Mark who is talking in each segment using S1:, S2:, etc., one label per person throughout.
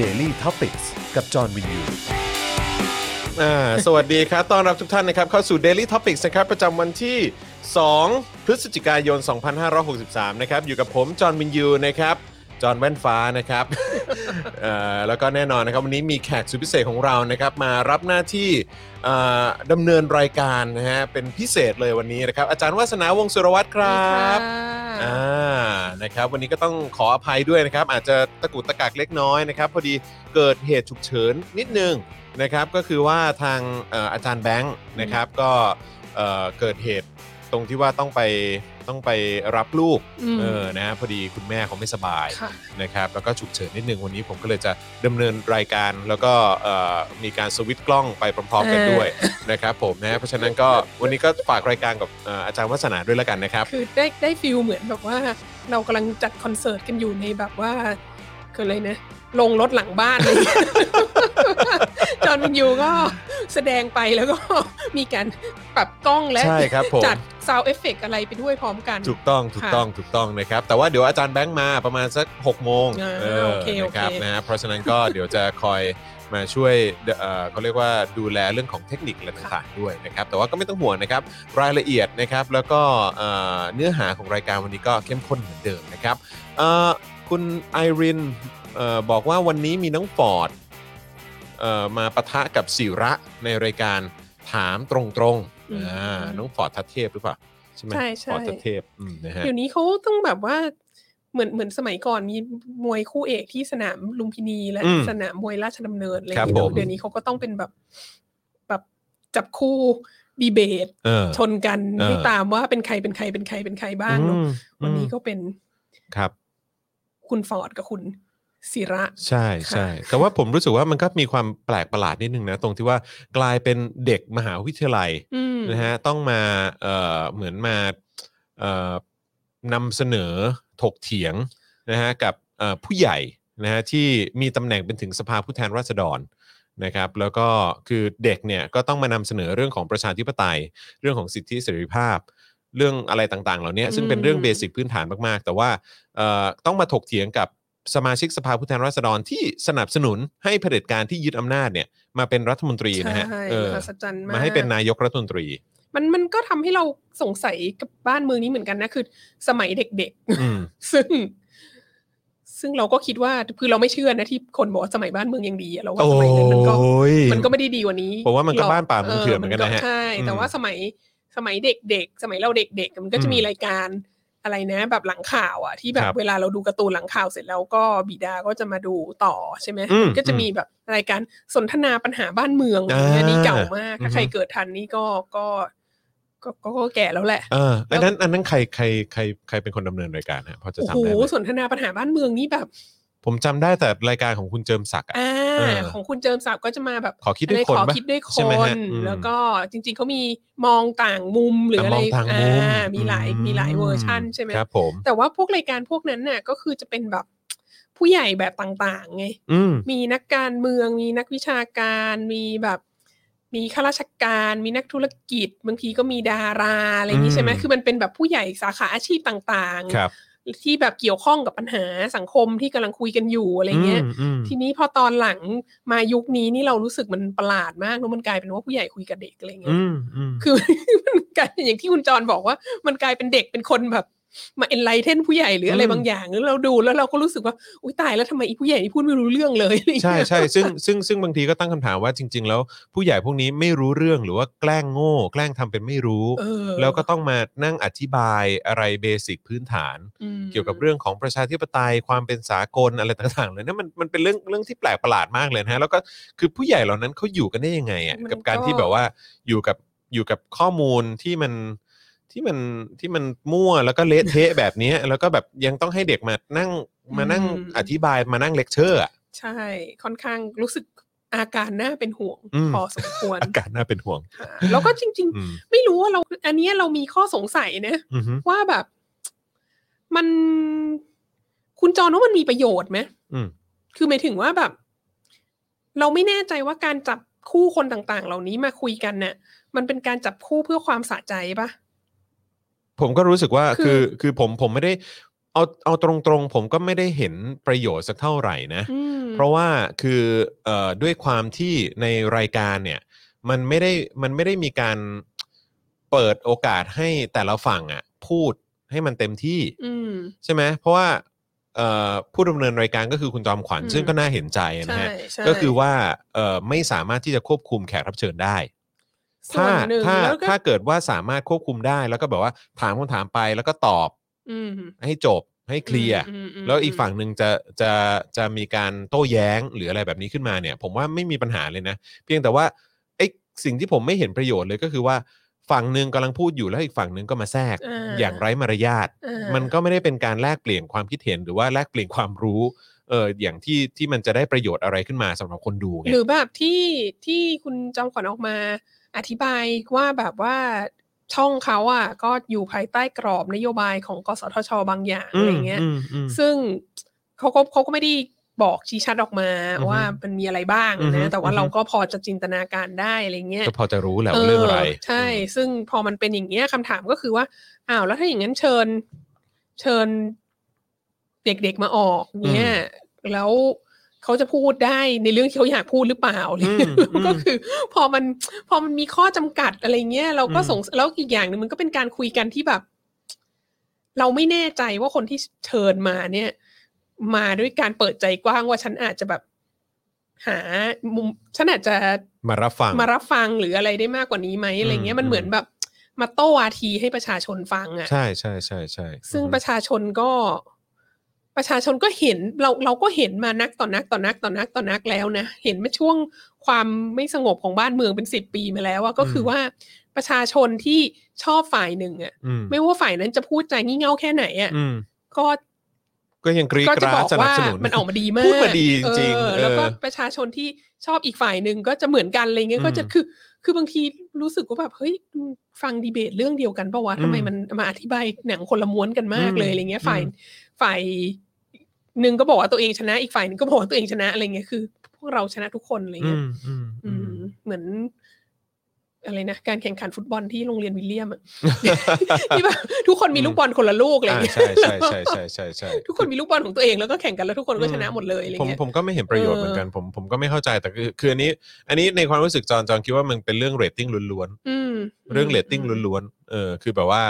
S1: Daily t o p i c กกับจอห์นวินยู
S2: อ่าสวัสดีครับ ต้อนรับทุกท่านนะครับ เข้าสู่ Daily Topics นะครับ ประจำวันที่ 2 พฤศจิกายน 2563 นะครับ อยู่กับผม จอห์นวินยูนะครับ จอห์นแว่นฟ้านะครับ เอ่อแล้วก็แน่นอนนะครับ วันนี้มีแขกสุดพิเศษของเรานะครับ มารับหน้าที่เอ่อดำเนินรายการนะฮะ เป็นพิเศษเลยวันนี้นะครับ อาจารย์วัฒนาวงศ์สุรวัตรครับ อ่า นะครับ วันนี้ก็ต้องขออภัยด้วยนะครับ อาจจะตะกุกตะกักเล็กน้อยนะครับ พอดีเกิดเหตุฉุกเฉินนิดนึงนะครับ ก็คือว่าทางเอ่ออาจารย์แบงค์นะครับ ก็เอ่อเกิดเหตุตรงที่ว่าต้องไปต้องไปรับลูก
S3: อืม
S2: เออ นะ พอดีคุณแม่เขาไม่สบาย
S3: ค่ะ
S2: นะครับแล้วก็ฉุกเฉินนิดนึงวันนี้ผมก็เลยจะดำเนินรายการแล้วก็เอ่อมีการสวิตช์กล้องไปพร้อมๆกัน
S3: เออ
S2: ด้วยนะครับผมนะเพราะฉะนั้นก็วันนี้ก็ฝากรายการกับเอ่ออาจารย์วัฒนาด้วยแล้วกันนะครับ
S3: คือได้ได้ฟิลเหมือนแบบว่า เรากำลังจัดคอนเสิร์ตกันอยู่ในแบบว่าคืออะไรนะลงรถหลังบ้านอะไรอย่างเงี้ย จอห์นวินยูก็แสดงไปแล้วก็ มีการปรับกล้องและ
S2: ใช่ครับผม
S3: จัดซาวเอฟเฟกอะไรไปด้วยพร้อมกัน
S2: ถูกต้องถูกต้องถูกต้องนะครับ แต่ว่าเดี๋ยวอาจารย์แบงค์มาประมาณสัก6กโมง
S3: อ่าโอเคโอ
S2: นะค
S3: เค
S2: รับนะเพราะฉะนั้นก็ เดี๋ยวจะคอยมาช่วยเอ่อเขาเรียกว่าดูแลเรื่องของเทคนิคอะไรต่างๆด้วยนะครับแต่ว่าก็ไม่ต้องห่วงนะครับรายละเอียดนะครับ แล้วก็เอ่อเนื้อหาของรายการวันนี้ก็เข้มข้นเหมือนเดิมนะครับเอ่อคุณไอรินเอ่อบอกว่าวันนี้มีน้องฟอร์ดเอ่อมาปะทะกับศิระในรายการถามตรงๆอ่าน้องฟอร์ดทัดเทพหรือเปล่า ใช่ไหม
S3: ใช่ใช่
S2: ฟอร์ดทัดเทพอืมนะฮะ
S3: เดี๋ยวนี้เขาต้องแบบว่าเหมือนเหมือนสมัยก่อนมีมวยคู่เอกที่สนามลุมพินีและ
S2: อืม
S3: สนามมวยราชดำเนินอะไรอ
S2: ครั
S3: ย่า
S2: บ
S3: งเงี้ยเน
S2: ผม
S3: อะเดี๋ยวนี้เขาก็ต้องเป็นแบบแบบจับคู่ดีเบต
S2: เออ
S3: ชนกัน
S2: เออ
S3: ให้ตามว่าเป็นใครเป็นใครเป็นใครเป็นใครบ้าง
S2: อื
S3: เนาะ
S2: ม
S3: วันนี้
S2: อืม
S3: ก็เป็น
S2: ครับ
S3: คุณฟอร์ดกับคุณศิระ
S2: ใช่ใช่แต่ว่าผมรู้สึกว่ามันก็มีความแปลกประหลาดนิดนึงนะ ตรงที่ว่ากลายเป็นเด็กมหาวิทยาลัย
S3: อืม
S2: นะฮะต้องมาเอ่อเหมือนมาเอ่อนำเสนอถกเถียงนะฮะกับเอ่อผู้ใหญ่นะฮะที่มีตำแหน่งเป็นถึงสภาผู้แทนราษฎรนะครับ แล้วก็คือเด็กเนี่ยก็ต้องมานำเสนอเรื่องของประชาธิปไตย เรื่องของสิทธิเสรีภาพ เรื่องอะไรต่างๆ เหล่านี้ซึ่งเป็นเรื่อง
S3: อืม
S2: เบสิกพื้นฐานมากๆ แต่ว่าเอ่อต้องมาถกเถียงกับสมาชิกสภาผู้แทนราษฎรที่สนับสนุนให้เผด็จการที่ยึดอำนาจเนี่ยมาเป็นรัฐมนตรีนะฮะ
S3: ใช่
S2: เออ
S3: มหัศจรรย์มาก
S2: มาให้เป็นนายกรัฐมนตรี
S3: มันมันก็ทำให้เราสงสัยกับบ้านเมืองนี้เหมือนกันนะ คือ สมัยเด็ก
S2: อืม
S3: ๆ ซึ่ง ซึ่งเราก็คิดว่าคือเราไม่เชื่อนะที่คนบอกว่าสมัยบ้านเมืองยังดีอะเราว่า
S2: โอ้
S3: สมัยนั้นมันก็
S2: ย
S3: มันก็ไม่ได้ดีกว่านี้
S2: ผมว่ามันก็
S3: หรอ
S2: บ้านป่าเมืองเถื่อนเหมือนกันนะฮะ
S3: ใช่
S2: อืม
S3: แต่ว่าสมัยสมัยเด็กๆ สมัยเราเด็กๆ มันก็
S2: อื
S3: จะ
S2: ม
S3: มีรายการอะไรนะ แบบหลังข่าวอ่ะที่แบ
S2: ครับ บ
S3: เวลาเราดูการ์ตูนหลังข่าวเสร็จแล้วก็บิดาก็จะมาดูต่อใช่ไหม
S2: อืม
S3: มันก็จะมีแบบรายการสนทนาปัญหาบ้านเมือง
S2: อ่า
S3: อันนี้เก่ามาก
S2: อือฮึ
S3: ถ้าใครเกิดทันนี่ก็ก็ก็ก็ก็แก่แล้วแหละ
S2: เอออันนั้นอันนั้นใครใครใครใครเป็นคนดำเนินรายการฮะพอจะ
S3: โอ้
S2: จำ
S3: โห
S2: ได้ไหม
S3: สนทนาปัญหาบ้านเมืองนี่แบบ
S2: ผมจำได้แต่รายการของคุณเจิมศักดิ์อะ
S3: อ่า
S2: เออ
S3: ของคุณเจิมศักดิ์ก็จะมาแบบ
S2: ขอคิดด้วย
S3: ข
S2: คน
S3: อ
S2: ปะ
S3: คิดด้วยค
S2: ใช่ไหม
S3: น
S2: ฮะอืม
S3: แล้วก็จริงๆเขามีมองต่างมุมหรืออะ
S2: ม
S3: ไร
S2: องทางมุม
S3: อ่ามีหลายมีหลายเวอร์ชันใช่ไหม
S2: ครับผม
S3: แต่ว่าพวกรายการพวกนั้นน่ะก็คือจะเป็นแบบผู้ใหญ่แบบต่างๆไง
S2: อืม
S3: มีนักการเมือง มีนักวิชาการ มีแบบ มีข้าราชการ มีนักธุรกิจบางทีก็มีดาราอะไรอย่างนี้ใช่ไหม
S2: อืม
S3: คือมันเป็นแบบผู้ใหญ่สาขาอาชีพต่าง
S2: ครับ
S3: ๆ ที่แบบเกี่ยวข้องกับปัญหาสังคมที่กำลังคุยกันอยู่อะไรเงี้ย
S2: มอืม
S3: ทีนี้พอตอนหลังมายุคนี้นี่เรารู้สึกมันประหลาดมากแล้วมันกลายเป็นว่าผู้ใหญ่คุยกับเด็กอะไรเงี้
S2: อื
S3: ย
S2: มอืม
S3: คือ มันกลายเป็นอย่างที่คุณจรบอกว่า มันกลายเป็นเด็กเป็นคนแบบ มาเอ็นไลเทนผู้ใหญ่หรืออะไร
S2: อืม
S3: บางอย่างแล้วเราดูแล้วเราก็รู้สึกว่าอุ้ยตายแล้วทำไมอีผู้ใหญ่นี่พูดไม่รู้เรื่องเลยอะไรเงี้ย
S2: ใช่ใช่ซึ่งซึ่งซึ่งบางทีก็ตั้งคำถามว่าจริง ๆ แล้วผู้ใหญ่พวกนี้ไม่รู้เรื่องหรือว่าแกล้งโง่ แกล้งทำเป็นไม่รู้
S3: เออ
S2: แล้วก็ต้องมานั่งอธิบายอะไรเบสิกพื้นฐาน
S3: อืม
S2: เกี่ยวกับเรื่องของประชาธิปไตยความเป็นสากลอะไรต่างๆเลยนะมันมันเป็นเรื่องเรื่องที่แปลกประหลาดมากเลยนะฮะแล้วก็คือผู้ใหญ่เหล่านั้นเขาอยู่กันได้ยังไงอ่ะกับการที่แบบว่าอยู่กับอยู่กับข้อมูลที่มันที่มันที่มันมั่วแล้วก็เละเทะแบบเนี้ยแล้วก็แบบยังต้องให้เด็กมานั่งมานั่งอธิบายมานั่งเลคเชอร์อะ
S3: ใช่ ค่อนข้างรู้สึกอาการน่าเป็นห่วง
S2: อืม
S3: พอสมควร
S2: อาการน่าเป็นห่วง
S3: ค่ะแล้วก็จริง
S2: อืม
S3: ๆ ไม่รู้ว่าเรา อันเนี้ยเรามีข้อสงสัยนะ
S2: อือฮึ
S3: ว่าแบบ มันคุณจอนว่ามันมีประโยชน์ไหม
S2: อืม
S3: คือหมายถึงว่าแบบ เราไม่แน่ใจว่าการจับคู่คนต่าง ๆ เหล่านี้มาคุยกันเนี่ยมันเป็นการจับคู่เพื่อความสะใจปะ
S2: ผมก็รู้สึกว่า
S3: คื
S2: คือ
S3: อ
S2: คือผมผมไม่ได้ เอาเอาตรงๆ ผมก็ไม่ได้เห็นประโยชน์สักเท่าไหร่นะ
S3: อืม
S2: เพราะว่าคือเอ่อด้วยความที่ในรายการเนี่ยมันไม่ได้มันไม่ได้มีการเปิดโอกาสให้แต่ละฝั่งอ่ะพูดให้มันเต็มที่
S3: อืม
S2: ใช่ไหมเพราะว่าเอ่อผู้ดำเนินรายการก็คือคุณจอมขวัญ
S3: อืม
S2: ซึ่งก็น่าเห็นใจนะ
S3: ใช่
S2: ฮะ
S3: ใช่
S2: ก็คือว่าเอ่อไม่สามารถที่จะควบคุมแขกรับเชิญได้
S3: ส่
S2: ถ้า
S3: วนหนึ่ง
S2: ถ้า
S3: แล้วก็
S2: ถ้าเกิดว่าสามารถควบคุมได้แล้วก็แบบว่าถามคำถามไปแล้วก็ตอบ
S3: อืม
S2: ให้จบให้เคลียร์
S3: มมม
S2: แล้วอีกฝั่งหนึ่งจะจะจะมีการโต้แย้งหรืออะไรแบบนี้ขึ้นมาเนี่ย ผมว่าไม่มีปัญหาเลยนะ เพียงแต่ว่าไอ้สิ่งที่ผมไม่เห็นประโยชน์เลยก็คือว่าฝั่งหนึ่งกำลังพูดอยู่แล้วอีกฝั่งหนึ่งก็มาแทรก อย่างไร้มารยาท
S3: อ่า
S2: มันก็ไม่ได้เป็นการแลกเปลี่ยนความคิดเห็นหรือว่าแลกเปลี่ยนความรู้เอออย่างที่ที่มันจะได้ประโยชน์อะไรขึ้นมาสำหรับคนดูไง
S3: หรือแบบที่ที่คุณจอมขวัญออกมา อธิบายว่าแบบว่าช่องเขาอ่ะก็อยู่ภายใต้กรอบนโยบายของกสทชบางอย่างอะไรเงี้ย
S2: มอืม
S3: ซึ่งเขาก็เขาก็ไม่ได้บอกชี้ชัดออกมา
S2: อือฮึ
S3: ว่ามันมีอะไรบ้าง
S2: อือฮึ
S3: นะ แต่ว่า
S2: อือฮึ
S3: เราก็พอจะจินตนาการได้อะไรเงี้ย
S2: ก็พอจะรู้แหละว่าเรื่องอะไร
S3: ใช่ ซึ่งพอมันเป็นอย่างเงี้ยคำถามก็คือว่า อ้าว แล้วถ้าอย่างนั้นเชิญ เชิญเด็กๆมาออกเนี้ย แล้วเขาจะพูดได้ในเรื่องที่เขาอยากพูดหรือเปล่าอะไร
S2: อืม
S3: เงี้ย
S2: อืม
S3: ก็คือ พอมัน พอมันมีข้อจำกัดอะไรเงี้ย เราก็
S2: อืม
S3: สงสแล้วอีกอย่างหนึ่งมันก็เป็นการคุยกันที่แบบ เราไม่แน่ใจว่าคนที่เชิญมาเนี่ย มาด้วยการเปิดใจกว้างว่าฉันอาจจะแบบ หามุมฉันอาจจะ
S2: มารับฟัง
S3: มารับฟังหรืออะไรได้มากกว่านี้ไหมอะไรเงี้ย
S2: อืม
S3: มันเหมือนแบบมาโต้วาทีให้ประชาชนฟังอะ่ะ
S2: ใช่ใช่ใช่ใช่
S3: ซึ่ง
S2: อืม
S3: ประชาชนก็ ประชาชนก็เห็นเราเราก็เห็นมานักต่อนักต่อนักต่อนักต่อนักแล้วนะเห็นมาช่วงความไม่สงบของบ้านเมืองเป็นสิบปีมาแล้วอะก็คืออ
S2: ม
S3: ว่าประชาชนที่ชอบฝ่ายหนึ่งอะ่ะ
S2: อืม
S3: ไม่ว่าฝ่ายนั้นจะพูดใจงี่เง่าแค่ไหนอะ่ะ
S2: อืม
S3: ก็
S2: ก็ยังกรีด
S3: ก็
S2: ก
S3: จะ
S2: รา
S3: บอก
S2: ดสนับ
S3: ว่า
S2: สนุน
S3: มันออกมาดีมาก
S2: พูดมาดีจริงๆ
S3: เออ
S2: เออ
S3: แล้วก็ประชาชนที่ชอบอีกฝ่ายหนึ่งก็จะเหมือนกันอะไรเงี้ยก็จะ
S2: อืม
S3: คือ คือบางทีรู้สึกว่าแบบเฮ้ยฟังดีเบตเรื่องเดียวกันปะวะ
S2: อืม
S3: ทำไมมันมาอธิบายหนังคนละม้วนกันมากเลย
S2: อืม
S3: อะไรเงี้ย
S2: อืม
S3: ฝ่ายฝ่ายหนึ่งก็บอกว่าตัวเองชนะ อีกฝ่ายหนึ่งก็บอกว่าตัวเองชนะอะไรเงี้ยคือ พวกเราชนะทุกคนอะไร
S2: อื
S3: เงี้ย
S2: มอืม
S3: อื
S2: อื
S3: ม
S2: ม
S3: เหมือน อะไรนะการแข่งขันฟุตบอลที่โรงเรียนวิลเลีย มอะ ที่แบบทุกคนมีลูกบอลคนละลูกอะไร
S2: อ่า
S3: เงี้ย
S2: ใช่ใช่ใช่ใช่ใช่ใช่
S3: ทุกคนมีลูกบอลของตัวเองแล้วก็แข่งกันแล้วทุกคนก็ชนะหมดเลยอะไร
S2: ผม
S3: เงี้ย
S2: ผมก็ไม่เห็นประโยชน์เหมือนกันผมผมก็ไม่เข้าใจแต่คือคืออันนี้ อันนี้ในความรู้สึกจอนจอนคิดว่ามันเป็นเรื่องเรตติ้งล้วน
S3: อืม
S2: ๆเรื่องเรตติ้งล้วนๆเออคือแบบว่า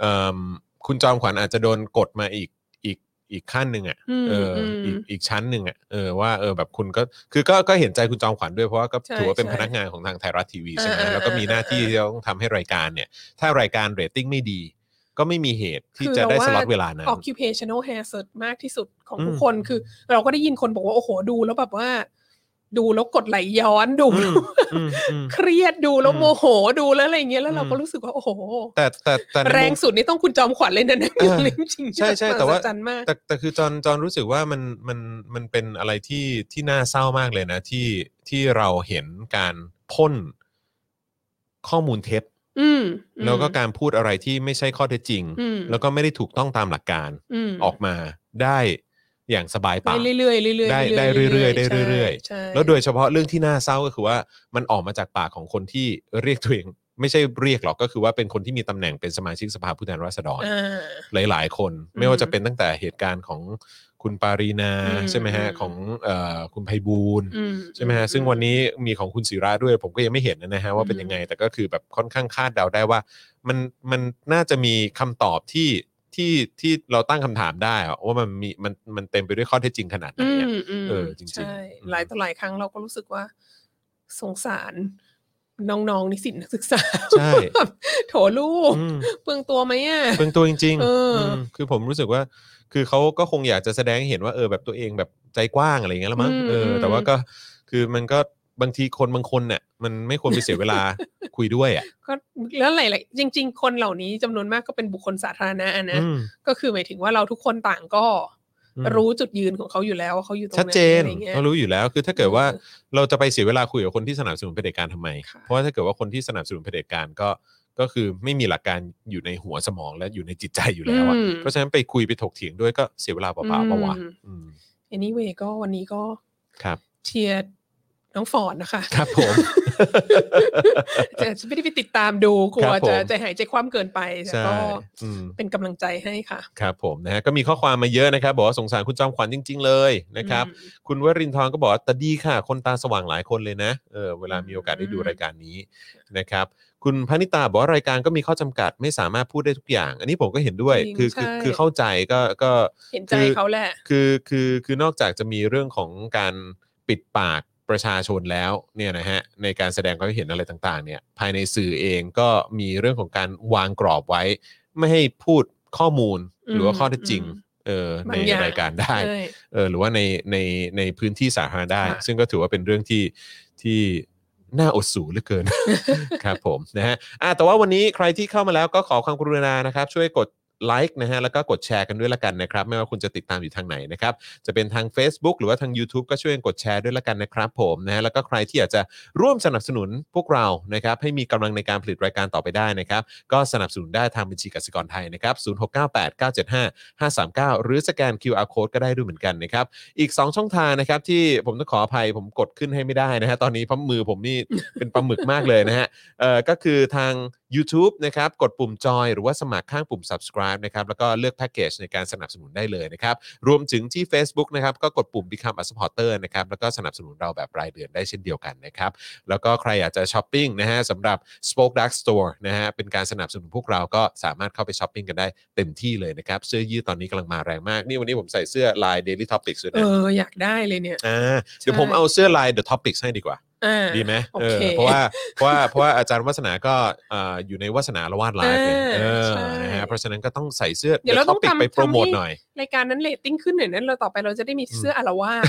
S2: เอิ่มคุณจอมขวัญอาจจะโดนกดมาอีกอีกอีกขั้นหนึ่งอ่ะ
S3: อืม
S2: เอออ
S3: ม
S2: อีกอีกชั้นหนึ่งอ่ะเออว่าเออแบบคุณก็คือก็ก็เห็นใจคุณจอมขวัญด้วยเพราะว่าก็
S3: ใช่
S2: ถือว่าเป็น
S3: ใช่
S2: พนักงานของทางไทยรัฐทีวีใช่ไหม
S3: เออเออ
S2: แล้วก็มีหน้าที่
S3: เออ
S2: ที่ต้องทำให้รายการเนี่ย ถ้ารายการเรตติ้งไม่ดี ก็ไม่มีเหตุที่จะได้สล็อตเวลานั้น
S3: occupational hazard มากที่สุดของ
S2: อืม
S3: ทุกคนคือ เราก็ได้ยินคนบอกว่า โอ้โหดูแล้วแบบว่า ดูแล้วกดไหลย้อนดู
S2: อืม
S3: แล้ว
S2: อืมอืม
S3: เครียดดูแล้ว
S2: อืม
S3: โมโหดูแล้วอะไรอย่างเงี้ยแล้วเราก็
S2: อืม
S3: รู้สึกว่าโอ้โห
S2: แต่แต่แต่ใน
S3: แรง
S2: มุม
S3: สุดนี่ต้องคุณจอมขวัญเลยนะเนี่ย
S2: เออ
S3: จริงจริงๆ
S2: ใช่ใช่แต่ว่า
S3: มหัศจรรย์มาก
S2: แต่แต่คือจอนจอนรู้สึกว่ามันมันมันเป็นอะไรที่ที่น่าเศร้ามากเลยนะ ที่ที่เราเห็นการพ่นข้อมูลเท็จ
S3: อืมอืม
S2: แล้วก็การพูดอะไรที่ไม่ใช่ข้อเท็จจริง
S3: อืม
S2: แล้วก็ไม่ได้ถูกต้องตามหลักการ
S3: อืม
S2: ออกมาได้อย่างสบาย
S3: ไป
S2: ปาก
S3: เรื่อยๆเรื่อยๆ
S2: ได้ได้เรื่อยๆได้เรื่อยๆ
S3: ใช่
S2: แล้วโดยเฉพาะเรื่องที่น่าเศร้าก็คือว่ามันออกมาจากปากของคนที่เรียกตัวเองไม่ใช่เรียกหรอกก็คือว่าเป็นคนที่มีตำแหน่งเป็นสมาชิกสภาผู้แทนราษฎร
S3: อ่า
S2: หลาย ๆ คน
S3: อืม
S2: ไม่ว่าจะเป็นตั้งแต่เหตุการณ์ของคุณปารีนา
S3: อืม
S2: ใช่ไหมฮะ
S3: อืม
S2: ของเออคุณไพบูลย์
S3: อื
S2: ใช่ไหมฮะซึ่งวันนี้มีของคุณศิระด้วย ผมก็ยังไม่เห็นนะฮะว่าเป็นยังไง แต่ก็คือแบบค่อนข้างคาดเดาได้ว่า มันมันน่าจะมีคำตอบที่ที่ที่เราตั้งคำถามได้อะว่ามันมีมันมันเต็มไปด้วยข้อเท็จจริงขนาดไหน
S3: อื
S2: อะ
S3: มอืม
S2: เออจริงๆ
S3: ใช่
S2: อืม
S3: หลายต่อหลายครั้งเราก็รู้สึกว่า สงสารน้องๆนิสิตนักศึกษา
S2: ใช่
S3: แบบโถลูก
S2: อืม
S3: เปลืองตัวไหมอ่ะ
S2: เบื้องตัวจริงๆ
S3: เอออื
S2: มคือผมรู้สึกว่า คือเขาก็คงอยากจะแสดงให้เห็นว่าเออแบบตัวเองแบบใจกว้างอะไรอย่างเงี้ยละมั้ง เออ แต่ว่าก็คือมันก็บางทีคนบางคนเนี่ยมันไม่ควรไปเสียเว ลา คุยด้วยอ่ะ
S3: ก็แล้วหลายๆจริง ๆ คนเหล่านี้จำนวนมากก็เป็นบุคคลสาธารณะนะ
S2: อืม
S3: ก็คือหมายถึงว่าเราทุกคนต่างก็
S2: อืม
S3: รู้จุดยืนของเขาอยู่แล้วว่าเขาอยู่ตรงไห
S2: ชัด
S3: น
S2: เจน
S3: อะไรเงี้ย
S2: เขารู้อยู่แล้ว คือถ้าเกิดว่า
S3: เออ
S2: เราจะไปเสียเวลาคุยกับคนที่สนับสนุนเผด็จการทำไม
S3: ค่ะ
S2: เพราะว่าถ้าเกิดว่าคนที่สนับสนุนเผด็จการก็ก็คือไม่มีหลักการอยู่ในหัวสมองและอยู่ในจิตใจอยู่แล้วอะ
S3: อืม
S2: เพราะฉะนั้นไปคุยไปถกเถียงด้วยก็เสียเวลาเปล่าๆปะวะ
S3: อืม
S2: อืม
S3: anyway ก็วันนี้ก็
S2: ครับ
S3: เชียร์น้องฟอร์ดนะคะ
S2: ครับผม
S3: แต่ฉันไม่ได้ไปติดตามดูกลั
S2: คว รับ
S3: จะ
S2: ผม
S3: จะหายใจคว่ำเกินไปแต่
S2: ใช่
S3: ก็
S2: อืม
S3: เป็นกำลังใจให้ค่ะ
S2: ครับผมนะฮะก็มีข้อความมาเยอะนะครับ บอกว่าสงสารคุณจอมขวัญจริง ๆ เลยนะครับ
S3: อืม
S2: คุณวรินทร์ก็บอกว่าแต่ดีค่ะ คนตาสว่างหลายคนเลยนะเออเวลามีโอกาสได้ดู
S3: อืม
S2: รายการนี้นะครับ คุณพนิตาบอกว่ารายการก็มีข้อจำกัดไม่สามารถพูดได้ทุกอย่าง อันนี้ผมก็เห็นด้วย คือคือคือเข้าใจก็ก็
S3: เห็นใจ
S2: คือ
S3: เขาแหละ
S2: คือคือคือนอกจากจะมีเรื่องของการปิดปากประชาชนแล้วเนี่ยนะฮะในการแสดงความเห็นอะไรต่างๆเนี่ยภายในสื่อเองก็มีเรื่องของการวางกรอบไว้ ไม่ให้พูดข้อมูล
S3: อืม
S2: หรือว่าข้อเท็จจริง
S3: อืม
S2: เออบ
S3: า
S2: ใน
S3: งอย่าง
S2: รายการได้
S3: ใช่
S2: เออหรือว่าในในในพื้นที่สาธารณะได้
S3: ค่ะ
S2: ซึ่งก็ถือว่าเป็นเรื่องที่ที่น่าอดสูเหลือ เกิน ครับผมนะฮะอ่ะแต่ว่าวันนี้ใครที่เข้ามาแล้วก็ขอความกรุณานะครับ ช่วยกดไลค์นะฮะแล้วก็กดแชร์กันด้วยละกันนะครับ ไม่ว่าคุณจะติดตามอยู่ทางไหนนะครับ จะเป็นทาง Facebook หรือว่าทาง YouTube ก็ช่วยกดแชร์ด้วยละกันนะครับผมนะฮะแล้วก็ใครที่อยากจะร่วมสนับสนุนพวกเรานะครับ ให้มีกำลังในการผลิตรายการต่อไปได้นะครับ ก็สนับสนุนได้ทางบัญชีกสิกรไทยนะครับ0698975539 หรือสแกน QR code ก็ได้ด้วยเหมือนกันนะครับ อีก 2 ช่องทางนะครับ ที่ผมต้องขออภัยผมกดขึ้นให้ไม่ได้นะฮะตอนนี้เพราะมือผมนี่ เป็นปลาหมึกมากเลยนะฮะ เอ่อก็คือทาง YouTube นะครับ กดปุ่มจอยหรือว่าสมัครข้างปุ่ม subscribe นะครับ แล้วก็เลือกแพ็กเกจในการสนับสนุนได้เลยนะครับ รวมถึงที่ Facebook นะครับ ก็กดปุ่ม Become a supporter นะครับ แล้วก็สนับสนุนเราแบบรายเดือนได้เช่นเดียวกันนะครับ แล้วก็ใครอยากจะช้อปปิ้งนะฮะสำหรับ Spoke Dark Store นะฮะ เป็นการสนับสนุนพวกเราก็สามารถเข้าไปช้อปปิ้งกันได้เต็มที่เลยนะครับ เสื้อยืดตอนนี้กำลังมาแรงมาก นี่วันนี้ผมใส่เสื้อลาย Daily Topics ด้วย
S3: เอ
S2: นะ
S3: ออยากได้เลยเนี่ย
S2: อ่าเดี๋ยวผมเอาเสื้อลาย The Topics ให้ดีกว่า
S3: อ่า
S2: ดีไหม
S3: โอ
S2: เออ
S3: เค
S2: เพราะว่าเพราะว่าเพราะว่าอาจารย์วัฒนาก็เอ่ออยู่ในวัฒนาละวาดไลฟ์เนี่ย
S3: เออ
S2: เออ
S3: ใช่
S2: นะฮะเพราะฉะนั้นก็ต้องใส่เสื้อ
S3: เดี๋ยวเราต้อง
S2: ปิด
S3: ทำ
S2: ไปโปรโมท
S3: ทำให้
S2: หน่อย
S3: รายการนั้นเรตติ้งขึ้นหน่อยนั้นเราต่อไปเราจะได้มี
S2: อืม
S3: เสื้ออารวาส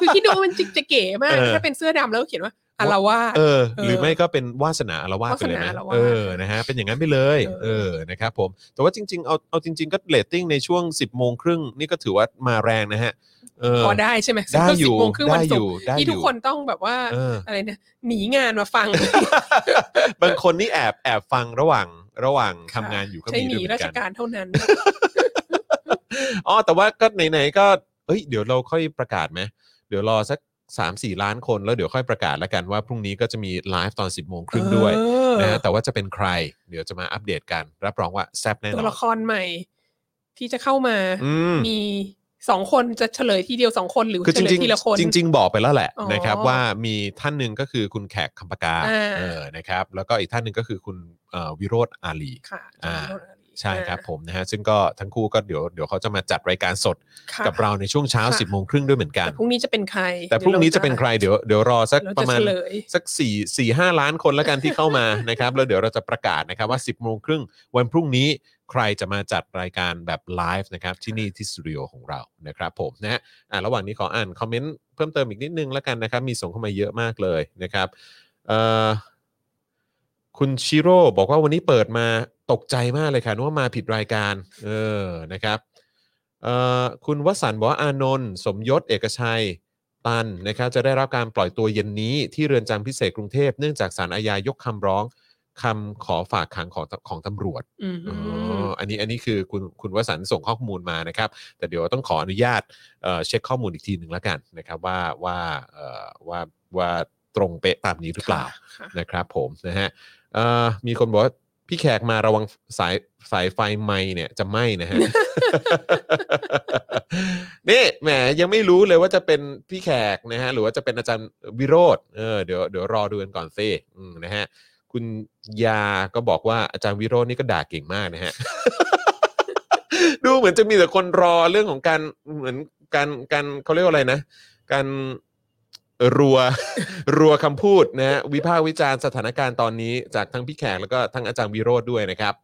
S3: คือคิดดูมันจิกจะเก๋มาก
S2: เออ
S3: ถ้าเป็นเสื้อดำแล้วเขียนว่าอารวาส
S2: เออ
S3: เออ
S2: หรือไม่ก็เป็นวาสนาละวาดไปเลยไหม
S3: วาสนาละวาด
S2: เออนะฮะเป็นอย่างนั้นไปเลย
S3: เออ
S2: เออนะครับผมแต่ว่าจริง ๆ เอาเอาจริง ๆ ก็เรตติ้งในช่วง 10บโมงครึ่งนี่ก็ถือว่ามาแรงนะฮะเออ
S3: พอได้ใช่ไหม
S2: ได้อยู่
S3: 10โมงครึ่งวั
S2: ได้
S3: น
S2: อ
S3: ศุก
S2: ยู่
S3: ร์
S2: ได้อ
S3: ที่
S2: ยู่
S3: ทุกคนต้องแบบว่า
S2: เอ อ
S3: อะไรเนี่ยหนีงานมาฟัง
S2: บางคนนี่แอบแอบฟังระหว่างระหว่างทำงานอยู่ก็
S3: ใช่
S2: มี
S3: ห
S2: ด้ว
S3: นี
S2: ยเหมื
S3: รา
S2: อน
S3: ช
S2: กัน
S3: การเท่านั้น
S2: อ๋อแต่ว่าก็ไหนๆก็เอ้ยเดี๋ยวเราค่อยประกาศไหมเดี๋ยวรอสัก 3 4 ล้านคนแล้วเดี๋ยวค่อยประกาศแล้วกันว่าพรุ่งนี้ก็จะมีไลฟ์ตอน 10บโมงครึ่งด้วย
S3: เออ
S2: นะฮะแต่ว่าจะเป็นใคร เดี๋ยวจะมาอัปเดตกัน รับรองว่าแซบแน่น
S3: ตัว
S2: อน
S3: ละครใหม่ ที่จะเข้ามา
S2: อืม
S3: มีสองคนจะเฉลยทีเดียวสองคนหรือ
S2: คือจ
S3: เฉล
S2: ริ
S3: ย
S2: ง
S3: ทีละคน
S2: ๆจริง ๆ บอกไปแล้วแหละ
S3: อ๋อ
S2: นะครับว่ามีท่านหนึ่งก็คือคุณแขกคำปากา
S3: อ่า
S2: เออนะครับแล้วก็อีกท่านหนึ่งก็คือคุณเอ่อวิโรธอาลี
S3: ค่ะ
S2: อ่า ใช่ครับผมนะฮะซึ่งก็ทั้งคู่ก็เดี๋ยวเดี๋ยวเขาจะมาจัดรายการสด
S3: ค่ะ
S2: กับเราในช่วงเช้า
S3: ค่ะ
S2: 10บโมงครึ่งด้วยเหมือนกัน
S3: แต่พรุ่งนี้จะเป็นใคร
S2: แต่พรุ่งนี้จะเป็นใครเดี๋ยวเดี๋ยวรอสัก
S3: เดี๋ยว
S2: ประ
S3: เราจะ
S2: มาณ
S3: เฉลย
S2: สักสี่สี่ห้าล้านคนแล้วกันที่เข้า มา นะครับแล้วเดี๋ยวเราจะประกาศนะครับว่า 10บโมงครึ่งวันพรุ่งนี้ใครจะมาจัดรายการแบบไลฟ์นะครับที่นี่ที่สตูดิโอของเรานะครับผมนะฮะอ่ะระหว่างนี้ขออ่านคอมเมนต์เพิ่มเติมอีกนิดนึงแล้วกันนะครับ มีส่งเข้ามาเยอะมากเลยนะครับเอ่อคุณชิโร่บอกว่าวันนี้เปิดมาตกใจมากเลยค่ะนึกว่ามาผิดรายการเออนะครับเอ่อคุณวสันต์บอกว่าอานนท์สมยศเอกชัย ตันนะครับจะได้รับการปล่อยตัวเย็นนี้ที่เรือนจำพิเศษกรุงเทพเนื่องจากสารอาญายกคำร้องคำขอฝากขังของของตำรวจ
S3: อืม
S2: อ๋ออันนี้อันนี้คือคุณคุณวสันต์ส่งข้อมูลมานะครับ แต่เดี๋ยวต้องขออนุญาตเอ่อเช็คข้อมูลอีกทีหนึ่งแล้วกันนะครับว่าว่าเอ่อว่าว่าตรงเป๊ะตามนี้หรือเปล่า
S3: ค่ะ
S2: นะครับผมนะฮะเอ่อมีคนบอกว่าพี่แขกมาระวังสายสายไฟไหมเนี่ยจะไหมนะฮะ นี่แหมยังไม่รู้เลยว่าจะเป็นพี่แขกนะฮะหรือว่าจะเป็นอาจารย์วิโรธเออเดี๋ยวเดี๋ยวรอดูกันก่อนซิอืมนะฮะคุณยาก็บอกว่าอาจารย์วิโรจน์นี่ก็ด่าเก่งมากนะฮ ะ ดูเหมือนจะมีแต่คนรอเรื่องของการเหมือนการการเขาเรียกว่าอะไรนะ การรัว รัวคำพูดนะฮะวิพากษ์วิจารณ์สถานการณ์ตอนนี้จากทั้งพี่แขกแล้วก็ทั้งอาจารย์วิโรธด้วยนะครับ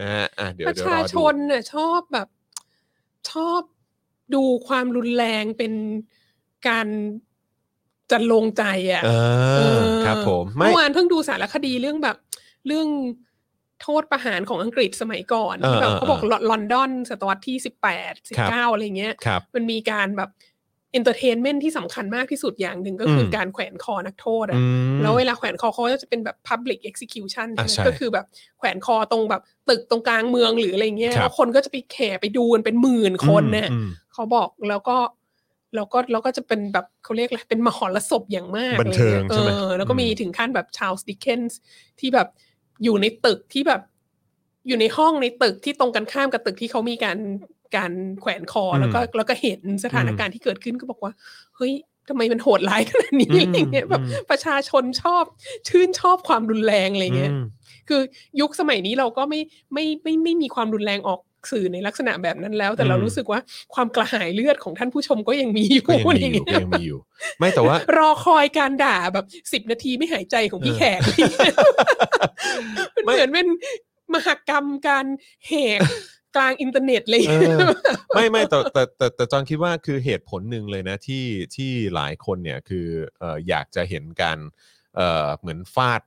S2: นะฮะอ่ะเดี๋ยว
S3: ประ
S2: เดี๋ยวร
S3: ชา
S2: อ
S3: ช
S2: ดู
S3: นน่ะชอบแบบชอบดูความรุนแรงเป็นการจันลงใจอ่ะ
S2: เอ
S3: เอ
S2: อ
S3: อ
S2: ครับผมไม่
S3: เมื่อวานเพิ่งดูสารคดีเรื่องแบบ เรื่องโทษประหารของอังกฤษสมัยก่อน
S2: เออ
S3: ที่แบบ
S2: เออ
S3: เขาบอกลอนดอนศตวรรษที่สิบแปดสิบ
S2: ครับ
S3: เก้าอะไรเงี้ย
S2: ครับ
S3: มันมีการแบบเอนเตอร์เทนเมนที่สำคัญมากที่สุดอย่างหนึ่งก็คืออ
S2: ม
S3: การแขวนคอนักโทษอะ
S2: อืม
S3: แล้วเวลาแขวนคอเขาก็จะเป็นแบบ Public Execution
S2: อ่ะ
S3: ใช่
S2: ใช่
S3: ไหมก็คือแบบแขวนคอตรงแบบตึกตรงกลางเมืองหรืออะไรเงี้ย
S2: ครับ
S3: แล้วคนก็จะไปแข่ไปดูกันเป็นหมื่นคนเนี่ย
S2: อืม
S3: เขาบอกแล้วก็ เราก็เราก็จะเป็นแบบเขาเรียกอะไรเป็นมหรสพอย่างมาก
S2: บันเทิง
S3: ลยนะ
S2: ใช่ไหม
S3: เออแล้วก็มี
S2: อืม
S3: ถึงขั้นแบบชา l สดิ d เคนส์ที่แบบอยู่ในตึกที่แบบ อยู่ในห้องในตึกที่ตรงกันข้ามกับตึกที่เขามีการการแขวนคออ
S2: ม
S3: แล้วก็แล้วก็เห็นสถานการณ์ที่เกิดขึ้นก็บอกว่า เฮ้ยทำไมมันโหดร้ายขนาดนี้
S2: อืม
S3: อะไรเงี้ยแบบ
S2: อืม
S3: ประชาชนชอบชื่นชอบความรุนแรงอะไรเงี้ย
S2: อืม
S3: คือยุคสมัยนี้เราก็ไม่ไม่ไม่ไม่มีความรุนแรงออกสื่อในลักษณะแบบนั้นแล้ว แต่
S2: อืม
S3: เรารู้สึกว่าความกระหายเลือดของท่านผู้ชมก็ยังมีอยู่
S2: ก็ยัง
S3: อะไร
S2: มีอยู่
S3: เงี้
S2: ก็
S3: ย
S2: ยังมีอยู่ ไม่แต่ว่า
S3: รอคอยการด่าแบบสิบ10 นาทีไม่หายใจของพี่
S2: เออ
S3: แขกมันเหมือนเป็นมหกรรมการแหกกลางอินเทอร์เน็ตเลย
S2: เออ ไม่ไม่แต่แต่แต่แต่จอนคิดว่าคือเหตุผลหนึ่งเลยนะที่ที่หลายคนเนี่ยคือเอ่ออยากจะเห็นการเอ่อเหมือนฟาด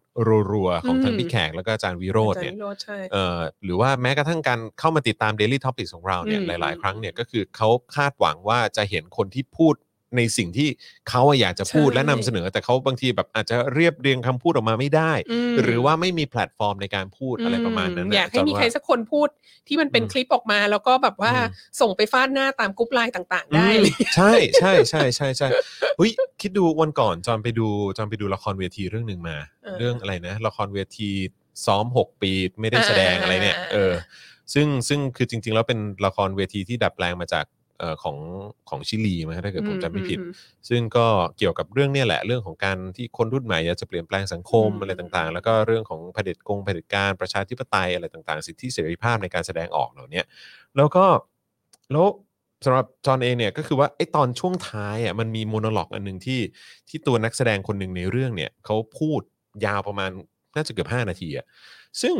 S2: รัวๆของทั้ง
S3: อืม
S2: พี่แขกแล้วก็อาจารย์วิโรจน์เนี่ย
S3: อาจารวิโรจน์ใช่
S2: เอ่อหรือว่าแม้กระทั่งการเข้ามาติดตาม Daily Topic ของเราเนี่ย
S3: อืม
S2: หลาย ๆ ครั้งเนี่ยก็คือเขาคาดหวังว่าจะเห็นคนที่พูดในสิ่งที่เขาอะอยากจะพูด
S3: ใช่
S2: และนำเสนอ แต่เขาบางทีแบบอาจจะเรียบเรียงคำพูดออกมาไม่ได้
S3: ม
S2: หรือว่าไม่มีแพลตฟอร์มในการพูดอะไรประมาณนั้น
S3: อื
S2: น่ะ
S3: อยากให้
S2: จ
S3: มี
S2: นว่า
S3: ใครสักคนพูดที่มันเป็น
S2: อืม
S3: คลิปออกมา แล้วก็แบบว่า
S2: อืม
S3: ส่งไปฟาดหน้าตามกรุ๊ปไลน์ต่าง ๆ ได้เลย
S2: อืมใช่ใช่ใช่ใช่ใช่เฮ้ยคิดดูวันก่อนจอนไปดูจอนไปดูละครเวทีเรื่องหนึ่งมา
S3: เออ
S2: เรื่องอะไรนะ ละครเวทีซ้อม 6 ปีไม่ได้แสดง
S3: อ่า
S2: อะไรเนี่ย
S3: อ่าอ่า
S2: เออซึ่งซึ่งคือจริง ๆ แล้วเป็นละครเวทีที่ดัดแปลงมาจากเอ่อของของชิลีมั้งถ้าเกิดผมจำไม่ผิด
S3: อืม
S2: ซึ่งก็เกี่ยวกับเรื่องเนี่ยแหละเรื่องของการที่คนรุ่นใหม่อยากจะเปลี่ยนแปลงสังคม
S3: อืม
S2: อะไรต่างๆ แล้วก็เรื่องของเผด็จกงเผด็จการประชาธิปไตยอะไรต่างๆ สิทธิเสรีภาพในการแสดงออกเหล่าเนี้ยแล้วก็แล้วสำหรับจอห์นเองเนี่ยก็คือว่าไอ้ตอนช่วงท้ายอ่ะมันมีโมโนโลกอันหนึ่งที่ที่ตัวนักแสดงคนหนึ่งในเรื่องเนี่ยเขาพูดยาวประมาณน่าจะเกือบ 5 นาทีอ่ะซึ่ง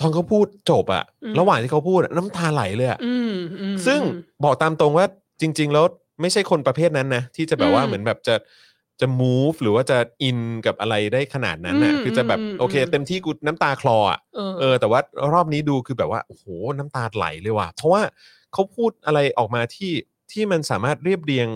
S2: ตอนเขาพูดจบอ่ะ
S3: อืม
S2: ระหว่างที่เขาพูดอะน้ำตาไหลเลยอ่ะ
S3: อืมอืม
S2: ซึ่งบอกตามตรงว่าจริง ๆ แล้วไม่ใช่คนประเภทนั้นนะ ที่จะแบบว่า
S3: อืม
S2: เหมือนแบบจะจะ move หรือว่าจะอินกับอะไรได้ขนาดนั้นน่ะ
S3: อืม
S2: คือจะแบบ
S3: อืม
S2: โอเค
S3: อืม
S2: เต็มที่กูน้ำตาคลออ่ะ
S3: เออ
S2: เออแต่ว่ารอบนี้ดูคือแบบว่าโอ้โหน้ำตาไหลเลยว่ะเพราะว่าเขาพูดอะไรออกมาที่ที่มันสามารถเรียบเรียง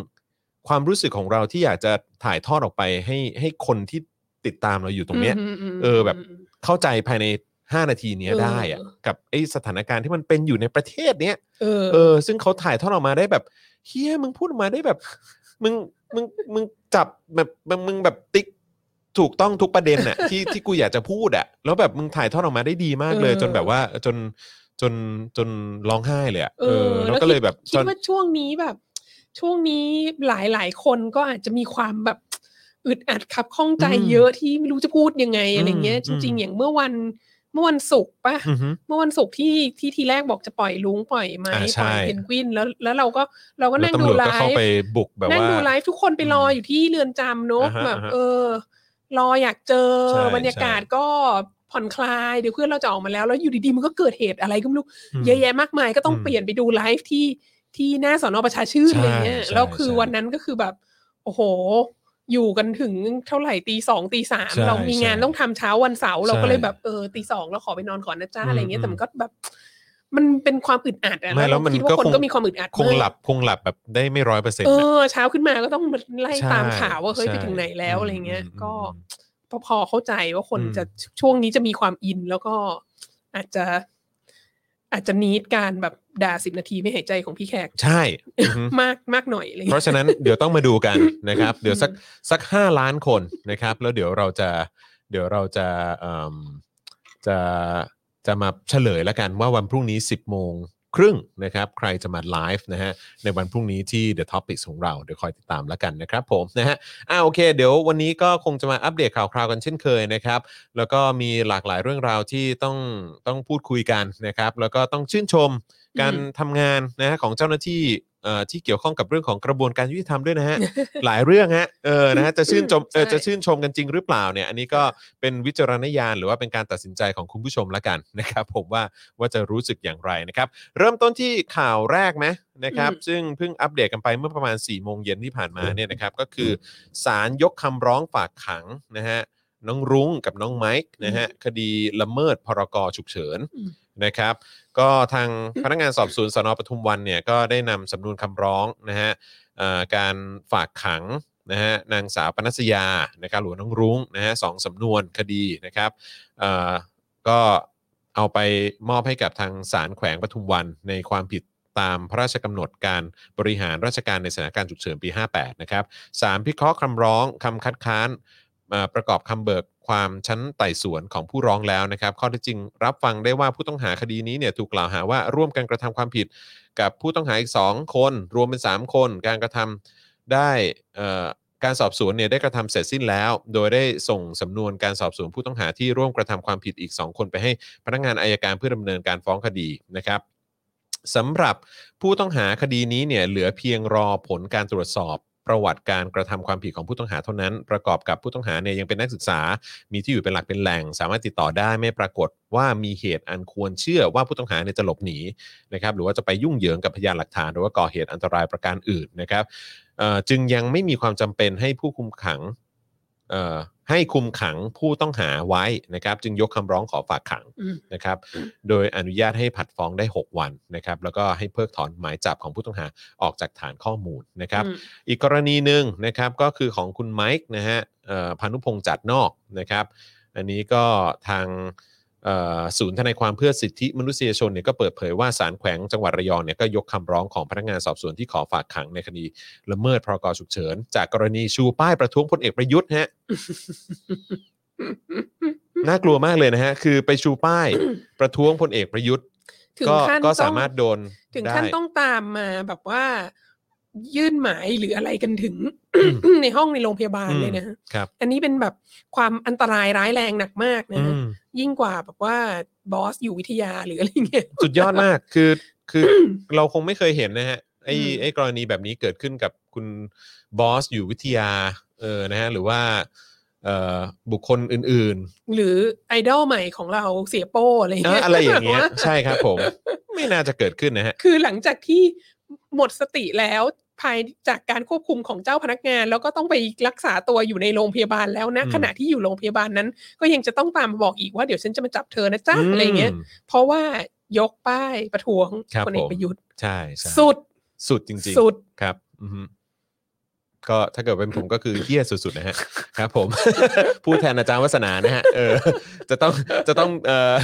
S2: ความรู้สึกของเราที่อยากจะถ่ายทอดออกไปให้ให้คนที่ติดตามเราอยู่ตรงเนี้ย
S3: มมม
S2: เออแบบ เข้าใจภายใน 5 นาทีเนี้ย
S3: เออ
S2: ได้อ่ะกับไอสถานการณ์ที่มันเป็นอยู่ในประเทศเนี้ย
S3: เออ
S2: เออซึ่งเขาถ่ายทอดออกมาได้แบบเฮียมึงพูดออกมาได้แบบ มึงมึงมึงจับแบบมึงมึงแบบติ๊กถูกต้องทุกประเด็นน่ะ ที่ที่กูอยากจะพูดอะแล้วแบบมึงถ่ายทอดออกมาได้ดีมากเลย
S3: เออ
S2: จนแบบว่าจนจนจนร้องไห้เลยอะ
S3: เอ
S2: เออ
S3: อ
S2: แล้วก็เลยแบบจ
S3: คิดคิ
S2: น
S3: ดว่าช่วงนี้แบบ ช่วงนี้หลายหลายคนก็อาจจะมีความแบบอึดอัดขับข้องใจ
S2: อืม
S3: เยอะที่ไม่รู้จะพูดยังไงอะไรเงี้ย
S2: อืม
S3: จ
S2: อืม
S3: ริง ๆ อย่างเมื่อวันเมื่อวันศุกร์ป่ะ
S2: อือฮึ
S3: เมื่อวันศุกร์ที่ที่ทีแรกบอกจะปล่อยลุงปล่อยไม้
S2: อ่าใช่
S3: ปล่อยเพนกวินแล้วแล้วเราก็เราก็
S2: แล้ว
S3: นั่ง
S2: ตำ
S3: ดู
S2: รวจ
S3: ไล
S2: ก็เข้า
S3: ฟ์
S2: ไปบุกแบบ
S3: นั่ง
S2: ว่า
S3: ดูไลฟ์ทุกคนไปรออยู่ที่เรือนจำเนอะ
S2: อ่าฮะ
S3: แบบ
S2: อ่าฮะ
S3: เออ รออยากเจอ
S2: ใช่
S3: บรรยากาศก็ผ่อนคลายเดี๋ยวเพื่อนเราจะออกมาแล้ว แล้วอยู่ดีๆ มันก็เกิดเหตุอะไรก็ไม่รู้เยอะแยะมากมายก็ต้อง
S2: อืม
S3: เปลี่ยนไปดูไลฟ์ที่ที่หน้าสอนอประชาชื่น
S2: ใช่
S3: อะไรเงี้ย
S2: ใช่
S3: แล้วคือ
S2: ใช่
S3: วันนั้นก็คือแบบ โอ้โห อยู่กันถึงเท่าไหร่ตีสองตีสาม
S2: ใช่
S3: เรามีงาน
S2: ใช่
S3: ต้องทำเช้าวันเสาร์เราก็เลย
S2: ใช่
S3: แบบเออตีสองเราขอไปนอนก่อนนะจ๊ะ
S2: อืม
S3: อะไรเงี้ยแต่
S2: อืม
S3: มันก็แบบ มันเป็นความอึดอัดอะ
S2: ไม่แล้วมัน
S3: เราคิดว่าคน
S2: ก็คง
S3: ก็มีความอึดอัด
S2: คง
S3: มาก
S2: หลับคงหลับแบบได้ไม่ร้อยเปอร์เซ็น
S3: เอ
S2: ต์
S3: อ เช้าขึ้นมาก็ต้องมาไล่
S2: ใช่
S3: ตามข่าวว่าเฮ้ย
S2: ใช่
S3: ไปถึงไหนแล้ว
S2: อืม
S3: อะไรเงี้ย
S2: อืม
S3: ก็
S2: อื
S3: พอเข้าใจว่าคน
S2: อืม
S3: จะช่วงนี้จะมีความอินแล้วก็อาจจะ อาจจะนิดการแบบด่าสิบนาทีไม่หายใจของพี่แขก
S2: ใช่อือฮึ
S3: มากมากหน่อยอะไร
S2: เพ
S3: เงี้ย
S2: ราะฉะนั้นเดี๋ยวต้องมาดูกันนะครับ เดี๋ยวสักสักห้าล้านคนนะครับ แล้วเดี๋ยวเราจะเดี๋ยวเราจะเอิ่มจะจะมาเฉลยแล้วกันว่าวันพรุ่งนี้ 10 โมงครึ่งนะครับ ใครจะมาไลฟ์นะฮะในวันพรุ่งนี้ที่ The Topics ของเรา เดี๋ยวคอยติดตามแล้วกันนะครับผมนะฮะอ่าโอเค เดี๋ยววันนี้ก็คงจะมาอัปเดตข่าวคราวกันเช่นเคยนะครับ แล้วก็มีหลากหลายเรื่องราวที่ต้องต้องพูดคุยกันนะครับ แล้วก็ต้องชื่นชมการ
S3: อืม
S2: ทำงานนะฮะของเจ้าหน้าที่เอ่อที่เกี่ยวข้องกับเรื่องของกระบวนการยุติธรรมด้วยนะฮะ หลายเรื่องฮะเออนะฮะจะชื่นชมเออ
S3: ใช่
S2: จะชื่นชมกันจริงหรือเปล่าเนี่ยอันนี้ก็เป็นวิจารณญาณหรือว่าเป็นการตัดสินใจของคุณผู้ชมละกันนะครับ ผมว่าว่าจะรู้สึกอย่างไรนะครับ เริ่มต้นที่ข่าวแรกไหมนะครับ ซึ่งเพิ่งอัปเดตกันไปเมื่อประมาณ4ี่โมงเย็นที่ผ่านมาเนี่ยนะครับ ก็คือศาลยกคำร้องฝากขังนะฮะ น้องรุ้งกับน้องไมค์นะฮะคดีละเมิดพรกฉุกเฉิน
S3: อืม
S2: นะครับ ก็ทางพนักงานสอบสวนสนปทุมวันเนี่ยก็ได้นำสำนวนคำร้องนะฮะเอ่อการฝากขังนะฮะนางสาวปนัสยานะครับหรือว่าน้องรุ้งนะฮะสองสำนวนคดีนะครับเอ่อก็เอาไปมอบให้กับทางศาลแขวงปทุมวันในความผิด ตามพระราชกำหนดการบริหารราชการในสถานการณ์ฉุกเฉินปี 58 นะครับสารพิเคราะห์คำร้องคำคัดค้านเอ่อประกอบคำเบิกความชั้นไต่สวนของผู้ร้องแล้วนะครับ ข้อเท็จจริงรับฟังได้ว่าผู้ต้องหาคดีนี้เนี่ยถูกกล่าวหาว่าร่วมกันกระทำความผิด กับผู้ต้องหาอีก 2 คน รวมเป็น 3 คน การกระทำได้เอ่อการสอบสวนเนี่ยได้กระทำเสร็จสิ้นแล้ว โดยได้ส่งสำนวนการสอบสวนผู้ต้องหาที่ร่วมกระทำความผิดอีก 2 คนไปให้พนักงานอายการเพื่อดำเนินการฟ้องคดีนะครับสำหรับผู้ต้องหาคดีนี้เนี่ยเหลือเพียงรอผลการตรวจสอบประวัติการกระทำความผิดของผู้ต้องหาเท่านั้น ประกอบกับผู้ต้องหาเนี่ยยังเป็นนักศึกษา มีที่อยู่เป็นหลักเป็นแหล่ง สามารถติดต่อได้ไม่ปรากฏว่ามีเหตุอันควรเชื่อว่าผู้ต้องหาเนี่ยจะหลบหนี นะครับหรือว่าจะไปยุ่งเหยิงกับพยานหลักฐาน หรือว่าก่อเหตุอันตรายประการอื่นนะครับเอ่อจึงยังไม่มีความจำเป็นให้ผู้คุมขังเอ่อให้คุมขังผู้ต้องหาไว้นะครับ จึงยกคำร้องขอฝากขัง
S3: อืม
S2: นะครับ โดยอนุญาตให้ผัดฟ้องได้ 6 วันนะครับ แล้วก็ให้เพิกถอนหมายจับของผู้ต้องหาออกจากฐานข้อมูลนะครับ
S3: อืม
S2: อีกกรณีหนึ่งนะครับก็คือของคุณไมค์นะฮะเอ่อพานุพงษ์จัดนอกนะครับ อันนี้ก็ทางเอ่อศูนย์ทนายความเพื่อสิทธิมนุษยชนเนี่ยก็เปิดเผยว่าศาลแขวงจังหวัดระยองเนี่ยก็ยกคำร้องของพนักงานสอบสวนที่ขอฝากขังในคดีละเมิดพรกฉุกเฉิน จากกรณีชูป้ายประท้วงพลเอกประยุทธ์ฮะ น่ากลัวมากเลยนะฮะ คือไปชูป้ายประท้วงพลเอกประยุทธ์
S3: ถึง
S2: ก็
S3: ขั้น
S2: ก็
S3: ต้อง
S2: สามารถโดน
S3: ถึงขั้น
S2: ได้
S3: ต้องตามมาแบบว่า ยื่นหมายหรืออะไรกันถึง ในห้องในโรงพยาบาลเลยนะฮะ
S2: ครับ
S3: อันนี้เป็นแบบความอันตรายร้ายแรงหนักมากนะ
S2: อื
S3: ฮะ
S2: ม
S3: ยิ่งกว่าแบบว่าบอสอยู่วิทยาหรืออะไรเงี้ย
S2: สุดยอดมาก คือ คือ เราคงไม่เคยเห็นนะฮะ ไอ้
S3: อืม
S2: ไอ้กรณีแบบนี้เกิดขึ้นกับคุณบอสอยู่วิทยา เออ นะฮะ หรือว่า เอ่อ บุคคลอื่น
S3: หรือไอดอลใหม่ของเราเสียโป้อะไร
S2: ๆเอ
S3: เงี้
S2: อยอะไรอย่างเงี้ย
S3: แบบว่า
S2: ใช่ครับผม ไม่น่าจะเกิดขึ้นนะฮะ
S3: คือหลังจากที่หมดสติแล้วภายจากการควบคุมของเจ้าพนักงาน แล้วก็ต้องไปรักษาตัวอยู่ในโรงพยาบาลแล้วนะ
S2: อืม
S3: ขณะที่อยู่โรงพยาบาลนั้น ก็ยังจะต้องตามมาบอกอีกว่าเดี๋ยวฉันจะมาจับเธอนะจ๊ะ
S2: ม
S3: อะไรเงี้ย เพราะว่ายกป้ายประท้วง
S2: ครับ
S3: พลเอก
S2: ผม
S3: ประยุทธ์
S2: ใช่ใช่
S3: สุด
S2: สุดจริง ๆ
S3: สุด
S2: ครับอือฮึก็ถ้าเกิดเป็นผมก็คือเที่ยสุดๆนะฮะ ครับผม พูดแทนอาจารย์วัสนานะฮะเออจะต้องจะต้องเอ่อ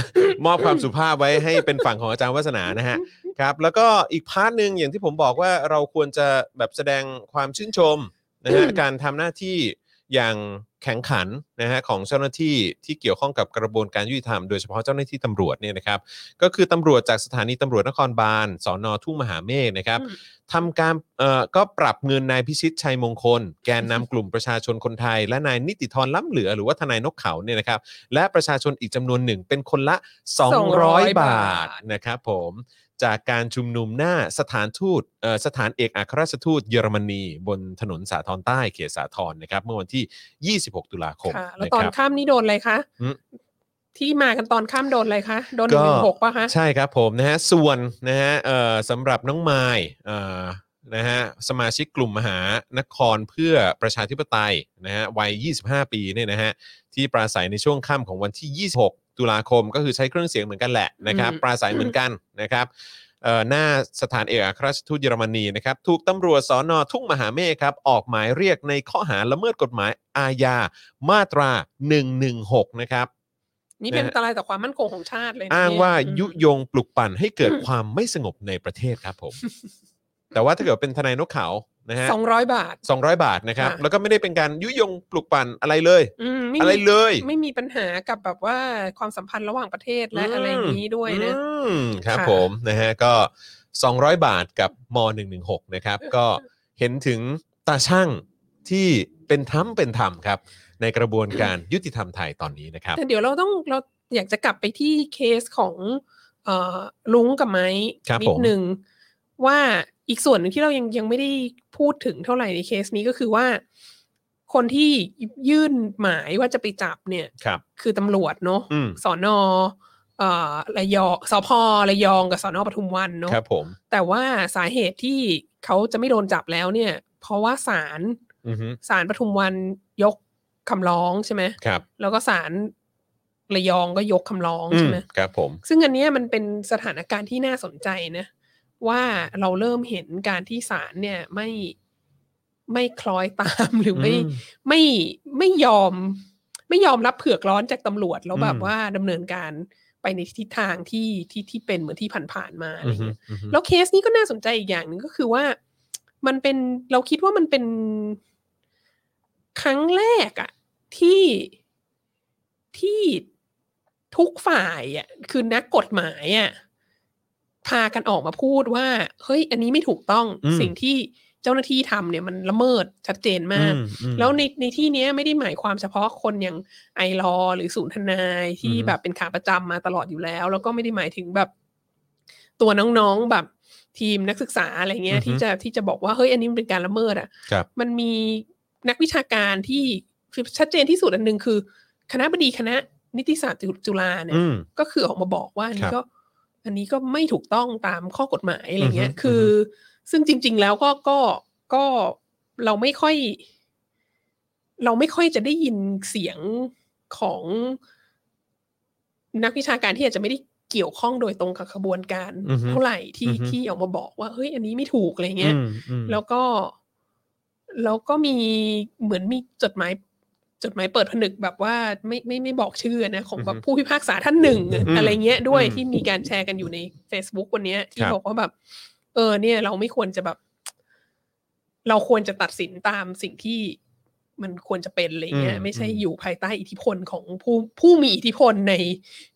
S2: มอบความสุภาพไว้ให้เป็นฝั่งของอาจารย์วัสนานะฮะครับ แล้วก็อีกพาร์ทหนึ่งอย่างที่ผมบอกว่าเราควรจะแบบแสดงความชื่นชมนะฮะ
S3: อืม
S2: การทำหน้าที่อย่างแข็งขันนะฮะของเจ้าหน้าที่ที่เกี่ยวข้องกับกระบวนการยุติธรรมโดยเฉพาะเจ้าหน้าที่ตำรวจเนี่ยนะครับ ก็คือตำรวจจากสถานีตำรวจนครบาลสอนอทุ่งมหาเมฆนะครับ
S3: อืม
S2: ทำการเอ่อก็ปรับเงินนายพิชิตชัยมงคล แกนนำกลุ่มประชาชนคนไทย และนายนิติธรล้ำเหลือ หรือว่าทนายนกเขาเนี่ยนะครับ และประชาชนอีกจำนวนหนึ่งเป็นคนละ 200บ
S3: 200
S2: า
S3: บา
S2: ท
S3: ท
S2: นะครับผม จากการชุมนุมหน้าสถานทูตเอ่อสถานเอกอัครราชทูตเยอรมนี บนถนนสาทรใต้เขตสาทรนะครับ เมื่อวันที่ 26 ตุลาคม
S3: ค่ะ แล้ว
S2: นะ
S3: ตอ
S2: คน รับ
S3: ข้ามนี่โดนอะไรคะ
S2: อืม
S3: ที่มากันตอนข้ามโดนอะไรคะ โดนห
S2: ก็
S3: นึ่งหนึ่งหกป่ะคะ
S2: ใช่ครับผมนะฮะส่วนนะฮะเอ่อสำหรับน้องไมายเอ่อนะฮะสมาชิกกลุ่มมหานครเพื่อประชาธิปไตยนะฮะวัย 25 ปีเนี่ยนะฮะที่ปราศัยในช่วงค่ำของวันที่ 26 ตุลาคมก็คือใช้เครื่องเสียงเหมือนกันแหละนะครับ
S3: อืม
S2: ปราศัยเหมือนกันนะครับเอ่อหน้าสถานเอกอัครราชทูตเยอรมนีนะครับถูกตำรวจสอนอทุ่งมหาเมฆครับ ออกหมายเรียกในข้อหาละเมิดกฎหมายอาญามาตรา 116 นะครับ
S3: นี่เป็น
S2: นะฮะ
S3: อันตรายต่อความมั่นคงของชาติเลยนะ
S2: อ้างว่า
S3: เนี่
S2: ยุยงปลุกปั่นให้เกิดความไม่สงบในประเทศครับผม แต่ว่าถ้าเกิดเป็นทนายนกเขานะฮะ
S3: สองร้อยบาท
S2: สองร้อยบาทนะครับ
S3: ค่ะ
S2: แล้วก็ไม่ได้เป็นการยุยงปลุกปั่นอะไรเลย
S3: อืมม่
S2: อะไร
S3: มี
S2: เลย
S3: ไม่มีปัญหากับแบบว่าความสัมพันธ์ระหว่างประเทศและอะไรอย่างนี้ด้วยนะ
S2: อืมครับ
S3: ค่ะ
S2: ผมนะฮะก็ 200 บาทกับม .116 นะครับ ก็เห็นถึงตาช่างที่เป็นธรรมเป็นธรรมครับ ในกระบวนการยุติธรรมไทยตอนนี้นะครับ
S3: แต่เดี๋ยวเราต้องเราอยากจะกลับไปที่เคสของเอ่อลุงกับไม้
S2: ครับ
S3: นิ
S2: ผ
S3: ด
S2: ม
S3: หนึ่งว่าอีกส่วนหนึ่งที่เรายังยังไม่ได้พูดถึงเท่าไหร่ในเคสนี้ก็คือว่า คนที่ยื่นหมายว่าจะไปจับเนี่ย
S2: ครับ
S3: คือตำรวจเนาะ
S2: อืม
S3: สอนอเอ่อระยองสพระยองกับสอนอปทุมวันเนาะ
S2: ครับผม
S3: แต่ว่าสาเหตุที่เขาจะไม่โดนจับแล้วเนี่ย เพราะว่าศาล
S2: อือฮึ
S3: ศาลปทุมวันยกคำร้องใช่ไหม
S2: ครับ
S3: แล้วก็ศาลระยองก็ยกคำร้อง
S2: อื
S3: ใช่
S2: ม
S3: ไหม
S2: ครับผม
S3: ซึ่งอันเนี้ยมันเป็นสถานการณ์ที่น่าสนใจนะ ว่าเราเริ่มเห็นการที่ศาลเนี่ยไม่ไม่คล้อยตาม หรือไม่ไม่ไม่ยอม ไม่ยอมรับเผือกร้อนจากตำรวจแล้วแบบ
S2: อืม
S3: ว่าดำเนินการ ไปในทิศทางที่ที่ที่เป็นเหมือนที่ผ่านๆมาอะไร
S2: อือฮึ
S3: เงี้ย
S2: อือฮึ
S3: แล้วเคสนี้ก็น่าสนใจอีกอย่างหนึ่งก็คือว่า มันเป็นเราคิดว่ามันเป็นครั้งแรกอะที่ที่ทุกฝ่ายอะคือนักกฎหมายอะพากันออกมาพูดว่า เฮ้ย อันนี้ไม่ถูกต้อง
S2: อืม
S3: สิ่งที่เจ้าหน้าที่ทำเนี่ยมันละเมิดชัดเจนมาก
S2: อือืม
S3: แล้วในในที่เนี้ยไม่ได้หมายความเฉพาะคนอย่างไอรอหรือศูนย์ทนายที่
S2: อือฮึ
S3: แบบเป็นขาประจำมาตลอดอยู่แล้ว แล้วก็ไม่ได้หมายถึงแบบ ตัวน้องๆแบบทีมนักศึกษาอะไรเงี้ยที่จะที่จะบอกว่าเฮ้ยอันนี้มันเป็นการละเมิดอ่ะ
S2: ครับ
S3: มันมีนักวิชาการที่คือชัดเจนที่สุดอันหนึ่งคือ คณะบดีคณะนิติศาสตร์จุฬาเนี่ย
S2: อืม
S3: ก็คือออกมาบอกว่าอัน
S2: ครั
S3: นี้
S2: บ
S3: ก็ อันนี้ก็ไม่ถูกต้องตามข้อกฎหมายอะไรเงี้ย
S2: อือฮึ
S3: คือ ซึ่งจริง ๆ แล้วก็ก็ก็เราไม่ค่อย เราไม่ค่อยจะได้ยินเสียงของนักวิชาการที่อาจจะไม่ได้เกี่ยวข้องโดยตรงกับขบวนการ
S2: อือฮึ
S3: เท่าไหร่ที่
S2: อือฮึ
S3: ที่ออกมาบอกว่าเฮ้ยอันนี้ไม่ถูกอะไรเงี้ย
S2: อืมอืม
S3: แล้วก็แล้วก็มีเหมือนมีจดหมายจดหมายเปิดผนึกแบบว่าไม่ไม่ไม่บอกชื่อนะของแบ
S2: อื
S3: บ
S2: อฮึ
S3: ผู้พิพากษาท่านหนึ่งอะ
S2: อืม
S3: อะไรเงี้ยด้วย
S2: อืม
S3: ที่มีการแชร์กันอยู่ใน Facebook วันเนี้ยที่
S2: ครับ
S3: บอกว่าแบบ เออ เนี่ย เราไม่ควรจะแบบ เราควรจะตัดสินตามสิ่งที่มันควรจะเป็นอะไรเงี้ย
S2: อืม
S3: ไม่ใช่
S2: อืม
S3: อยู่ภายใต้อิทธิพลของผู้ผู้มีอิทธิพลใน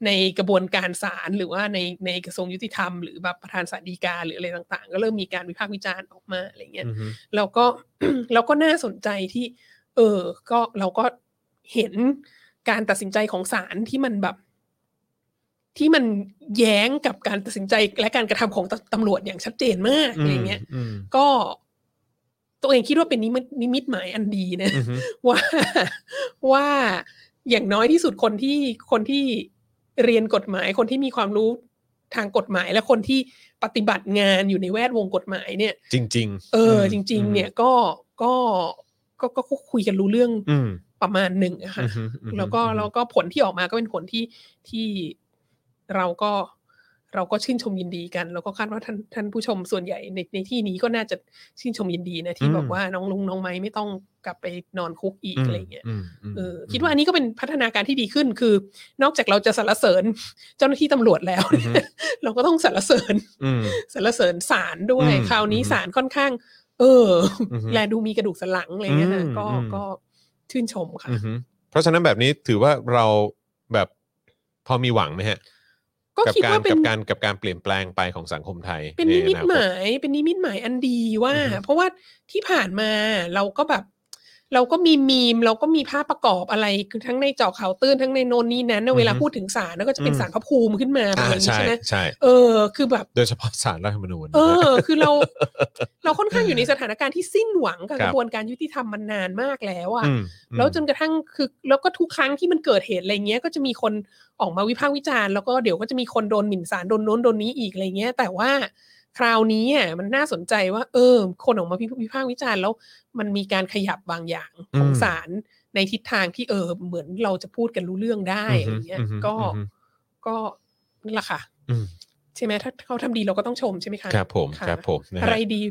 S3: ในกระบวนการศาลหรือว่าในในกระทรวงยุติธรรมหรือแบบประธานศาลฎีกาหรืออะไรต่างๆ ก็เริ่มมีการวิพากษ์วิจารณ์ออกมาอะไรเงี้ย
S2: อือฮึ
S3: แล้วก็ แล้วก็น่าสนใจที่ เออ ก็เราก็เห็นการตัดสินใจของศาลที่มันแบบ ที่มันแย้งกับการตัดสินใจและการกระทำของตตำรวจอย่างชัดเจนมากอะไรเงี้ย
S2: ม
S3: ก็ตัวเองคิดว่าเป็นนิมิตนิมิตหมายอันดีนะ
S2: อืมอืม
S3: ว่าว่าอย่างน้อยที่สุดคนที่คนที่เรียนกฎหมาย คนที่มีความรู้ทางกฎหมาย และคนที่ปฏิบัติงานอยู่ในแวดวงกฎหมายเนี่ย
S2: จริงจริง
S3: เออจริง ๆ เนี่ยก็ก็ก็ก็ก็คุยกันรู้เรื่อง
S2: อืม
S3: ประมาณหนึ่งอะค่ะ
S2: อืมอืม
S3: แล้วก็แล้วก็ผลที่ออกมาก็เป็นผลที่ที่เราก็เราก็ชื่นชมยินดีกัน แล้วก็คาดว่าท่านท่านผู้ชมส่วนใหญ่ในในที่นี้ก็น่าจะชื่นชมยินดีนะที่บอกว่าน้องลุงน้องไม้ไม่ต้องกลับไปนอนคุกอีกอะไรเงี้ย
S2: อืมม
S3: เออคิดว่าอันนี้ก็เป็นพัฒนาการที่ดีขึ้นคือ นอกจากเราจะสรรเสริญเจ้าหน้าที่ตำรวจแล้ว เราก็ต้องสรรเสริญ
S2: อืม
S3: สรรเสริญสารด้วย
S2: อืม
S3: คราวนี้
S2: อืม
S3: สารค่อนข้าง เอออ
S2: อฮึ
S3: แลดูมีกระดูกสันหลังอะไรเงี้ยนะ
S2: อืม
S3: ก็
S2: อืม
S3: ก็ชื่นชมค่ะ
S2: อืมอืมเพราะฉะนั้นแบบนี้ถือว่าเราแบบพอมีหวังไหมฮะ
S3: ก็
S2: กั
S3: คิด
S2: การ
S3: ว่าเป็
S2: กัน บการกับการเปลี่ยนแปลงไปของสังคมไทย
S3: เป็นนิมิต
S2: ใอค
S3: หมายเป็นนิมิตหมายอันดีว่า
S2: อือฮึ
S3: เพราะว่าที่ผ่านมาเราก็แบบ เราก็มีมีม เราก็มีภาพประกอบอะไรคือทั้งในเจาะข่าวตื้นทั้งในโนนนี่นั้นนะเวลา
S2: อือฮึ
S3: พูดถึงสารแล้วก็จะเป็น
S2: อืม
S3: สารพระภูมิขึ้นมาประ
S2: อ่า
S3: มาณนี้
S2: ใช่
S3: ใช่ไหม
S2: ใช่
S3: เออ คือแบบ
S2: โดยเฉพาะสารรัฐธรรมนูญ
S3: เอ อ คือเรา เราค่อนข้างอยู่ในสถานการณ์ที่สิ้นหวังกับ
S2: ครั
S3: ก
S2: บ
S3: ระบวนการยุติธรรมมานานมากแล้วอ่ะ
S2: อืม
S3: แล้วจนกระทั่งคือแล้วก็ทุกครั้งที่มันเกิดเหตุอะไรเงี้ยก็จะมีคนออกมาวิพากษ์วิจารณ์แล้วก็เดี๋ยวก็จะมีคนโดนหมิ่นศาลโดนโน้นโดนนี้อีกอะไรเงี้ย แต่ว่าคราวนี้อ่ะมันน่าสนใจว่า เออ คนออกมาวิพากษ์วิจารณ์แล้ว มันมีการขยับบางอย่างของศาลในทิศทางที่เออเหมือนเราจะพูดกันรู้เรื่องได้อะไรเงี้ย
S2: ม
S3: ก็
S2: อืม
S3: ก็นั่นแหละค่ะ
S2: อืม
S3: ใช่ไหมถ้าเขาทำดีเราก็ต้องชมใช่ไหมคะ
S2: ครับผม
S3: ะ
S2: ครับผมนะ
S3: อะ
S2: ฮะ
S3: ไรดี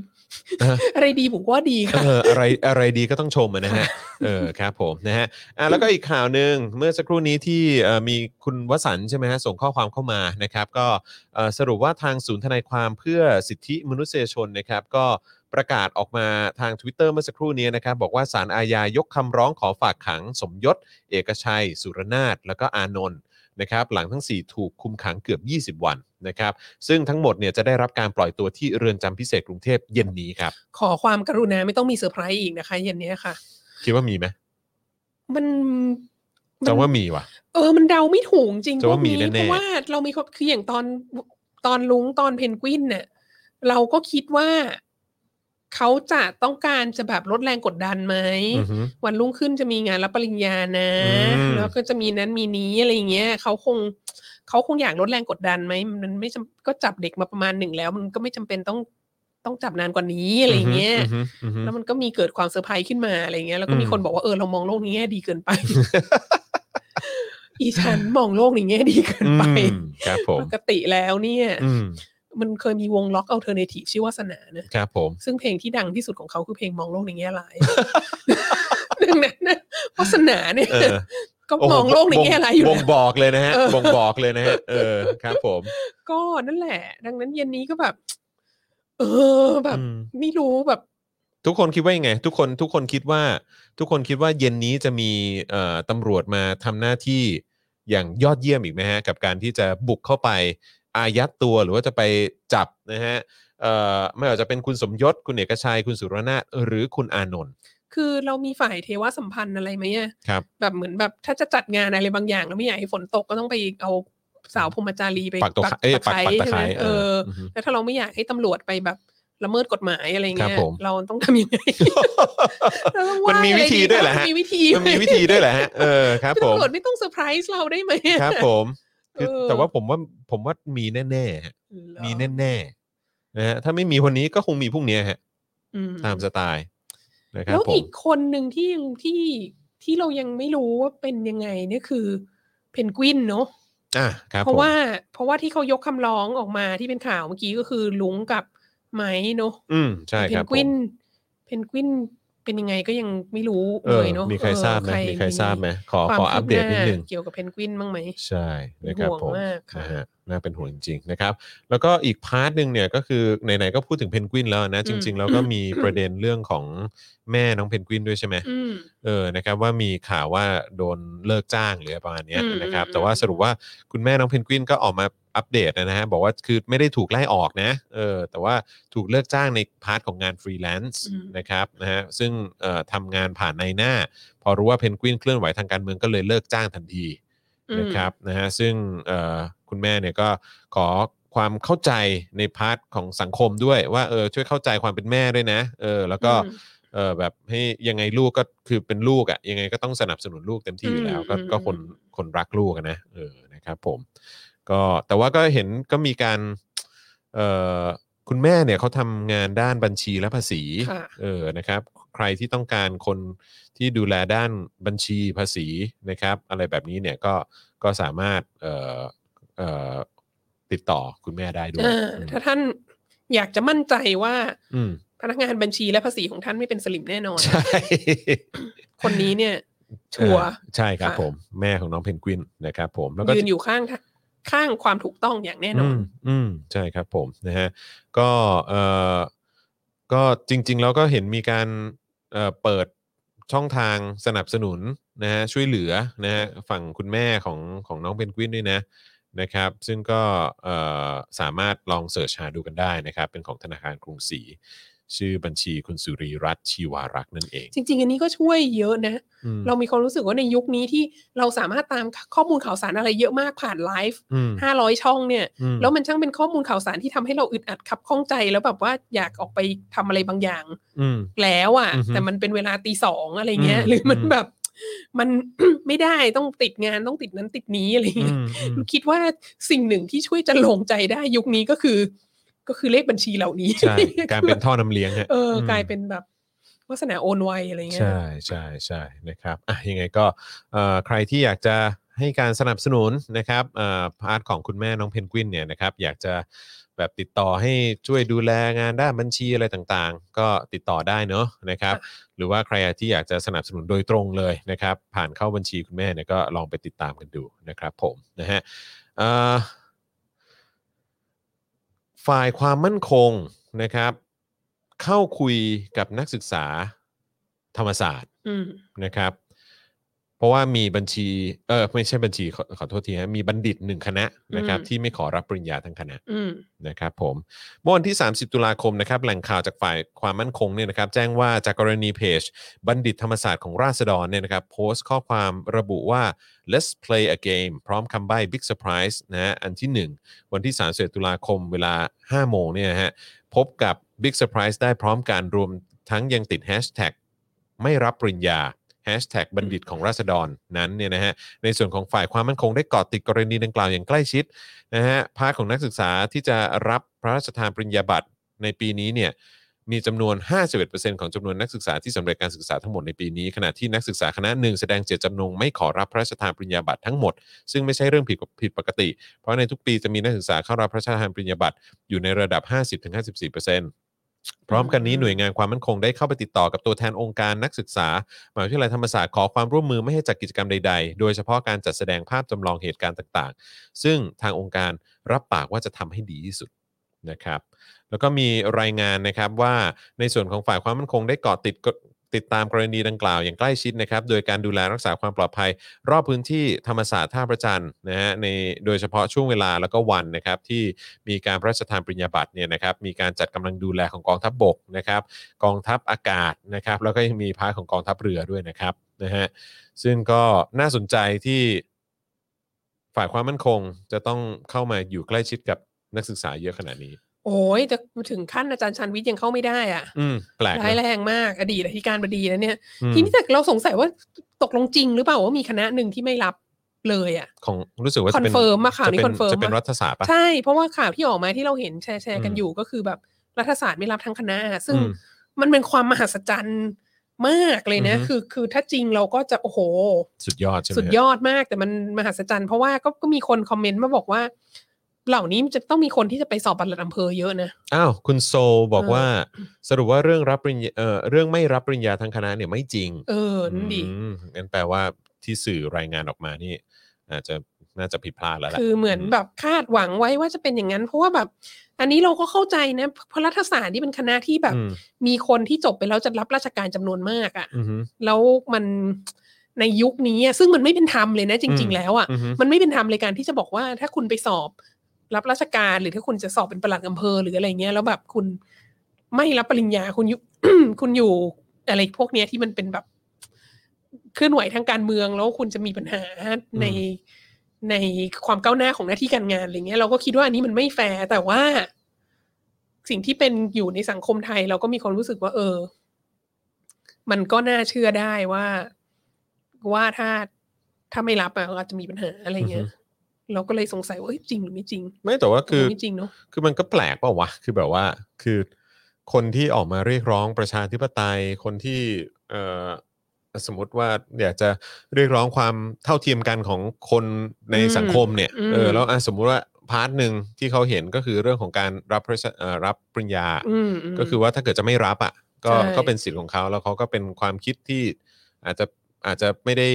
S2: อ่ะ
S3: อะไรดีผมก็ว่าดีค่ะ
S2: เอออะไรอะไรดีก็ต้องชมอะนะฮะ เออครับผมนะฮะอ่ะแล้วก็อีกข่าวหนึ่งเมื่อสักครู่นี้ที่เอ่อมีคุณวสันต์ใช่ไหมฮะส่งข้อความเข้ามานะครับก็เอ่อสรุปว่าทางศูนย์ทนายความเพื่อสิทธิมนุษยชนนะครับก็ประกาศออกมาทาง Twitter เมื่อสักครู่นี้นะครับบอกว่าสารอาญายกคำร้องขอฝากขัง สมยศ เอกชัย สุรนาถแล้วก็อานนท์นะครับหลังทั้ง 4 ถูกคุมขังเกือบ 20 วันนะครับซึ่งทั้งหมดเนี่ยจะได้รับการปล่อยตัวที่เรือนจำพิเศษกรุงเทพเย็นนี้ครับ
S3: ขอความกรุณาไม่ต้องมีเซอร์ไพรส์อีกนะคะเย็นเนี้ยค่ะ
S2: คิดว่ามีไหม
S3: มันมัน
S2: จะว่ามีว่ะ
S3: เออ มันเดาไม่ถูกจริง
S2: จะว่า
S3: พกนี้
S2: มีแน่ๆ
S3: เพราะว่าเรามีความคืออย่างตอนตอนลุงตอนเพนกวินเนี่ยเราก็คิดว่าเขาจะต้องการจะแบบลดแรงกดดันไหม วันรุ่งขึ้นจะมีงานรับปริญญานะ
S2: อืม
S3: แล้วก็จะมีนั้นมีนี้อะไรอย่างเงี้ยเขาคงเขาคงอยากลดแรงกดดันไหมมันไม่จำก็จับเด็กมาประมาณหนึ่งแล้ว มันก็ไม่จำเป็นต้องต้องจับนานกว่านี้อะไรอย่างเงี้ย
S2: ฮึอือฮึ
S3: แล้วมันก็มีเกิดความเซอร์ไพรส์ขึ้นมาอะไรเงี้ย แล้วก็มี
S2: อืม
S3: คนบอกว่าเออเรามองโลกในแง่ดีเกิน ไป อีฉันมองโลกในแง่ดีเกินไป
S2: อืมครับผม
S3: ปกติแล้วเนี่ย
S2: อืม
S3: มันเคยมีวงล็อกอัลเทอร์เนทีฟชื่อวาสนานะ
S2: ครับผม
S3: ซึ่งเพลงที่ดังที่สุดของเขาคือเพลงมองโลกในแง่ร้าย ดังนั้นนะวาสนาเนี่ย
S2: เออ
S3: ก็มองโลกในแง่ร้ายอยู่
S2: บ่ง
S3: นะ
S2: บอกเลยนะฮะ
S3: เออ
S2: บ่งบอกเลยนะฮะเออครับผม
S3: ก็นั่นแหละ ดังนั้นเย็นนี้ก็แบบ เออแบบ
S2: อืม
S3: ไม่รู้แบบ
S2: ทุกคนคิดว่ายังไง ทุกคนทุกคนคิดว่า ทุกคนคิดว่าเย็นนี้จะมีเอ่อตำรวจมาทำหน้าที่อย่างยอดเยี่ยมอีกไหมฮะ กับการที่จะบุกเข้าไปอายัดตัวหรือว่าจะไปจับนะฮะเอ่อไม่ว่าจะเป็นคุณสมยศคุณเอกชัยคุณสุรนาถหรือคุณอานนท์
S3: คือเรามีฝ่ายเทวสัมพันธ์อะไรไหมอะ
S2: ครับ
S3: แบบเหมือนแบบถ้าจะจัดงานอะไรบางอย่างแล้วไม่อยากให้ฝนตกก็ต้องไปเอาสาวพรหมจารีไป
S2: ปักตะไคร้เอ้ยปักปักตะไค
S3: ใช่ไหม
S2: ร้
S3: เออ
S2: อฮึ
S3: แล้วถ้าเราไม่อยากให้ตำรวจไปแบบละเมิดกฎหมายอะไร
S2: ครั
S3: เงี้
S2: บ
S3: ย
S2: ผม
S3: เราต้องทำยังไง เราต้อง
S2: มันมี
S3: าอะไร
S2: วิธีด้วยเหรอฮะ
S3: มันมีวิธี
S2: มันมีวิธีด้วยแหละฮะเออครับผม
S3: ตำรวจไม่ต้องเซอร์ไพรส์เราได้ไหมอะ
S2: ครับผมคือ
S3: เออ
S2: แต่ว่าผมว่าผมว่ามีแน่ๆฮะ
S3: เหรอ
S2: มีแน่ๆนะฮะถ้าไม่มีวันนี้ก็คงมีพรุ่งนี้ฮะ
S3: อืม
S2: ตามสไตล์นะครับ
S3: แล้ว
S2: ผ
S3: อี
S2: ม
S3: กคนหนึ่งที่ยังที่ที่เรายังไม่รู้ว่าเป็นยังไงเนี่ยคือเพนกวินเนาะ
S2: อ่ะครับ
S3: เพ
S2: ผ
S3: ราะ
S2: ม
S3: ว่าเพราะว่าที่เขายกคำร้องออกมาที่เป็นข่าวเมื่อกี้ก็คือลุงกับไหมเนาะ
S2: อืมใช่
S3: เพ
S2: ครั
S3: น
S2: บ
S3: กวิ
S2: ผม
S3: นเพนกวินเป็นยังไงก็ยังไม่รู้
S2: เอ
S3: เล
S2: อย
S3: เนาะ
S2: มีใครทราบไหม
S3: เออ
S2: มีใครทราบไหมขอ
S3: ความ
S2: ขออัปเดตนิด
S3: คืบหา
S2: นึง
S3: เกี่ยวกับเพนกวินบ้างไหม
S2: ใช่นะครับ
S3: เป็นห่วง
S2: ผม
S3: มากค่ะ
S2: นะฮะน่าเป็นห่วงจริงๆนะครับ แล้วก็อีกพาร์ทหนึ่งเนี่ยก็คือไหนๆก็พูดถึงเพนกวินแล้วนะ จริง ๆ แล้วก็มีประเด็นเรื่องของแม่น้องเพนกวินด้วยใช่ไหม
S3: อืม
S2: เออ นะครับว่ามีข่าวว่าโดนเลิกจ้างหรืออะไรประมาณเนี้ย
S3: อืม
S2: นะครับ
S3: อืม
S2: แต่ว่าสรุปว่าคุณแม่น้องเพนกวินก็ออกมาอัปเดตนะฮะบอกว่าคือไม่ได้ถูกไล่ออกนะ เออ แต่ว่าถูกเลิกจ้างในพาร์ทของงานฟรีแลนซ์นะครับนะฮะซึ่งเอ่อทำงานผ่านในหน้า พอรู้ว่าเพนกวินเคลื่อนไหวทางการเมืองก็เลยเลิกจ้างทันที
S3: อืม
S2: นะครับนะฮะซึ่งเอ่อคุณแม่เนี่ยก็ขอความเข้าใจในพาร์ทของสังคมด้วยว่าเออช่วยเข้าใจความเป็นแม่ด้วยนะเออแล้วก็
S3: อืม
S2: เออแบบให้ยังไงลูกก็คือเป็นลูกอะ่ะยังไงก็ต้องสนับสนุนลูกเต็มที่อยู่แล้ว ก็
S3: อืม
S2: ก็คน
S3: อืม
S2: คนรักลูกอะนะเออนะครับผมก็แต่ว่าก็เห็นก็มีการเอ่อคุณแม่เนี่ยเขาทำงานด้านบัญชีและภาษี
S3: ค่ะ
S2: เออ นะครับ ใครที่ต้องการคนที่ดูแลด้านบัญชีภาษีนะครับ อะไรแบบนี้เนี่ยก็ก็สามารถเอ่อเอ่อติดต่อคุณแม่ได้ด้วย
S3: อ่าถ้าท่านอยากจะมั่นใจว่า
S2: อืม
S3: พนักงานบัญชีและภาษีของท่านไม่เป็นสลิมแน่นอน
S2: ใช่
S3: คนนี้เนี่ย ชัวร์
S2: เออใช่ครับ
S3: ค่ะ
S2: ผม แม่ของน้องเพนกวินนะครับผม แล้วก็
S3: ยืนอยู่ข้างท่าข้างความถูกต้องอย่างแน่นอน
S2: มอืมใช่ครับผมนะฮะก็เอ่อก็จริง ๆ แล้วก็เห็นมีการเอ่อเปิดช่องทางสนับสนุนนะฮะช่วยเหลือนะฮะฝั่งคุณแม่ของของน้องเพนกวินด้วยนะนะครับ ซึ่งก็เอ่อสามารถลองเสิร์ชหาดูกันได้นะครับ เป็นของธนาคารกรุงศรีชื่อบัญชีคุณสุรีรัตน์ชีวารักษ์นั่นเอง
S3: จริง ๆ อันนี้ก็ช่วยเยอะนะ
S2: อืม
S3: เรามีความรู้สึกว่าในยุคนี้ที่เราสามารถตามข้อมูลข่าวสารอะไรเยอะมากผ่านไลฟ์
S2: อืม
S3: ห้าร้อยช่องเนี่ย
S2: อืม
S3: แล้วมันช่างเป็นข้อมูลข่าวสารที่ทำให้เราอึดอัดขับข้องใจแล้วแบบว่าอยากออกไปทำอะไรบางอย่าง
S2: อืม
S3: แล้วอะ่ะ
S2: อือฮึ
S3: แต่มันเป็นเวลาตีสองอะไรเงี้ย
S2: อืม
S3: หรือมัน
S2: อืม
S3: แบบ มัน ไม่ได้ต้องติดงานต้องติดนั้นติดนี้อะไร
S2: อื
S3: เงี้ย
S2: มอืม
S3: คิดว่าสิ่งหนึ่งที่ช่วยจะลงใจได้ยุคนี้ก็คือ ก็คือเลขบัญชีเหล่านี้
S2: ใช่การเป็นท่อน้ำเลี้ยงฮะ
S3: เอออ
S2: ม
S3: กลายเป็นแบบวาสนาโอนไวอะไรเงี้ย
S2: ใช่ใช่ใช่นะครับอ่ะยังไงก็เอ่อใครที่อยากจะให้การสนับสนุนนะครับเอ่อพาร์ทของคุณแม่น้องเพนกวินเนี่ยนะครับอยากจะแบบติดต่อให้ช่วยดูแลงานด้านบัญชีอะไรต่างๆ ก็ติดต่อได้เนอะนะครับหรือว่าใครที่อยากจะสนับสนุนโดยตรงเลยนะครับผ่านเข้าบัญชีคุณแม่เนี่ยก็ลองไปติดตามกันดูนะครับผมนะฮะเอ่อ ฝ่ายความมั่นคงนะครับ เข้าคุยกับนักศึกษาธรรมศาสตร์
S3: อืม
S2: นะครับ เพราะว่ามีบัญชีเออไม่ใช่บัญชีขอขอโทษทีฮะมีบัณฑิตหนึ่งคณะนะครับ
S3: อืม
S2: ที่ไม่ขอรับปริญญาทั้งคณะ
S3: อืม
S2: นะครับผมเมื่อวันที่ 30 ตุลาคมนะครับแหล่งข่าวจากฝ่ายความมั่นคงเนี่ยนะครับแจ้งว่าจากกรณีเพจ บัณฑิตธรรมศาสตร์ของราษฎรเนี่ยนะครับโพสต์ข้อความระบุว่า let's play a game พร้อมคำใบ้ big surprise นะฮะอันที่ 1 วันที่ 31 ตุลาคมเวลา 5 โมงเนี่ยนะฮะพบกับ big surprise ได้พร้อมการรวมทั้งยังติด hashtag ไม่รับปริญญา hashtag บัณฑิตของราษฎรนั้นเนี่ยนะฮะในส่วนของฝ่ายความมั่นคงได้เกาะติดกรณีดังกล่าวอย่างใกล้ชิด นะฮะพาร์ทของนักศึกษาที่จะรับพระราชทานปริญญาบัตรในปีนี้เนี่ยมีจำนวน 51%ของจำนวนนักศึกษาที่สำเร็จการศึกษาทั้งหมดในปีนี้ ขณะที่นักศึกษาคณะหนึ่งแสดงเจตจำนงไม่ขอรับพระราชทานปริญญาบัตรทั้งหมด ซึ่งไม่ใช่เรื่องผิดผิดปกติ เพราะในทุกปีจะมีนักศึกษาเข้ารับพระราชทานปริญญาบัตรอยู่ในระดับ 50-54%ถึง พร้อมกันนี้หน่วยงานความมั่นคงได้เข้าไปติดต่อกับตัวแทนองค์การนักศึกษามหาวิทยาลัยธรรมศาสตร์ขอความร่วมมือไม่ให้จัดกิจกรรมใดๆ โดยเฉพาะการจัดแสดงภาพจำลองเหตุการณ์ต่างๆ ซึ่งทางองค์การรับปากว่าจะทำให้ดีที่สุดนะครับ แล้วก็มีรายงานนะครับว่าในส่วนของฝ่ายความมั่นคงได้เกาะติดกฎติดตามกรณีดังกล่าวอย่างใกล้ชิดนะครับ โดยการดูแลรักษาความปลอดภัย รอบพื้นที่ธรรมศาสตร์ท่าประจันทร์นะฮะในโดยเฉพาะช่วงเวลาแล้วก็วันนะครับที่มีการพระราชทานปริญญาบัตรเนี่ยนะครับมีการจัดกำลังดูแลของกองทัพบบกนะครับกองทัพอากาศนะครับแล้วก็ยังมีพาร์ทของกองทัพเรือด้วยนะครับนะฮะซึ่งก็น่าสนใจที่ฝ่ายความมั่นคงจะต้องเข้ามาอยู่ใกล้ชิดกับนักศึกษาเยอะขนาดนี้
S3: โอ้ยจะถึงขั้นอาจารย์ชันวิทย์ยังเข้าไม่ได้อ่ะ
S2: อืมแปลกนะ
S3: ร้ายแรงมากอดีตอธิการบดีนะเนี่ย
S2: อืม
S3: ทีนี้แต่เราสงสัยว่าตกลงจริงหรือเปล่าว่ามีคณะหนึ่งที่ไม่รับเลยอ่ะ
S2: ของรู้สึกว่าจะ
S3: คอน
S2: เป็น
S3: เฟิร์มอะข่าว
S2: จะ
S3: นี้
S2: ป็
S3: คอนเฟิร์ม
S2: จะเป็น
S3: อะ
S2: รัฐศาสตร์ปะ
S3: ใช่เพราะว่าข่าวที่ออกมาที่เราเห็นแชร์แชร์กัน
S2: อืม
S3: อยู่ก็คือแบบรัฐศาสตร์ไม่รับทั้งคณะ ซึ่ง
S2: อืม
S3: มันเป็นความมหัศจรรย์มากเลยนะ
S2: อือฮึ
S3: คือคือถ้าจริงเราก็จะโอ้โห
S2: สุดยอดใช่ไหม
S3: สุดยอดมากแต่มันมหัศจรรย์เพราะว่าก็ก็มีคนคอมเมนต์มาบอกว่า เหล่านี้มันจะต้องมีคนที่จะไปสอบบัตรอำเภอเยอะนะ
S2: อ้าวคุณโซบอก
S3: เออ
S2: ว่าสรุปว่าเรื่องรับปริญญาเอ่อเรื่องไม่รับปริญญาทั้งคณะเนี่ยไม่จริง
S3: เออนั่นดิ
S2: อืมงั้นแปลว่าที่สื่อรายงานออกมานี่อาจจะน่าจะผิดพลาดแล้วแหละ
S3: คือเหมือนแบบคาดหวังไว้ว่าจะเป็นอย่างนั้น เพราะว่าแบบ อันนี้เราก็เข้าใจนะเพราะรัฐศาสตร์นี่เป็นคณะที่แบบ
S2: อืม
S3: มีคนที่จบไปแล้วจะรับราชการจำนวนมากอะ่ะ
S2: อืม
S3: แล้วมันในยุคนี้อะซึ่งมันไม่เป็นธรรมเลยนะจริง
S2: อืม
S3: ๆ แล้วอะ่ะ
S2: อืม
S3: มันไม่เป็นธรรมเลยการที่จะบอกว่าถ้าคุณไปสอบรับราชการหรือถ้าคุณจะสอบเป็นประหลัดอำเภอหรืออะไรเงี้ยแล้วแบบคุณไม่รับปริญญาคุณอยู่ คุณอยู่อะไรพวกเนี้ยที่มันเป็นแบบเคลื่อนไหวทางการเมืองแล้วคุณจะมีปัญหาในในความก้าวหน้าของหน้าที่การงานอะไรเงี้ยเราก็คิดว่าอันนี้มันไม่แฟร์แต่ว่า สิ่งที่เป็นอยู่ในสังคมไทย เราก็มีความรู้สึกว่า เออ มันก็น่าเชื่อได้ว่าว่าถ้าถ้าไม่รับอะก็อาจจะมีปัญหาอะไรเงี้ยเราก็เลยสงสัยว่าเอ้ยจริงหรือไม่จริง
S2: ไม่แต่ว่าคือ
S3: ไม่จริงเนาะ
S2: คือมันก็แปลกเปล่าวะ คือแบบว่า คือคนที่ออกมาเรียกร้องประชาธิปไตย คนที่เอ่อสมมติว่าอยากจะเรียกร้องความเท่าเทียมกันของคนใน
S3: อืม
S2: สังคมเนี่ย
S3: อืม
S2: เออ แล้วอ่ะสมมุติว่าพาร์ทหนึ่งที่เขาเห็นก็คือเรื่องของการรับประชาเอ่อรับปริญญา
S3: อืมม
S2: ก็คือว่าถ้าเกิดจะไม่รับอ่ะ ก็
S3: ใช่
S2: ก็เป็นสิทธิ์ของเขา แล้วเขาก็เป็นความคิดที่อาจจะ อาจจะไม่ได้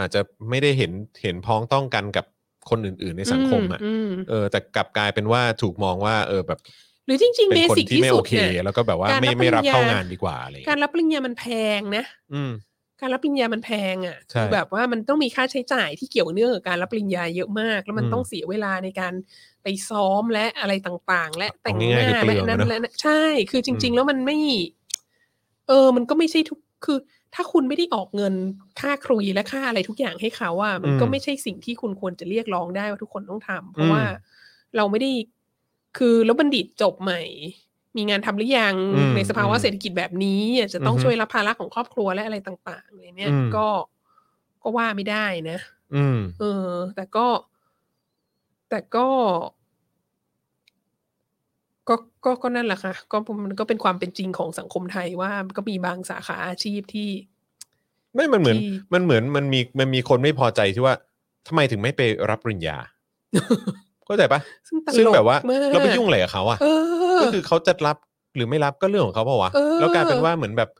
S2: อาจจะไม่ได้เห็น เห็นพ้องต้องกันกับคนอื่น ๆ ในสังคมอ่ะ
S3: ม
S2: เออแต่กลับกลายเป็นว่าถูกมองว่าเออแบบ
S3: หรือจริง ๆ
S2: เป็
S3: เบ
S2: นคน
S3: สิก
S2: ที่
S3: ที่
S2: ไม่
S3: สุ
S2: โอ
S3: ด
S2: เค
S3: เนี่ย
S2: แล้วก็แบบว่า
S3: การ
S2: ไม่
S3: รับป
S2: ไม่รับ
S3: ริญญา
S2: เข้างานดีกว่าอะไรอย่าง
S3: การ
S2: เงี้ย
S3: รับปริญญามันแพงนะ
S2: อืม
S3: การรับปริญญามันแพงอะ่ะ
S2: ใช่
S3: คือแบบว่ามันต้องมีค่าใช้จ่ายที่เกี่ยวเนื่องกับการรับปริญญาเยอะมาก แล้วมัน
S2: อืม
S3: ต้องเสียเวลาในการไปซ้อมและอะไรต่างๆ และแต่งห
S2: เอาง่ายๆ
S3: น้า
S2: คือเปลื
S3: และ
S2: องอะเน
S3: นั้น
S2: อะ
S3: และนั้นใช่ คือจริ
S2: อื
S3: ง
S2: ม
S3: ๆ แล้วมันไม่ เออ มันก็ไม่ใช่ทุกคือ ถ้าคุณไม่ได้ออกเงินค่าครุยและค่าอะไรทุกอย่างให้เขาว่ามันก็ไม่ใช่สิ่งที่คุณควรจะเรียกร้องได้ว่าทุกคนต้องทำเพราะว่าเราไม่ได้คือแล้วบัณฑิตจบใหม่ มีงานทำหรือยัง
S2: อืม
S3: ในสภาวะ
S2: อืม
S3: เศรษฐกิจแบบนี้อาจจะต้อง
S2: อือฮึ
S3: ช่วยรับภาระของครอบครัวและอะไรต่างๆเลยเนี่ย
S2: อืม
S3: ก็ก็ว่าไม่ได้นะ
S2: อืม
S3: เออ แต่ก็ แต่ก็ ก็ก็ก็นั่นแหละค่ะ ก็มันก็เป็นความเป็นจริงของสังคมไทยว่ามันก็มีบางสาขาอาชีพที่
S2: ไม่มันเหมือน
S3: ที่
S2: มันเหมือนมันมีมันมีคนไม่พอใจที่ว่าทำไมถึงไม่ไปรับปริญญาเข้าใจปะ
S3: ซึ่งตลก
S2: ซึ่งแบบว่าม
S3: ก
S2: เราไปยุ่งอะไรกับเขาอ่ะ
S3: เออ
S2: ก็คือเขาจะรับหรือไม่รับก็เรื่องของเขาเปล่าวะ
S3: เออ
S2: แล้วกลายเป็นว่าเหมือนแบบ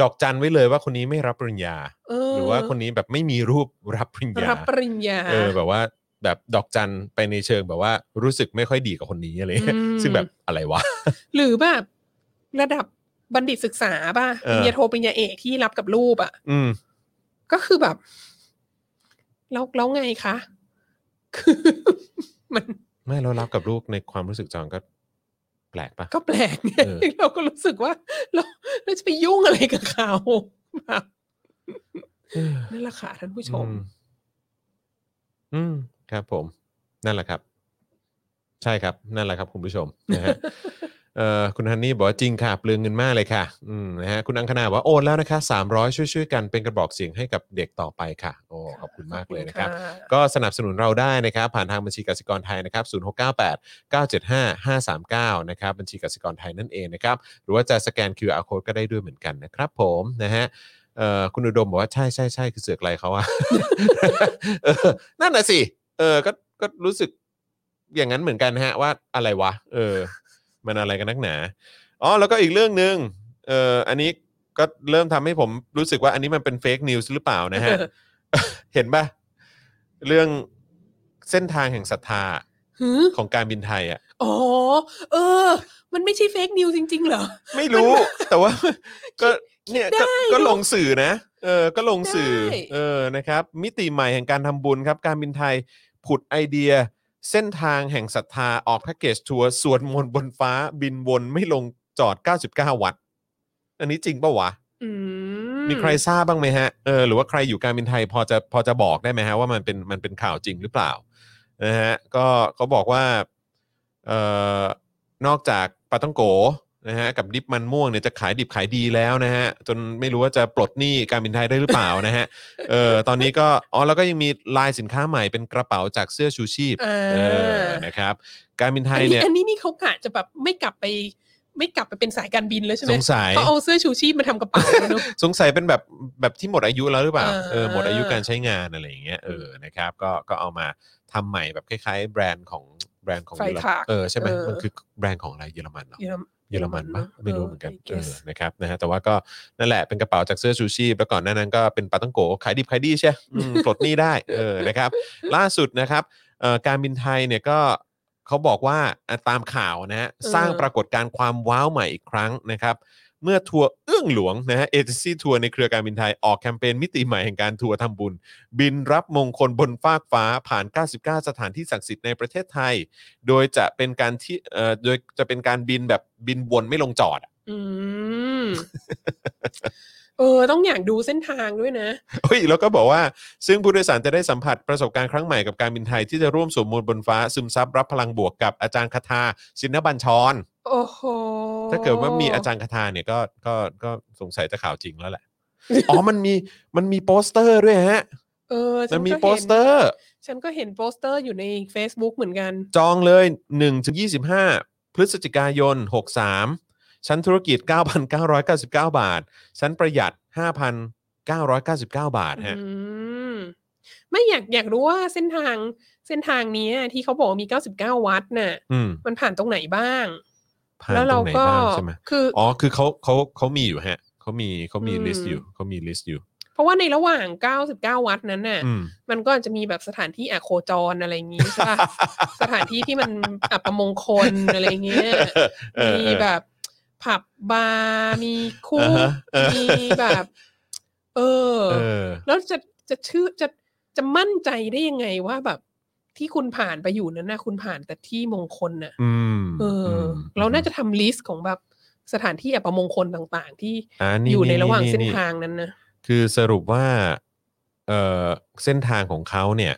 S2: ดอกจันไว้เลยว่าคนนี้ไม่รับปริญญา
S3: เห
S2: รือว่าคนนี้แบบไม่มีรูปรับปริญญา
S3: รับปริญญา
S2: เออแบบว่าแบบดอกจันไปในเชิงแบบว่ารู้สึกไม่ค่อยดีกับคนนี้อะไรเงี้ย
S3: อืม
S2: ซึ่งแบบอะไรวะ
S3: หรือแบบระดับบัณฑิตศึกษาป่ะ
S2: เอ
S3: ป
S2: อ
S3: ริญญาโทปริญญาเอกที่รับกับรูปอ่ะ
S2: อืม
S3: ก็คือแบบ แล้วแล้วไงคะคือมัน
S2: ไม่เรารับกับลูกในความรู้สึกจอนก็แปลกปะ
S3: ก็แปลกไง
S2: เออ
S3: เราก็รู้สึกว่า เราเราจะไปยุ่งอะไรกับเขาแบบ
S2: เออ
S3: นั่นแหละค่ะท่านผู้ชม
S2: อือืมครับผม นั่นแหละครับ ใช่ครับ นั่นแหละครับ คุณผู้ชมนะ ฮะ เอ่อคุณฮันนี่บอกว่าจริงค่ะเปลืองเงินมากเลยค่ะอืมนะฮะคุณอังคณาบอกว่าโอนแล้วนะคะ300ช่วยช่วยๆกันเป็นกระบอกเสียงให้กับเด็กต่อไปค่ะ โอ้ขอบคุณมากเลยนะครับ ก็สนับสนุนเราได้นะครับ ผ่านทางบัญชีกสิกรไทยนะครับ 0698 975 539 นะครับ บัญชีกสิกรไทยนั่นเองนะครับ หรือว่าจะสแกน QR code ก็ได้ด้วยเหมือนกันนะครับผมนะฮะเอ่อคุณอุดมบอกว่าใช่ใช่ใช่คือเสือกอะไรเขาอะ เออนั่นน่ะสิ เออก็ก็รู้สึกอย่างนั้นเหมือนกันฮะว่าอะไรวะ เออ มันอะไรกันนักหนา อ๋อแล้วก็อีกเรื่องหนึ่งเอออันนี้ก็เริ่มทำให้ผมรู้สึกว่าอันนี้มันเป็นเฟกนิวส์หรือเปล่านะฮะ เห็นปะเรื่องเส้นทางแห่งศรัทธา
S3: หือ
S2: ของการบินไทยอ่ะ
S3: อ๋อ เออ มันไม่ใช่เฟกนิวจริง ๆ เหรอ
S2: ไม่รู้ แต่ว่า ก็เนี่ยก็
S3: ได้
S2: ก็ลงสื่อนะเออก็ลงสื่อ
S3: ได้
S2: เออนะครับ มิติใหม่แห่งการทำบุญครับ การบินไทยผุดไอเดีย เส้นทางแห่งศรัทธาออกแพ็กเกจทัวร์สวดมนต์บนฟ้าบินวนไม่ลงจอด 99 วัด อันนี้จริงปะวะ
S3: อื
S2: มีใครทราบบ้างไหมฮะ เออ หรือว่าใครอยู่การบินไทยพอจะพอจะบอกได้ไหมฮะว่ามันเป็นมันเป็นข่าวจริงหรือเปล่า นะฮะ ก็เขาบอกว่า เอ่อ นอกจากปาต้องโกนะฮะ กับดิบมันม่วงเนี่ยจะขายดิบขายดีแล้วนะฮะ จนไม่รู้ว่าจะปลดหนี้การบินไทยได้หรือเปล่านะฮะ เออ ตอนนี้ก็ อ๋อ แล้วก็ยังมีลายสินค้าใหม่เป็นกระเป๋าจากเสื้อชูชีพ
S3: อ่
S2: เอา อ นะครับ การบินไทย
S3: อันนี้
S2: เนี่ย
S3: อันนี้นี่เขากะจะแบบไม่กลับไป ไม่กลับไปเป็นสายการบินแล้วใช่ไห
S2: ส
S3: ม
S2: งสัย
S3: เขาเอาเสื้อชูชีพมาทำกระเป๋าแล้วเนอะ
S2: สงสัยเป็นแบบแบบที่หมดอายุแล้วหรือเปล่า
S3: อ่า
S2: เออหมดอายุการใช้งานอะไรอย่างเงี้ย เออ นะครับ ก็ก็เอามาทำใหม่แบบคล้ายๆ แบรนด์ของแบรนด์ของ
S3: ไฟ
S2: เยอร
S3: ถาก
S2: เออใช่ไหม
S3: เออ
S2: มันคือแบรนด์ของอะไรเยอรมันเหรอ
S3: เยอรม
S2: เยอรมันปะ
S3: เยอรมัน
S2: ไม่รู้เหมือนกัน
S3: เออ
S2: เอ
S3: I guess
S2: อนะครับนะฮะแต่ว่าก็นั่นแหละเป็นกระเป๋าจากเสื้อชูชีพ แล้วก่อนหน้านั้นก็เป็นปาตังโกขายดิบขายดีใช่อืม ปลดหนี้ได้เออนะครับ ล่าสุดนะครับเอ่อการบินไทยเนี่ยก็เขาบอกว่าอ่ะตามข่าวนะฮะ
S3: เออ
S2: สร้างปรากฏการณ์ความว้าวใหม่อีกครั้งนะครับ เมื่อทัวร์เอื้องหลวงนะฮะเอเจนซี่ทัวร์ในเครือการบินไทยออกแคมเปญมิติใหม่แห่งการทัวร์ทำบุญ บินรับมงคลบนฟากฟ้าผ่าน 99 สถานที่ศักดิ์สิทธิ์ในประเทศไทย โดยจะเป็นการที่เอ่อโดยจะเป็นการบินแบบบินวนไม่ลงจอดอะ
S3: อืม เออ ต้องอย่างดูเส้นทางด้วยนะ
S2: เฮ้ยแล้วก็บอกว่า ซึ่งผู้โดยสารจะได้สัมผัสประสบการณ์ครั้งใหม่กับการบินไทยที่จะร่วมสวมมนต์บนฟ้าซึมซับรับพลังบวกกับอาจารย์คาทาชินบัญชร
S3: โอ้โห
S2: ถ้าเกิดว่ามีอาจารย์คาทาเนี่ยก็ก็ก็สงสัยจะข่าวจริงแล้วแหละ อ๋อมันมีมันมีโปสเตอร์ด้วยฮะ
S3: เออฉั
S2: มันมี
S3: ก็ห็
S2: โปสเตอร์
S3: ฉันก็เห็นโปสเตอร์อยู่ใน Facebook เหมือนกัน
S2: จองเลย 1 ถึง 25 พฤศจิกายน 63 ชั้นธุรกิจ 9,999 บาท ชั้นประหยัด 5,999 บาทฮะ
S3: อืม ไม่อยากอยากรู้ว่าเส้นทางเส้นทางเนี้ยที่เขาบอกว่ามี 99 วัดน่ะ
S2: อืม
S3: มันผ่านตรงไหนบ้าง
S2: ผ่าน
S3: แล้ว
S2: ตร
S3: เรา
S2: งไหน
S3: ก็
S2: บ้างใช่ไหม
S3: คืออ
S2: อ๋อ คือเขาเขาเขามีอยู่ฮะ เขามีเขามี
S3: อืม
S2: ลิสต์อยู่เขามีลิสต์อยู่
S3: เพราะว่าในระหว่าง 99 วัดนั้นน่ะ
S2: อืม
S3: มันก็อาจจะมีแบบสถานที่อะโคจรอะไรอย่างงี้ใช่ปะ สถานที่ที่มันอับประมงคล อะไรเงี้ย
S2: เออ
S3: มีแบบ ผับบาร์มีคุ
S2: อ่าก ฮะเออ
S3: มีแบบ เออ
S2: เออ
S3: แล้วจะจะเชื่อจะจะมั่นใจได้ยังไงว่าแบบที่คุณผ่านไปอยู่นั้นนะคุณผ่านแต่ที่มงคลน่ะ
S2: อืม
S3: เอออ
S2: ม
S3: เราน่าจะทำลิสต์ของแบบสถานที่อัปมงคลต่างๆ ที่
S2: านี่
S3: อยู่ในระหว่างเส้น
S2: นี่
S3: ทางนั้นนะ
S2: คือสรุปว่าเออเส้นทางของเขาเนี่ย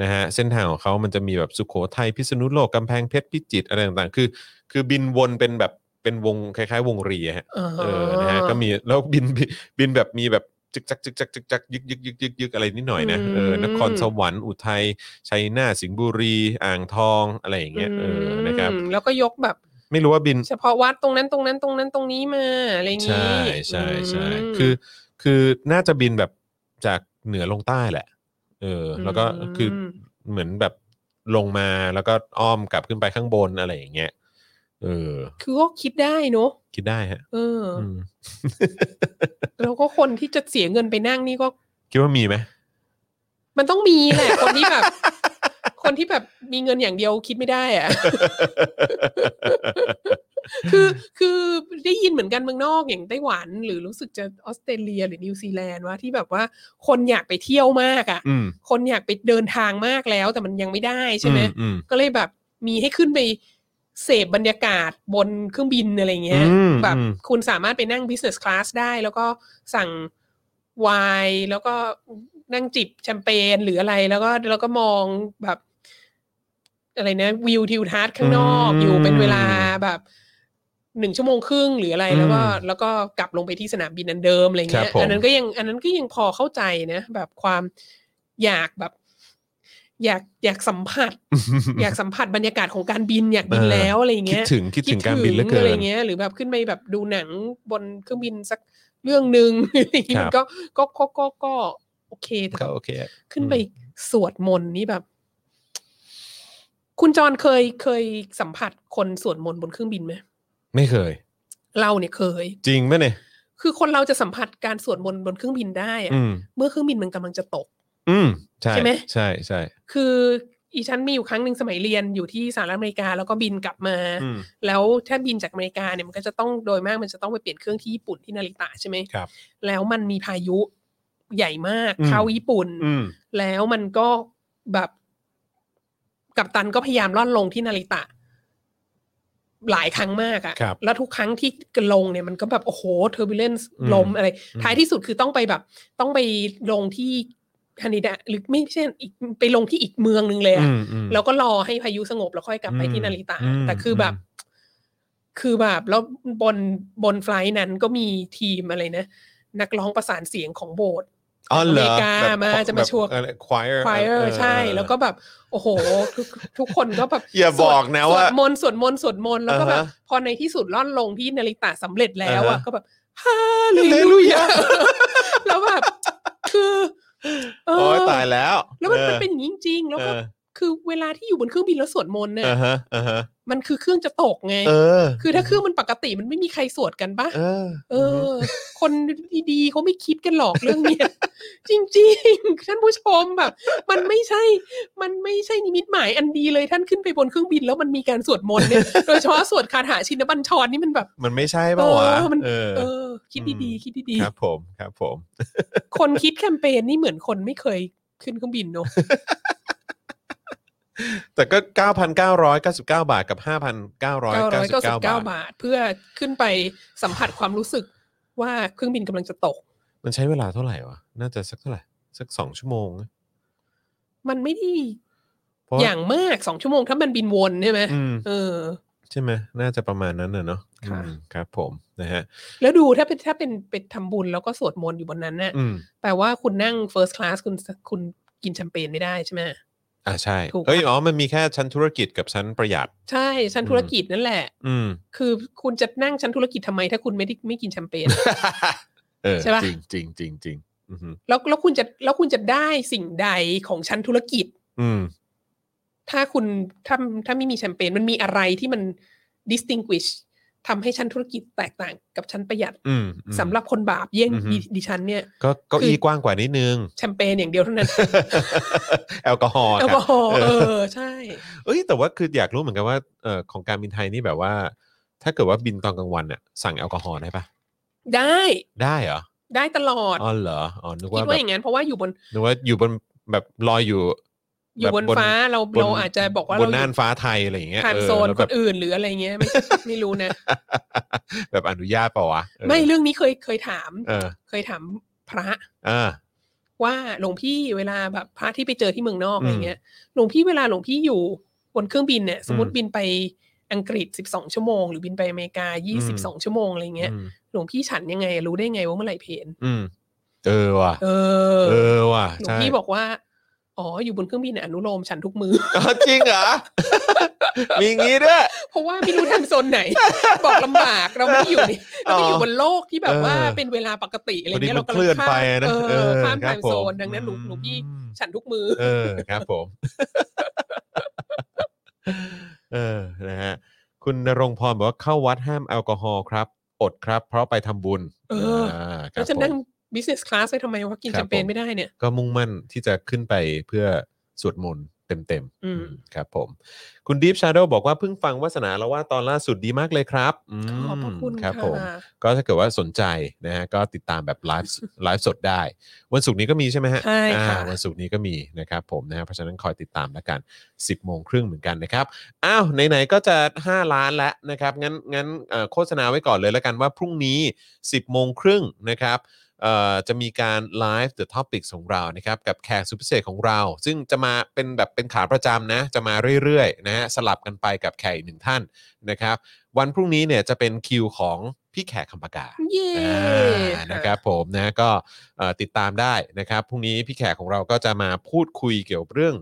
S2: นะฮะเส้นทางของเขามันจะมีแบบสุขโขทัยพิษณุโลกกำแพงเพชรพิจิตรอะไรต่างๆ คือ คือบินวนเป็นแบบเป็นวงคล้ายๆ วงรีอะฮะเออนะฮะก็มีแล้วบินบินบินแบบมีแบบจึกจักจึกจักจึกจักยึกยึกยึกยึกยึกอะไรนิดหน่อยนะเออ
S3: อืม
S2: นครสวรรค์อุทัยชัยนาทสิงห์บุรีอ่างทองอะไรอย่างเงี้ยเออนะครับ
S3: อืมแล้วก็ยกแบบ
S2: ไม่รู้ว่าบิน
S3: เฉพาะวัดตรงนั้นตรงนั้นตรงนั้นตรงนี้มาอะไรอย่างงี้
S2: ใช่ใช่ใช่
S3: ม
S2: คือคือน่าจะบินแบบจากเหนือลงใต้แหละ เออ แล้วก็
S3: อืม
S2: คือเหมือนแบบลงมาแล้วก็อ้อมกลับขึ้นไปข้างบนอะไรอย่างเงี้ยเออ
S3: คือก็คิดได้เนอะ
S2: คิดได้ฮะ
S3: เอออ
S2: อืม
S3: แล้วก็คนที่จะเสียเงินไปนั่งนี่ก็
S2: คิดว่ามีไหม
S3: มันต้องมีแหละ คนที่แบบ คนที่แบบมีเงินอย่างเดียวคิดไม่ได้อะ คือคือได้ยินเหมือนกันเมืองนอกอย่างไต้หวันหรือรู้สึกจะออสเตรเลียหรือนิวซีแลนด์ว่าที่แบบว่าคนอยากไปเที่ยวมากอะ่ะ
S2: อืม
S3: คนอยากไปเดินทางมากแล้วแต่มันยังไม่ได้ใช่ไหม
S2: อืม
S3: ก็เลยแบบมีให้ขึ้นไปเสพบรรยากาศบนเครื่องบินอะไรเงี้ย
S2: อืม
S3: แบบ
S2: อืม
S3: คุณสามารถไปนั่ง business class ได้ แล้วก็สั่งไวน์แล้วก็นั่งจิบแชมเปญหรืออะไร แล้วก็แล้วก็มองแบบ อะไรนะวิวทิวทัศน์ข้างนอกอยู่เป็นเวลาแบบหนึ่งชั่วโมงครึ่งหรืออะไรแล้วก็แล้วก็กลับลงไปที่สนามบินอันเดิมอะไรเงี้ยอันนั้นก็ยังอันนั้นก็ยังพอเข้าใจนะ แบบความอยากแบบ อยากอยากสัมผัส
S2: อืม
S3: อยากสัมผัสบรรยากาศของการบินอยากบินแล้วอะไรอย่าง
S2: คิด
S3: เงี้ย
S2: ถึงคิดถึงการบินเหลือเกิ
S3: อะไร
S2: น
S3: เงี้ยหรือแบบขึ้นไปแบบดูหนังบนเครื่องบินสักเรื่อง หนึ่ง อะไรอย่างเงี้
S2: ค
S3: ย
S2: รับ
S3: ก็ก็ก็ก็ก็โอเคแต่
S2: ก็
S3: แบบ
S2: โอเคอะ
S3: ขึ้น
S2: อืม
S3: ไปสวดมนต์นี่แบบ คุณจรเคยเคยสัมผัสคนสวดมนต์บนเครื่องบินไหม
S2: ไม่เคย
S3: เราเนี่ยเคย
S2: จริงไหมเนี่ย
S3: คือคนเราจะสัมผัสการสวดมนต์บนเครื่องบินได้อะ
S2: อืม
S3: เมื่อเครื่องบินมันกำลังจะตก
S2: อืม ใช่
S3: ใช่ไหม
S2: ใช่ใช่
S3: คืออีฉันมีอยู่ครั้งหนึ่งสมัยเรียนอยู่ที่สหรัฐอเมริกาแล้วก็บินกลับมา
S2: อืม
S3: แล้วถ้าบินจากอเมริกาเนี่ยมันก็จะต้องโดยมากมันจะต้องไปเปลี่ยนเครื่องที่ญี่ปุ่นที่นาริตะใช่ไหม
S2: ครับ
S3: แล้วมันมีพายุใหญ่มาก
S2: อืม
S3: เข้าญี่ปุ่น
S2: อืม
S3: แล้วมันก็แบบกัปตันก็พยายามล่อนลงที่นาริตะ หลายครั้งมาก
S2: ครั
S3: อะ่ะ
S2: บ
S3: แล้วทุกครั้งที่ลงเนี่ยมันก็แบบโอ้โหเทอร์บิเลนซ์
S2: อืม
S3: ลมอะไร
S2: อืม
S3: ท้ายที่สุดคือต้องไปแบบ ต้องไปลงที่ฮันนิดะหรือไม่ใช่อีกไปลงที่อีกเมืองนึงเลยอะ
S2: อืมอืม
S3: แล้วก็รอให้พายุสงบแล้วค่อยกลับไป
S2: อื
S3: ที่
S2: ม
S3: นาริตะ
S2: อืม
S3: แต่คือแบบ คือแบบ แล้วบนบนไฟลท์นั้นก็มีทีมอะไรนะ นักร้องประสานเสียงของโบสถ์
S2: อ๋อเหรอ
S3: อเมริกา
S2: แบบ
S3: มาจะมาชวน
S2: แบบควาย
S3: ควายเออใช่ แล้วก็แบบ โอ้โห ทุกทุกคนก็แบบ
S2: อย่า
S3: ส
S2: บ
S3: วด
S2: อกนะว่า
S3: สวดมนต์สวดมนต์สวดมนต์แล้วก็แบบ
S2: อ่าฮะ
S3: พอในที่สุดล่อนลงที่นาริตะสำเร็จแล้ว
S2: อ่า
S3: อ่ะ
S2: ฮะ
S3: ก็แบบฮาเลลูยา
S2: Hallelujah
S3: แล้วแบบคือเอ
S2: โอ้
S3: อย
S2: ตายแล้ว
S3: แล้วมันมัน
S2: ออ
S3: เป็นอย่างนี้จริงๆแล้วก็
S2: เออ
S3: คือเวลาที่อยู่บนเครื่องบินแล้วสวดมนต์เนี่ย
S2: อ่าฮะอ่าฮะ
S3: มันคือเครื่องจะตกไง
S2: เออ
S3: คือถ้าเครื่องมันปกติมันไม่มีใครสวดกันปะ
S2: เออ
S3: เออ คนดีๆเขาไม่คิดกันหรอกเรื่องเนี้ย จริงๆ ท่านผู้ชมแบบ มันไม่ใช่ มันไม่ใช่นิมิตหมายอันดีเลยท่านขึ้นไปบนเครื่องบินแล้วมันมีการสวดมนต์เนี่ย โดยเฉพาะสวดคาถาชินบัญชรนี่มันแบบ
S2: มันไม่ใช่ป่าวะ
S3: เออมัน
S2: เออ
S3: เออ คิดดี
S2: อืม
S3: ๆ คิดดี
S2: ครับผมครับผม
S3: ๆ คนคิดแคมเปญนี่เหมือนคนไม่เคยขึ้นเครื่องบินเนอะ
S2: แต่ก็ 9,999 บาทกับ 5,999
S3: 999
S2: บาท
S3: บาท เพื่อขึ้นไปสัมผัสความรู้สึกว่าเครื่องบินกำลังจะตก
S2: มันใช้เวลาเท่าไหร่วะ น่าจะสักเท่าไหร่ สัก 2 ชั่วโมงนะ
S3: มันไม่ได้
S2: เพระ
S3: อย่างมากสองชั่วโมงถ้ามันบินวนใช่ไหม
S2: อืม
S3: เออ
S2: ใช่ไหมน่าจะประมาณนั้นน่ะเนาะ
S3: ค่ะ
S2: อืมครับผมนะฮะ
S3: แล้วดูถ้าเป็นถ้าเป็นไปทำบุญแล้วก็สวดมนต์อยู่บนนั้นน่ะ
S2: อืม
S3: แปลว่าคุณนั่ง first class คุณคุณกินแชมเปญไม่ได้ใช่ไหม
S2: อ่าใช่
S3: ถูกปะ
S2: เอ้ยอ๋อมันมีแค่ชั้นธุรกิจกับชั้นประหยัด
S3: ใช่ชั้นธุรกิจนั่นแหละ
S2: อืม
S3: คือคุณจะนั่งชั้นธุรกิจทำไม ถ้าคุณไม่ได้ไม่กินแชมเปญ
S2: เออ
S3: ใช่ปะ
S2: จริงจริงจริงจริงอือหือ
S3: แล้วแล้วคุณจะแล้วคุณจะได้สิ่งใดของชั้นธุรกิจ
S2: อืม
S3: ถ้าคุณถ้าถ้าไม่มีแชมเปญมันมีอะไรที่มัน distinguish ทำให้ชั้นธุรกิจแตกต่างกับชั้นประหยัด
S2: อืมอืม
S3: สำหรับคนบาปเยี่ยง
S2: อือฮึ
S3: ดิดิฉันเนี่ย
S2: ก็เก็
S3: คือ
S2: อีกว้างกว่านิดนึง
S3: แชมเปญอย่างเดียวเท่านั้น
S2: แอลกอฮอล์
S3: แอล
S2: ค
S3: ก
S2: รั
S3: อบ ฮอล์
S2: เอ
S3: เอ
S2: อ
S3: อ ใช่
S2: เอ้ยแต่ว่าคืออยากรู้เหมือนกันว่าเอ่อของการบินไทยนี่แบบว่า ถ้าเกิดว่าบินตอนกลางวันเนี่ยสั่งแอลกอฮอล์ได้ปะ
S3: ได้
S2: ได้เหรอ
S3: ได้ตลอด
S2: อ๋อเหรออ๋อนึก
S3: คิ
S2: ว่า
S3: ด
S2: แบ
S3: ว่า
S2: บ
S3: อย่างนั้นเพราะว่าอยู่บน
S2: นึกว่าอยู่บนแบบลอยอยู่
S3: อยู่บน
S2: แบบบน
S3: ฟ้าเรา
S2: บน
S3: เราอาจจะบอกว่า
S2: บ
S3: เรา
S2: น
S3: อ
S2: น่าน
S3: ยู่
S2: ฟ้าไทยอะไรอย่างเงี้ย
S3: ผ่าน
S2: เออ
S3: โซน
S2: แล้ว
S3: ค
S2: แบบ
S3: น อื่นหรืออะไรเงี้ยไม่ ไม่รู้นะ
S2: แบบอนุญาตเปล่าวะเออ
S3: ไม่เรื่องนี้เคยเคยถาม
S2: เออ
S3: เคยถามพระ
S2: อ่า
S3: ว่าหลวงพี่เวลาแบบพระที่ไปเจอที่เมืองนอก
S2: อืม
S3: อะไรเงี้ยหลวงพี่เวลาหลวงพี่อยู่บนเครื่องบินเนี่ย สมมติ
S2: อืม
S3: บินไปอังกฤษ 12 ชั่วโมง หรือบินไปอเมริกา
S2: อืม
S3: 22 ชั่วโมงอะไรเงี้ย
S2: อืม
S3: หลวงพี่ฉันยังไงรู้ได้ไงว่าเมื่อไหร่เพลน
S2: อืมเออว่ะ
S3: เออ
S2: เออว่ะ
S3: หลวง
S2: ใช่
S3: พี่บอกว่าอ๋ออยู่บนเครื่องบินเนี่ยอนุโลมฉันทุกมือ
S2: อ๋อจริงเหรอ มีงี้ด้วย
S3: เพราะว่าไม่รู้ทางโซ นไหน บอกลำบากเราไม่ได้อยู่นี่เราไม่ได้อยู่บนโลกที่แบบว่า
S2: เออ
S3: เป็นเวลาปกติอะไร
S2: พอดี
S3: เงี้ย
S2: มั
S3: เรา
S2: น
S3: กำ
S2: เคลื่อน
S3: ข้าม
S2: ไปนะ
S3: เออข้าม
S2: ครั
S3: ทา
S2: บ
S3: ง
S2: ผ
S3: โซนดังนั้นหลวงหลวงพี่
S2: อืม
S3: ฉันทุกมือ
S2: เออครับผม เออนะฮะคุณนรงพรบอกว่าเข้าวัดห้ามแอลกอฮอล์ครับ อดครับ เพราะไปทำบุญ
S3: เอออ่
S2: าค
S3: แล้
S2: รับ
S3: วจะ
S2: ผม
S3: นั่ง business class ไปทำไมว่ากิน
S2: ครับ
S3: แชมเป
S2: ผ
S3: ญ
S2: ม
S3: ไม่ได้เนี่ย
S2: ก็มุ่งมั่นที่จะขึ้นไปเพื่อสวดมนต์เต็มๆ
S3: อื
S2: อื
S3: ม
S2: มครับผม คุณดีฟชา a d ด w บอกว่าเพิ่งฟังวาสนาแล้วว่าตอนล่าสุดดีมากเลยครับม
S3: ขอบพระคุณ
S2: ค
S3: ค่ะ
S2: รับผม ก็ถ้าเกิดว่าสนใจนะฮะก็ติดตามแบบไลฟ์ไลฟ์สดได้ วันศุกร์นี้ก็มีใช่ไหมฮะ
S3: ใช่ค่ะ
S2: อ่าวันศุกร์นี้ก็มีนะครับผมนะฮะเพราะฉะนั้นคอยติดตามแล้วกัน 10โมงครึ่งเหมือนกันนะครับอ้าวไหนๆก็จะ 5 ล้านแล้วนะครับงั้นงั้นเอ่อโฆษณาไว้ก่อนเลยแล้วกันว่าพรุ่งนี้ 10โมงครึ่งนะครับเอ่อจะมีการไลฟ์ The Topics ของเรานะครับกับแขกสุดพิเศษของเรา ซึ่งจะมาเป็นแบบเป็นขาประจำนะ จะมาเรื่อยๆนะฮะสลับกันไปกับแขกอีกหนึ่งท่านนะครับ วันพรุ่งนี้เนี่ยจะเป็นคิวของพี่แขกคำปากา
S3: เย่
S2: อ่านะครับผมนะก็เอ่อติดตามได้นะครับพรุ่งนี้พี่แขกของเราก็จะมาพูดคุยเกี่ยวกับเรื่อง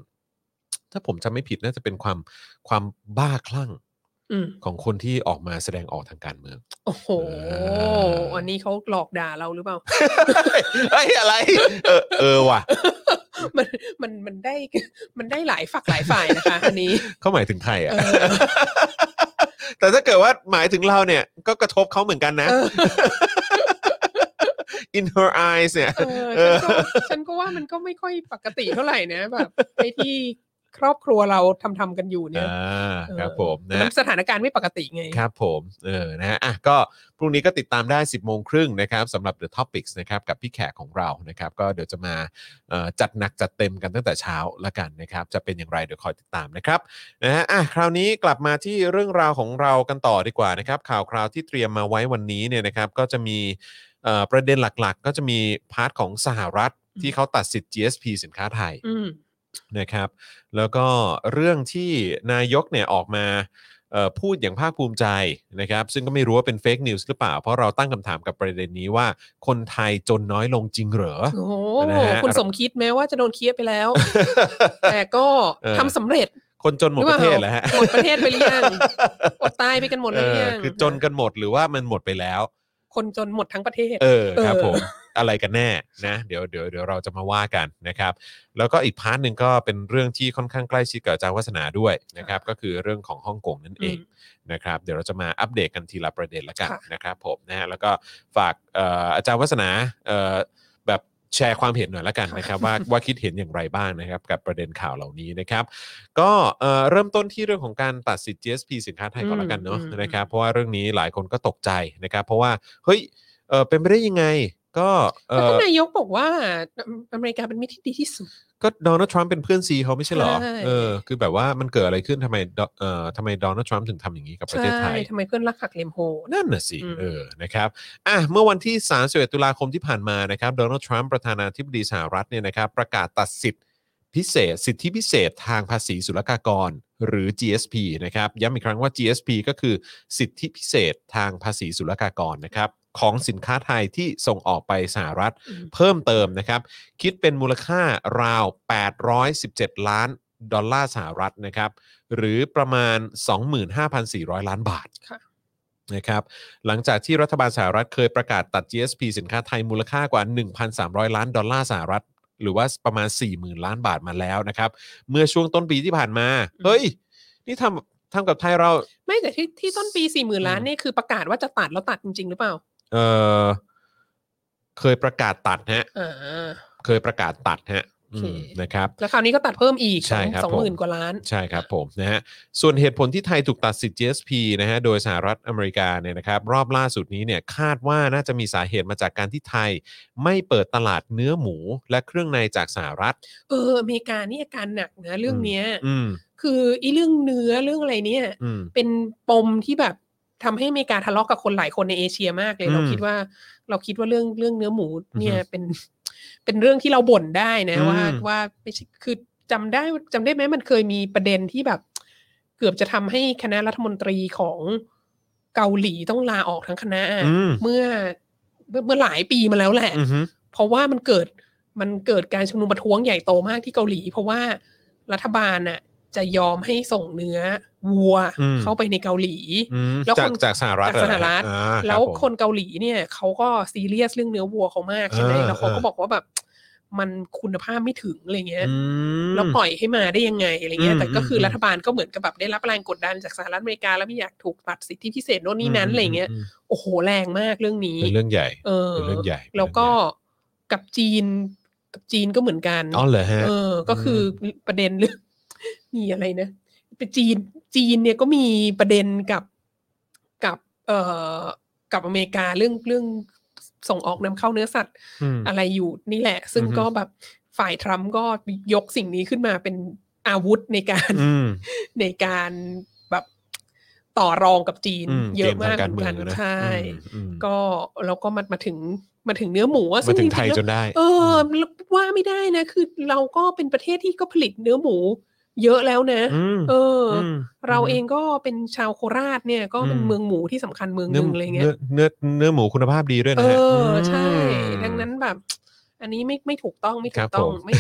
S2: ถ้าผมจำไม่ผิดน่าจะเป็นความความบ้าคลั่ง
S3: อืม
S2: ของคนที่ออกมาแสดงออกทางการเมือง
S3: โอ้โหอันนี้เขาหลอกด่าเราหรือเปล่า
S2: ไอ้ยอะไร เออเออว่ะ
S3: มันมันมันได้ มันได้หลายฝักหลายฝ่ายนะคะ อันนี้
S2: เขาหมายถึงใครอ่ะ
S3: เออ
S2: แต่ถ้าเกิดว่าหมายถึงเราเนี่ย ก็กระทบเขาเหมือนกันนะ
S3: เออ
S2: in her eyes เนี่ย
S3: เออฉันก็ฉันก็ว่ามันก็ไม่ค่อยปกติเท่าไหร่นะแบบไอ้ที่ครอบครัวเราทำทำๆกันอยู่เนี่ย
S2: อ่าครับผมนะ
S3: มันสถานการณ์ไม่ปกติไง
S2: ครับผมเออนะฮะอ่ะก็พรุ่งนี้ก็ติดตามได้ 10บโมงครึ่งนะครับสำหรับ The Topics นะครับกับพี่แขกของเรานะครับก็เดี๋ยวจะมาเอ่อจัดหนักจัดเต็มกันตั้งแต่เช้าละกันนะครับจะเป็นอย่างไรเดี๋ยวคอยติดตามนะครับนะฮะอ่ะคราวนี้กลับมาที่เรื่องราวของเรากันต่อดีกว่านะครับข่าวคราวที่เตรียมมาไว้วันนี้เนี่ยนะครับก็จะมีเอ่อประเด็นหลักๆ ก็จะมีพาร์ทของสหรัฐที่เขาตัดสิทธิ์ GSP สินค้าไทย
S3: อืม
S2: นะครับแล้วก็เรื่องที่นายกเนี่ยออกมาเอ่อพูดอย่างภาคภูมิใจนะครับ ซึ่งก็ไม่รู้ว่าเป็นเฟกนิวส์หรือเปล่า เพราะเราตั้งคำถามกับประเด็นนี้ว่าคนไทยจนน้อยลงจริงเหรอ
S3: โอ้โห
S2: นะฮะ
S3: คุณสมคิดแม้ว่าจะโดนเคลียร์ไป แล้ว แต่ก็ทำสำเร็จ
S2: คนจนหมดประเทศแล้วฮะ
S3: หมดประเทศไปหรือ ยังอดตายไปกันหมด
S2: เอ
S3: แล้วหรือ
S2: อ
S3: ยัง
S2: คือจนกันหมดหรือว่ามันหมดไปแล้ว
S3: คนจนหมดทั้งประเทศ
S2: เออครับ
S3: เออ
S2: ผมอะไรกันแน่นะเดี๋ยวเดี๋ยวเดี๋ยวเราจะมาว่ากันนะครับ แล้วก็อีกพาร์ทหนึ่งก็เป็นเรื่องที่ค่อนข้างใกล้ชิดกับอาจารย์วัฒนาด้วยนะครับ ก็คือเรื่องของฮ่องกงนั่นเอง
S3: ม
S2: นะครับเดี๋ยวเราจะมาอัปเดตกันทีละประเด็นละกัน
S3: ค่ะ
S2: นะครับผมนะฮะแล้วก็ฝากเอ่ออาจารย์วัฒนาเอ่อแบบแชร์ความเห็นหน่อยละกัน นะครับว่าว่าคิดเห็นอย่างไรบ้างนะครับ กับประเด็นข่าวเหล่านี้นะครับ ก็เอ่อเริ่มต้นที่เรื่องของการตัดสิทธิ์ GSP สินค้าไทยก่อนละกันเนาะ
S3: อืมอืม
S2: นะครับ เพราะว่าเรื่องนี้หลายคนก็ตกใจนะครับ เพราะว่าเฮ้ยเอ่อเป็นไปได้ยังไง ก็เอ่
S3: แล้วท่า
S2: อน
S3: นายกบอกว่าอเมริกาเป็นมิตรที่ดีที่สุด
S2: ก็โดนัลด์ทรัมป์เป็นเพื่อนซีเขาไม่ใช่เหรอ
S3: ใช่
S2: เออคือแบบว่ามันเกิดอะไรขึ้นทำไมดอเอ่อทำไมโดนัลด์ทรัมป์ถึงทำอย่างนี้กับประเทศไท
S3: ใช่
S2: ย
S3: ทำไมเพื่อนรักหักเหลมโหด
S2: นั่นน่ะสิ
S3: อืม
S2: เออนะครับอ่ะเมื่อวันที่ 31 ตุลาคมที่ผ่านมานะครับโดนัลด์ทรัมป์ประธานาธิบดีสหรัฐเนี่ยนะครับประกาศตัดสิทธิพิเศษ สิทธิพิเศษทางภาษีศุลกากร หรือ GSP นะครับย้ำอีกครั้งว่า GSP ก็คือสิทธิพิเศษทางภาษีศุลกากรนะครับของสินค้าไทยที่ส่งออกไปสหรัฐ
S3: อืม
S2: เพิ่มเติมนะครับ คิดเป็นมูลค่าราว 817 ล้านดอลลาร์สหรัฐนะครับ หรือประมาณ 25,400 ล้านบาท
S3: ค่ะ
S2: นะครับ หลังจากที่รัฐบาลสหรัฐเคยประกาศตัด GSP สินค้าไทยมูลค่ากว่า 1,300 ล้านดอลลาร์สหรัฐ หรือว่าประมาณ 40,000 ล้านบาทมาแล้วนะครับ เมื่อช่วงต้นปีที่ผ่านมา
S3: อืม
S2: เฮ้ย นี่ทำทำกับไทยเรา
S3: ไม่แต่ที่ที่ต้นปีสี่หมื่นล้านนี่คือประกาศว่าจะตัดแล้วตัดจริง ๆ หรือเปล่า
S2: เออเคยประกาศตัดฮะ
S3: อ่า
S2: เคยประกาศตัดฮะอืม
S3: โอเค
S2: นะครับ
S3: แล้วคราวนี้ก็ตัดเพิ่มอีก
S2: ใช่ครับ
S3: สอง
S2: ผม
S3: หมื่นกว่าล้าน
S2: ใช่ครับผมนะฮะส่วนเหตุผลที่ไทยถูกตัดสิทธิ์ GSP นะฮะโดยสหรัฐอเมริกาเนี่ยนะครับรอบล่าสุดนี้เนี่ยคาดว่าน่าจะมีสาเหตุมาจากการที่ไทย ไม่เปิดตลาดเนื้อหมูและเครื่องในจากสหรัฐ
S3: เอออเมริกานี่อาการหนักนะเรื่องเนี้ย
S2: อืม
S3: คือไอีเรื่องเนื้อเรื่องอะไรเนี่ย
S2: อืม
S3: เป็นปมที่แบบทำให้อเมริกาทะเลาะกับคนหลายคนในเอเชียมากเลย เรา
S2: อืม
S3: คิดว่า เราคิดว่าเรื่องเรื่องเนื้อหมูเนี่ย
S2: อือฮึ
S3: เป็น เป็นเรื่องที่เราบ่นได้นะ
S2: อืม
S3: ว่าว่าไม่ใช่คือจำได้จำได้ไหมมันเคยมีประเด็นที่แบบ เกือบจะทำให้คณะรัฐมนตรีของเกาหลีต้องลาออกทั้งคณะอะ
S2: อืม
S3: เมื่อเมื่อเมื่อหลายปีมาแล้วแหละ
S2: อืมฮึ
S3: เพราะว่ามันเกิดมันเกิดการชุมนุมประท้วงใหญ่โตมากที่เกาหลี เพราะว่ารัฐบาลน่ะจะยอมให้ส่งเนื้อวัวเข้าไปในเกาหลี
S2: อืม
S3: แล้ว
S2: จา
S3: ค
S2: ก
S3: น
S2: จากสหรัฐ
S3: จากสหรัฐ
S2: เอออ่ารับ
S3: แล้ว
S2: ผม
S3: คนเกาหลีเนี่ยเขาก็ซีเรียสเรื่องเนื้อวัวเขามากใช่ไหม
S2: เออ
S3: แล้วเขาก็
S2: เออ
S3: บอกว่าแบบมันคุณภาพไม่ถึงอะไรเงี้ย
S2: อืม
S3: แล้วปล่อยให้มาได้ยังไงอะไรเงี้
S2: อื
S3: ย
S2: ม
S3: แต่ก็คืออ
S2: ม
S3: รัฐบาลก็เหมือนกับแบบได้รับแรงกดดันจากสหรัฐอเมริกาแล้วไม่อยากถูกตัดสิทธิพิเศษโน่นนี่นั้นอะไรเงี้ย
S2: ม
S3: โอ้โหแรงมากเรื่องนี้
S2: เป็นเรื่องใหญ่
S3: เออ
S2: เป็นเรื่องใหญ่
S3: แล้วก็กับจีนกับจีนก็เหมือนกัน
S2: อ๋อเหรอฮะ
S3: เออ ก็คือประเด็นเรื่อง มีอะไรนะไปจีน จีนเนี่ยก็มีประเด็นกับกับ เอ่อ กับอเมริกาเรื่องเรื่องส่งออกนำเข้าเนื้อสัตว์ อะไรอยู่นี่แหละ ซึ่ง
S2: อือฮึ
S3: ก็แบบฝ่ายทรัมป์ก็ยกสิ่งนี้ขึ้นมาเป็นอาวุธในการ
S2: อืม
S3: ในการแบบต่อรองกับจีน
S2: อืม
S3: เยอะมาก
S2: เกมทางการ
S3: เหมือนกัน
S2: เมืองอะนะ
S3: ใช่
S2: อืมอืม
S3: ก็แล้วก็มามาถึงมาถึงเนื้อหมูอะ
S2: มา
S3: ซึ่ง
S2: ถึ
S3: จ
S2: งไทย
S3: ริงๆแล้ว
S2: จนได้
S3: เออว่าไม่ได้นะ คือเราก็เป็นประเทศที่ก็ผลิตเนื้อหมู เยอะแล้วนะ
S2: อืม
S3: เอออ
S2: ม
S3: เราเองก็เป็นชาวโคราชเนี่ย ก็เป็น
S2: อืม
S3: เมืองหมูที่สำคัญเมืองห
S2: เนื้อ
S3: นึ่งเลยเงี้ย
S2: เนื้อเนื้อเนื้อหมูคุณภาพดีด้วย
S3: เอ
S2: นะฮะ
S3: อใช่
S2: อืม
S3: ดังนั้นแบบ อันนี้ไม่ไม่ถูกต้องไม่
S2: ค
S3: ถู
S2: รับ
S3: กต้อ
S2: ผ
S3: ง
S2: ม
S3: ไม่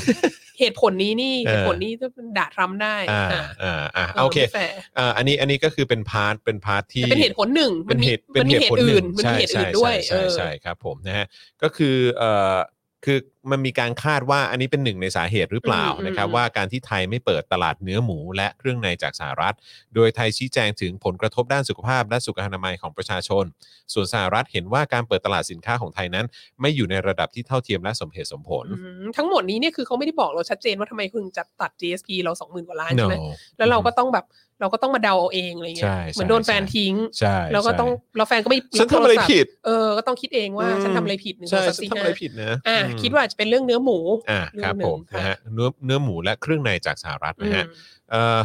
S3: เหตุผลนี้นี่
S2: เออ
S3: เหตุผลนี้จะด่าทรัมป์ได้
S2: อ่า
S3: อ่ะ
S2: อ่าอ่าโอเค
S3: ไม่แฟร์
S2: อ่าอันนี้อันนี้ก็คือเป็นพาร์ทเป็นพาร์ทที่
S3: แต่เป็นเหตุผลหนึ่ง
S2: เป็น
S3: มี
S2: เหตุเป็น
S3: มัมี
S2: เห
S3: เห
S2: ตุ
S3: ตุ
S2: ผลห
S3: อื่
S2: นึ่
S3: น
S2: ง
S3: มันมีเหตุอื่น
S2: ใช่
S3: ด้วย
S2: ใช่ใช่ใช่ครับผมนะฮะก็คือเอ่อคือ มันมีการคาดว่าอันนี้เป็นหนึ่งในสาเหตุหรือเปล่า
S3: อืม
S2: นะครับ
S3: อืม
S2: ว่าการที่ไทยไม่เปิดตลาดเนื้อหมูและเครื่องในจากสหรัฐ โดยไทยชี้แจงถึงผลกระทบด้านสุขภาพและสุขอนามัยของประชาชน ส่วนสหรัฐเห็นว่าการเปิดตลาดสินค้าของไทยนั้น ไม่อยู่ในระดับที่เท่าเทียมและสมเหตุสมผล
S3: อืมทั้งหมดนี้เนี่ยคือเขาไม่ได้บอกเราชัดเจนว่าทำไมคุณจัดตัด GSP เราสองหมื่นกว่าล้าน
S2: No
S3: ใช่ไหมแล้วเราก็ต้องแบบเราก็ต้องมาเดาเอาเองอะไรเงี้ย
S2: ใช่
S3: เหมือนโดน
S2: ใช่
S3: แฟนทิ้ง
S2: ใช่
S3: แล้วก็
S2: ใช่
S3: ต้องแล้วแฟนก็ไม่
S2: ฉันทำอะไร
S3: โศัพท์
S2: ผิด
S3: เออก็ต้องคิดเองว่า
S2: อืม
S3: ฉันทำอะไรผิดหนึ่งส
S2: ใช่
S3: อง
S2: ฉั
S3: สาม
S2: น
S3: สี่
S2: ทำ
S3: ห้า
S2: อะไรผิดนะ
S3: อ่า
S2: ม
S3: คิดว่าจะเป็นเรื่องเนื้อหมู
S2: อ่าครับ
S3: เรื่องหนึ่ง
S2: ผม
S3: ค่ะ
S2: นะฮะเนื้อเนื้อหมูและเครื่องในจากสหรัฐนะฮะ
S3: อืม
S2: เอ่อ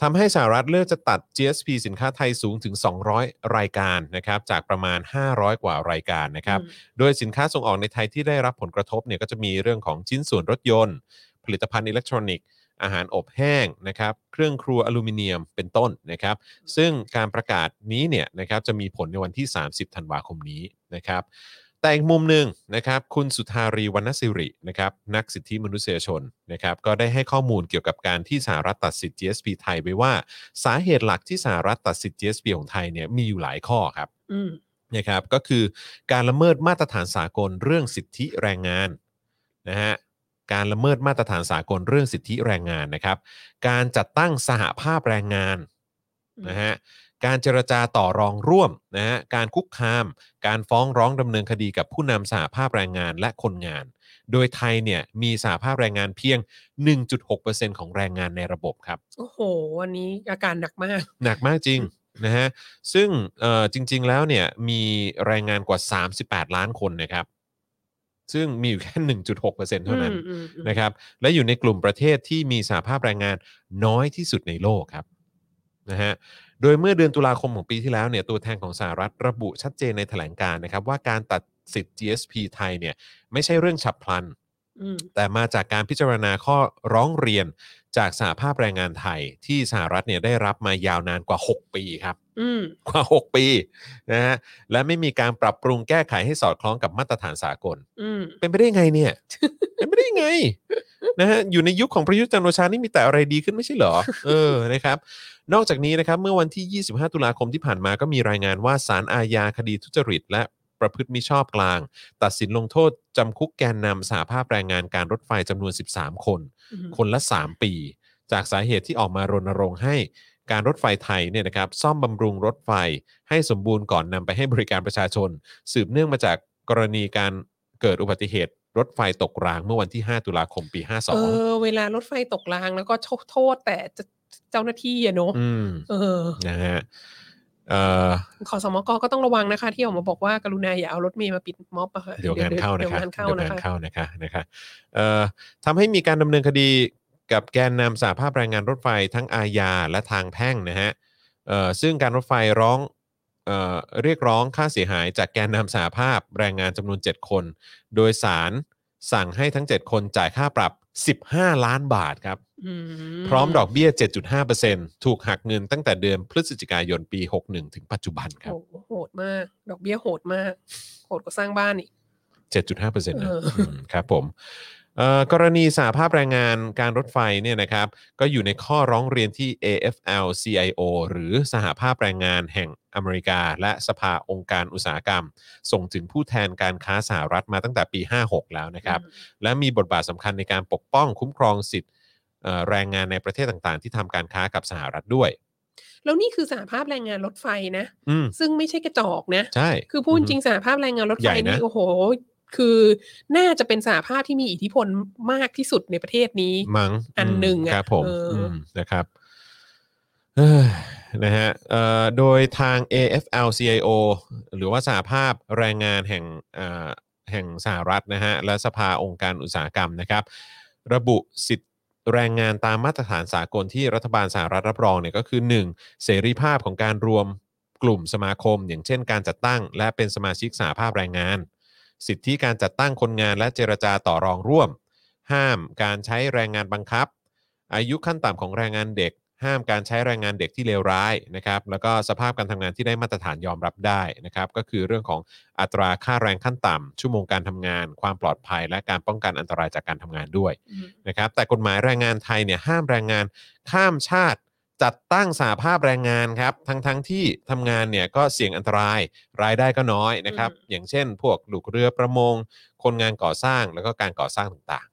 S2: ทำให้สหรัฐเลือกจะตัด GSP สินค้าไทยสูงถึง 200 รายการนะครับจากประมาณ 500 กว่ารายการนะครับ โดยสินค้าส่งออกในไทยที่ได้รับผลกระทบเนี่ยก็จะมีเรื่องของชิ้นส่วนรถยนต์ ผลิตภัณฑ์อิเล็กทรอนิกส์ อาหารอบแห้งนะครับ เครื่องครัวอลูมิเนียมเป็นต้นนะครับ ซึ่งการประกาศนี้เนี่ยนะครับจะมีผลในวันที่ 30 ธันวาคมนี้นะครับ แต่อีกมุมหนึ่งนะครับ คุณสุธารีวรรณสิรินะครับนักสิทธิมนุษยชนนะครับ ก็ได้ให้ข้อมูลเกี่ยวกับการที่สหรัฐตัดสิทธิ์ GSP ไทยไว้ว่า สาเหตุหลักที่สหรัฐตัดสิทธิ์ GSP ของไทยเนี่ยมีอยู่หลายข้อครับ
S3: อืม
S2: นะครับก็คือการละเมิดมาตรฐานสากลเรื่องสิทธิแรงงานนะฮะการละเมิดมาตรฐานสากลเรื่องสิทธิแรงงานนะครับ การจัดตั้งสหภาพแรงงาน
S3: อืม
S2: นะฮะการเจรจาต่อรองร่วมนะฮะการคุกคาม การฟ้องร้องดำเนินคดีกับผู้นำสหภาพแรงงานและคนงาน โดยไทยเนี่ยมีสหภาพแรงงานเพียง 1.6%ของแรงงานในระบบครับ
S3: โอ้โห วันนี้อาการหนักมาก
S2: หนักมากจริงนะฮะซึ่งเอ่อจริง ๆ แล้วเนี่ยมีแรงงานกว่า 38 ล้านคนนะครับ ซึ่งมีอยู่แค่ 1.6%เท่านั้น
S3: อืมอืมอืม
S2: นะครับ และอยู่ในกลุ่มประเทศที่มีสหภาพแรงงานน้อยที่สุดในโลกครับนะฮะโดยเมื่อเดือนตุลาคมของปีที่แล้วเนี่ยตัวแทนของสหรัฐระบุชัดเจนในแถลงการณ์นะครับ ว่าการตัดสิทธิ์ GSP ไทยเนี่ยไม่ใช่เรื่องฉับพลัน
S3: อืม
S2: แต่มาจากการพิจารณาข้อร้องเรียนจากสหภาพแรงงานไทย ที่สหรัฐเนี่ยได้รับมายาวนานกว่า 6 ปีครับ
S3: อืม
S2: กว่า 6 ปีนะฮะและไม่มีการปรับปรุงแก้ไขให้สอดคล้องกับมาตรฐานสากล
S3: อืม
S2: เป็นไปได้ยังไงเนี่ย เป็นไปได้ยังไงนะฮะอยู่ในยุคของประยุทธ์จันทร์โอชานี่มีแต่อะไรดีขึ้นไม่ใช่เหรอ เออนะครับ นอกจากนี้นะครับเมื่อวันที่ 25 ตุลาคมที่ผ่านมาก็มีรายงานว่าสารอาญาคดีทุจริต และประพฤติมิชอบกลาง ตัดสินลงโทษจำคุกแกนนำสหภาพแรงงานการรถไฟจำนวน 13 คน
S3: อืม
S2: คนละ 3 ปี จากสาเหตุที่ออกมารณรงค์ให้การรถไฟไทยเนี่ยนะครับซ่อมบำรุงรถไฟให้สมบูรณ์ก่อนนำไปให้บริการประชาชน สืบเนื่องมาจากกรณีการเกิดอุบัติเหตุ รถไฟตกรางเมื่อวันที่ 5 ตุลาคมปี
S3: เอ
S2: 52
S3: อ เวลารถไฟตกรางแล้วก็โทษโทษแต่เจ้าหน้าที่อะเนาะ
S2: อืม
S3: เออ
S2: นะฮะเอ่อ
S3: ขอสมกก็ต้องระวังนะคะ ที่ออกมาบอกว่ากรุณาอย่าเอารถเมย์มาปิดม็อบอะค่ะ
S2: เดี๋ยวงานเข้านะ
S3: เดี๋ยว
S2: คะ
S3: งานเข้านะ
S2: งาน
S3: คะ
S2: เข้านะคะนะคะเอ่อทำให้มีการดำเนินคดีกับแกนนำสาภาพแรงงานรถไฟทั้งอาญาและทางแพ่งนะฮะเอ่อซึ่งการรถไฟร้องเอ่อเรียกร้องค่าเสียหายจากแกนนำสาภาพแรงงานจำนวน 7 คน โดยสารสั่งให้ทั้ง 7 คนจ่ายค่าปรับ 15 ล้านบาทครับ
S3: อืม
S2: พร้อมดอกเบี้ย 7.5%ถูกหักเงินตั้งแต่เดือนพฤศจิกายนปี 61 ถึงปัจจุบันครับ
S3: โอ้โหโหดมาก ดอกเบี้ยโหดมาก โหดกว่าสร้างบ้านอีก
S2: 7.5%นะ
S3: เอออื
S2: มครับผมเอ่อกรณีสหภาพแรงงานการรถไฟเนี่ยนะครับ ก็อยู่ในข้อร้องเรียนที่ AFL-CIO หรือสหภาพแรงงานแห่งอเมริกา และสภาองค์การอุตสาหกรรม ส่งถึงผู้แทนการค้าสหรัฐมาตั้งแต่ปี 56 แล้วนะครับ และมีบทบาทสำคัญในการปกป้องคุ้มครองสิทธิ์เอ่อแรงงานในประเทศต่างๆ ที่ทำการค้ากับสหรัฐด้วย
S3: แล้วนี่คือสหภาพแรงงานรถไฟนะ
S2: อืม
S3: ซึ่งไม่ใช่กระจอกนะ
S2: ใช่
S3: คือพูดจริงสหภาพแรงงานรถ
S2: ให
S3: ไฟ
S2: ญ่นะ
S3: นี่โอ้โห คือน่าจะเป็นสหภาพที่มีอิทธิพลมากที่สุดในประเทศนี้
S2: มั้ง
S3: อันหนึ่ง
S2: ม
S3: อะ
S2: ครับผม
S3: เอออื
S2: มนะครับเอ้ยนะฮะเอ่อโดยทาง AFL-CIO หรือว่าสหภาพแรงงานแห่งเอ่อแห่งสหรัฐนะฮะและสภาองค์การอุตสาหกรรมนะครับ ระบุสิทธิแรงงานตามมาตรฐานสากลที่รัฐบาลสหรัฐรับรองเนี่ยก็คือ 1. เสรีภาพของการรวมกลุ่มสมาคม อย่างเช่นการจัดตั้ง และเป็นสมาชิกสหภาพแรงงาน สิทธิการจัดตั้งคนงานและเจรจาต่อรองร่วม ห้ามการใช้แรงงานบังคับ อายุขั้นต่ำของแรงงานเด็ก ห้ามการใช้แรงงานเด็กที่เลวร้ายนะครับ แล้วก็สภาพการทำงานที่ได้มาตรฐานยอมรับได้นะครับ ก็คือเรื่องของอัตราค่าแรงขั้นต่ำชั่วโมงการทำงาน ความปลอดภัย และการป้องกันอันตรายจากการทำงานด้วย นะครับแต่กฎหมายแรงงานไทยเนี่ยห้ามแรงงานข้ามชาติ จัดตั้งสาภาพแรงงานครับ ทั้งทั้งๆที่ทำงานเนี่ยก็เสี่ยงอันตรายรายได้ก็น้อยนะครับ อย่างเช่น พวกลูกเรือประมง คนงานก่อสร้างแล้วก็การก่อสร้างต่าง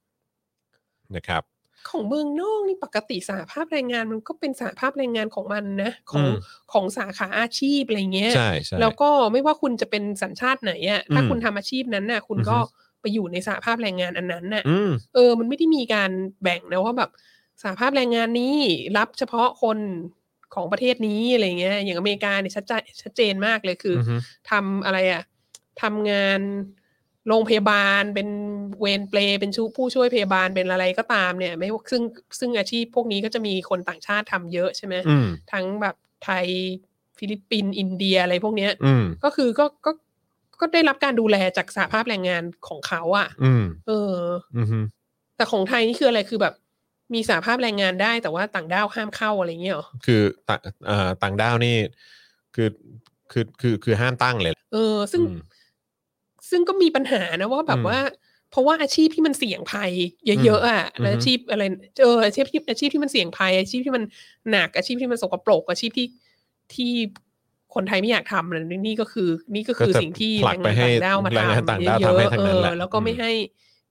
S2: ๆนะครับ
S3: ของเมืองนอกนี่ปกติสหภาพแรงงานมันก็เป็นสหภาพแรงงานของมันนะของ
S2: อืม
S3: ของสาขาอาชีพอะไรเงี้ย
S2: ใช่ใช่
S3: แล้วก็ไม่ว่าคุณจะเป็นสัญชาติไหนอะถ้า
S2: อืม
S3: คุณทำอาชีพนั้นน่ะ คุณ
S2: อือฮึ
S3: ก็ไปอยู่ในสหภาพแรงงานอันนั้นน่ะ
S2: อืม
S3: เออ มันไม่ได้มีการแบ่งนะว่าแบบสหภาพแรงงานนี้รับเฉพาะคนของประเทศนี้อะไรเงี้ย อย่างอเมริกาเนี่ยชัดใจชัดเจนมากเลยคืออ ทำอะไรอะทำงานโรงพยาบาลเป็นเวรเปลเป็นชูผู้ช่วยพยาบาลเป็นอะไรก็ตามเนี่ย ไม่ว่าซึ่งซึ่งอาชีพพวกนี้ก็จะมีคนต่างชาติทำเยอะใช่ไหม
S2: อืม
S3: ทั้งแบบไทยฟิลิปปินส์อินเดียอะไรพวกเนี้ย
S2: อืม
S3: ก็คือก็ก็ก็ได้รับการดูแลจากสหภาพแรงงานของเขาอะ่ะ
S2: อืม
S3: เออ
S2: อืม
S3: แต่ของไทยนี่คืออะไรคือแบบ มีสหภาพแรงงานได้แต่ว่าต่างด้าวห้ามเข้าอะไรเงี้ยเหรอ
S2: คือต่างเอ่อต่างด้าวนี่ คือ คือ คือ คือห้ามตั้งเลย
S3: เออ ซึ่ง
S2: อืม
S3: ซึ่งก็มีปัญหานะว่าแบ
S2: อื
S3: บ
S2: ม
S3: ว่า เพราะว่าอาชีพที่มันเสี่ยงภัยเยอะๆอ่ะ
S2: อืม
S3: อาชีพอะไรเอออาชีพที่อาชีพที่มันเสี่ยงภัย อาชีพที่มันหนักอาชีพที่มันสกปรกอาชีพที่ที่คนไทยไม่อยากทำเลยนี่ก็คือ นี่ก็คือ
S2: ก็จะ
S3: สิ่งที่
S2: ผลักไปให้
S3: แรงงานต่างด้าวมา
S2: แรงงาน
S3: ทำ
S2: ต่างด้าว
S3: เย
S2: ทำให้
S3: อะ
S2: ทั้
S3: ๆ
S2: ง
S3: เอ
S2: นั้น
S3: อ
S2: แหละ
S3: แล้วก็
S2: อืม
S3: ไม่ให้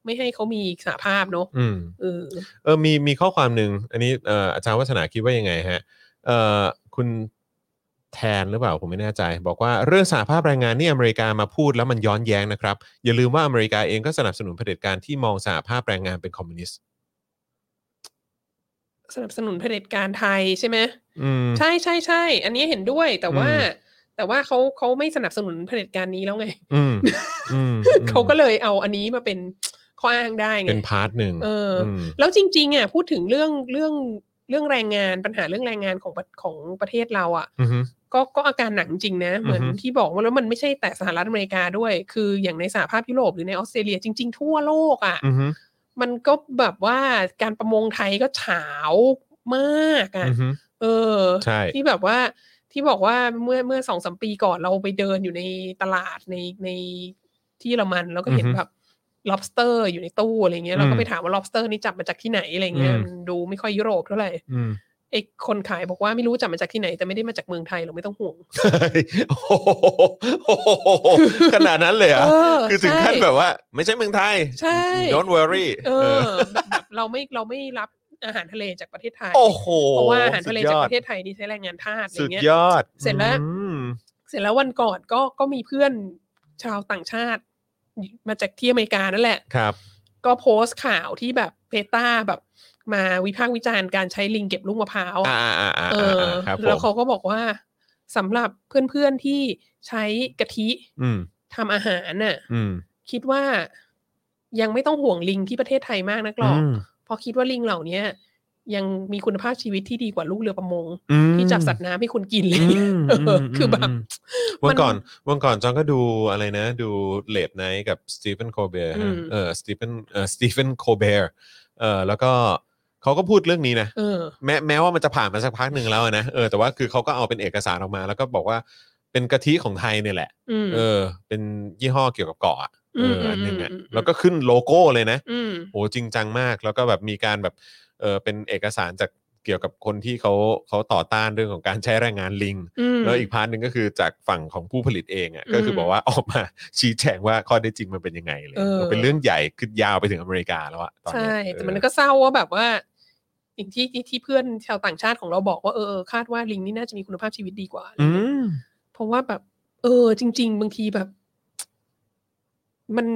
S3: ไม่ให้เขามีสหภาพเนาะ
S2: อืม
S3: เออ
S2: เออ มี มีข้อความหนึ่ง อันนี้เอ่ออาจารย์วัฒนาคิดว่ายังไงฮะ เอ่อ คุณแทนหรือเปล่า ผมไม่แน่ใจ บอกว่าเรื่องสหภาพแรงงานนี่อเมริกามาพูดแล้วมันย้อนแย้งนะครับ อย่าลืมว่าอเมริกาเองก็สนับสนุนเผด็จการที่มองสหภาพแรงงานเป็นคอมมิวนิสต์
S3: สนับสนุนเผด็จการไทยใช่ไหม
S2: อืม
S3: ใช่ใช่ใช่อันนี้เห็นด้วยแต่ว่า
S2: อืม
S3: แต่ว่าเขาเขาไม่สนับสนุนเผด็จการนี้แล้วไง
S2: อืม อืม
S3: เขาก็เลยเอาอันนี้มาเป็นข้ออ้างได้ไง
S2: เป็นพาร์ทหนึ่ง
S3: เอออื
S2: ม
S3: แล้วจริงๆอ่ะพูดถึงเรื่องเรื่องเรื่องแรงงานปัญหาเรื่องแรงงานของประของประเทศเราอ่ะ
S2: อือฮึ
S3: ก็ก็อาการหนักจริงนะเหมือน
S2: อือฮึ
S3: ที่บอกว่าแล้วมันไม่ใช่แต่สหรัฐอเมริกาด้วย คืออย่างในสหภาพยุโรปหรือในออสเตรเลียจริง ๆ ทั่วโลกอ่ะ
S2: อือฮึ
S3: มันก็แบบว่าการประมงไทยก็เฉามากอ่ะ
S2: อือฮึ
S3: เออ
S2: ใช่
S3: ที่แบบว่าที่บอกว่าเมื่อเมื่อสองสามปีก่อนเราไปเดินอยู่ในตลาดในในที่เยอรมันแล้วก็เห็น
S2: อือฮึ
S3: แบบ lobster อยู่ในตู้อะไรเงี้ยเรา
S2: อื
S3: ก็
S2: ม
S3: ไปถามว่า lobster นี่จับมาจากที่ไหนอะไรเงี้ย
S2: อืม
S3: มันดูไม่ค่อยยุโรปเท่าไหร่
S2: อืม
S3: ไอ้คนขายบอกว่าไม่รู้จับมาจากที่ไหน แต่ไม่ได้มาจากเมืองไทยเราไม่ต้องห่วง
S2: โอ้โหขนาดนั้นเลยเหรอ่ะ
S3: เออ
S2: คือถึงขั้น
S3: ใช่
S2: แบบว่า ไม่ใช่เมืองไทย
S3: ใช่
S2: don't worry
S3: เอ
S2: เออ
S3: อแบบเราไม่เราไม่รับอาหารทะเลจากประเทศไทย
S2: โอ้โห
S3: เพราะว่าอาหารทะเล
S2: สุด
S3: จาก
S2: ยอ
S3: ป
S2: ด
S3: ระเทศไทยนี่ใช้แรงงานทาสอะไร
S2: สุด
S3: เงี้ย
S2: ยอด
S3: เสร็จแล้
S2: อ
S3: ว
S2: ืม
S3: เสร็จแล้ววันก่อนก็ก็มีเพื่อนชาวต่างชาติ มาจากที่อเมริกานั่นแหละ
S2: ครับ
S3: ก็โพสต์ข่าวที่แบบเพต้าแบบ มาวิพากษ์วิจารณ์การใช้ลิงเก็บลูกมะพร้าว
S2: อ่า
S3: อะ
S2: อ่าอ่าอ่า
S3: เออ
S2: ครับผ
S3: แล้ว
S2: ม
S3: เขาก็บอกว่าสำหรับเพื่อนๆที่ใช้กะทิ
S2: อืม
S3: ทำอาหารน่ะ
S2: อืม
S3: คิดว่ายังไม่ต้องห่วงลิงที่ประเทศไทยมากนักหรอก
S2: ม
S3: เพราะคิดว่าลิงเหล่าเนี้ยยังมีคุณภาพชีวิตที่ดีกว่าลูกเรือประมง
S2: อืม
S3: ที่จับสัตว์น้ำให้คุณกินเล
S2: อื
S3: ย
S2: ม
S3: เออ
S2: ม
S3: คือแบบ
S2: มวันก่อน
S3: มัน
S2: วันก่อนจองก็ดูอะไรนะ ดูเลดไนท์กับสตีเฟนโคเบร์
S3: อืม
S2: เออสตีเฟนเออสตีเฟนโคเบร์เออแล้วก็เขาก็พูดเรื่องนี้นะ
S3: เออ
S2: แม้แม้ว่ามันจะผ่านมาสักพักหนึ่งแล้วอะนะเออแต่ว่าคือเขาก็เอาเป็นเอกสารออกมา แล้วก็บอกว่าเป็นกะทิของไทยเนี่ยแหละ
S3: อืม
S2: เออ เป็นยี่ห้อเกี่ยวกับเกาะอะเออ
S3: ม
S2: อันหนึงอ่ะ
S3: อืมอืม
S2: แล้วก็ขึ้นโลโก้เลยนะ
S3: อืม
S2: โหจริงจังมาก แล้วก็แบบมีการแบบเออเป็นเอกสารจากเกี่ยวกับคนที่เขาเขาต่อต้านเรื่องของการใช้แรงงานลิง
S3: อืม
S2: แล้วอีกพาร์ทหนึ่งก็คือจากฝั่งของผู้ผลิตเองอ่ะ
S3: อืม
S2: ก็คือบอกว่าออกมาชี้แจงว่าข้อเท็จจริงมันเป็นยังไงเลย
S3: เออ
S2: เป็นเรื่องใหญ่คือยาวไปถึงอเมริกาแล้วอะตอนเนี้ย
S3: ใช่ แต่มัน
S2: เออ
S3: ก็เศร้าว่าแบบว่าอย่างที่ที่ที่เพื่อนชาวต่างชาติของเราบอกว่าเออเออคาดว่าลิงนี่น่าจะมีคุณภาพชีวิตดีกว่า
S2: อืม
S3: เพราะว่าแบบ เออ จริง ๆ บางทีแบบ มัน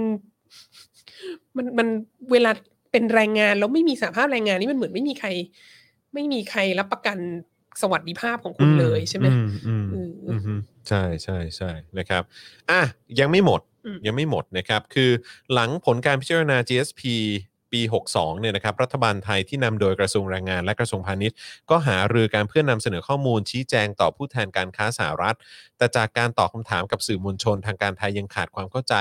S3: มันมันเวลาเป็นแรงงานแล้วไม่มีสภาพแรงงานนี่มันเหมือนไม่มีใคร ไม่มีใครรับประกันสวัสดิภาพของคุณเลยใช่ไหม
S2: อือืม
S3: อืม
S2: อืมฮึใช่ใช่ใช่นะครับอ่ะยังไม่หมด
S3: อืม
S2: ยังไม่หมดนะครับ คือหลังผลการพิจารณา GSP ปี 62เนี่ยนะครับรัฐบาลไทยที่นำโดยกระทรวงแรงงานและกระทรวงพาณิชย์ ก็หารือการเพื่อนนำเสนอข้อมูลชี้แจงต่อผู้แทนการค้าสหรัฐ แต่จากการตอบคำถามกับสื่อมวลชนทางการไทยยังขาดความเข้าใจ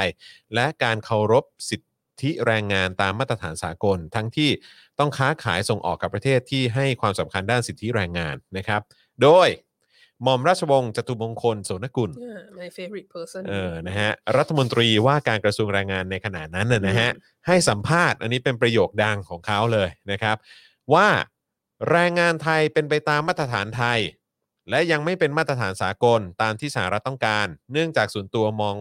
S2: และการเคารพสิทธิแรงงานตามมาตรฐานสากล ทั้งที่ต้องค้าขายส่งออกกับประเทศที่ให้ความสำคัญด้านสิทธิแรงงานนะครับ โดยหม่อมราชวงศ์จตุมงคลโสนกุล
S3: เออ my favorite person
S2: เออ นะฮะ รัฐมนตรีว่าการกระทรวงแรงงานในขณะนั้นนะนะฮะ ให้สัมภาษณ์ อันนี้เป็นประโยคดังของเขาเลยนะครับ ว่า แรงงานไทยเป็นไปตามมาตรฐานไทย และยังไม่เป็นมาตรฐานสากลตามที่สหรัฐต้องการ เนื่องจากส่วนตัวมอง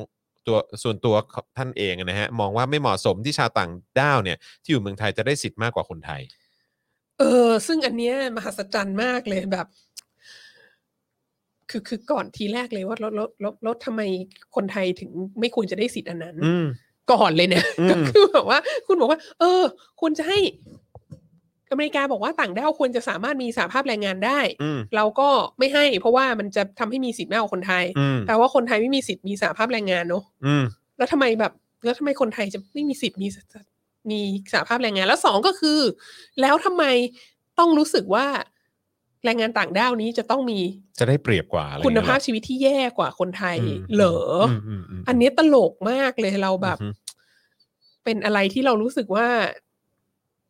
S2: ตัวส่วนตัวท่านเองนะฮะมองว่าไม่เหมาะสมที่ชาวต่างด้าวเนี่ยที่อยู่เมืองไทยจะได้สิทธิ์มากกว่าคนไทย
S3: เออ ซึ่งอันเนี้ยมหัศจรรย์มากเลยแบบ คือคือก่อนทีแรกเลยว่าแล้วแล้วแล้วแล้วทำไมคนไทยถึงไม่ควรจะได้สิทธิ์อันนั้น
S2: อืม
S3: ก่อนเลยเนี่ย
S2: อืม
S3: ก็คือแบบว่า คุณบอกว่า เออ ควรจะให้อเมริกาบอกว่าต่างด้าวควรจะสามารถมีสหภาพแรงงานได้
S2: อืม
S3: เราก็ไม่ให้ เพราะว่ามันจะทำให้มีสิทธิ์มากกว่าคนไทย
S2: อืม
S3: แปลว่าคนไทยไม่มีสิทธิ์มีสหภาพแรงงานเนอะ
S2: อืม
S3: แล้วทำไมแบบ แล้วทำไมคนไทยจะไม่มีสิทธิ์มีสมีสหภาพแรงงาน แล้วสองก็คือ แล้วทำไมต้องรู้สึกว่าแรงงานต่างด้าวนี้จะต้องมี
S2: จะได้เปรียบกว่าอะไรอย่ง
S3: คุณ
S2: เงี้ย
S3: ภาพชีวิตที่แย่กว่าคนไทย
S2: ม
S3: เหรออ
S2: มมม
S3: อันนี้ตลกมากเลยเราแบบ
S2: อือฮึ
S3: เป็นอะไรที่เรารู้สึกว่า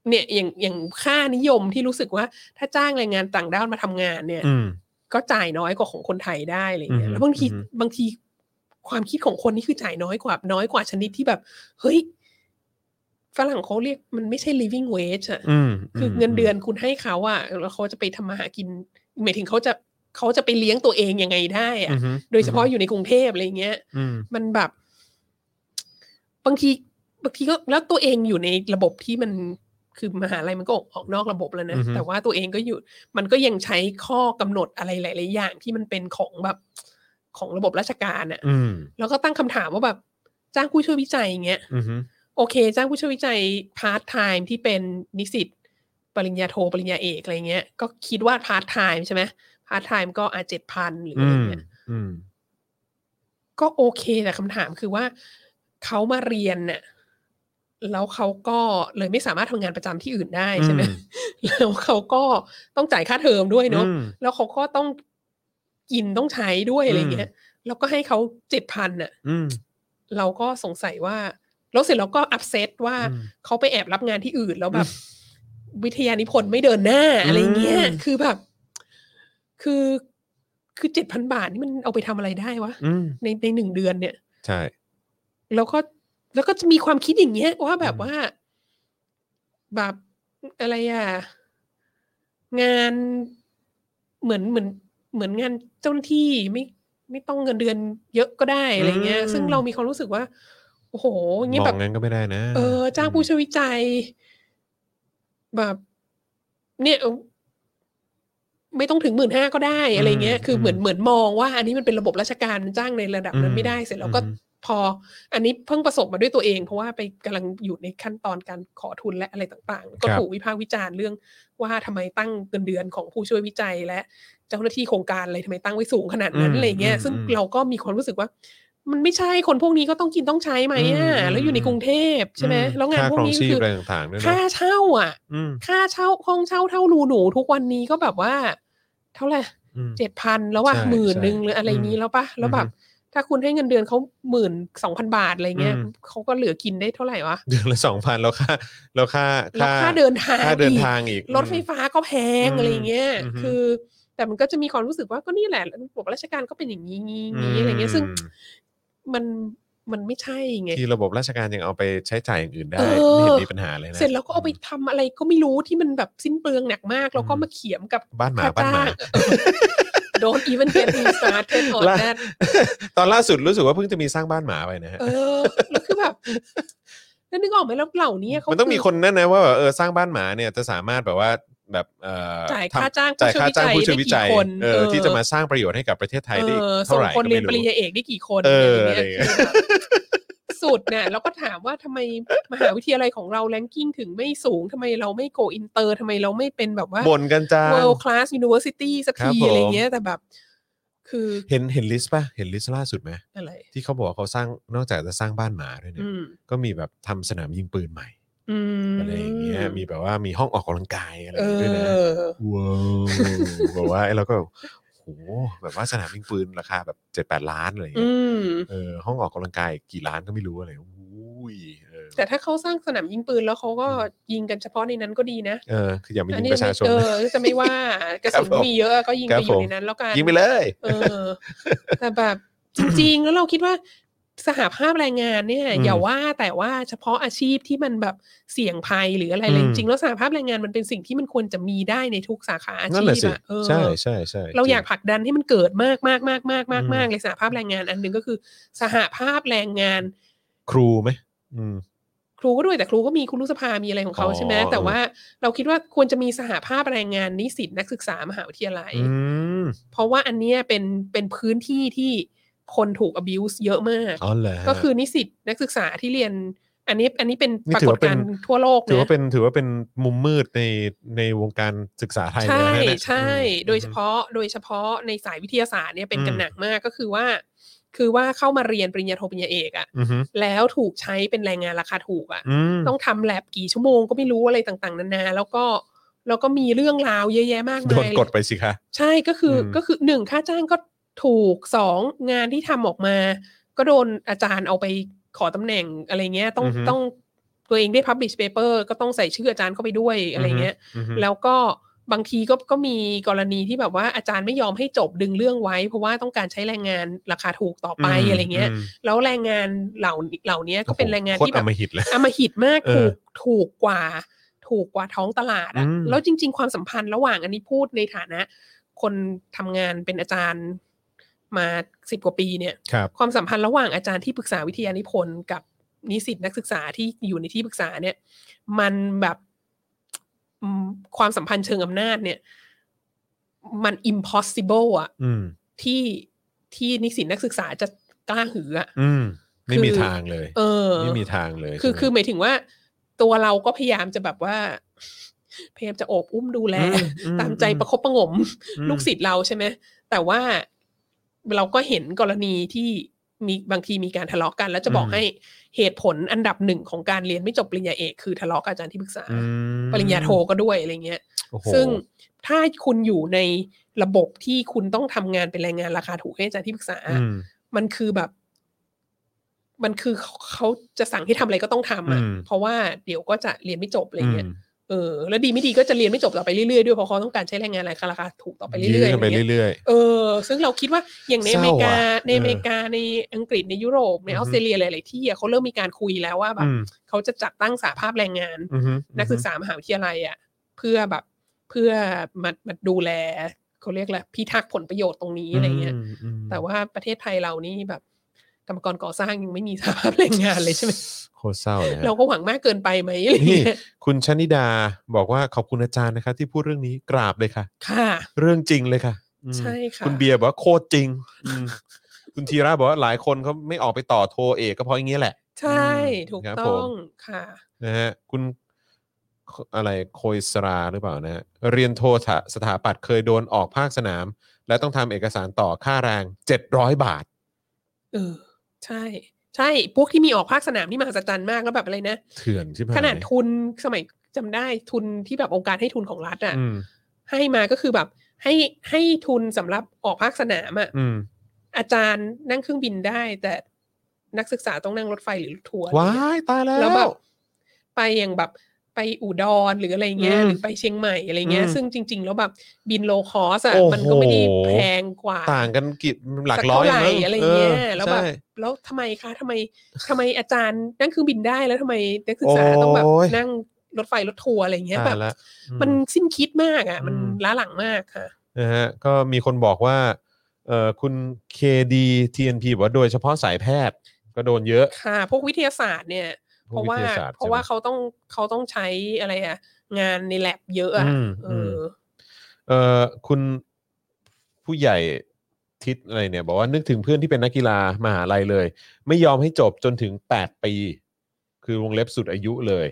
S3: เนี่ยอย่างอย่างค่านิยมที่รู้สึกว่า ถ้าจ้างแรงงานต่างด้าวมาทำงานเนี่ย
S2: อืม
S3: ก็จ่ายน้อยกว่าของคนไทยได้อะไรเงี้
S2: อื
S3: ย
S2: ม
S3: แล้วบางที
S2: อืม
S3: บางทีความคิดของคนนี่คือจ่ายน้อยกว่า น้อยกว่าชนิดที่แบบ เฮ้ยฝรั่งเขาเรียกมันไม่ใช่ living wage อะ
S2: อืม
S3: คือเงินเดือนคุณให้เขาอะแล้วเขาจะไปทำมาหากินหมายถึงเขาจะเขาจะไปเลี้ยงตัวเองยังไงได้
S2: อื
S3: อะ
S2: อฮึ
S3: โดยเฉพาะอยู่ในกรุงเทพอะไรเงี้ย
S2: อืม
S3: มันแบบ บางทีบางทีก็แล้วตัวเองอยู่ในระบบที่มันคือมหาลัยมันก็ออกออกนอกระบบแล้วนะ
S2: อือฮึ
S3: แต่ว่าตัวเองก็อยู่ มันก็ยังใช้ข้อกำหนดอะไรหลาย ๆ อย่างที่มันเป็นของแบบของระบบราชการอะ
S2: อืม
S3: แล้วก็ตั้งคำถามว่าแบบจ้างผู้ช่วยวิจัยอย่างเงี้ย
S2: อืม
S3: โอเค จ้างผู้ช่วยวิจัยพาร์ทไทม์ที่เป็นนิสิตปริญญาโทปริญญาเอกอะไรเงี้ยก็คิดว่าพาร์ทไทม์ใช่ไหมพาร์ทไทม์ก็อาจเจ็ดพันหรือ
S2: อื
S3: อะไร
S2: ม
S3: เงี้ย
S2: อืม
S3: ก็โอเคแต่คำถามคือว่าเขามาเรียนน่ะแล้วเขาก็เลยไม่สามารถทำงานประจำที่อื่นได้ใช่ไหม
S2: อืม
S3: แล้วเขาก็ต้องจ่ายค่าเทอมด้วยเนาะ
S2: อืม
S3: แล้วเขาก็ต้องกินต้องใช้ด้วยอะไรเงี้ยแล้วก็ให้เขาเจ็ดพันน่ะ
S2: อืม
S3: เราก็สงสัยว่าแล้วเสร็จเราก็อัพเซตว่า
S2: อืม
S3: เขาไปแอบรับงานที่อื่นแล้วแบบ วิทยานิพนธ์ไม่เดินหน้าอะไรเงี้ย
S2: อืม
S3: คือแบบ คือคือเจ็ดพันบาทนี่มันเอาไปทำอะไรได้วะ
S2: อืม
S3: ในในหนึ่งเดือนเนี่ย
S2: ใช่
S3: แล้วก็แล้วก็จะมีความคิดอย่างเงี้ยว่าแบบ
S2: อืม
S3: ว่า แบบอะไรอ่ะ งานเหมือนเหมือนเหมือนงานเจ้าหน้าที่ไม่ไม่ต้องเงินเดือนเยอะก็ได้อะไรเงี้ย ซึ่งเรามีความรู้สึกว่า โอ้โหเงี้ย
S2: ม
S3: แบ
S2: อบ งงั้นก็ไม่ได้นะ
S3: เออ จ้างผู้ช่วยวิจัย แบบ เนี่ยเออไม่ต้องถึงหมื่นห้าก็ได้อะไรเงี้ยคือเหมือนเหมือนมองว่า อันนี้มันเป็นระบบราชการจ้างในระดับนั้นไม่ได้เสร็จแล้วก็ พออันนี้เพิ่งประสบมาด้วยตัวเอง เพราะว่าไปกำลังอยู่ในขั้นตอนการขอทุนและอะไรต่างๆ ก็ถูกวิพากษ์วิจารณ์เรื่องว่าทำไมตั้งเงินเดือนของผู้ช่วยวิจัยและเจ้าหน้าที่โครงการอะไรทำไมตั้งไว้สูงขนาดนั้น
S2: อืม
S3: อะไรเงี้ย
S2: อืม
S3: ซึ่ง
S2: อืม
S3: เราก็มีความรู้สึกว่า มันไม่ใช่คนพวกนี้ก็ต้องกินต้องใช้ไหมอ่ะ
S2: อืม
S3: แล้วอยู่ในกรุงเทพใช่ไหม
S2: อืม
S3: แล้วงานพวกนี้
S2: ค่า
S3: ก็
S2: ครองชีพอะไรต่างๆด้วยนะ
S3: ค่าเช่าอ่ะ
S2: อืม
S3: ค่าเช่าห้องเช่าเท่ารูหนูทุกวันนี้ก็แบบว่า เท่าไหร่
S2: อืม
S3: เจ็ดพันแล้วว่า
S2: ใช่
S3: หมื่นหนึ่ง
S2: ใช่
S3: หรืออะไร
S2: อืม
S3: นี้แล้วปะแล้วแบบ
S2: อือฮึ
S3: ถ้าคุณให้เงินเดือนเขาหมื่นสองพันบาทอะไรเงี้ย
S2: อืม
S3: เขาก็เหลือกินได้เท่าไหร่วะ
S2: เดือนละสองพันแล้วค่าแล้วค่า
S3: แล้วค่าเดินทาง
S2: ค่าเดิน
S3: อีก
S2: ทางอีก
S3: รถไฟฟ้าก็แพง
S2: อืม
S3: อะไรเงี้ย
S2: อือฮึ
S3: คือ แต่มันก็จะมีความรู้สึกว่าก็นี่แหละระบบราชการก็เป็นอย่างนี้งี้
S2: ม
S3: งี้อะไรเงี้ยซึ่งมันมันไม่ใช่ไง
S2: ที่ระบบราชการยังเอาไปใช้จ่ายอย่างอื่นได้
S3: เออ
S2: ไม่เห็นมีปัญหาเลยนะ
S3: เสร็จแล้วก็เอาไปทำอะไรก็ไม่รู้ที่มันแบบสิ้นเปลืองหนักมาก แล้วก็
S2: อืม
S3: มาเขียมกับ
S2: บ้านหมา
S3: ค่า
S2: บ้านห
S3: จ้า
S2: มา
S3: งโดนอีเวนต์เก t ต e ีสตาร์เทนออน
S2: ล่ะ
S3: แน
S2: ตอนล่าสุดรู้สึกว่าเพิ่งจะมีสร้างบ้านหมาไปนะฮะ
S3: เออ แล้วคือแบบ แล้วนึกออกไหมแล้วเหล่านี้เขา
S2: มันต้องมีคนนั่นนะว่าแบบเออสร้างบ้านหมาเนี่ยจะสามารถแบบว่าแบบเออ
S3: จ่าย
S2: ทำ
S3: ค่าจ้าง
S2: จ่ายค่าจ้างผู้ช่วยวิจัย
S3: ได้กี่คน
S2: เออที่จะมาสร้างประโยชน์ให้กับประเทศไทยได้อีก
S3: ออ
S2: เท่าไหร่
S3: ส่งค
S2: ก็
S3: นเรี
S2: ไม่
S3: ยนปริญ
S2: รู้
S3: ญาเอกได้กี่คน
S2: เออ
S3: อะไรอย่างเงี้ย
S2: อะไรอย่างเงี้ย
S3: คือแบบสุดเนี่ยแล้วก็ถามว่าทำไมมหาวิทยาลัยของเราแรงกิ้งถึงไม่สูงทำไมเราไม่โกอินเตอร์ทำไมเราไม่เป็นแบบว่า
S2: บ่นกันจ้าง
S3: world class university สัก
S2: ครับ
S3: ที
S2: ผม
S3: อะไรเงี้ย แต่แบบ คือ
S2: เห็นเห็นลิสต์ป่ะเห็นลิสต์ล่าสุดไหม
S3: อะไร
S2: ที่เขาบอกว่าเขาสร้างนอกจากจะสร้างบ้านหมาด้วยเนี่ย
S3: อืม
S2: ก็มีแบบทำสนามยิงปืนใหม่
S3: อืม
S2: อะไรอย่างเงี้ยมีแบบว่ามีห้องออกกำลังกายอะไรอ
S3: เอย่าง
S2: เงี้ยด้วยนะ
S3: อ
S2: ว้าว แบบว่าไอ้เรา ก็แบบโหแบบว่าสนามยิงปืนราคาแบบเจ็ดแปดล้านอะไรอย่าง
S3: อื
S2: เงี้ย
S3: ม
S2: เออห้องออกกำลังกายกี่ล้านก็ไม่รู้อะไรอุ้ยเออ
S3: แต่ถ้าเขาสร้างสนามยิงปืนแล้วเขาก็
S2: อืม
S3: ยิงกันเฉพาะในนั้นก็ดีนะ
S2: เออคืออย่ามายิ
S3: อัน
S2: ง
S3: นี้
S2: ประชาชน
S3: เออจะไม่ ว่า กระสุน
S2: ครับผม
S3: มีเยอะก็ยิง
S2: ครั
S3: ไป
S2: บผ
S3: อยู่
S2: ม
S3: ในนั้นแล้วกัน
S2: ยิงไปเลย
S3: เออ แต่แบบจริง ๆ แล้วเราคิดว่า สหภาพแรงงานเนี่ย
S2: อืม
S3: อย่าว่าแต่ว่าเฉพาะอาชีพที่มันแบบเสี่ยงภัยหรืออะไรเลย
S2: อืม
S3: จริงๆแล้วสหภาพแรงงานมันเป็นสิ่งที่มันควรจะมีได้ในทุกสาขาอา
S2: นั่น
S3: ชี
S2: แหละสิ
S3: พอะเออ
S2: ใช่ใช่ใช่
S3: เราอยาก
S2: จ
S3: ผลักดันให้มันเกิดมากมากมากมากมากมาก
S2: อืม
S3: เลยสหภาพแรงงานอันหนึ่งก็คือ สหภาพแรงงาน
S2: งครูไหมอืม
S3: ครูก็ด้วยแต่ครูก็มีครูรุสภามีอะไรของเขา
S2: อ๋อ
S3: ใช่ไหมแต่
S2: เออ
S3: ว่าเราคิดว่าควรจะมีสหภาพแรงงานนิสิตนักศึกษามหาวิทยาลัย
S2: อืม
S3: เพราะว่าอันเนี้ยเป็นเป็นพื้นที่ที่คนถูก abuse เยอะมาก
S2: อ๋อเหรอฮะ
S3: ก็คือนิสิตนักศึกษาที่เรียน อันนี้อันนี้เป็น
S2: นี่
S3: ปรา
S2: ถือก
S3: ฏ
S2: ว่าเป็น
S3: การณ์ทั่วโลก
S2: ถือว่า
S3: นะ
S2: เป็นถือว่าเป็นมุมมืดในในวงการศึกษาไทยเลย
S3: ใช่
S2: นะเนี่ย
S3: ใช่
S2: อืม
S3: โดยเฉพาะโดยเฉพาะในสายวิทยาศาสตร์เนี่ยเป็นกัน
S2: อืม
S3: หนักมากก็คือว่า คือว่าเข้ามาเรียนปริญญาโทปริญญาเอกอะ
S2: อืมฮึ
S3: แล้วถูกใช้เป็นแรงงานราคาถูกอะ
S2: อืม
S3: ต้องทำแลบกี่ชั่วโมงก็ไม่รู้อะไรต่างๆ นานา แล้วก็แล้วก็มีเรื่องราวเยอะแยะมาก
S2: โด
S3: มาน ย
S2: กดไปสิคะ
S3: ใช่ก็คืออ
S2: ม
S3: ก็คือหนึ่งค่าจ้างก็ถูกสองงานที่ทำออกมา ก็โดนอาจารย์เอาไปขอตำแหน่งอะไรเงี้ยต้องต้องตัวเองได้ publish paper ก็ต้องใส่ชื่ออาจารย์เข้าไปด้วยอะไรเงี้ย
S2: อือฮึ
S3: แล้วก็บางทีก็ก็มีกรณีที่แบบว่าอาจารย์ไม่ยอมให้จบดึงเรื่องไว้ เพราะว่าต้องการใช้แรงงานราคาถูกต่อไปอะไรเงี้ย
S2: ม
S3: แล้วแรงงานเหล่าเหล่านี้ก็เป็นแรงงาน
S2: โคต
S3: ที่แบบ
S2: อำมหิตเลย
S3: อำมหิตมาก
S2: เอ
S3: ถู
S2: อก
S3: ถูกกว่า ถูกกว่าท้องตลาดอะ
S2: อืม
S3: แล้วจริง ๆ ความสัมพันธ์ระหว่างอันนี้พูดในฐานะ คนทำงานเป็นอาจารย์มาสิบกว่าปีเนี่ย
S2: ครับ
S3: ความสัมพันธ์ระหว่างอาจารย์ที่ปรึกษาวิทยานิพนธ์กับนิสิตนักศึกษาที่อยู่ในที่ปรึกษาเนี่ย มันแบบอืมความสัมพันธ์เชิงอำนาจเนี่ย มัน impossible อะ
S2: อืม
S3: ที่ที่นิสิตนักศึกษาจะกล้าหืออะ
S2: อืม ไม่มีทางเลย
S3: เออ
S2: ไม่มีทางเลย
S3: คื
S2: ใช่
S3: อ
S2: ไหม
S3: คือหมายถึงว่า ตัวเราก็พยายามจะแบบว่า พยายามจะโอบอุ้มดูแล
S2: อืมอืม
S3: ตามใจ
S2: อืม
S3: ประคบประหงม
S2: อืม
S3: ลูกศิษย์เราใช่ไหมแต่ว่าเราก็เห็นกรณีที่มีบางทีมีการทะเลาะกัน แล้วจะบอก
S2: อืม
S3: ให้เหตุผลอันดับหนึ่งของการเรียนไม่จบปริญญาเอกคือทะเลาะกับอาจารย์ที่ปรึกษา
S2: อืม
S3: ปริญญาโทก็ด้วยอะไรเงี้ย
S2: โอ้โห
S3: ซึ่งถ้าคุณอยู่ในระบบที่คุณต้องทำงานเป็นแรงงานราคาถูกให้อาจารย์ที่ปรึกษา
S2: อืม
S3: มันคือแบบ มันคือเขาจะสั่งให้ทำอะไรก็ต้องทำอ่ะ
S2: อืม
S3: เพราะว่าเดี๋ยวก็จะเรียนไม่จบอะไรเงี้ย
S2: ม
S3: เออ แล้วดีไม่ดีก็จะเรียนไม่จบต่อไปเรื่อยๆด้วยเพราะเขาต้องการใช้แรงงานราคาราคาถูกต่อไปเรื่อยๆ
S2: ยื้อ
S3: อะ
S2: กันไป
S3: ไรเงี้ย
S2: เรื่อย
S3: เออ ซึ่งเราคิดว่าอย่างในอเมริกา
S2: เศร้าอะ
S3: ในอเมริกาในอังกฤษในยุโรปใน
S2: อือ
S3: อ
S2: ฮึ
S3: อสเตรเลียหลายๆที่อะเขาเริ่มมีการคุยแล้วว่า
S2: ๆ
S3: แบ
S2: อื
S3: บ
S2: ม
S3: เขาจะจัดตั้งสาภาพแรงงาน
S2: อือฮึ
S3: นักศึกษามหาวิทยาลัยอ่ะเพื่อแบบเพื่อมามาดูแลเขาเรียกอะไรพิทักษ์ผลประโยชน์ตรงนี้อะไรเงี้ย
S2: มม
S3: แต่ว่าประเทศไทยเรานี่แบบกรรมกรก่อสร้างยังไม่มีสภาพแรงงานเลยใช่ไหม
S2: โคตรเศร้าเลยฮะ
S3: เราก็หวังมากเกินไปไหมอะไร
S2: นี่
S3: เงี้ย
S2: คุณชนิดาบอกว่าขอบคุณอาจารย์นะคะ ที่พูดเรื่องนี้กราบเลยค่ะ
S3: ค่ะ
S2: เรื่องจริงเลยค่ะอืม
S3: ใช่ค่ะ
S2: คุณเบียร์บอกว่าโคตรจริงอืมคุณธีระบอกว่าหลายคนเขาไม่ออกไปต่อโทเอกก็เพราะอย่างนี้แหละ
S3: ใช่
S2: อืม
S3: ถูก
S2: ครับ
S3: ต้อ
S2: ผ
S3: ง
S2: ม
S3: ค่ะ
S2: นะฮะคุณอะไรโคยสราหรือเปล่านะฮะเรียนโทสถาสถาปัตย์เคยโดนออกภาคสนาม และต้องทำเอกสารต่อค่าแรง 700 บาท
S3: เออ ใช่ ใช่พวกที่มีออกภาคสนามที่มหัศจรรย์มากแล้วแบบอะไรนะ
S2: เถื่อนใช่ไหม
S3: ขนาดทุนสมัยจำได้ทุนที่แบบองค์การให้ทุนของรัฐอ่ะ
S2: อืม
S3: ให้มาก็คือแบบให้ให้ทุนสำหรับออกภาคสนามอ่ะ
S2: อืม
S3: อาจารย์นั่งเครื่องบินได้ แต่นักศึกษาต้องนั่งรถไฟหรือรถทัวร์อะไร
S2: ว้า
S3: เงี้ย
S2: ยตายแล้ว
S3: แล้วแบบไปอย่างแบบไปอุดรหรืออะไรเงี้ย
S2: อืม
S3: หรือไปเชียงใหม่อะไรเงี้ย
S2: อืม
S3: ซึ่งจริง ๆ แล้วแบบบินโลคอสอ่ะ
S2: โอ้โห
S3: มันก็ไม่ได้แพงกว่า
S2: ต่างกันกี่หลัก
S3: สั
S2: ร้อย
S3: เท่าไหร่
S2: มั้ง
S3: อะไรเงี้ย
S2: ออ
S3: แล้วแบบ
S2: ใช่
S3: แล้วทำไมคะทำไมทำไมอาจารย์นั่งเครื่องบินได้แล้วทำไมนักศึกษา
S2: โอ้ย
S3: ต้องแบบนั่งรถไฟรถทัวร์อะไรเงี้ยแบ
S2: ตา
S3: บ
S2: ยละอื
S3: มันสิ้นคิดมากอ่ะ มัน
S2: อืม
S3: ล้าหลังมากค่ะ
S2: นะฮะก็มีคนบอกว่าเอ่อคุณ KD TNP บอกว่าโดยเฉพาะสายแพทย์ก็โดนเยอะ
S3: ค่ะ พวกวิทยาศาสตร์เนี่ย เพ
S2: พก
S3: ราะว่า
S2: ทยศสต
S3: เพราะว่า
S2: ใช่ไหม
S3: เขาต้องเขาต้องใช้อะไรอ่ะ งานในแลบเยอะอ่ะ
S2: อืม
S3: เอ
S2: อืม
S3: อ
S2: เอ่อคุณผู้ใหญ่ทิศอะไรเนี่ยบอกว่านึกถึงเพื่อนที่เป็นนักกีฬามหาลัยเลย ไม่ยอมให้จบจนถึง 8 ปี คือวงเล็บสุดอายุเลย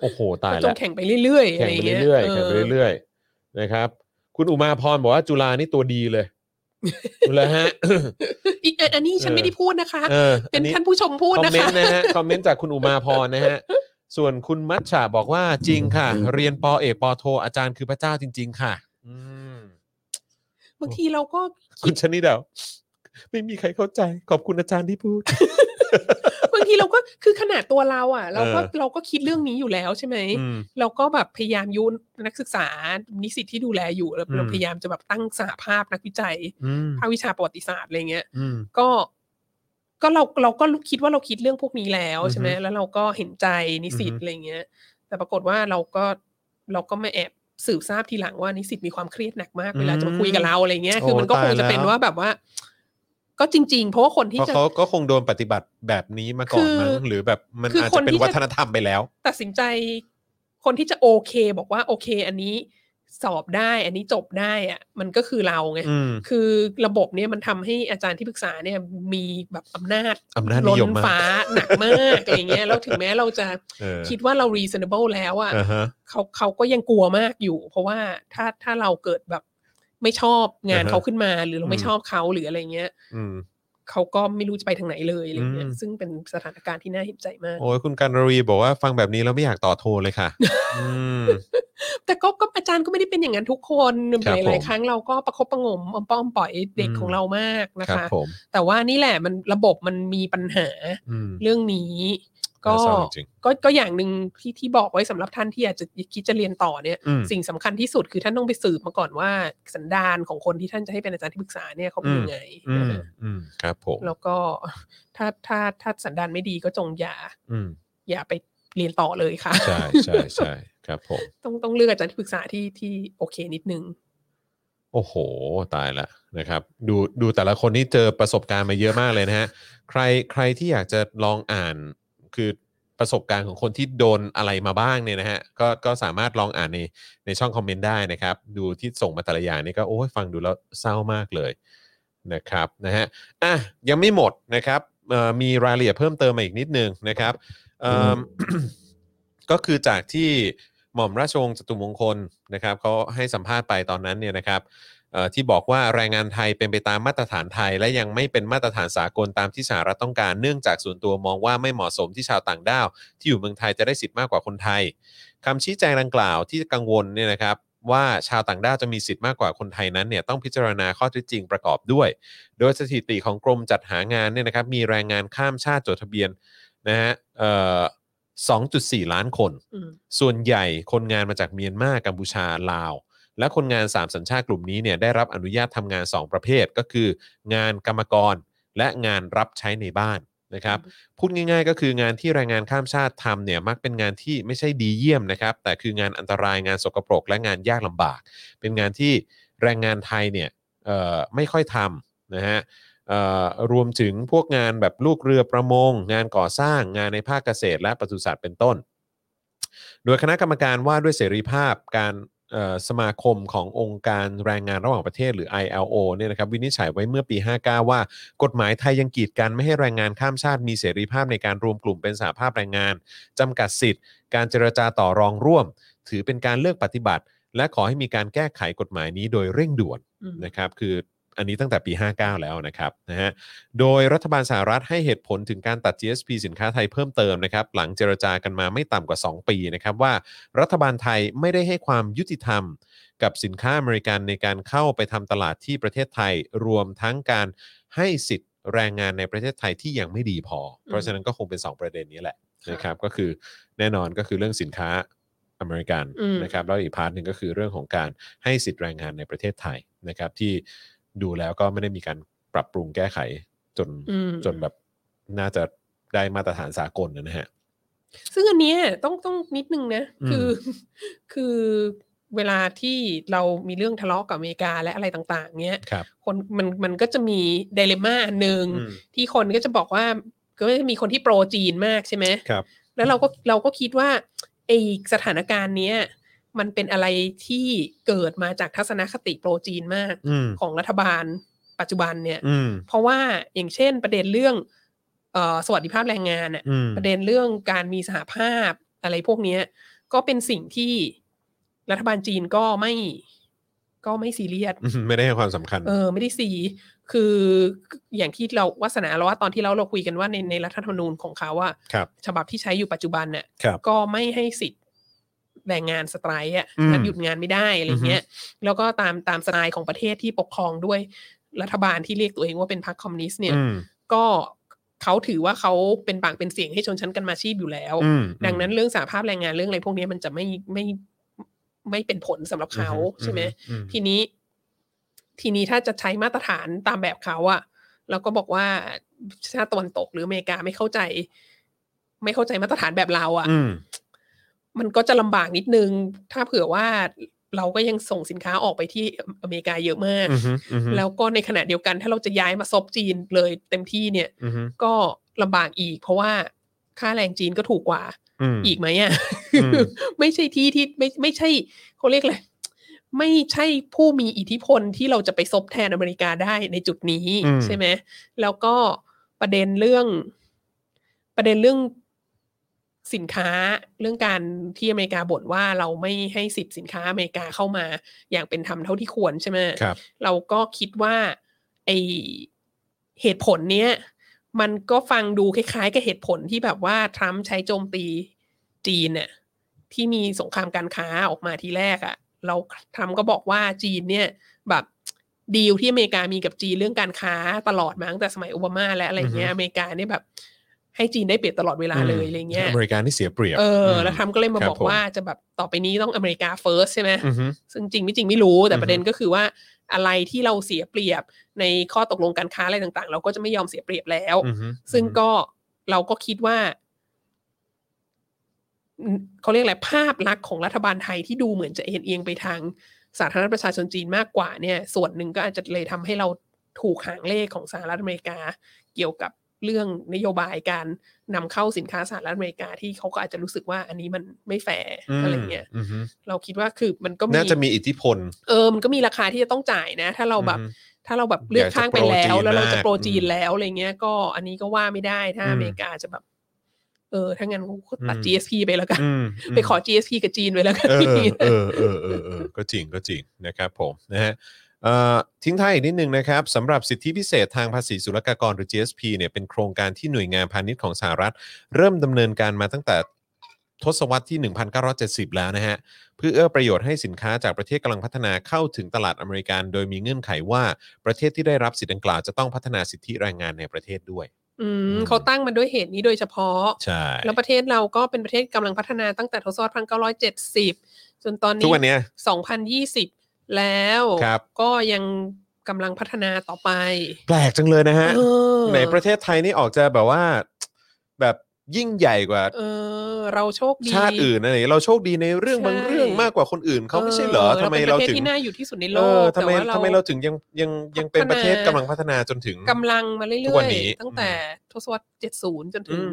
S2: โอ้โห ตาย
S3: จ
S2: แล้
S3: ง
S2: ว
S3: แข่งไปเรื่อยๆอะ
S2: แข่ง
S3: ไร
S2: ไป
S3: เงี้ย
S2: เรื่อยๆ
S3: เอ
S2: แข่ง
S3: อ
S2: ไปเรื่อยๆนะครับ คุณอุมาพรบอกว่าจุฬานี่ตัวดี เลย แล้วฮะ
S3: อีกอันอันนี้ฉัน
S2: เออ
S3: ไม่ได้พูดนะคะ
S2: ออ
S3: เป็น
S2: อั
S3: ท่านผู้ชมพูด
S2: คอม
S3: นะ
S2: เมน
S3: คะ
S2: ต์นะฮะ คอมเมนต์จากคุณอุมาพรนะฮะ ส่วนคุณมัชชาบอกว่าจริงค่ะ เรียนปอเอกปอโท อาจารย์คือพระเจ้าจริง ๆ ค่ะ อืม
S3: บางทีเราก็
S2: คุณชนิดาไม่มีใครเข้าใจ ขอบคุณอาจารย์ที่พูด
S3: บางทีเราก็คือขนาดตัวเราอ่ะ เราก็
S2: เออ
S3: เราก็คิดเรื่องนี้อยู่แล้วใช่ไหม
S2: อืม
S3: เราก็แบบพยายามยุนักศึกษานิสิตที่ดูแลอยู่แล้ว
S2: อืม
S3: เราพยายามจะแบบตั้งสหภาพนักวิจัย
S2: อืม
S3: ภาควิชาประวัติศาสตร์อะไรเงี้ย
S2: อืม
S3: ก็ ก็เราเราก็รู้คิดว่าเราคิดเรื่องพวกนี้แล้ว
S2: อือฮึ
S3: ใช่ไหมแล้วเราก็เห็นใจนิสิต
S2: อือฮึ
S3: อะไรเงี้ย แต่ปรากฏว่าเราก็เราก็มาแอบสืบทราบทีหลังว่านิสิตมีความเครียดหนักมากเวลาจะมาคุยกับเราอะไรเงี้ยคือมันก็คงจะเป็นว่าแบบว่า ก็จริง ๆ เพราะว่าคน
S2: เพ
S3: ที่
S2: ราะ
S3: จะ
S2: เขาก็คงโดนปฏิบัติแบบนี้มาก่อนมั้ง
S3: คือ
S2: หรือแบบมัน
S3: คือ
S2: อาจ
S3: ค
S2: จะ
S3: น
S2: เป็น
S3: ที่จะ
S2: วัฒนธรรมไปแล้ว
S3: ตัดสินใจคนที่จะโอเค บอกว่าโอเค อันนี้สอบได้ อันนี้จบได้อะมันก็คือเราไง
S2: อืม
S3: คือระบบเนี่ยมันทำให้อาจารย์ที่ปรึกษาเนี่ยมีแบบอำนาจ
S2: อำนาจนิ
S3: ล้น
S2: ยมมาก
S3: ฟ้าหนักมากอะไรเงี้ยแล้วถึงแม้เราจะ
S2: เออ
S3: คิดว่าเรา reasonable แล้วอะ
S2: อ่าฮะ
S3: เขาเขาก็ยังกลัวมากอยู่ เพราะว่าถ้าถ้าเราเกิดแบบไม่ชอบงาน
S2: อ่าฮะ
S3: เขาขึ้นมา หรือเราไม่
S2: อืม
S3: ชอบเขาหรืออะไรเงี้ย
S2: อืม
S3: เขาก็ไม่รู้จะไปทางไหนเลยอะไรเงี้ย
S2: อืม
S3: ซึ่งเป็นสถานการณ์ที่น่าเห็นใจมาก
S2: โอ้ยคุณการวีบอกว่าฟังแบบนี้แล้วไม่อยากต่อโทรเลยค่ะ อืม
S3: แต่ก็ก็อาจารย์ก็ไม่ได้เป็นอย่างนั้นทุกคน
S2: ครับ
S3: ห
S2: ผ
S3: ลาย
S2: ม
S3: ๆครั้งเราก็ประคบประหงมอมป้อมปล่อยเด็ก
S2: อืม
S3: ของเรามากนะ
S2: ครั
S3: คะ
S2: บผม
S3: แต่ว่านี่แหละมันระบบมันมีปัญหา
S2: อืม
S3: เรื่องนี้ก็
S2: น่าเศร้าจริง
S3: ก็ก็อย่างหนึ่งที่ที่บอกไว้สำหรับท่านที่อาจจะคิดจะเรียนต่อเนี่ย
S2: ๆอืม
S3: สิ่งสำคัญที่สุดคือท่านต้องไปสืบมาก่อนว่าสันดานของคนที่ท่านจะให้เป็นอาจารย์ที่ปรึกษาเนี่ยเขาเป็น
S2: อืม
S3: ยังไง
S2: อืม
S3: นะคะ
S2: อืมครับผม
S3: แล้วก็ถ้าถ้าถ้าสันดานไม่ดีก็จงอย่า
S2: อืม
S3: อย่าไปเรียนต่อเลยค่ะ
S2: ใช่ใช่ใช่ครับผม
S3: ต้องต้องเลือกอาจารย์ที่ปรึกษาที่ที่โอเคนิดนึง
S2: โอ้โห ตายละนะครับ ดูดูแต่ละคนนี่เจอประสบการณ์มาเยอะมากเลยนะฮะ ใครใครที่อยากจะลองอ่านคือประสบการณ์ของคนที่โดนอะไรมาบ้างเนี่ยนะฮะก็ก็สามารถลองอ่านในในช่องคอมเมนต์ได้นะครับ ดูที่ส่งมาแต่ละอย่างนี่ก็โอ้ยฟังดูแล้วเศร้ามากเลยนะครับนะฮะอ่ะยังไม่หมดนะครับเอ่อมีรายละเอียดเพิ่มเติมมาอีกนิดนึงนะครับ เอิ่ม ก็คือจากที่หม่อมราชวงศ์จตุมงคลนะครับเขาให้สัมภาษณ์ไปตอนนั้นเนี่ยนะครับเอ่อที่บอกว่าแรงงานไทยเป็นไปตามมาตรฐานไทย และยังไม่เป็นมาตรฐานสากลตามที่สหรัฐต้องการเนื่องจากส่วนตัวมองว่าไม่เหมาะสมที่ชาวต่างด้าว ที่อยู่เมืองไทยจะได้สิทธิ์มากกว่าคนไทยคำชี้แจงดังกล่าวที่กังวลเนี่ยนะครับว่าชาวต่างด้าวจะมีสิทธิ์มากกว่าคนไทยนั้นเนี่ยต้องพิจารณาข้อเท็จจริงประกอบด้วย โดยสถิติของกรมจัดหางานเนี่ยนะครับมีแรงงานข้ามชาติจดทะเบียนนะฮะเอ่อ2.4 ล้านคน
S3: อืม
S2: ส่วนใหญ่คนงานมาจากเมียนมากัมพูชาลาว และคนงาน 3 สัญชาติกลุ่มนี้เนี่ยได้รับอนุญาตทำงาน 2 ประเภทก็คือ งานกรรมกรและงานรับใช้ในบ้านนะครับ พูดง่ายๆก็คืองานที่แรงงานข้ามชาติทำเนี่ยมักเป็นงานที่ไม่ใช่ดีเยี่ยมนะครับ แต่คืองานอันตรายงานสกปรก และงานยากลำบาก เป็นงานที่แรงงานไทยเนี่ยเอ่อไม่ค่อยทำนะฮะเอ่อรวมถึงพวกงานแบบลูกเรือประมง งานก่อสร้างงานในภาคเกษตร และปศุสัตว์เป็นต้น โดยคณะกรรมการว่าด้วยเสรีภาพการเอ่อสมาคมขององค์การแรงงานระหว่างประเทศหรือ ILO เนี่ยนะครับวินิจฉัยไว้เมื่อปี 59 ว่า กฎหมายไทยยังกีดกันไม่ให้แรงงานข้ามชาติมีเสรีภาพในการรวมกลุ่มเป็นสหภาพแรงงาน จำกัดสิทธิ์ การเจรจาต่อรองร่วม ถือเป็นการเลือกปฏิบัติ และขอให้มีการแก้ไขกฎหมายนี้โดยเร่งด่วน
S3: อืม
S2: นะครับคืออันนี้ตั้งแต่ปี 59 แล้วนะครับนะฮะโดยรัฐบาลสหรัฐให้เหตุผลถึงการตัด GSP สินค้าไทยเพิ่มเติมนะครับ หลังเจรจากันมาไม่ต่ำกว่า 2 ปีนะครับว่า รัฐบาลไทยไม่ได้ให้ความยุติธรรม กับสินค้าอเมริกันในการเข้าไปทำตลาดที่ประเทศไทยรวมทั้งการให้สิทธิ์แรงงานในประเทศไทยที่ยังไม่ดีพอ เพราะฉะนั้นก็คงเป็น 2 ประเด็นนี้แหละนะครับก็คือแน่นอนก็คือเรื่องสินค้าอเมริกัน
S3: อืม
S2: นะครับแล้วอีกพาร์ทหนึ่งก็คือเรื่องของการให้สิทธิ์แรงงานในประเทศไทยนะครับ ที่ดูแล้วก็ไม่ได้มีการปรับปรุงแก้ไขจน
S3: อืม
S2: จนแบบน่าจะได้มาตรฐานสากลนะฮะ
S3: ซึ่งอันเนี้ยต้องต้องนิดนึงนะ
S2: อืม
S3: คือ คือเวลาที่เรามีเรื่องทะเลาะกับอเมริกาและอะไรต่าง ๆ เนี้ย
S2: ครับ
S3: คนมันมันก็จะมีดเลม่าอันหนึ่ง
S2: อืม
S3: ที่คนก็จะบอกว่าก็จะมีคนที่โปรจีนมากใช่ไหม
S2: ครับ
S3: แล้วเราก็เราก็คิดว่าไอสถานการณ์เนี้ยมันเป็นอะไรที่เกิดมาจากทัศนคติโปรจีนมาก
S2: อืม
S3: ของรัฐบาลปัจจุบันเนี่ย
S2: อืม
S3: เพราะว่าอย่างเช่นประเด็นเรื่องเอ่อสวัสดิภาพแรงงานน่ะ
S2: อืม
S3: ประเด็นเรื่องการมีสหภาพอะไรพวกเนี้ย ก็เป็นสิ่งที่รัฐบาลจีนก็ไม่ก็ไม่ซีเรียส
S2: อืม ไม่ได้ให้ความสำคัญ
S3: เออ ไม่ได้ซีคืออย่างที่เราวาสนาเราว่าตอนที่เราเราคุยกันว่าในในรัฐธรรมนูญของเขาว่า
S2: ครับ
S3: ฉบับที่ใช้อยู่ปัจจุบันเนี่ย
S2: ครับ
S3: ก็ไม่ให้สิทธิ์แรงงานสไตรค์อ่ะ
S2: อืม
S3: หยุดงานไม่ได้อะไรเงี้ย แล้วก็ตามตามสไตล์ของประเทศที่ปกครองด้วยรัฐบาลที่เรียกตัวเองว่าเป็นพรรคคอมมิวนิสต์เนี่ย
S2: อืม
S3: ก็เขาถือว่าเขาเป็นปากเป็นเสียงให้ชนชั้นกันมาชีพอยู่แล้ว
S2: อืม
S3: ดังนั้นเรื่องสหภาพแรงงานเรื่องอะไรพวกนี้มันจะไม่ไม่ไม่เป็นผลสำหรับเขาใช่ไหม
S2: อืม
S3: ทีนี้ ทีนี้ถ้าจะใช้มาตรฐานตามแบบเขาอะแล้วก็บอกว่า ชาติตะวันตกหรืออเมริกาไม่เข้าใจ ไม่เข้าใจมาตรฐานแบบเราอ่ะ
S2: อืม
S3: มันก็จะลำบากนิดนึง ถ้าเผื่อว่าเราก็ยังส่งสินค้าออกไปที่อเมริกาเยอะมาก
S2: อือฮึอือฮึ
S3: แล้วก็ในขณะเดียวกันถ้าเราจะย้ายมาซบจีนเลยเต็มที่เนี่ย
S2: อือฮึ
S3: ก็ลำบากอีก เพราะว่าค่าแรงจีนก็ถูกกว่า
S2: ม
S3: อีกไหมอ่ะ
S2: อืม
S3: ไม่ใช่ที่ที่ไม่ไม่ใช่เขาเรียกอะไรไม่ใช่ผู้มีอิทธิพลที่เราจะไปซบแทนอเมริกาได้ในจุดนี้
S2: อืม
S3: ใช่ไหมแล้วก็ประเด็นเรื่อง ประเด็นเรื่องสินค้าเรื่องการที่อเมริกาบ่นว่าเราไม่ให้สิทธิ์สินค้าอเมริกาเข้ามา อย่างเป็นธรรมเท่าที่ควรใช่ไหม
S2: ครับ
S3: เราก็คิดว่าไอเหตุผลเนี้ยมันก็ฟังดูคล้ายๆกับเหตุผลที่แบบว่าทรัมป์ใช้โจมตีจีนเนี่ยที่มีสงครามการค้าออกมาทีแรกอะเราทรัมป์ก็บอกว่าจีนเนี่ยแบบดีลที่อเมริกามีกับจีนเรื่องการค้าตลอดมาตั้งแต่สมัยโอบามาและอะไรเงี้ย
S2: อือฮึ
S3: อเมริกาเนี่ยแบบ ให้จีนได้เปรียบตลอดเวลาเลยอะไรเงี้ย
S2: อเมริกานี่เสียเปรียบ
S3: เออ
S2: ม
S3: แล้วทรัมป์ก็เลยมา
S2: ครับ
S3: บอก
S2: ผม
S3: ว่าจะแบบต่อไปนี้ต้องอเมริกาเฟิร์สใช่ไหม
S2: อือฮึ
S3: ซึ่งจริงไม่จริงไม่รู้แต่
S2: อือฮึ
S3: ประเด็นก็คือว่าอะไรที่เราเสียเปรียบในข้อตกลงการค้าอะไรต่างๆ เราก็จะไม่ยอมเสียเปรียบแล้ว
S2: อือฮึ
S3: ซึ่งก็เราก็คิดว่าอืมเขาเรียกอะไรภาพลักษณ์ของรัฐบาลไทยที่ดูเหมือนจะเอ็นเอียงไปทางสาธารณรัฐประชาชนจีนมากกว่าเนี่ย ส่วนหนึ่งก็อาจจะเลยทำให้เราถูกหางเลขของสหรัฐอเมริกา เกี่ยวกับเรื่องนโยบายการนำเข้าสินค้าสหรัฐอเมริกาที่เขาก็อาจจะรู้สึกว่า อันนี้มันไม่แฟร์
S2: ม
S3: อะไรเงี้ย
S2: อือฮึ
S3: เราคิดว่าคือมันก็มี
S2: น่าจะมีอิทธิพล
S3: เออ มันก็มีราคาที่จะต้องจ่ายนะ ถ้าเราแบบ
S2: อือฮึ
S3: ถ้าเราแบบเลือกข้างไปแล้ว
S2: อยากจะโปรจีน
S3: แล้วเราจะโปร
S2: มาก
S3: จีนแล้วอะไรเงี้ย ก็อันนี้ก็ว่าไม่ได้ ถ้า
S2: อืม
S3: อเมริกาจะแบบ เออ ถ้างั้นก็ตัด
S2: อืม
S3: GSP ไปแล้วกัน
S2: อืมม
S3: ไปขอ GSP กับจีนไว้แล้วกัน
S2: เออเออเออเออเออก็จริงก็จริงนะครับผมนะฮะเอ่อทิ้งท้ายอีกนิดนึงนะครับสำหรับสิทธิพิเศษทางภาษีศุลกากรหรือ GSP เนี่ยเป็นโครงการที่หน่วยงานพาณิชย์ของสหรัฐ เริ่มดำเนินการมาตั้งแต่ทศวรรษที่ 1970 แล้วนะฮะ เพื่อเอื้อประโยชน์ให้สินค้าจากประเทศกำลังพัฒนาเข้าถึงตลาดอเมริกัน โดยมีเงื่อนไขว่าประเทศที่ได้รับสิทธิดังกล่าวจะต้องพัฒนาสิทธิแรงงานในประเทศด้วย
S3: อืมเขาตั้งมาด้วยเหตุนี้โดยเฉพาะ
S2: ใช่
S3: แล้วประเทศเราก็เป็นประเทศกำลังพัฒนาตั้งแต่ทศวรรษ1970 จนตอน
S2: ทุก
S3: นี้
S2: วันเนี้ย
S3: 2020 แล้ว
S2: ครับ
S3: ก็ยังกำลังพัฒนาต่อไป
S2: แปลกจังเลยนะฮะ
S3: เออ
S2: ในประเทศไทยนี่ออกจะแบบว่า แบบยิ่งใหญ่กว่า
S3: เออเราโชคดี
S2: ชาติอื่นอะไรอย่างเงี้ยเราโชคดีในเรื่องบางเรื่องมากกว่าคนอื่นเขาไม่ใช่เหรอทำไมเรา
S3: ป็นประเทศ
S2: ถึง
S3: ที่น่าอยู่ที่สุดในโล
S2: เออก ทำไม
S3: แต่ว่
S2: ทำไมเราถึงยังยังยังเป็นประเทศ
S3: พัฒ
S2: กำ
S3: นา
S2: ลังพัฒนาจนถึง
S3: กำลังมาเรื่
S2: ทุกวั
S3: อน ย
S2: นี้
S3: ๆตั้งแต่ทศวรรษ 70 จนถึง
S2: อืม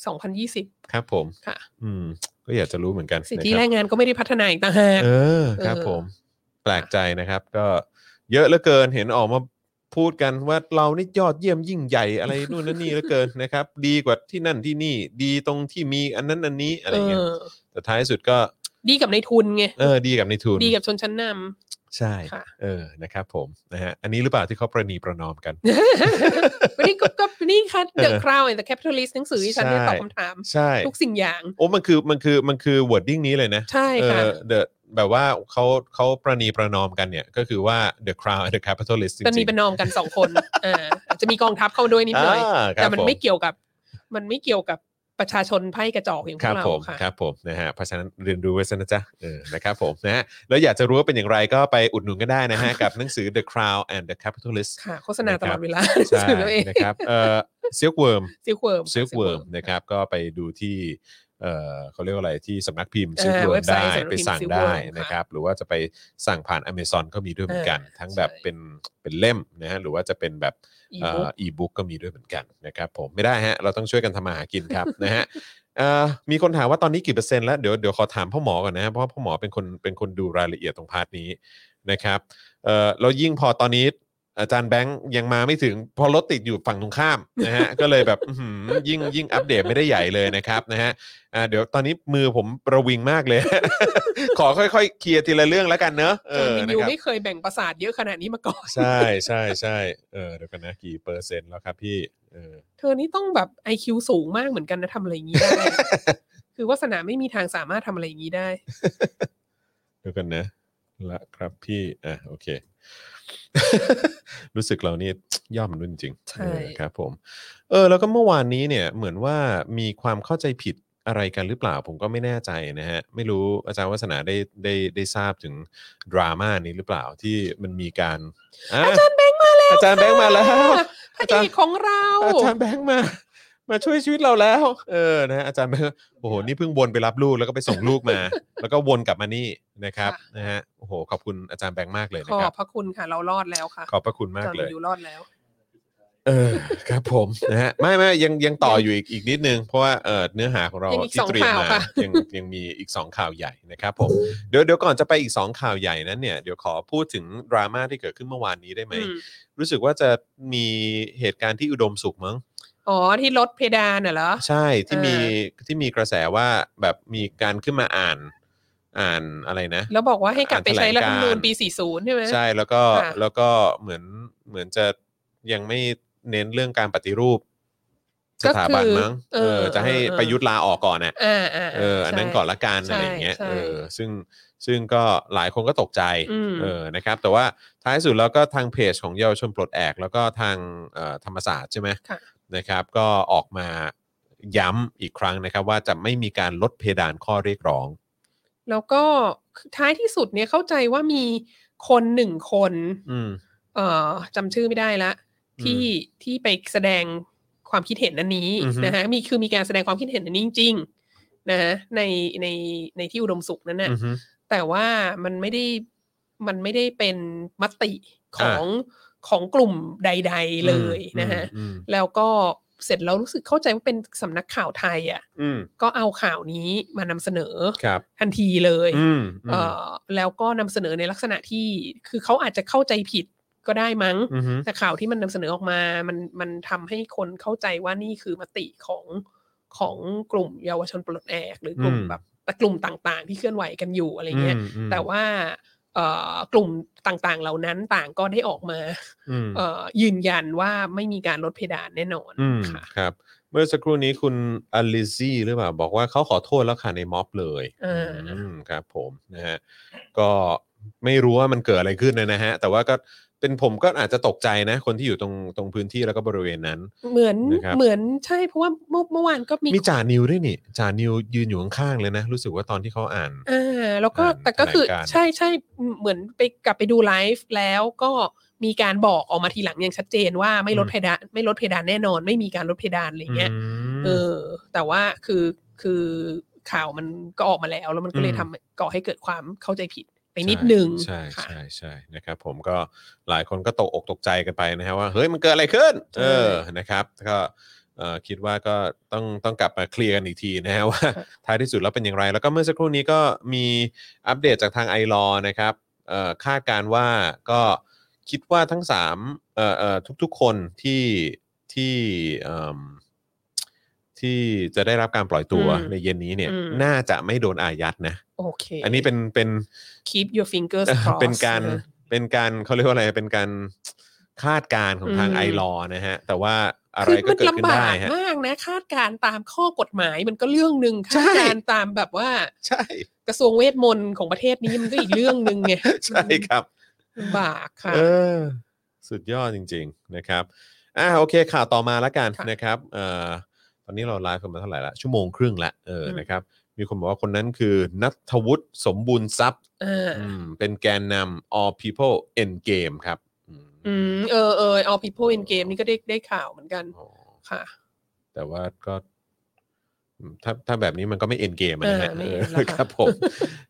S3: 2020
S2: ครับผม
S3: ค่ะ
S2: อืม ก็อยากจะรู้เหมือนกัน
S3: สิทธิ
S2: นะ
S3: แร
S2: คบ
S3: งงานก็ไม่ได้พัฒนาอีกต่างหาก
S2: เออครับ
S3: เออ
S2: ผม แปลกใจนะครับ ก็เยอะเหลือเกินเห็นออกมาพูดกันว่าเรานี่ยอดเยี่ยมยิ่งใหญ่อะไรนู่นนั่นนี่เหลือเกินนะครับ ดีกว่าที่นั่นที่นี่ ดีตรงที่มีอันนั้นอันนี้อะไรอย่างเงี้ย
S3: เออ
S2: แต่ท้ายสุดก็
S3: ดีกับในทุนไง
S2: เออดีกับในทุน
S3: ดีกับชนชั้นน
S2: ใช่
S3: ค่ะ
S2: เออนะครับผมนะฮะอันนี้หรือเปล่าที่เขาประนีประนอมกัน
S3: ำ วันนี้ก็ก็นี่ค่ะ The
S2: เออ
S3: Crown and the Capitalist หนังสือที่ฉันได้
S2: ใช่
S3: ตอบคำถาม
S2: ใช่
S3: ทุกสิ่งอย่าง
S2: โอ้มันคือมันคือมันคือ wording นี้เลยนะ
S3: ใช่
S2: เอ
S3: ค่ะ
S2: อ the แบบว่าเขาเขาประนีประนอมกันเนี่ย ก็คือว่า the crown and the capitalist จริง
S3: เป็นมีประนอมกันสองคนเอออาจจะมีกองทัพเข้าด้วยนิดหน่อย
S2: อ่าครับ
S3: แต่มันไม่
S2: ผ
S3: เกี่ยวกับ มันไม่เกี่ยวกับประชาชนไพ่กระจอกอย่างพ
S2: คว รับ
S3: กเรา
S2: ผม
S3: ค่ะ
S2: ครับผมนะฮะเพราะฉะนั้นเรียนรู้ไว้ซะนะจ๊ะเออนะครับผมนะฮะแล้วอยากจะรู้ว่าเป็นอย่างไรก็ไปอุดหนุนกันได้นะ ฮะ กับหนังสือ the crown and the capitalist
S3: ค่ะ โฆษณาตลอดเวลา
S2: ใช่
S3: สื่อตัวเอง
S2: นะครับเออ silk worm
S3: ซิลเวิร์ม
S2: ซิลเวิร์มนะครับก็ไปดูที่เออเขาเรียกว่าอะไรที่สำนักพิมพ์
S3: เออ
S2: ซิลเวิ
S3: เว็
S2: ร์ม
S3: บไซต์
S2: ได้
S3: สำนักพิมพ์
S2: ไปสั่ง
S3: Silkworm
S2: ได้
S3: ค่ะ
S2: นะครับหรือว่าจะไปสั่งผ่าน Amazon ก็มีด้วยเหมือนกัน
S3: เออ
S2: ทั้งแบบ
S3: ใช่
S2: เป็นเป็นเล่มนะฮะหรือว่าจะเป็นแบบ
S3: อี
S2: เอ่
S3: บุ๊
S2: อก อีบุ๊กก็มีด้วยเหมือนกันนะครับผมไม่ได้ฮะเราต้องช่วยกันทำมาหากิน ครับ นะฮะเอ่อมีคนถามว่าตอนนี้กี่เปอร์เซ็นต์แล้วเดี๋ยวเดี๋ยวขอถามพ่อหมอก่อนนะฮะเพราะว่าพ่อหมอเป็นคนเป็นคนดูรายละเอียดตรงพาร์ทนี้นะครับเอ่อแล้วยิ่งพอตอนนี้ อาจารย์แบงค์ยังมาไม่ถึงเพอรถติดอยู่ฝั่งตรงข้ามนะฮะ ก็เลยแบบอื้อหือยิ่งยิ่งอัปเดตไม่ได้ใหญ่เลยนะครับนะฮะอ่าเดี๋ยวตอนนี้มือผมประวิงมากเลย ขอค่อยๆเคลียร์ทีละเรื่องแล้วกันเนอะเอ
S3: จอ
S2: อ
S3: ห์นวิน
S2: นะ
S3: ยู
S2: ครับ
S3: ไม่เคยแบ่งประสาทเยอะขนาดนี้มาก่อน
S2: ใช่ใช่ใช่เออเดี๋ยวกันนะกี่เปอร์เซ็นต์แล้วครับพี่เออ
S3: เธอนี่ต้องแบบ IQ สูงมากเหมือนกันนะทำอะไรอย่างนี้ ได้ คือวาสนาไม่มีทางสามารถทำอะไรอย่างนี้ได้
S2: เดี๋ยวกันนะละครับพี่อ่ะโอเค รู้สึกเรานี่ ยอดมนุษย์จริงๆ
S3: ใช่
S2: เออครับผม เออแล้วก็เมื่อวานนี้เนี่ยเหมือนว่ามีความเข้าใจผิด อะไรกันหรือเปล่าผมก็ไม่แน่ใจนะฮะ ไม่รู้อาจารย์วัฒนาได้ได้ได้ทราบถึงดราม่านี้หรือเปล่าที่มันมีการะ
S3: อาจารย์แบงค์มาแล้ว
S2: อาจารย์แบงค์มาแล้ว
S3: พระเอกของเรา
S2: อาจารย์แบงค์มา มาช่วยชีวิตเราแล้ว เออนะฮะอาจารย์แบงค์โอ้โหนี่เพิ่งวนไปรับลูกแล้วก็ไปส่งลูก มา แล้วก็วนกลับมานี่นะครับนะฮะโอ้โหขอบคุณอาจารย์แบงค์มากเลย
S3: ข
S2: นะ
S3: อ
S2: ครับ บ
S3: พระคุณค่ะ เรารอดแล้วค่ะ
S2: ขอบพระคุณมาก
S3: จอน
S2: เลย
S3: อยู่รอดแล้ว
S2: เออครับผมนะฮะไม่ไม่ยังยังต่ออยู่อีกอีกนิดนึง เพราะว่าเออเนื้อหาของเราย
S3: งอีก
S2: ที่
S3: สอง
S2: เตรียม
S3: ข่าว
S2: มา
S3: ค่ะ
S2: ยังยังมีอีก 2 ข่าวใหญ่นะครับผมเดี๋ยวเดี๋ยวก่อนจะไปอีก 2 ข่าวใหญ่นั้นเนี่ยเดี๋ยวขอพูดถึงดราม่าที่เกิดขึ้นเมื่อวานนี้ได้ไหม
S3: อืม
S2: รู้สึกว่าจะมีเหตุการณ์ที่อุดมสุขมั้ง
S3: อ๋อที่ลดเพดานน่ะเหรอ
S2: ใช่ที่มี
S3: เอ
S2: ที่มีกระแสว่าแบบมีการขึ้นมาอ่านอ่านอะไรนะ
S3: แล้วบอกว่าให้กลับไปใช้รัฐธรรมนูญปี 40 ใช่ไหม
S2: ใช่แล้วก็
S3: ค่ะ
S2: แล้วก็เหมือนเหมือนจะยังไม่เน้นเรื่องการปฏิรูปสถาบันมั้งเออ จะให้ประยุทธ์ลาออกก่อนนะ
S3: อ่าอ่า
S2: เออ อันนั้น
S3: ใช่
S2: ก่อนละกัน
S3: ใช่
S2: อะไรอย่างเงี้ย
S3: ใช่
S2: เออซึ่งซึ่งก็หลายคนก็ตกใจ
S3: อืม
S2: เออนะครับ แต่ว่าท้ายสุดแล้วก็ทางเพจของเยาวชนปลดแอก แล้วก็ทางเอ่อธรรมศาสตร์ใช่ไหม
S3: ค่ะ
S2: นะครับก็ออกมาย้ำอีกครั้งนะครับ ว่าจะไม่มีการลดเพดานข้อเรียกร้อง
S3: แล้วก็ท้ายที่สุดเนี่ยเข้าใจว่ามีคนหนึ่งคน
S2: อืม
S3: เอ่อจำชื่อไม่ได้ละ ที่ที่ไปแสดงความคิดเห็นอันนี้
S2: อือฮึ
S3: นะฮะมีคือมีการแสดงความคิดเห็นอันนี้จริงๆนะฮะในในในที่อุดมสุขนั้นน่ะ
S2: อือฮึ
S3: แต่ว่ามันไม่ได้มันไม่ได้เป็นมติข
S2: อ่า
S3: องของกลุ่มใด ๆเลยนะฮะ
S2: อืม
S3: แล้วก็เสร็จแล้วรู้สึกเข้าใจว่าเป็นสำนักข่าวไทยอ่ะ
S2: อืม
S3: ก็เอาข่าวนี้มานำเสนอ
S2: ครับ
S3: ทันทีเลย
S2: อืม
S3: เอ่อแล้วก็นำเสนอในลักษณะที่คือเขาอาจจะเข้าใจผิดก็ได้มั้ง
S2: อืม
S3: แต่ข่าวที่มันนำเสนอออกมา มันมันทำให้คนเข้าใจว่านี่คือมติของของกลุ่มเยาวชนปลดแอกหรือกลุ่ม
S2: อืม
S3: แบบแต่กลุ่มต่างๆ ที่เคลื่อนไหวกันอยู่อะไรเงี้ย
S2: มอืม
S3: แต่ว่าเอ่อกลุ่มต่างๆ เหล่านั้นต่างก็ได้ออกมา
S2: อืม
S3: เอ่อยืนยันว่าไม่มีการลดเพดานแน่นอน
S2: อืม
S3: ค่ะ
S2: ครับ เมื่อสักครู่นี้คุณอลิซี่หรือเปล่าบอกว่าเขาขอโทษแล้วค่ะในม็อบเลยมครับผมนะฮะก็ไม่รู้ว่ามันเกิดอะไรขึ้นนะนะฮะ แต่ว่าก็เป็นผมก็อาจจะตกใจนะ คนที่อยู่ตรงตรงพื้นที่แล้วก็บริเวณนั้น
S3: เหมือน
S2: นะครับ
S3: เหมือนใช่เพราะว่าเมื่อเมื่อวานก็มี
S2: มีจ่านิวด้วยนี่จ่านิวยืนอยู่ข้างๆเลยนะ รู้สึกว่าตอนที่เขาอ่าน
S3: อ่าแล้วก็
S2: อ่า
S3: แต่ก็คือ
S2: แถลงการณ์
S3: ใช่ใช่เหมือนไปกลับไปดูไลฟ์แล้วก็มีการบอกออกมาทีหลังอย่างชัดเจนว่าไม่ลดเพดานไม่ลดเพดานแน่นอน ไม่มีการลดเพดานอะไรเงี้ย
S2: ม
S3: เออ แต่ว่าคือคือข่าวมันก็ออกมาแล้ว แล้วมันก็เลย
S2: อืม
S3: ทำก่อให้เกิดความเข้าใจผิดไปนิดนึง
S2: ใช่
S3: ค่ะ
S2: ใช่ใช่นะครับ ผมก็หลายคนก็ตกอกตกใจกันไปนะฮะว่าเฮ้ยมันเกิดอะไรขึ้น
S3: ใช่
S2: เออนะครับก็เอ่อคิดว่าก็ต้องต้องกลับมาเคลียร์กันอีกทีนะฮ ะว่าท้ายที่สุดแล้วเป็นอย่างไร แล้วก็เมื่อสักครู่นี้ก็มีอัปเดตจากทางไอรอนะครับเอ่อคาดการณ์ว่าก็คิดว่าทั้งสามเอ่อเอ่อทุกๆคนที่ที่เอิ่มที่จะได้รับการปล่อยตัว
S3: อืม
S2: ในเย็นนี้เนี่ย
S3: อืม
S2: น่าจะไม่โดนอายัดนะ
S3: โอเค
S2: อันนี้เป็นเป็น
S3: keep your fingers
S2: เอ่อ
S3: crossed
S2: เป็นการ
S3: ะ
S2: เป็นการเขาเรียกว่าอะไรเป็นการคาดการณ์ของทาง
S3: อืม
S2: ไอรอนะฮะ แต่ว่าอะไร
S3: คือ
S2: ก็
S3: มัน
S2: เกิดขึ้น
S3: ลำบา
S2: ได้
S3: ก
S2: ฮะ
S3: มากนะคาดการณ์ตามข้อกฎหมายมันก็เรื่องหนึ่ง
S2: ใช่
S3: คาดการณ์ตามแบบว่า
S2: ใช่
S3: กระทรวงเวทมนต์ของประเทศนี้มันก็อีกเรื่องหนึ่งไง
S2: ใช่ครับ
S3: ลำบากค่ะ
S2: เออสุดยอดจริง ๆนะครับอ่าโอเคข่าวต่อมาแล้วกัน
S3: ค่ะ
S2: นะครับเอ่อตอนนี้เราไลฟ์กันมาเท่าไหร่ละชั่วโมงครึ่งละเอออ
S3: ม
S2: นะครับ มีคนบอกว่าคนนั้นคือนัทวุฒิสมบูรณ์ทรัพย์
S3: เออ
S2: อืมเป็นแกนนำ all people end game ครับอืม
S3: อืมเออเออเอา people in game นี่ก็ได้ได้ข่าวเหมือนกัน
S2: อ๋อ
S3: ค่ะ
S2: แต่ว่าก็อืมถ้าถ้าแบบนี้มันก็ไม่เอ็นเกมนะฮะ
S3: เออไม่
S2: เอ
S3: end แล้
S2: อ
S3: วค่ะ
S2: ครับผม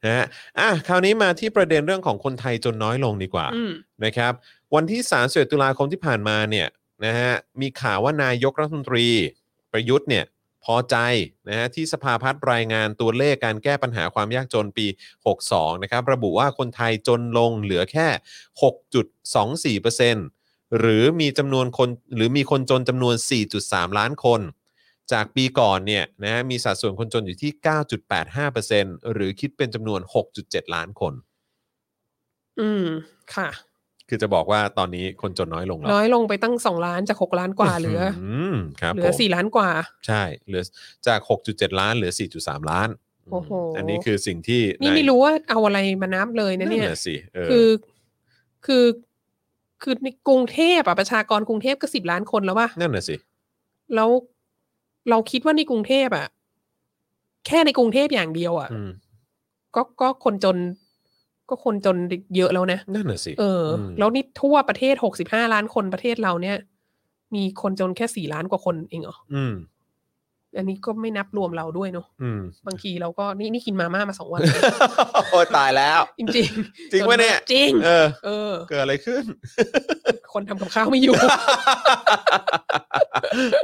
S2: นะฮะอ่ะคราวนี้มาที่ประเด็นเรื่องของคนไทยจนน้อยลงดีกว่า
S3: อืม
S2: นะครับ วันที่3 1ตุลาคมที่ผ่านมาเนี่ยนะฮะมีข่าวว่านายกรัฐมนตรีประยุทธ์เนี่ยพอใจนะฮะที่สภาพัฒน์รายงานตัวเลขการแก้ปัญหาความยากจนปี 62 นะครับ ระบุว่าคนไทยจนลงเหลือแค่ 6.24% หรือมีจำนวนคนหรือมีคนจนจำนวน 4.3 ล้านคน จากปีก่อนเนี่ยนะฮะมีสัดส่วนคนจนอยู่ที่ 9.85%หรือคิดเป็นจำนวน 6.7 ล้านคน
S3: อืมค่ะ
S2: คือจะบอกว่าตอนนี้คนจนน้อยลงแล้ว
S3: น้อยลงไปตั้งสองล้านจากหกล้านกว่าเหลือ
S2: มครับ
S3: เหลื
S2: ผ
S3: อ
S2: ม
S3: สี่ล้านกว่า
S2: ใช่เหลือจาก 6.7 ล้านเหลือ 4.3 ล้านม
S3: โอ้โห
S2: นนี้คือสิ่งที่
S3: นี่
S2: าย
S3: ไม่รู้ว่าเอาอะไรมานับเลยนะเนี่ย
S2: ะสิเออ
S3: คือคือคือในกรุงเทพอะประชากรกรุงเทพก็สิบล้านคนแล้วป่ะ
S2: นั่นน่ะสิ
S3: แล้วเราคิดว่าในกรุงเทพอะ แค่ในกรุงเทพอย่างเดียวอ่ะ
S2: อืม
S3: ก็ก็คนจน ก็คนจนเยอะแล้วนะ
S2: นั่นน่ะสิ
S3: เอออ
S2: ม
S3: แล้วนี่ทั่วประเทศหกสิบห้าล้านคนประเทศเราเนี่ย มีคนจนแค่สี่ล้านกว่าคนเองเหรอ
S2: อืม
S3: อันนี้ก็ไม่นับรวมเราด้วยเนาะ
S2: อืม
S3: บางทีเราก็นี่นี่กินมาม่ามาสองวัน
S2: โอ้ตายแล้ว
S3: จริง
S2: จริงปะเนี่ย
S3: จริง
S2: เออ
S3: เออ
S2: เกิดอะไรขึ้ น
S3: คนทำกับข้าวไม่อยู่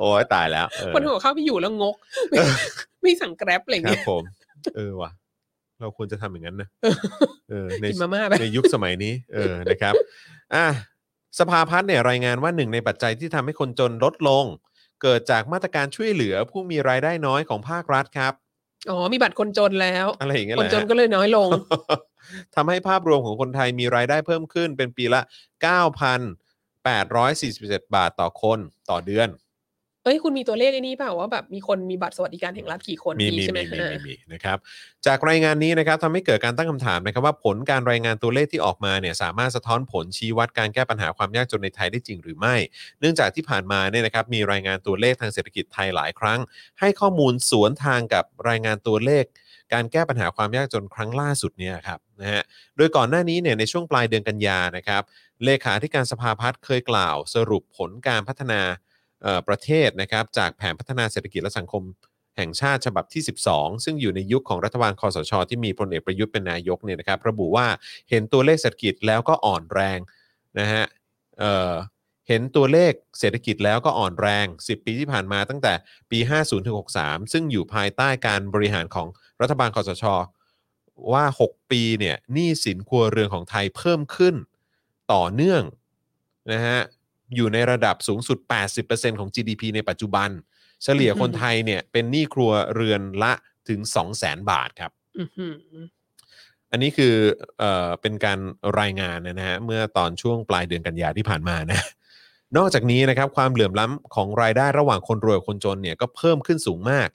S2: โอ้ยตายแล้วเออ
S3: คนทำกับข้าวไม่อยู่แล้วงก ไม่สั่งแกร็บอะไร
S2: ครั
S3: เงี้
S2: บ
S3: ย
S2: ผม เออว่ะ เราควรจะทำอย่างนั้นนะเออใน
S3: กินมาม่าไป
S2: ในยุคสมัยนี้ เออ นะครับ อ่ะ สภาพัฒน์เนี่ยรายงานว่าหนึ่งในปัจจัยที่ทำให้คนจนลดลง เกิดจากมาตรการช่วยเหลือผู้มีรายได้น้อยของภาครัฐครับ
S3: อ๋อ มีบัตรคนจนแล้ว
S2: อะไรอย่างเงี้ย
S3: ค
S2: แห
S3: น
S2: ละ
S3: จนก็เลยน้อยลง
S2: ทำให้ภาพรวมของคนไทยมีรายได้เพิ่มขึ้นเป็นปีละ 9,847 บาทต่อคนต่อเดือน
S3: เอ้ย คุณมีตัวเลขไอ้นี่เปล่าว่าแบบมีคนมีบัตรสวัสดิการแห่งรัฐกี่คน
S2: มีมี
S3: ใช่ไหม
S2: มีมี
S3: อ่า
S2: มีมีนะครับจากรายงานนี้นะครับทำให้เกิดการตั้งคำถามนะครับว่าผลการรายงานตัวเลขที่ออกมาเนี่ยสามารถสะท้อนผลชี้วัดการแก้ปัญหาความยากจนในไทยได้จริงหรือไม่ เนื่องจากที่ผ่านมาเนี่ยนะครับมีรายงานตัวเลขทางเศรษฐกิจไทยหลายครั้ง ให้ข้อมูลสวนทางกับรายงานตัวเลข การแก้ปัญหาความยากจนครั้งล่าสุดเนี่ยครับนะฮะโดยก่อนหน้านี้เนี่ยในช่วงปลายเดือนกันยานะครับเลขาธิการสภาพัฒน์เคยกล่าว สรุปผลการพัฒนาเอ่อประเทศนะครับจากแผนพัฒนาเศรษฐกิจและสังคม แห่งชาติฉบับที่ 12 ซึ่งอยู่ในยุคของรัฐบาลคอสช ที่มีพลเอกประยุทธ์เป็นนายกเนี่ยนะครับระบุว่าเห็นตัวเลขเศรษฐกิจแล้วก็อ่อนแรงนะฮะเอ่อเห็นตัวเลขเศรษฐกิจแล้วก็อ่อนแรง 10 ปีที่ผ่านมาตั้งแต่ปี 50ถึง63 ซึ่งอยู่ภายใต้การบริหารของรัฐบาลคอสช ว่า 6 ปีเนี่ยหนี้สินครัวเรือนของไทยเพิ่มขึ้นต่อเนื่องนะฮะอยู่ในระดับสูงสุด 80%ของ GDP ในปัจจุบัน เฉลี่ยคนไทยเนี่ยเป็นหนี้ครัวเรือนละถึง 2 0 0แสนบาทครับ
S3: อื้อหือ
S2: อันนี้คือเอ่อเป็นการรายงานนะฮะเมื่อตอนช่วงปลายเดือนกันยาที่ผ่านมานะ นอกจากนี้นะครับความเหลื่อมล้ำของรายได้ระหว่างคนรวยกับคนจนเนี่ยก็เพิ่มขึ้นสูงมาก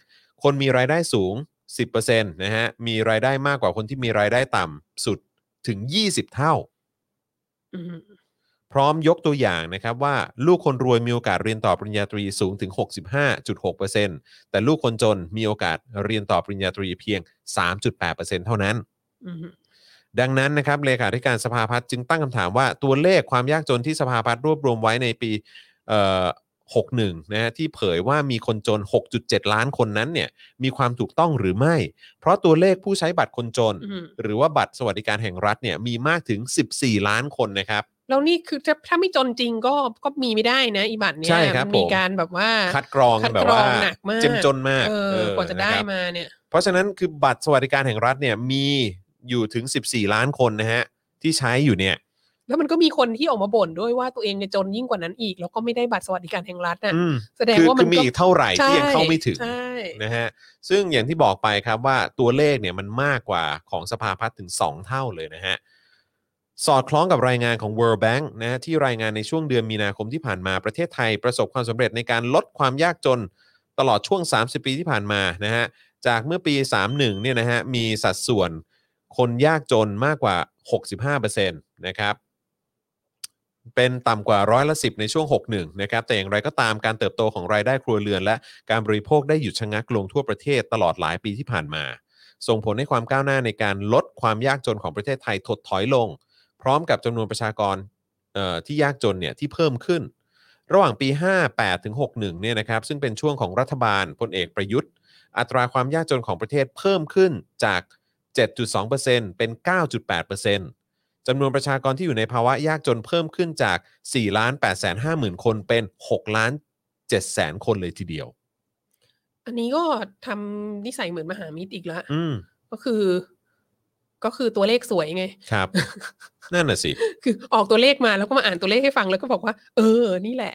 S2: คนมีรายได้สูง 10%นะฮะมีรายได้มากกว่าคนที่มีรายได้ต่ำสุดถึง 20 เท่า
S3: อื้อหือ
S2: พร้อมยกตัวอย่างนะครับว่าลูกคนรวยมีโอกาสเรียนต่อปริญญาตรีสูงถึง 65.6%แต่ลูกคนจนมีโอกาสเรียนต่อปริญญาตรีเพียง 3.8%เท่านั้น
S3: อื้อหือ
S2: ดังนั้นนะครับเลขาธิการสภาพัฒน์จึงตั้งคำถามว่าตัวเลขความยากจนที่สภาพัฒน์รวบรวมไว้ในปีเอ่อ61นะฮะที่เผยว่ามีคนจน 6.7 ล้านคนนั้นเนี่ยมีความถูกต้องหรือไม่ เพราะตัวเลขผู้ใช้บัตรคนจน
S3: อื้อหือ
S2: หรือว่าบัตรสวัสดิการแห่งรัฐเนี่ยมีมากถึง 14 ล้านคนนะครับ
S3: แล้วนี่คือถ้าถ้าไม่จนจริงก็ก็มีไม่ได้นะอีบัตรเนี่ย
S2: ใช่ครับ
S3: มัน
S2: ผ
S3: มี
S2: ม
S3: การแบบว่า
S2: คัดกรอง
S3: คัด
S2: แบบ
S3: กรอง
S2: ว่า
S3: หนักมาก
S2: เจ็มจนมาก
S3: เอ
S2: เอ
S3: อ
S2: อก
S3: ว่าจะได้
S2: นครับ
S3: มาเนี่ย
S2: เพราะฉะนั้นคือบัตรสวัสดิการแห่งรัฐเนี่ยมีอยู่ถึง 14 ล้านคนนะฮะที่ใช้อยู่เนี่ย
S3: แล้วมันก็มีคนที่ออกมาบ่นด้วยว่าตัวเองเนี่ยจนยิ่งกว่านั้นอีก แล้วก็ไม่ได้บัตรสวัสดิการแห่งรัฐน่ะ
S2: อืม
S3: แสดง
S2: คือ
S3: ว่า
S2: คื
S3: มั
S2: อน มี
S3: ก็
S2: อีกเท่าไหร่ที่ยังเข้าไม่ถึง
S3: ใช่
S2: นะฮะซึ่งอย่างที่บอกไปครับว่าตัวเลขเนี่ยมันมากกว่าของสภาพัฒน์ถึง 2 เท่าเลยนะฮะสอดคล้องกับรายงานของ World Bank นะฮะที่รายงานในช่วงเดือนมีนาคมที่ผ่านมาประเทศไทยประสบความสำเร็จในการลดความยากจนตลอดช่วง 30 ปีที่ผ่านมานะฮะจากเมื่อปี 31เนี่ยนะฮะมีสัดส่วนคนยากจนมากกว่า 65%นะครับ เป็นต่ำกว่าร้อยละ 10 ในช่วง 61 นะครับ แต่อย่างไรก็ตามการเติบโตของรายได้ครัวเรือน และการบริโภคได้หยุดชะงักลงทั่วประเทศตลอดหลายปีที่ผ่านมา ส่งผลให้ความก้าวหน้าในการลดความยากจนของประเทศไทยถดถอยลง พร้อมกับจำนวนประชากรเอ่อที่ยากจนเนี่ยที่เพิ่มขึ้น ระหว่างปี 58 ถึง 61 เนี่ยนะครับ ซึ่งเป็นช่วงของรัฐบาลพลเอกประยุทธ์ อัตราความยากจนของประเทศเพิ่มขึ้นจาก 7.2%เป็น 9.8% จำนวนประชากรที่อยู่ในภาวะยากจนเพิ่มขึ้นจาก 4 ล้าน8แสน5หมื่นคนเป็น 6 ล้าน7แสนคนเลยทีเดียว
S3: อันนี้ก็ทำนิสัยเหมือนมหามิตรอีกแล้ว
S2: อืม
S3: ก็คือ ก็คือตัวเลขสวยไง
S2: ครับ นั่นน่ะสิ
S3: คือออกตัวเลขมาแล้วก็มาอ่านตัวเลขให้ฟังแล้วก็บอกว่า เออ นี่แหละ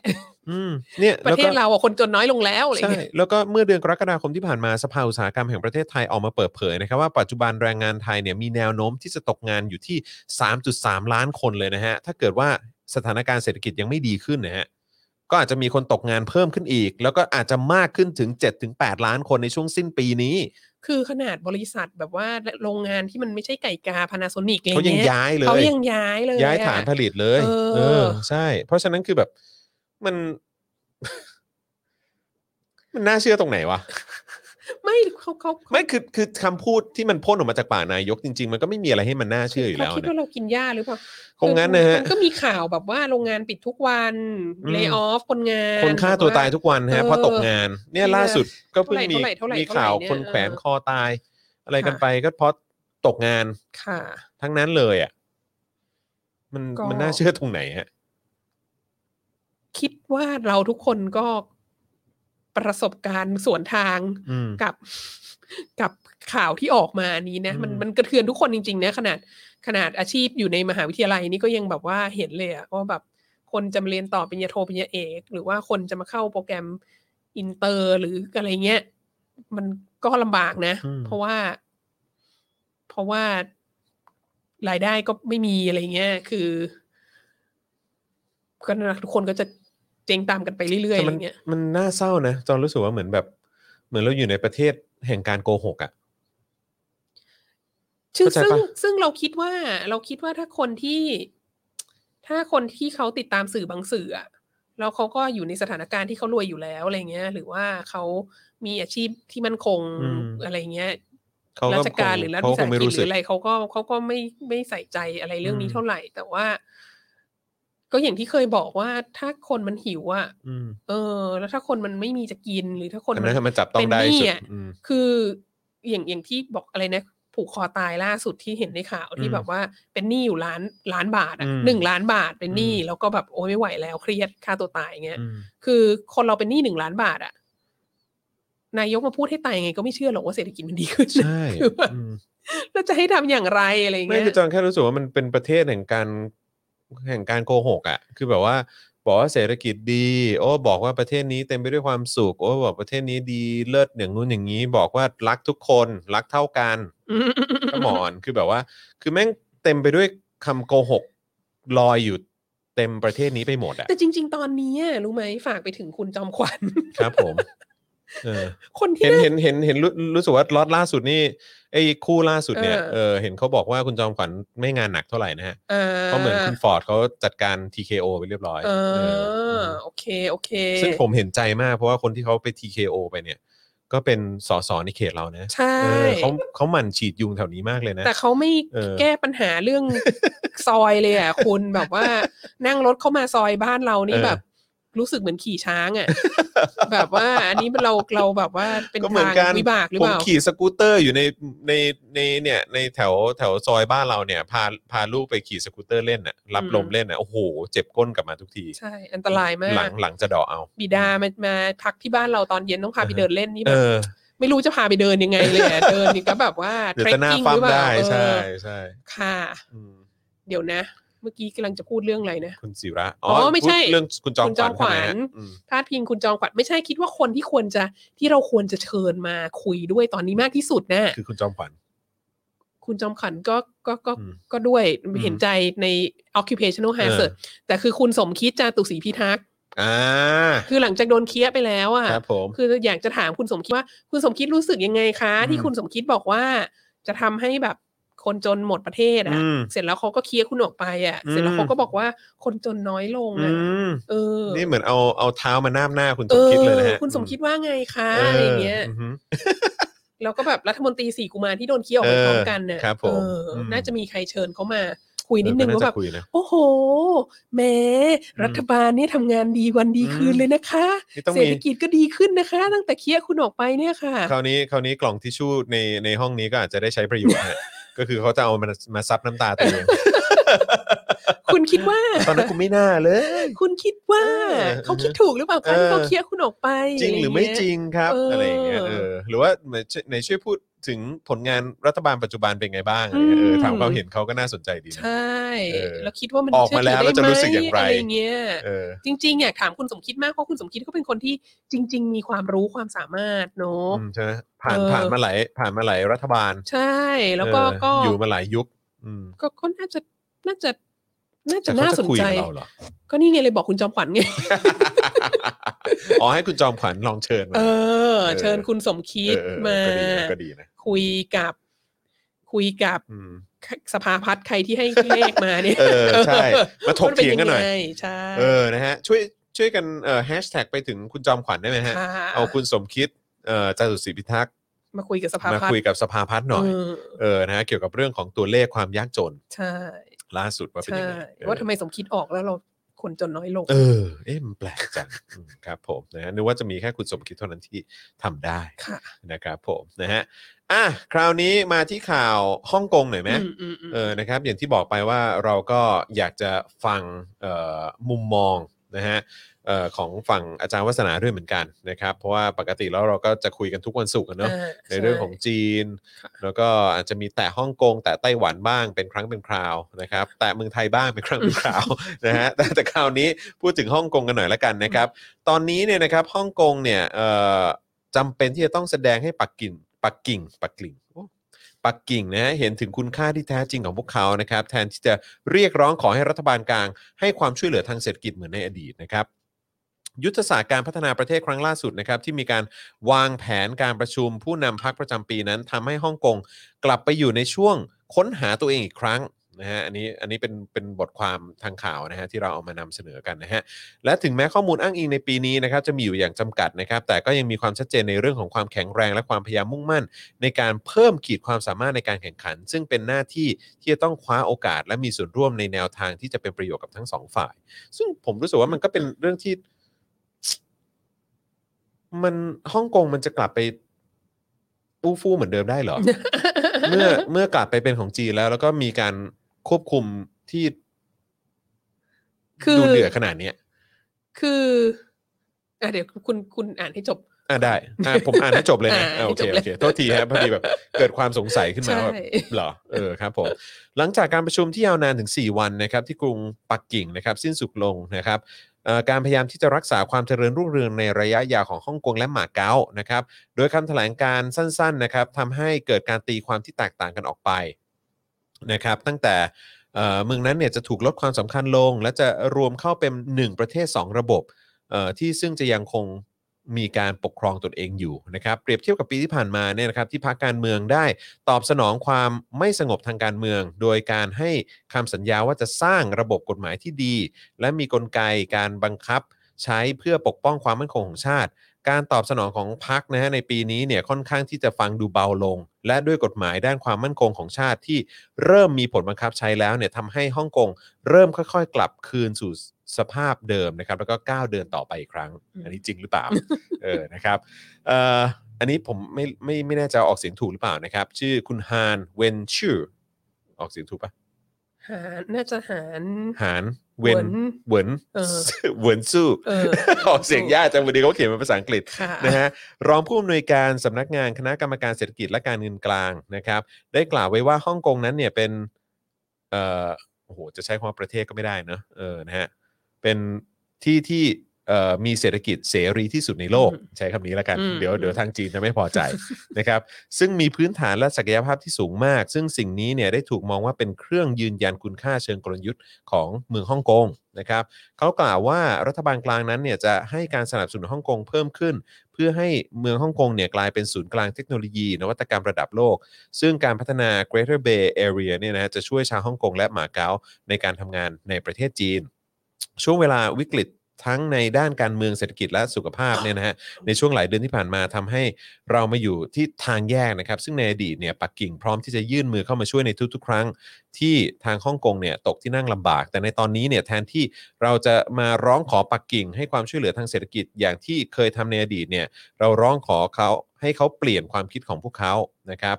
S2: อืม เนี่ย
S3: ป
S2: แล้
S3: ระ
S2: ว
S3: เท
S2: ก็
S3: ศเราอะคนจนน้อยลงแล้วอะไร
S2: ใช่
S3: เงี้ย
S2: แล้วก็เมื่อเดือนกรกฎาคมที่ผ่านมาสภาอุตสาหกรรมแห่งประเทศไทยออกมาเปิดเผยนะครับว่าปัจจุบันแรงงานไทยเนี่ยมีแนวโน้มที่จะตกงานอยู่ที่ 3.3 ล้านคนเลยนะฮะ ถ้าเกิดว่าสถานการณ์เศรษฐกิจยังไม่ดีขึ้นนะฮะ ก็อาจจะมีคนตกงานเพิ่มขึ้นอีก แล้วก็อาจจะมากขึ้นถึง 7-8 ล้านคนในช่วงสิ้นปีนี้
S3: คือขนาดบริษัทแบบว่าโรงงานที่มันไม่ใช่ไก่กาพานาโซนิกอะไร
S2: เขายัง
S3: เงี้ย
S2: ย้ายเลย
S3: เขายังย้ายเลย
S2: ย้าย
S3: อะ
S2: ฐานผลิตเลย
S3: เออ
S2: เออ ใช่ เพราะฉะนั้นคือ แบบมัน มันน่าเชื่อตรงไหนวะ
S3: ไม่ เขาเขาเขา
S2: ไม่คือคือคำพูดที่มันพ่นออกมาจากปากนายกจริง ๆ มันก็ไม่มีอะไรให้มันน่าเชื่ออยู่แล้ว
S3: เขาคิด
S2: นะ
S3: ว่าเรากินหญ้าหรือเปล่า
S2: คงงั้นนะฮะ
S3: มัก็มีข่าวแบบว่าโรงงานปิดทุกวัน
S2: อืม
S3: เล y o ออฟคนงาน
S2: คนฆ่าตัวตาย
S3: แบบ
S2: ทุกวันฮะ
S3: เออ
S2: เพราะตกงาน เนี่ยล่าสุดก็เพิ่งมี
S3: เท่าไหร่เท่าไหร่
S2: มีข่าว
S3: เท่าไหร่
S2: คน
S3: เนี่ย
S2: แขวน
S3: เออ
S2: คอตาย อะไรกันไปก็เพราะตกงาน
S3: ค่ะ
S2: ทั้งนั้นเลยอ่ะมัน
S3: ก็
S2: มันน่าเชื่อตรงไหนฮะ
S3: คิดว่าเราทุกคนก็ประสบการณ์สวนทาง
S2: อืม
S3: กับ กับข่าวที่ออกมานี้นะ มัน
S2: อืม
S3: มันกระเทือนทุกคนจริงๆนะขนาดขนาดอาชีพอยู่ในมหาวิทยาลัยนี่ก็ยังแบบว่าเห็นเลยอะว่าแบบคนจะมาเรียนต่อปริญญาโทปริญญาเอก หรือว่าคนจะมาเข้าโปรแกรมอินเตอร์หรืออะไรเงี้ยมันก็ลำบากนะ
S2: อืม
S3: เพราะว่า เพราะว่ารายได้ก็ไม่มีอะไรเงี้ยคือก็นั่นแหละทุกคนก็จะเจงตามกันไปเรื่อยๆ
S2: แต่
S3: อะ
S2: มั
S3: ไร
S2: น
S3: เงี้ย
S2: มันน่าเศร้านะจอนรู้สึกว่าเหมือนแบบ เหมือนเราอยู่ในประเทศแห่งการโกหกอ่ะ
S3: ซึ่ง
S2: เข้าใจ
S3: ซึ่ง
S2: ปะ
S3: ซึ่งเราคิดว่าเราคิดว่าถ้าคนที่ ถ้าคนที่เขาติดตามสื่อบางสื่ออะแล้วเขาก็อยู่ในสถานการณ์ที่เขารวยอยู่แล้วอะไรเงี้ย หรือว่าเขามีอาชีพที่มั่นคง
S2: อืม
S3: อะไรเงี้ย
S2: เขาก็
S3: ราช
S2: ค
S3: การ
S2: ง
S3: หรือรัฐ
S2: เขา
S3: วิ
S2: ค
S3: สาง ห
S2: ไม่
S3: กิ
S2: รู้
S3: จหรื
S2: สึ
S3: อก อะไรเขาก็เขาก็ไม่ไม่ใส่ใจอะไรเรื่องนี้
S2: อืม
S3: เท่าไหร่ แต่ว่า ก็อย่างที่เคยบอกว่าถ้าคนมันหิวอะ
S2: อืม
S3: เออ แล้วถ้าคนมันไม่มีจะกินหรือถ้าคน
S2: อัน
S3: มั
S2: นั้น นมันจับต้องได้
S3: เป็นหนี้
S2: สุด
S3: อะ
S2: อืม
S3: คืออย่างอย่างที่บอกอะไรนะ ผูกคอตายล่าสุดที่เห็นในข่าวที่
S2: อืม
S3: แบบว่าเป็นหนี้อยู่ล้านล้านบาทอ่ะ
S2: อืม
S3: หนึ่งล้านบาทเป็นหนี้
S2: อืม
S3: แล้วก็แบบโอ้ยไม่ไหวแล้วเครียดฆ่าตัวตายอย่างเงี้ย
S2: อืม
S3: คือคนเราเป็นหนี้หนึ่งล้านบาทอ่ะนายกมาพูดให้ตายยังไงก็ไม่เชื่อหรอกว่าเศรษฐกิจมันดีขึ้น
S2: ใช่
S3: คือแบบ
S2: อืม
S3: แล้วจะให้ทำอย่างไรอะไร
S2: ไม่
S3: เงี้ย
S2: คือจอนแค่รู้สึกว่ามันเป็นประเทศแห่งการแห่งการโกหกอ่ะ คือแบบว่า บอกว่าเศรษฐกิจดี โอ้บอกว่าประเทศนี้เต็มไปด้วยความสุขโอ้บอกประเทศนี้ดีเลิศอย่างนู้นอย่างนี้ บอกว่ารักทุกคนรักเท่ากันก็หมอนคือแบบว่า คือแม่งเต็มไปด้วยคำโกหกลอยอยู่เต็มประเทศนี้ไปหมดอ่ะ
S3: แต่จริง ๆ ตอนนี้อะรู้ไหมฝากไปถึงคุณจอมขวั ญ
S2: ครับผมเออ
S3: คนที่
S2: เห็น
S3: น่า
S2: เห็นเห็นเห็นรู้รู้สึกว่าล็อตล่าสุดนี่ไอ้คู่ล่าสุดเนี่ย
S3: เออ
S2: เออเห็นเขาบอกว่าคุณจอมขวัญไม่งานหนักเท่าไหร่นะฮะ
S3: อ่
S2: เพราะเหมือนคุณฟอร์ดเขาจัดการ TKO ไปเรียบร้อย
S3: เอ
S2: เอ
S3: อ
S2: อ
S3: โอเค โอเค
S2: ซึ่งผมเห็นใจมากเพราะว่าคนที่เขาไป TKO ไปเนี่ย ก็เป็นสสในเขตเรานะ
S3: ใช่
S2: เออเขาเขาหมั่นฉีดยุงแถวนี้มากเลยนะ
S3: แต่เขาไม่
S2: เออ
S3: แก้ปัญหา เรื่อง ซอยเลยอ่ะคุณแบบว่านั่งรถเข้ามาซอยบ้านเรานี่แบบ รู้สึกเหมือนขี่ช้างอ่ะ แบบว่า อันนี้เราเราแบบว่าเป็น
S2: ก็เหมือน
S3: ทาง
S2: กัน
S3: วิบากหรือ
S2: ผ
S3: เป
S2: ม
S3: ล่า
S2: ขี่สกูตเตอร์อยู่ในในในเนี่ยในแถวแถวซอยบ้านเราเนี่ย พาพาลูกไปขี่สกูตเตอร์เล่นน่ะรับ
S3: อืม
S2: ลมเล่นน่ะโอ้โห เจ็บก้นกลับมาทุกที
S3: ใช่ อันตรายมา
S2: หลั
S3: ก
S2: งหลังจะเดอเอา
S3: บิดามามาพักที่บ้านเราตอนเย็นต้องพาไป
S2: เออ
S3: เดินเล่นนี่
S2: เอ
S3: แบบ
S2: อ
S3: ไม่รู้จะพาไปเดินยังไงเลย อะเดินนี่ก็แบบว่า
S2: เดี๋ยวจะ
S3: trekking
S2: หน้าฟัม
S3: หรือเปล่า
S2: ได้ใช่
S3: เออ
S2: ใช่
S3: ค่ะ
S2: อืม
S3: เดี๋ยวนะ เมื่อกี้กำลังจะพูดเรื่องอะไรนะ
S2: คุณศิระ
S3: อ๋อไม่ใช่
S2: พูดเรื่องคุณจอม
S3: คุณ
S2: ข
S3: จอ
S2: วัญ
S3: มขวัญ
S2: ใช่ไหมฮะอืม
S3: พาดพิงคุณจอมขวัญไม่ใช่คิดว่าคนที่ควรจะที่เราควรจะเชิญมาคุยด้วยตอนนี้มากที่สุดนะ
S2: คือคุณจอมขวัญ
S3: คุณจอมขวัญก็ก็ก็
S2: อืม
S3: ก็ด้วย
S2: อืม
S3: เห็นใจใน occupational hazard
S2: เอ
S3: แต่คือคุณสมคิดจาตุศรีพิทักษ์
S2: อ่า
S3: คือหลังจากโดนเคี้ยไปแล้วอ่ะ
S2: ครับผม
S3: คืออยากจะถามคุณสมคิดว่า คุณสมคิดรู้สึกยังไงคะ
S2: อืม
S3: ที่คุณสมคิดบอกว่า จะทำให้แบบคนจนหมดประเทศอ่ะ
S2: อืม
S3: เสร็จแล้วเขาก็เคี้ยคุณออกไปอ่ะ เสร็จแล้ว
S2: อืม
S3: เขาก็บอกว่าคนจนน้อยลง
S2: อื
S3: อ่ะ
S2: ม
S3: เออ
S2: นี่เหมือนเอาเอาเท้ามาน้ามหน้าคุณสมคิดเลยนะฮะ
S3: ออคุณสมคิดว่าไงคะ
S2: อืม
S3: อะไรอย่างเงี้ย
S2: ออ
S3: แล้วก็แบบรัฐมนตรีสี่กุมารที่โดนเคี้ยวออก
S2: เอ
S3: ไป
S2: อ
S3: พร้อมกันเนี่ย
S2: ครับผม
S3: เอออ
S2: ม
S3: น่าจะมีใครเชิญเขามาคุย
S2: อือฮึ
S3: นิดนึง
S2: เออ
S3: ว่า
S2: ก็
S3: แบ
S2: น่า
S3: บ
S2: จะคุยนะ
S3: โอ้โหแหมรัฐบาลเนี่ยทำงานดีวันดี
S2: อืม
S3: คืนเลยนะคะ
S2: นี่ต้อง
S3: เศรษ
S2: มี
S3: ฐกิจก็ดีขึ้นนะคะ ตั้งแต่เคี้ยคุณออกไปเนี่ยค่ะ
S2: คราวนี้คราวนี้กล่องทิชชู่ในในห้องนี้ก็อาจจะได้ใช้ประโยชน์ฮะ ก็คือเขาจะเอามามาซับน้ำตา ตัวเอง
S3: คุณคิดว่า
S2: ตอนนั้นกูไม่น่าเลย
S3: คุณคิดว่า
S2: เออ
S3: เขาคิดถูกหรือเปล่าคะที่เขา
S2: เออ
S3: เคี้ยคุณออกไป
S2: จริงหรือไม่จริ
S3: ะ
S2: งครับ
S3: เอออ
S2: อะไรอย่างเงี้ยเออหรือว่าเหมือนในช่วยพูดถึงผลงานรัฐบาลปัจจุบันเป็นไงบ้างอะไรเงี้ยเออ
S3: อืม
S2: ถามความเห็นเขาก็น่าสนใจดี
S3: ไย
S2: นะ
S3: ใช่
S2: เออ
S3: แล้วคิดว่ามัน
S2: ออกมาแล้วแล้วจะรู้สึกอย่างไร
S3: เชื่ถืด้หมอะเงี้ย
S2: เออ
S3: จริงๆอยากถามคุณสมคิดมากเพราะคุณสมคิดก็เป็นคนที่จริง ๆ มีความรู้ความสามารถเนาะ
S2: อืมใช่ไหมผ่าน
S3: เออ
S2: ผ่านมาหลายผ่านมาหลายรัฐบาล
S3: ใช่แล้วก็
S2: เออ
S3: ก็
S2: อยู่มาหลายยุคอืม
S3: ก็ก็น่าจะน่าจะน่าจะ
S2: แต่เขา
S3: น่าส
S2: จะ
S3: น
S2: คุย
S3: ใจ
S2: กับเราเหรอ
S3: ก็นี่ไงเลยบอกคุณจอมขวัญไง
S2: อ๋อให้คุณจอมขวัญลองเชิญมา
S3: เออ
S2: เออ
S3: เชิญคุณสมคิด
S2: เออเออ
S3: มา
S2: ก็ดีนะก็ดีนะ
S3: คุยกับ คุยกับ
S2: อืม
S3: สภาพัฒน์ใครที่ให้เลขมาเนี่ย
S2: เออใช่มาถกเถียงกันหน่อย
S3: มัเป็งไงใช่
S2: เออนะฮะช่วยช่วยกันเอ่อแฮชแท็กไปถึงคุณจอมขวัญได้ไหมฮะ
S3: ค่ะ
S2: เอาคุณสมคิดเอ่อจาตุศรีพิทักษ์
S3: มาคุยกับสภา
S2: มา
S3: พัฒ
S2: คุย
S3: น์
S2: กับสภาพัฒน์หน่อย
S3: เอ
S2: เออนะฮะเกี่ยวกับเรื่องของตัวเลขความยากจน
S3: ใช่
S2: ล่าสุดว่าเป็น
S3: ใช่
S2: ยังไงเออ
S3: ว่าทำไมสมคิดออกแล้วเราคนจนน้อยลง
S2: เออ เอ๊ะมันแปลกจังอืมครับผมนะฮะนึกว่าจะมีแค่คุณสมคิดเท่านั้นที่ทำได้
S3: ค่ะ
S2: นะครับผมนะฮะอ่ะคราวนี้มาที่ข่าวฮ่องกงหน่อยไหม
S3: อืมอืมอืม
S2: เออนะครับ อย่างที่บอกไปว่าเราก็อยากจะฟังเอ่อมุมมองนะฮะเอ่อของฝั่งอาจารย์วัฒนาด้วยเหมือนกันนะครับ เพราะว่าปกติแล้วเราก็จะคุยกันทุกวันศุกร์กันเนาะ
S3: า
S2: ในเรื่องของ
S3: ใช่
S2: จีน
S3: ค่ะ
S2: แล้วก็อาจจะมีแต่ฮ่องกง แต่ไต้หวันบ้างเป็นครั้งเป็นคราวนะครับ แต่เมืองไทยบ้างเป็นครั้งเป็นคราว นะฮะ แต่แต่คราวนี้พูดถึงฮ่องกงกันหน่อยละกันนะครับ ตอนนี้เนี่ยนะครับฮ่องกงเนี่ยเอ่อจำเป็นที่จะต้องแสดงให้ปักกิ่งปักกิ่งปักกิ่งโอ้ปักกิ่งนะฮะเห็นถึงคุณค่าที่แท้จริงของพวกเขานะครับ แทนที่จะเรียกร้องขอให้รัฐบาลกลาง ให้ความช่วยเหลือทางเศรษฐกิจเหมือนในอดีตนะครับ ยุทธศาสตร์การพัฒนาประเทศครั้งล่าสุดนะครับที่มีการวางแผนการประชุมผู้นำพักประจำปีนั้นทำให้ฮ่องกงกลับไปอยู่ในช่วงค้นหาตัวเองอีกครั้งนะฮะอันนี้อันนี้เป็นเป็นบทความทางข่าวนะฮะที่เราเอามานำเสนอกันนะฮะและถึงแม้ข้อมูลอ้างอิงในปีนี้นะครับจะมีอยู่อย่างจำกัดนะครับ แต่ก็ยังมีความชัดเจนในเรื่องของความแข็งแรง และความพยายามมุ่งมั่น ในการเพิ่มขีดความสามารถในการแข่งขัน ซึ่งเป็นหน้าที่ที่จะต้องคว้าโอกาส และมีส่วนร่วมในแนวทางที่จะเป็นประโยชน์กับทั้งสองฝ่าย ซึ่งผมรู้สึกว่ามันก็เป็นเรื่องที่ มันฮ่องกงมันจะกลับไปปูฟู่เหมือนเดิมได้เหรอ เมื่อเมื่อกลับไปเป็นของจีนแล้ว แล้วก็มีการควบคุมที่
S3: คือ
S2: ดูเดือดขนาดเนี้ย
S3: คืออ่ะเดี๋ยวคุณคุณอ่านให้จบ
S2: อ่ะได้อ่ะผมอ่านให้จบเลยนะอ่ะ
S3: อ่า
S2: โอเคโอ
S3: ให้จบเลย
S2: เคโทษทีครับพอดีแบบเกิดความสงสัยขึ้นมา
S3: ใช่
S2: ว่าแบบ เหรอ เออครับผม หลังจากการประชุมที่ยาวนานถึง 4 วันนะครับที่กรุงปักกิ่งนะครับสิ้นสุดลงนะครับเอ่อการพยายามที่จะรักษาความเจริญรุ่งเรืองในระยะยาวของฮ่องกงและหมาเก๊านะครับ โดยคำแถลงการสั้นๆนะครับทำให้เกิดการตีความที่แตกต่างกันออกไปนะครับตั้งแต่เอ่อเมืองนั้นเนี่ยจะถูกลดความสำคัญลง และจะรวมเข้าเป็น 1 ประเทศ 2 ระบบเอ่อที่ซึ่งจะยังคงมีการปกครองตนเองอยู่นะครับเปรียบเทียบกับปีที่ผ่านมาเนี่ยนะครับที่พรรคการเมืองได้ ตอบสนองความไม่สงบทางการเมือง โดยการให้คำสัญญาว่าจะสร้างระบบกฎหมายที่ดี และมีกลไกการบังคับใช้เพื่อปกป้องความมั่นคงของชาติ การตอบสนองของพรรคนะฮะในปีนี้เนี่ยค่อนข้างที่จะฟังดูเบาลง และด้วยกฎหมายด้านความมั่นคงของชาติที่เริ่มมีผลบังคับใช้แล้วเนี่ยทำให้ฮ่องกงเริ่มค่อยๆ กลับคืนสู่สภาพเดิมนะครับแล้วก็ก้าวเดินต่อไปอีกครั้ง อันนี้จริงหรือเป ล่า เออนะครับเอ่อ อันนี้ผมไม่ไม่ไม่แน่ใจออกเสียงถูกหรือเปล่านะครับ ชื่อคุณฮานเวนชื่อออกเสียงถูกปะ
S3: หารน่าจะหาร
S2: หาน
S3: ห
S2: เวน
S3: น
S2: เหวิน
S3: เออ
S2: เหวินสู้
S3: เออ
S2: ออกเสียงยากจังวันนี้เขาเขียนเป็นภาษาอังกฤษ
S3: ค่ะ
S2: นะฮะรองผู้อำนวยการสำนักงานคณะกรรมการเศรษฐกิจและการเงินกลางนะครับ ได้กล่าวไว้ว่าฮ่องกงนั้นเนี่ยเป็นเอ่อโอ้โหจะใช้คำว่าประเทศก็ไม่ได้เนอะเออนะฮะเป็นที่ที่เอ่อมีเศรษฐกิจเสรีที่สุดในโลก
S3: อืม
S2: ใช้คำนี้แล้วกัน
S3: อืม
S2: เดี๋ยว
S3: อืม
S2: เดี๋ยวทางจีนจะไม่พอใจ นะครับซึ่งมีพื้นฐานและศักยภาพที่สูงมาก ซึ่งสิ่งนี้เนี่ยได้ถูกมองว่าเป็นเครื่องยืนยันคุณค่าเชิงกลยุทธ์ของเมืองฮ่องกงนะครับเขากล่าวว่ารัฐบาลกลางนั้นเนี่ยจะให้การสนับสนุนฮ่องกงเพิ่มขึ้น เพื่อให้เมืองฮ่องกงเนี่ยกลายเป็นศูนย์กลางเทคโนโลยี นวัตกรรมระดับโลก ซึ่งการพัฒนา Greater Bay Area เนี่ยนะฮะจะช่วยชาวฮ่องกงและหมาเก๊าในการทำงานในประเทศจีน ช่วงเวลาวิกฤตทั้งในด้านการเมืองเศรษฐกิจและสุขภาพเนี่ยนะฮะในช่วงหลายเดือนที่ผ่านมาทำให้เรามาอยู่ที่ทางแยกนะครับ ซึ่งในอดีตเนี่ยปักกิ่งพร้อมที่จะยื่นมือเข้ามาช่วยในทุก ๆ ครั้ง ที่ทางฮ่องกงเนี่ยตกที่นั่งลำบาก แต่ในตอนนี้เนี่ยแทนที่เราจะมาร้องขอปักกิ่ง ให้ความช่วยเหลือทางเศรษฐกิจอย่างที่เคยทำในอดีตเนี่ย เราร้องขอเขาให้เขาเปลี่ยนความคิดของพวกเขานะครับ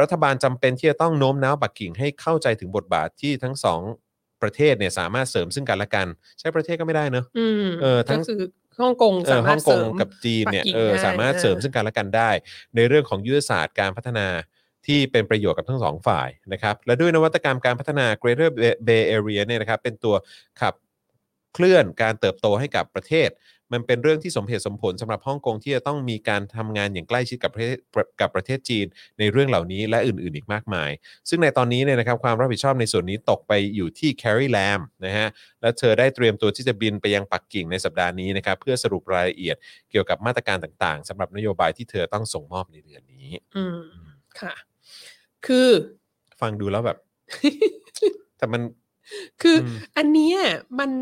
S2: รัฐบาลจำเป็นที่จะต้องโน้มน้าวปักกิ่งให้เข้าใจถึงบทบาทที่ทั้งสองประเทศเนี่ยสามารถเสริมซึ่งกันและกัน ใช้ประเทศก็ไม่ได้เนอะ
S3: อืม
S2: เออทั้ง
S3: ก็คือฮ่องกง
S2: เอ
S3: สา
S2: อ
S3: มา
S2: ฮ่อ
S3: ร
S2: ง
S3: ถเส
S2: ก
S3: ริ
S2: ง
S3: ม
S2: กับจีนเนี่ย
S3: ปักกิ่ง
S2: เออ
S3: ได้
S2: สามารถ
S3: เออ
S2: เสริมซึ่งกันและกันได้ ในเรื่องของยุทธศาสตร์การพัฒนาที่เป็นประโยชน์กับทั้งสองฝ่ายนะครับ และด้วยนวัตกรรมการพัฒนา Greater Bay Area เนี่ยนะครับ เป็นตัวขับเคลื่อนการเติบโตให้กับประเทศ มันเป็นเรื่องที่สมเหตุสมผลสำหรับฮ่องกงที่จะต้องมีการทำงานอย่างใกล้ชิดกับประเทศกับประเทศจีน ในเรื่องเหล่านี้และอื่นๆอีกมากมาย ซึ่งในตอนนี้เนี่ยนะครับความรับผิดชอบในส่วนนี้ตกไปอยู่ที่แครีแลมนะฮะและเธอได้เตรียมตัวที่จะบินไปยังปักกิ่งในสัปดาห์นี้นะครับเพื่อสรุปรายละเอียด เกี่ยวกับมาตรการต่างๆสำหรับนโยบายที่เธอต้องส่งมอบในเดือนนี้
S3: อืมค่ะ คือ
S2: ฟังดูแล้วแบบ แต่มัน
S3: คืออ
S2: ม
S3: อันเนี้ยมัน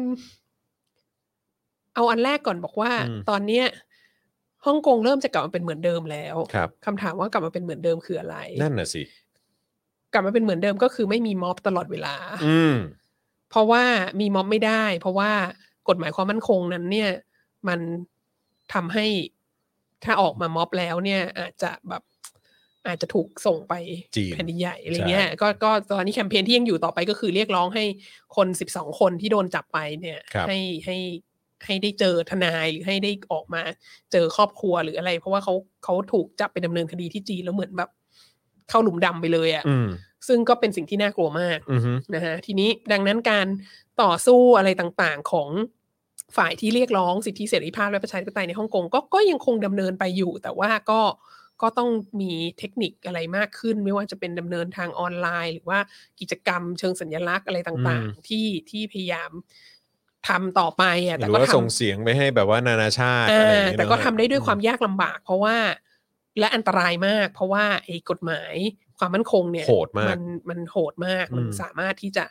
S3: เอาอันแรกก่อนบอกว่า
S2: อืม
S3: ตอนเนี้ย ฮ่องกงเริ่มจะกลับมาเป็นเหมือนเดิมแล้ว
S2: ครับ
S3: คำถามว่ากลับมาเป็นเหมือนเดิมคืออะไร
S2: นั่นน่ะสิ
S3: กลับมาเป็นเหมือนเดิมก็คือไม่มีม็อบตลอดเวลา
S2: อืม
S3: เพราะว่ามีม็อบไม่ได้ เพราะว่ากฎหมายความมั่นคงนั้นเนี่ย มันทำให้ถ้าออกมาม็อบแล้วเนี่ย อาจจะแบบอาจจะถูกส่งไป
S2: จีน
S3: แผ่นดินใหญ่อะไรเงี้ยก็ก็ตอนนี้แคมเปญที่ยังอยู่ต่อไปก็คือเรียกร้องให้คนสิบสองคนที่โดนจับไปเนี่ย
S2: ครับ
S3: ให้ให้ให้ได้เจอทนายหรือให้ได้ออกมาเจอครอบครัวหรืออะไร เพราะว่าเขาเขาถูกจับไปดำเนินคดีที่จีนแล้วเหมือนแบบ เข้าหลุมดำไปเลยอะ่ะ
S2: อืม
S3: ซึ่งก็เป็นสิ่งที่น่ากลัวมาก
S2: อืมฮึ
S3: นะฮะทีนี้ดังนั้นการต่อสู้อะไรต่างๆของฝ่ายที่เรียกร้องสิทธิเสรีภาพและประชาธิปไตยในฮ่องกงก็ก็ยังคงดำเนินไปอยู่ แต่ว่าก็ก็ต้องมีเทคนิคอะไรมากขึ้น ไม่ว่าจะเป็นดำเนินทางออนไลน์ หรือว่ากิจกรรมเชิงสัญลักษณ์อะไรต่างๆ ที่ที่พยายามทำต่อไปอ่ะ
S2: ห
S3: แต่
S2: รือ
S3: ก็
S2: ว่า
S3: ทำ
S2: ส่งเสียงไปให้แบบว่านานาชาติอะไรอย่า
S3: อ่าง
S2: เงี้ย
S3: แต่ก็
S2: เนอะ
S3: ทำได้ด้วยความยากลำบาก เพราะว่าและอันตรายมาก เพราะว่าไอ้กฎหมายความมั่นคงเนี่ย
S2: โหดมาก
S3: นมันโหดมาก มัน
S2: อืม
S3: สามารถที่จะ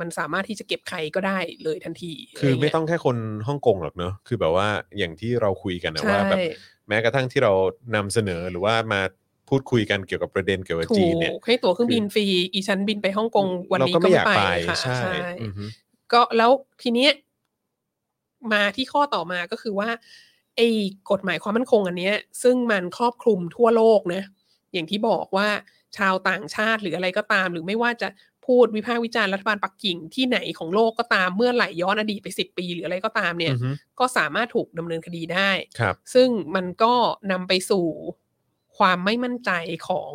S3: มันสามารถที่จะเก็บใครก็ได้เลยทันที
S2: คือไม่
S3: ะรเย
S2: ต้องแค่คนฮ่องกงหรอกเนอะคือแบบว่าอย่างที่เราคุยกันนะ
S3: ใช่
S2: ว่าแบบแม้กระทั่งที่เรานำเสนอหรือว่ามาพูดคุยกันเกี่ยวกับประเด็นเกี่ยวกับจีนเนี่ย
S3: ถูกให้ตั๋วเครื่องบินฟรี อีฉันบินไปฮ่องกงวันนี้
S2: เราก็ไม่อยาก
S3: ก็
S2: ไป
S3: ไม่ไปค่ะ
S2: ใช่
S3: ใช่
S2: อือฮึ
S3: ก็แล้วทีเนี้ยมาที่ข้อต่อมาก็คือว่าไอ้กฎหมายความมั่นคงอันเนี้ย ซึ่งมันครอบคลุมทั่วโลกนะ อย่างที่บอกว่าชาวต่างชาติหรืออะไรก็ตาม หรือไม่ว่าจะพูดวิพากษ์วิจารณ์รัฐบาลปักกิ่งที่ไหนของโลกก็ตามเมื่อไหลย้อนอดีตไปสิบปี หรืออะไรก็ตามเนี่ย
S2: อือฮึ
S3: ก็สามารถถูกดำเนินคดีได้
S2: ครับ
S3: ซึ่งมันก็นำไปสู่ความไม่มั่นใจของ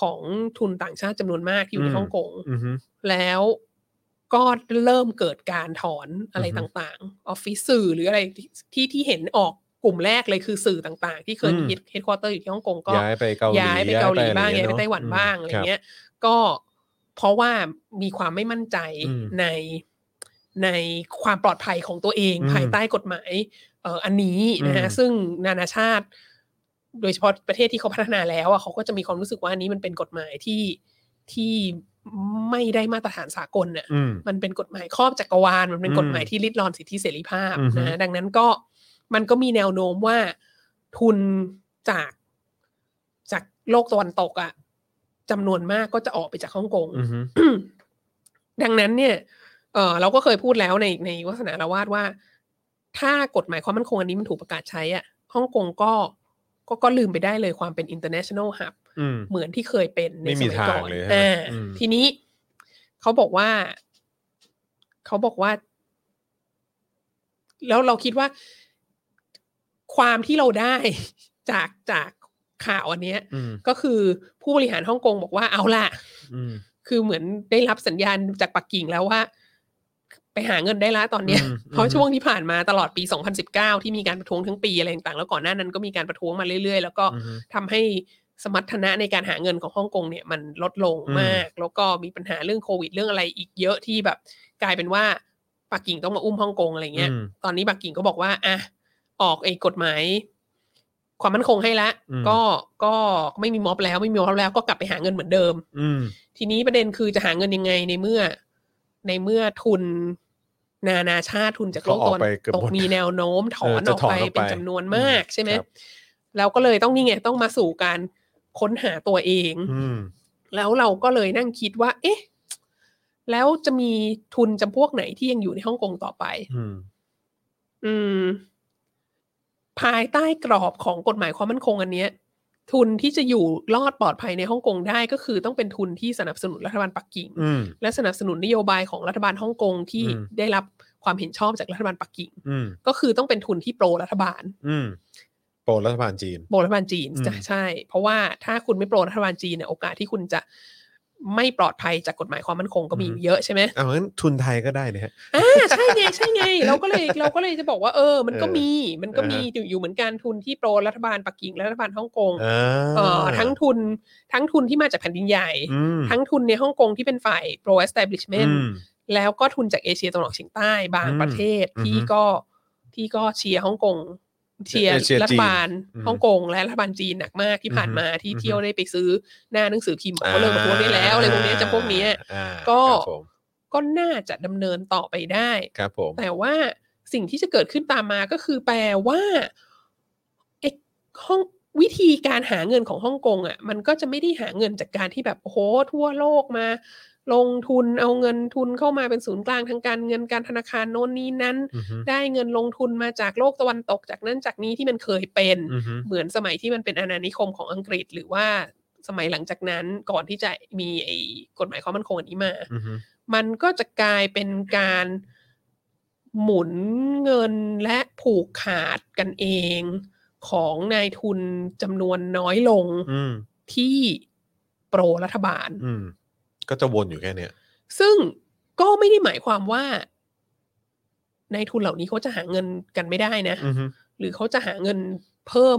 S3: ของทุนต่างชาติจำนวนมากที่อยู่ใน
S2: อืม
S3: ฮ่องกง
S2: อือฮึ
S3: แล้วก็เริ่มเกิดการถอนอะไร
S2: อือฮึ
S3: ต่างๆ ออฟฟิศสื่อหรืออะไรที่ที่ที่เห็นออกกลุ่มแรกเลยคือสื่อต่างๆ ที่เคยมี
S2: อืม
S3: เฮดควอเตอร์อยู่ที่ฮ่องกงก็
S2: ย้ายไปเกาหลี
S3: ย้ายไปเกาหลีบ้าง
S2: อะ
S3: ย้ายไป
S2: อะ
S3: ไต้หวันบ้าง
S2: ม
S3: อะไร
S2: คบ
S3: เงี้ย ก็เพราะว่ามีความไม่มั่นใจ
S2: อืม
S3: ในในความปลอดภัยของตัวเอง
S2: อืม
S3: ภายใต้กฎหมายเอ่ออันนี้นะฮะ
S2: อืม
S3: ซึ่งนานาชาติ โดยเฉพาะประเทศที่เขาพัฒนาแล้วอ่ะเขาก็จะมีความรู้สึกว่าอันนี้มันเป็นกฎหมายที่ที่ไม่ได้มาตรฐานสากลน่ะ
S2: อืม
S3: มันเป็นกฎหมายครอบจักรวาล มันเป็น
S2: อืม
S3: กฎหมายที่ริดรอนสิทธิเสรีภาพ
S2: อือฮึ
S3: นะดังนั้นก็มันก็มีแนวโน้มว่าทุนจากจากโลกตะวันตกอะจำนวนมากก็จะออกไปจากฮ่องกง
S2: อือฮึ
S3: ดังนั้นเนี่ยเออเราก็เคยพูดแล้วในในวัฒนาละวาดว่า ถ้ากฎหมายความมั่นคงอันนี้มันถูกประกาศใช้อะฮ่องกงก็ก็ก็ลืมไปได้เลยความเป็น international hub
S2: อืม
S3: เหมือนที่เคยเป็นใน
S2: ไม่
S3: ส
S2: มี
S3: มัย
S2: ทาง
S3: ก่อน
S2: เลยฮะ
S3: อ่า
S2: อืม
S3: ทีนี้เขาบอกว่า เขาบอกว่า แล้วเราคิดว่า ความที่เราได้ จากจากข่าวอันเนี้ย
S2: อืม
S3: ก็คือผู้บริหารฮ่องกงบอกว่าเอาล่ะ
S2: อืม
S3: คือเหมือนได้รับสัญญาณจากปักกิ่งแล้วว่า ไปหาเงินได้ละตอนเนี้ย
S2: อืม
S3: เพราะ
S2: อืม
S3: ช่วงที่ผ่านมาตลอดปี 2019 ที่มีการประท้วงทั้งปีอะไรต่างๆ แล้วก่อนหน้านั้นก็มีการประท้วงมาเรื่อยๆ แล้วก็
S2: อือฮึ
S3: ทำให้สมรรถนะในการหาเงินของฮ่องกงเนี่ยมันลดลงมาก แล้วก็มีปัญหาเรื่องโควิดเรื่องอะไรอีกเยอะที่แบบ กลายเป็นว่าปักกิ่งต้องมาอุ้มฮ่องกงอะไรเงี้ย
S2: อืม
S3: ตอนนี้ปักกิ่งก็บอกว่าอ่ะออกไอ้กฎหมาย ความมั่นคงให้ละ
S2: อืม
S3: ก็ก็ไม่มีม็อบแล้วไม่มีม็อบแล้วก็กลับไปหาเงินเหมือนเดิม
S2: อืม
S3: ทีนี้ประเด็นคือจะหาเงินยังไงในเมื่อ ในเมื่อทุนนานาชาติทุนจากโลกตะวัน
S2: ก็ออกไปเกือบ
S3: ต
S2: ห
S3: ก
S2: มด
S3: มีแนวโน้มถอน
S2: เออ
S3: อ
S2: จะ
S3: อก
S2: ถอน
S3: ไป
S2: ออกไป
S3: เป็นจำนวนมากใช่ไหม
S2: ครับ
S3: เราก็เลยต้องนี่ไงต้องมาสู่การค้นหาตัวเอง
S2: อืม
S3: แล้วเราก็เลยนั่งคิดว่า เอ๊ะ แล้วจะมีทุนจำพวกไหนที่ยังอยู่ในฮ่องกงต่อไป
S2: อืม
S3: อืม ภายใต้กรอบของกฎหมายความมั่นคงอันเนี้ย ทุนที่จะอยู่รอดปลอดภัยในฮ่องกงได้ก็คือต้องเป็นทุนที่สนับสนุนรัฐบาลปักกิ่ง
S2: อืม
S3: และสนับสนุนนโยบายของรัฐบาลฮ่องกงที่
S2: อืม
S3: ได้รับความเห็นชอบจากรัฐบาลปักกิ่ง
S2: อืม
S3: ก็คือต้องเป็นทุนที่โปรรัฐบาล
S2: อืม โปรดรัฐบาลจีน
S3: โปรรัฐบาลจีน
S2: อืม
S3: ใช่ใช่ เพราะว่าถ้าคุณไม่โปรรัฐบาลจีนเนี่ยโอกาสที่คุณจะไม่ปลอดภัยจากกฎหมายความมั่นคงก็มีอยู่เยอะใช่ไหม
S2: เอางั้นทุนไทยก็ได้นะฮะ
S3: อ่าใช่ไงใช่ไง เราก็เลยเราก็เลยจะบอกว่าเออ มันก็
S2: เออ
S3: มีมันก็มี
S2: อ่าฮะ
S3: อยู่อยู่เหมือนกันทุนที่โปรรัฐบาลปักกิ่งและรัฐบาลฮ่องกง
S2: อ่า
S3: เอ่อทั้งทุนทั้งทุนที่มาจากแผ่นดินใหญ่
S2: อืม
S3: ทั้งทุนในฮ่องกงที่เป็นฝ่ายโปร establishment
S2: อืม
S3: แล้วก็ทุนจากเอเชียตะวันออกเฉียงใต้บาง
S2: อืม
S3: ประเทศ
S2: อือฮึ
S3: ที่ก็ที่ก็เชียร์ฮ่องกงเชียร์
S2: เอเชียจีน
S3: รัฐบาล
S2: อืม
S3: ฮ่องกงและรัฐบาลจีนหนักมากที่ผ่าน
S2: อือฮึ
S3: มาที่
S2: อือฮึ
S3: เที่ยวได้ไปซื้อหน้าหนังสือพิมพ์บอกว่าเลิกประท้วงได้แล้วอะไรพวกเนี้ยจำพวกเนี้ย
S2: อ่า
S3: ก็
S2: ครับผม
S3: ก็น่าจะดำเนินต่อไปได้
S2: ครับผม
S3: แต่ว่าสิ่งที่จะเกิดขึ้นตามมาก็คือแปลว่าไอ ห้องวิธีการหาเงินของฮ่องกงอ่ะ มันก็จะไม่ได้หาเงินจากการที่แบบโอ้โหทั่วโลกมา ลงทุนเอาเงินทุนเข้ามาเป็นศูนย์กลางทางการเงินการธนาคารโน่นนี้นั้น
S2: อือฮึ
S3: ได้เงินลงทุนมาจากโลกตะวันตกจากนั้นจากนี้ที่มันเคยเป็น
S2: อือฮึ
S3: เหมือนสมัยที่มันเป็นอาณานิคมของอังกฤษ หรือว่าสมัยหลังจากนั้นก่อนที่จะมีไอ้กฎหมายความมั่นคงอันนี้มา
S2: อือฮึ
S3: มันก็จะกลายเป็นการหมุนเงินและผูกขาดกันเองของนายทุนจำนวนน้อยลง
S2: อืม
S3: ที่โปรรัฐบาล
S2: อืมก็จะวนอยู่แค่เนี้ย
S3: ซึ่งก็ไม่ได้หมายความว่า นายทุนเหล่านี้เขาจะหาเงินกันไม่ได้นะ
S2: อือฮึ
S3: หรือเขาจะหาเงินเพิ่ม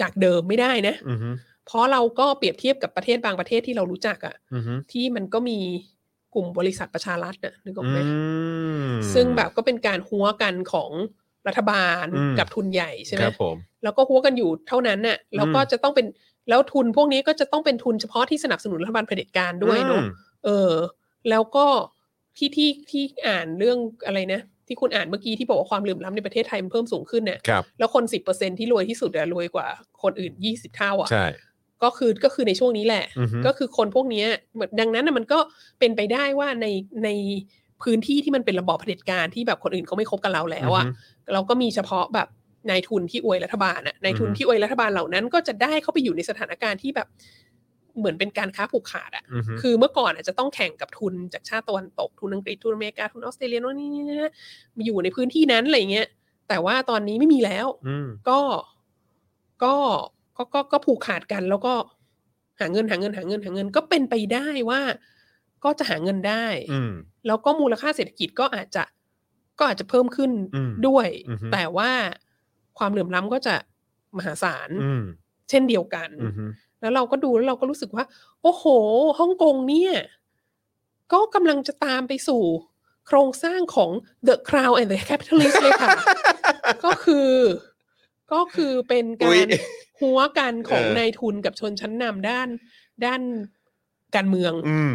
S3: จากเดิมไม่ได้นะ
S2: อือฮึ
S3: เพราะเราก็เปรียบเทียบกับประเทศบางประเทศที่เรารู้จักอะ
S2: อือฮึ
S3: ที่มันก็มีกลุ่มบริษัทประชารัฐน่ะนึกออก
S2: อื
S3: ไหม
S2: ม
S3: ซึ่งแบบก็เป็นการหัวกันของรัฐบาล
S2: อืม
S3: กับทุนใหญ่ใช่ไหม
S2: ครับผม
S3: แล้วก็หัวกันอยู่เท่านั้นน่ะแล้วก็
S2: อืม
S3: จะต้องเป็นแล้วทุนพวกนี้ก็จะต้องเป็นทุนเฉพาะที่สนับสนุนรัฐบาลเผด็จการด้วยเนอะ
S2: อืม
S3: เออแล้วก็ที่ที่ที่อ่านเรื่องอะไรนะ ที่คุณอ่านเมื่อกี้ที่บอกว่าความเหลื่อมล้ำในประเทศไทยมันเพิ่มสูงขึ้นเนี่ย
S2: ครับ
S3: แล้วคนสิบเปอร์เซ็นที่รวยที่สุดอะรวยกว่าคนอื่นยี่สิบเท่าอะ
S2: ใช่
S3: ก็คือก็คือในช่วงนี้แหละ
S2: อือฮึ
S3: ก็คือคนพวกเนี้ยดังนั้นน่ะมันก็เป็นไปได้ว่าในในพื้นที่ที่มันเป็นระบอบเผด็จการที่แบบคนอื่นเขาไม่คบกับเราแล้วอะ
S2: ฮึ
S3: เราก็มีเฉพาะแบบนายทุนที่อวยรัฐบาลอะนายทุน
S2: อือฮึ
S3: ที่อวยรัฐบาลเหล่านั้น ก็จะได้เข้าไปอยู่ในสถานการณ์ที่แบบเหมือนเป็นการค้าผูกขาดอะ
S2: อือฮึ
S3: คือเมื่อก่อนอาจจะต้องแข่งกับทุนจากชาติตะวันตกทุนอังกฤษทุนอเมริกาทุนออสเตรเลียโน่นนี่นี่นะมาอยู่ในพื้นที่นั้นอะไรเงี้ยแต่ว่าตอนนี้ไม่มีแล้ว
S2: อืม
S3: ก็ก็ก็ก็ก็ผูกขาดกัน แล้วก็หาเงินหาเงินหาเงินหาเงิน ก็เป็นไปได้ว่า ก็จะหาเงินได้
S2: อืม
S3: แล้วก็มูลค่าเศรษฐกิจก็อาจจะก็อาจจะเพิ่มขึ้น
S2: อืม
S3: ด้วย
S2: อือฮึ
S3: แต่ว่าความเหลื่อมล้ำก็จะมหาศาล
S2: อืม
S3: เช่นเดียวกัน
S2: อือฮึ
S3: แล้วเราก็ดูแล้วเราก็รู้สึกว่า โอ้โหฮ่องกงเนี่ย ก็กำลังจะตามไปสู่ โครงสร้างของ The Crown and the Capitalist เลย ค่ะ ก็คือ ก็คือเป็นกา
S2: อุ๊ย
S3: รหัวกันของ
S2: เออ
S3: นายทุนกับชนชั้นนำด้านด้านการเมือง
S2: อืม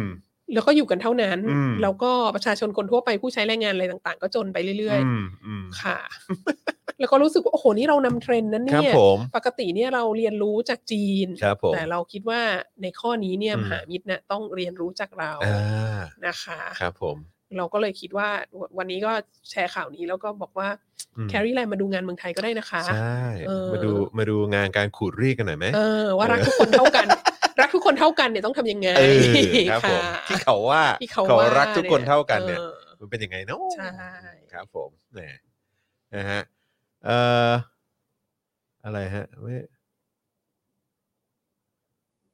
S3: แล้วก็อยู่กันเท่านั้น
S2: อืม
S3: แล้วก็ประชาชนคนทั่วไปผู้ใช้แรงงานอะไรต่างๆ ก็จนไปเรื่อย
S2: อืมอืม
S3: ๆ ค่ะ แล้วก็รู้สึกว่า โอ้โห นี่เรานำเทรนด์นั้น
S2: ครับ
S3: เนี่ย
S2: ผม
S3: ปกติเนี่ยเราเรียนรู้จากจีน
S2: ครับผม
S3: แต่เราคิดว่าในข้อนี้เนี่ย
S2: อืม
S3: มหามิตรเนี่ยต้องเรียนรู้จากเรา
S2: อ่า
S3: นะคะ
S2: ครับผม
S3: เราก็เลยคิดว่าวันนี้ก็แชร์ข่าวนี้แล้วก็บอกว่า
S2: อืม
S3: แครี่ไลน์มาดูงานเมืองไทยก็ได้นะคะ
S2: ใช่
S3: เออ
S2: มาดูมาดูงานการขูดรีดกันหน่อยไหม
S3: เออ ว่ารักทุกคนเท่า กัน รักทุกคนเท่ากันเนี่ยต้องทำยังไง
S2: เออครับผมที่เขาว่า
S3: ที่เขา
S2: เขา
S3: ว่า
S2: รักทุกคนเท่ากันเนี่ย
S3: ออ
S2: มันเป็นยังไงเนาะ
S3: ใช่
S2: ครับผมแหมนะฮะเอ่ออะไรฮะไม่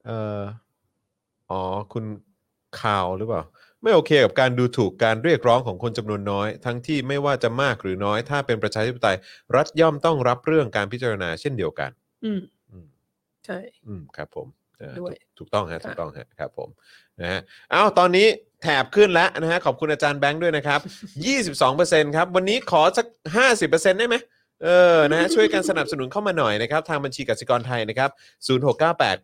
S2: เอ่ออ๋อคุณข่าวหรือเปล่า ไม่โอเคกับการดูถูกการเรียกร้องของคนจำนวนน้อย ทั้งที่ไม่ว่าจะมากหรือน้อย ถ้าเป็นประชาธิปไตย รัฐย่อมต้องรับเรื่องการพิจารณาเช่นเดียวกัน
S3: อืม
S2: อืม
S3: ใช่
S2: อืมครับผมเออ
S3: ด้วย
S2: ถูกถูกต้องฮะ
S3: ค่ะ
S2: ถูกต้องฮะครับผมนะฮะเอ้าตอนนี้แถบขึ้นแล้วนะฮะขอบคุณอาจารย์แบงค์ด้วยนะครับ 22%ครับ วันนี้ขอสัก 50%ได้ไหมเออนะฮะช่วยกันสนับสนุนเข้ามาหน่อยนะครับ ทางบัญชีกสิกรไทยนะครับ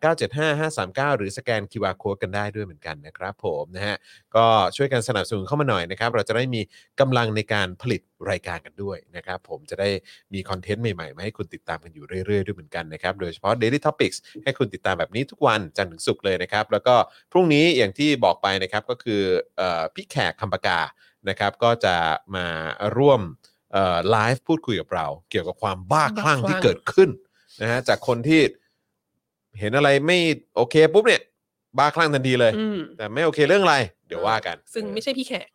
S2: 0698975539 หรือสแกน QR Code กันได้ด้วยเหมือนกันนะครับผมนะฮะก็ช่วยกันสนับสนุนเข้ามาหน่อยนะครับ เราจะได้มีกำลังในการผลิตรายการกันด้วยนะครับ ผมจะได้มีคอนเทนต์ใหม่ๆมาให้คุณติดตามกันอยู่เรื่อยๆด้วยเหมือนกันนะครับ โดยเฉพาะ Daily Topics ให้คุณติดตามแบบนี้ทุกวันจันทร์ถึงศุกร์เลยนะครับ แล้วก็พรุ่งนี้อย่างที่บอกไปนะครับก็คือเออพี่แขกคำปากานะครับก็จะมาร่วมเอ่อไลฟ์พูดคุยกับเรา เกี่ยวกับความบ้าคลั่ง
S3: บ้าคลั่ง
S2: ที่เกิดขึ้น นะฮะจากคนที่เห็นอะไรไม่โอเคปุ๊บเนี่ย บ้าคลั่งทันทีเลย
S3: อืม
S2: แต่ไม่โอเคเรื่องอะไร เดี๋ยวว่ากัน
S3: ซึ่งไม่ใช่พี่แขก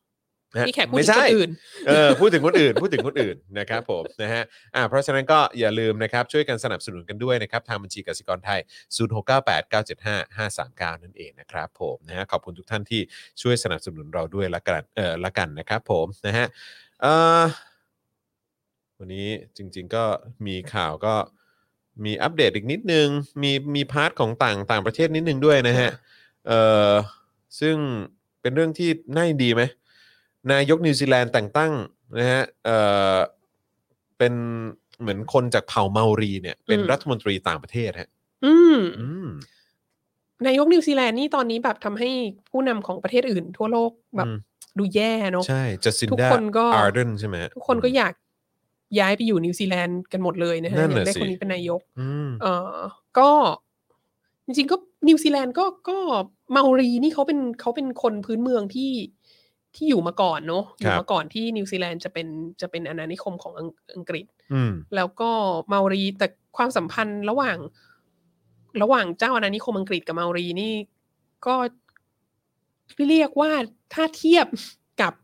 S2: นะฮะ
S3: พี่แขกพูด
S2: ไม่
S3: ถึง
S2: ใช่
S3: คนอื่น
S2: เออพูดถึงคนอื่น พูดถึงคนอื่ นนะครับผมนะฮะอ่าเพราะฉะนั้นก็อย่าลืมนะครับ ช่วยกันสนับสนุนกันด้วยนะครับ ทางบัญชีกสิกรไทย 0698975539 นั่นเองนะครับผมนะฮะขอบคุณทุกท่านที่ช่วยสนับสนุนเราด้วยละกันเออละกันนะครับผมนะฮะเอ่อวันนี้จริง ๆ ก็มีข่าวก็มีอัปเดตอีกนิดนึง มีมีพาร์ทของต่างต่างประเทศนิดนึงด้วยนะฮะ เอ่อซึ่งเป็นเรื่องที่น่ายินดีไหมนายกนิวซีแลนด์แต่งตั้งนะฮะเอ่อเป็นเหมือนคนจากเผ่าเมารีเนี่ยเป็น
S3: อืม
S2: รัฐมนตรีต่างประเทศฮะ
S3: อืม
S2: อืม
S3: นายกนิวซีแลนด์นี่ตอนนี้แบบทำให้ผู้นำของประเทศอื่นทั่วโลกแบบ
S2: อืม
S3: ดูแย่เนาะ
S2: ใช่จัสซิน
S3: ทุก
S2: ดา
S3: คนก็
S2: อาร์เดนใช่ไหมฮะ
S3: ทุกคนก็อยาก ย้ายไปอยู่นิวซีแลนด์กันหมดเลยนะฮะ
S2: นั่น
S3: อยา
S2: น่ะ
S3: กได้
S2: สิ
S3: คนนี้เป็นนายก
S2: อืม
S3: เออก็จริงๆก็นิวซีแลนด์ก็ก็เมารีนี่เขาเป็นเขาเป็นคนพื้นเมืองที่ที่อยู่มาก่อนเนาะอ
S2: ครั
S3: ยู่
S2: บ
S3: มาก่อนที่นิวซีแลนด์จะเป็นจะเป็นอาณานิคมของอังอังกฤษ
S2: อืม
S3: แล้วก็เมารีแต่ความสัมพันธ์ระหว่าง ระหว่างเจ้าอาณานิคมอังกฤษกับเมารีนี่ก็เรียกว่าถ้าเทียบกับ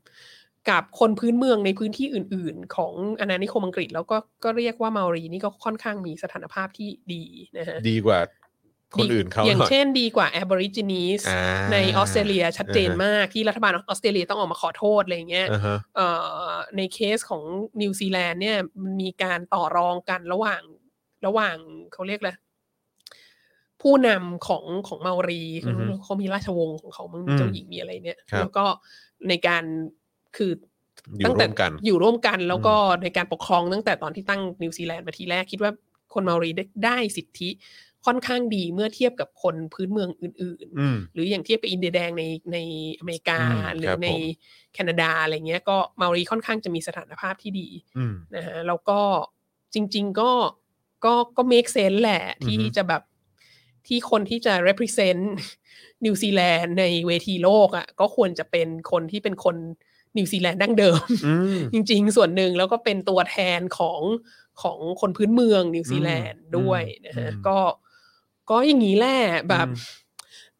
S3: กับคนพื้นเมืองในพื้นที่อื่น ๆ ของอาณานิคมอังกฤษ แล้วก็ก็เรียกว่าเมารีนี่ก็ค่อนข้างมีสถานภาพที่ดีนะฮะ
S2: ดีกว่าคนอื่นเขา
S3: อย่าง
S2: หน่อย
S3: เช่นดีกว่าแอบ r ริจินีส
S2: อ่า
S3: ในออสเตรเลียชัดเจนมากที่รัฐบาลออสเตรเลียต้องออกมาขอโทษอะไรอย่างเงี้ย
S2: อ่าฮะ
S3: เอ่อในเคสของนิวซีแลนด์เนี่ยมันมีการต่อรองกันระหว่างระหว่างเขาเรียกอะไรผู้นำของของเมารี
S2: อือฮึ
S3: เขามีราชวงศ์ของเขามึง
S2: อืม
S3: เจ้าหญิงมีอะไรเนี่ย
S2: ครับ
S3: แล้วก็ในการคือ
S2: อยู่
S3: ตั้ง
S2: ร่
S3: แต่
S2: วมกัน
S3: อยู่ร่วมกันแล้วก็ในการปกครองตั้งแต่ตอนที่ตั้งนิวซีแลนด์มาทีแรกคิดว่าคนเมารีได้ได้สิทธิค่อนข้างดีเมื่อเทียบกับคนพื้นเมืองอื่น ๆ
S2: อืม
S3: หรืออย่างเทียบกับอินเดียแดงในในอเมริกา
S2: อืม
S3: หรื
S2: ครั
S3: อบ ใน
S2: ผม
S3: แคนาดาอะไรเงี้ยก็เมารีค่อนข้างจะมีสถานภาพที่ดี
S2: อืม
S3: นะฮะแล้วก็จริง ๆ ก็ก็ก็ make sense แหละ ที่
S2: อือฮึ
S3: จะแบบที่คนที่จะ represent นิวซีแลนด์ในเวทีโลกอ่ะก็ควรจะเป็นคนที่เป็นคนนิวซีแลนด์ดั้งเดิม
S2: อืม
S3: จริง ๆ ส่วนหนึ่งแล้วก็เป็นตัวแทนของของคนพื้นเมืองนิวซีแลนด์
S2: อืม
S3: ด้วยนะฮะ
S2: อืม
S3: ก็ก็อย่างนี้แหละแบบ
S2: อืม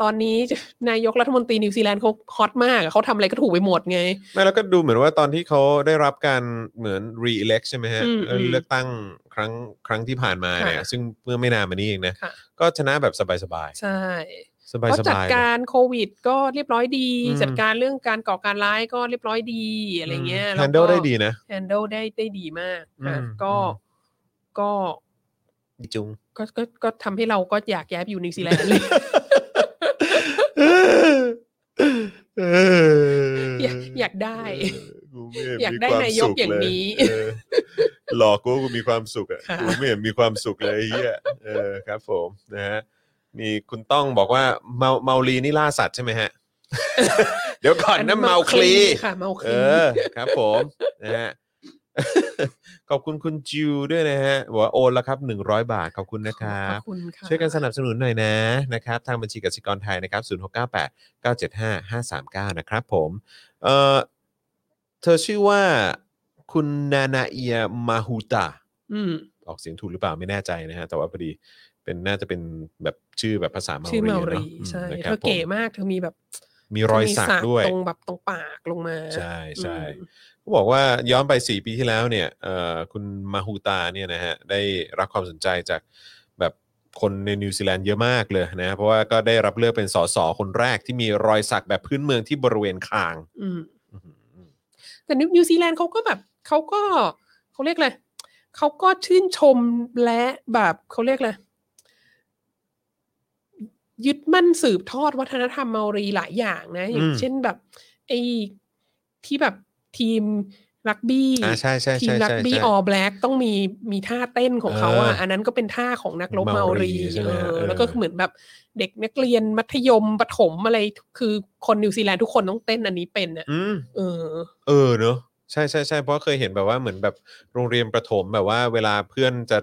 S3: ตอนนี้ นายกรัฐมนตรีนิวซีแลนด์เขาฮอตมากอะเขาทำอะไรก็ถูกไปหมดไง
S2: ไม่แล้วก็ดูเหมือนว่าตอนที่เขาได้รับการเหมือน re-elect ใช่ไหมฮะ
S3: อืมอืม
S2: เลือกตั้งครั้งครั้งที่ผ่านมาเนี่ย
S3: ค่ะ
S2: ซึ่งเมื่อไม่นานมานี้เองนะ
S3: ค่ะ
S2: ก็ชนะแบบสบายสบาย
S3: ใช่
S2: สบาย
S3: ก็
S2: ส
S3: จัด
S2: บาย
S3: การโควิด ก็เรียบร้อยดี
S2: อืม
S3: จัดการเรื่องการก่อการร้ายก็เรียบร้อยดีอะไรเงี้ย
S2: แฮ
S3: วน ก็
S2: เดิลได้ดีนะ
S3: handle ได้ได้ดีมากค่ะ
S2: อืม
S3: ก็
S2: อืม
S3: ก็
S2: ดีจุง
S3: ก็ก็ก็ทำให้เราก็อยากย้ายไปอยู่นิวซีแลนด์เลย
S2: เอ
S3: อยากอยากได้
S2: กูไม่เห็น
S3: อยาก
S2: มี
S3: ได้
S2: ควม
S3: นายก
S2: สุข
S3: อย่าง
S2: เล
S3: นี้
S2: เออหลอกกูว่ากูมีความสุขอ่ะ
S3: ค่ะ
S2: กูไม่เห็นมีความสุขเลยไอ้เฮียเออครับ ผมนะฮะนี่คุณต้องบอกว่าเมาเมาลีนี่ล่าสัตว์ใช่ไหม ฮะ เดี๋ยวก่อนนะเมาคลี
S3: ค่ะเมาค
S2: เอ
S3: ลี
S2: อ ครับผม นะ ฮะ ขอบคุณคุณจิวด้วยนะฮะบอกว่าโอนแล้วครับ 100 บาท ขอบคุณนะครั
S3: ขอบ บคุณค่ะ
S2: ช่วยกันสนับสนุนหน่อยนะนะครับ ทางบัญชีกสิกรไทยนะครับ0698 975 539 นะครับผมเอ่อเธอชื่อว่าคุณนานาเอียมาฮูตา
S3: อืม
S2: ออกเสียงถูกหรือเปล่าไม่แน่ใจนะฮะ แต่ว่าพอดีเป็นน่าจะเป็นแบบชื่อแบบภาษาเมารี
S3: ชื่อเมา
S2: เนอะ
S3: รี
S2: อืม
S3: ใช่
S2: นะค
S3: เธ
S2: รับ
S3: อเก๋
S2: ผม
S3: มากเธอมีแบบ
S2: มีรอยสักด้วย
S3: ตรงแบบตรงปากลงมา
S2: ใช่ใช่
S3: อืม
S2: เขาบอกว่าย้อนไป 4 ปีที่แล้วเนี่ยเอ่อคุณมาฮูตาเนี่ยนะฮะได้รับความสนใจจากแบบคนในนิวซีแลนด์เยอะมากเลยนะ เพราะว่าก็ได้รับเลือกเป็นสสคนแรกที่มีรอยสักแบบพื้นเมืองที่บริเวณคาง
S3: อืมแต่นิวนิวซีแลนด์เขาก็แบบเขาก็เขาเรียกอะไรเขาก็ชื่นชมและแบบเขาเรียกอะไรยึดมั่นสืบทอดวัฒนธรรมเมารีหลายอย่างนะ อย่า
S2: อื
S3: ง
S2: ม
S3: เช่นแบบไอ้ที่แบบทีมรักบี้
S2: อ่าใช่ใช่
S3: ทีม
S2: ใช่
S3: รัก
S2: ใช่
S3: บี้
S2: ใช่
S3: ออ l a บ k ต้องมีมีท่าเต้นของเขาอ่ะ
S2: เอออั
S3: อันนั้นก็เป็นท่าของนักรบ
S2: เมา
S3: เมา
S2: รี
S3: รี
S2: ใช่ไหม
S3: เออ
S2: เออ
S3: แล้วก็เหมือนแบบเด็กนักเรียนมัธยมปฐมอะไรคือคนนิวซีแลนด์ทุกคนต้องเต้นอันนี้เป็นอ่ะ
S2: อืม
S3: เออ
S2: เออเนอะใช่ใช่ใช่เพราะเคยเห็นแบบว่าเหมือนแบบโรงเรียนประถมแบบว่าเวลาเพื่อนจะ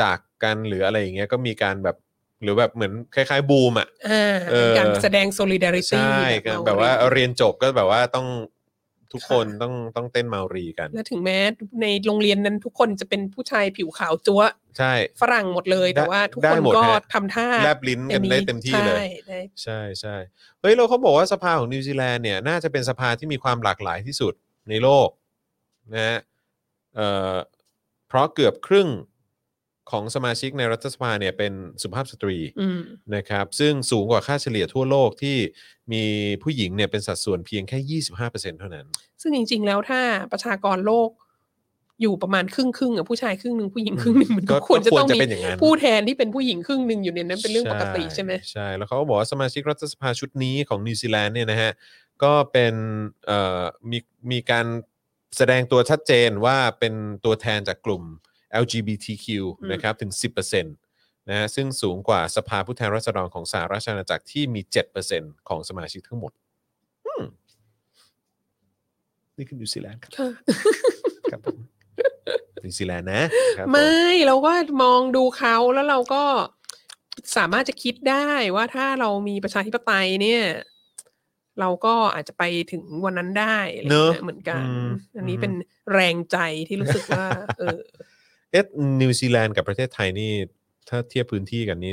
S2: จากกันหรืออะไรอย่างเงี้ยก็มีการแบบหรือแบบเหมือนคล้าย ๆ บูมอ่ะ
S3: อ่า
S2: เออ
S3: การแสดง solidarity
S2: ใช่
S3: แบ
S2: ก็
S3: บเมรี
S2: แบบว่าเรียนจบก็แบบว่าต้องทุกคน
S3: ค่ะ
S2: ต้องต้องเต้นเมารีกัน
S3: และถึงแม้ในโรงเรียนนั้นทุกคนจะเป็นผู้ชายผิวขาวจั๊วะ
S2: ใช่
S3: ฝรั่งหมดเลย
S2: ได้
S3: แต่ว่าทุกคน
S2: ได้หมด
S3: ก็
S2: ฮะ
S3: ทำท่า
S2: แลบลิ้นกันได้เต็มที่เลย
S3: ใช่ได้
S2: ใช่ใช่เฮ้ยเราเขาบอกว่าสภาของนิวซีแลนด์เนี่ยน่าจะเป็นสภาที่มีความหลากหลายที่สุดในโลกนะฮะเอ่อเพราะเกือบครึ่งของสมาชิกในรัฐสภาเนี่ยเป็นสุภาพสตรี
S3: อืม
S2: นะครับ ซึ่งสูงกว่าค่าเฉลี่ยทั่วโลกที่มีผู้หญิงเนี่ยเป็นสัดส่วนเพียงแค่ 25%เท่านั้น
S3: ซึ่งจริง ๆ แล้วถ้าประชากรโลก อยู่ประมาณครึ่งครึ่งๆอ่ะผู้ชายครึ่งหนึ่งผู้หญิงครึ่งหนึ่งมันก็ควรจะต้อ
S2: ก็ควร
S3: ง
S2: จะ
S3: มี
S2: เป็นอย่างนั้น
S3: ผู้แทนที่เป็นผู้หญิงครึ่งหนึ่งอยู่ในนั้นเป็นเรื่องปกติใช่ไหม
S2: ใช่แล้วเขาก็บอกว่าสมาชิกรัฐสภาชุดนี้ของนิวซีแลนด์เนี่ยนะฮะก็เป็นเอ่อมีมีการแสดงตัวชัดเจนว่าเป็นตัวแทนจากกลุ่ม LGBTQ
S3: อืม
S2: นะครับถึง 10%นะฮะซึ่งสูงกว่าสภาผู้แทนราษฎรของสหราชอาณาจักรที่มี 7%ของสมาชิกทั้งหมดอืมนี่คือนิวซีแลนด์ครับ
S3: ค่ะ
S2: ครับผม จากนิวซีแลนด์นะครับผ
S3: ไม่ เราก็มองดูเขาแล้วเราก็สามารถจะคิดได้ว่าถ้าเรามีประชาธิปไตยเนี่ย เราก็อาจจะไปถึงวันนั้นได้อะไรอย่างเงี้ยเหมือนกัน อันนี้เป็นแรงใจที่รู้สึกว่า เออ
S2: เอ๊ะนิวซีแลนด์กับประเทศไทยนี่ ถ้าเทียบพื้นที่กันนี่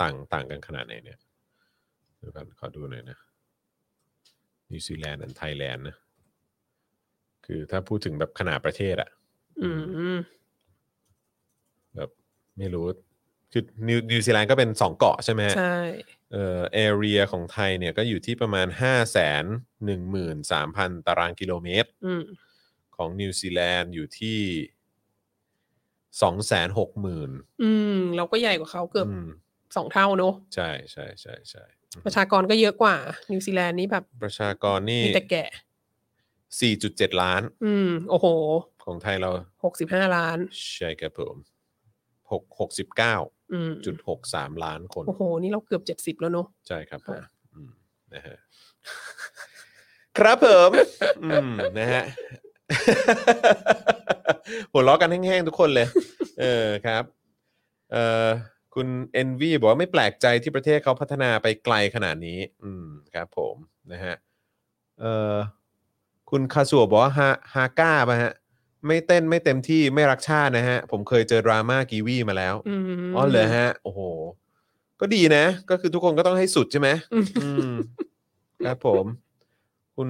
S2: ต่างต่างกันขนาดไหนเนี่ยเดี๋ยวกันขอดูหน่อยนะนิวซีแลนด์อันไทยแลนด์นะคือถ้าพูดถึงแบบขนาดประเทศอะ
S3: อืม
S2: แบบไม่รู้ คือนิวนิวซีแลนด์ก็เป็น 2 เกาะใช่ไหมฮะ
S3: ใช่
S2: เอ่อเอเรียของไทยเนี่ยก็อยู่ที่ประมาณ 5 1 3 0 0 0 ตารางกิโลเมตร
S3: อืม
S2: ของนิวซีแลนด์อยู่ที่ 2 6 0 0 0 0
S3: อืม เราก็ใหญ่กว่าเขาเกือบ
S2: อืม
S3: สองเท่าเนอะ
S2: ใช่ใช่ใช่ใช่
S3: ประชากรก็เยอะกว่า นิวซีแลนด์นี่แบบ
S2: ประชากรนี
S3: มีแต่แกะ
S2: ่ 4.7 ล้าน
S3: อืม โอ้โห
S2: ของไทยเรา
S3: หกสิบห้าล้าน
S2: ใช่ครับผม6
S3: อืม
S2: 69.63 ล้านคน
S3: โอ้โห นี่เราเกือบเจ็ดสิบแล้วเนอะ
S2: ใช่ครับผม
S3: ค่ะ
S2: อืมนะฮะ ครับผมอืมนะฮะ หัวล้อกันแห้งๆทุกคนเลย เออครับ เออคุณเอนวีบอกว่าไม่แปลกใจที่ประเทศเขาพัฒนาไปไกลขนาดนี้ อืมครับผมนะฮะเออคุณคาสัวบอกว่าฮาฮาก้าป่ะฮะ ไม่เต้นไม่เต็มที่ไม่รักชาตินะฮะ ผมเคยเจอดราม่ากีวีมาแล้ว
S3: อืม
S2: อ๋อเหรอฮะ โอ้โห ก็ดีนะ ก็คือทุกคนก็ต้องให้สุดใช่ไหม
S3: อืม
S2: อืมครับผม คุณ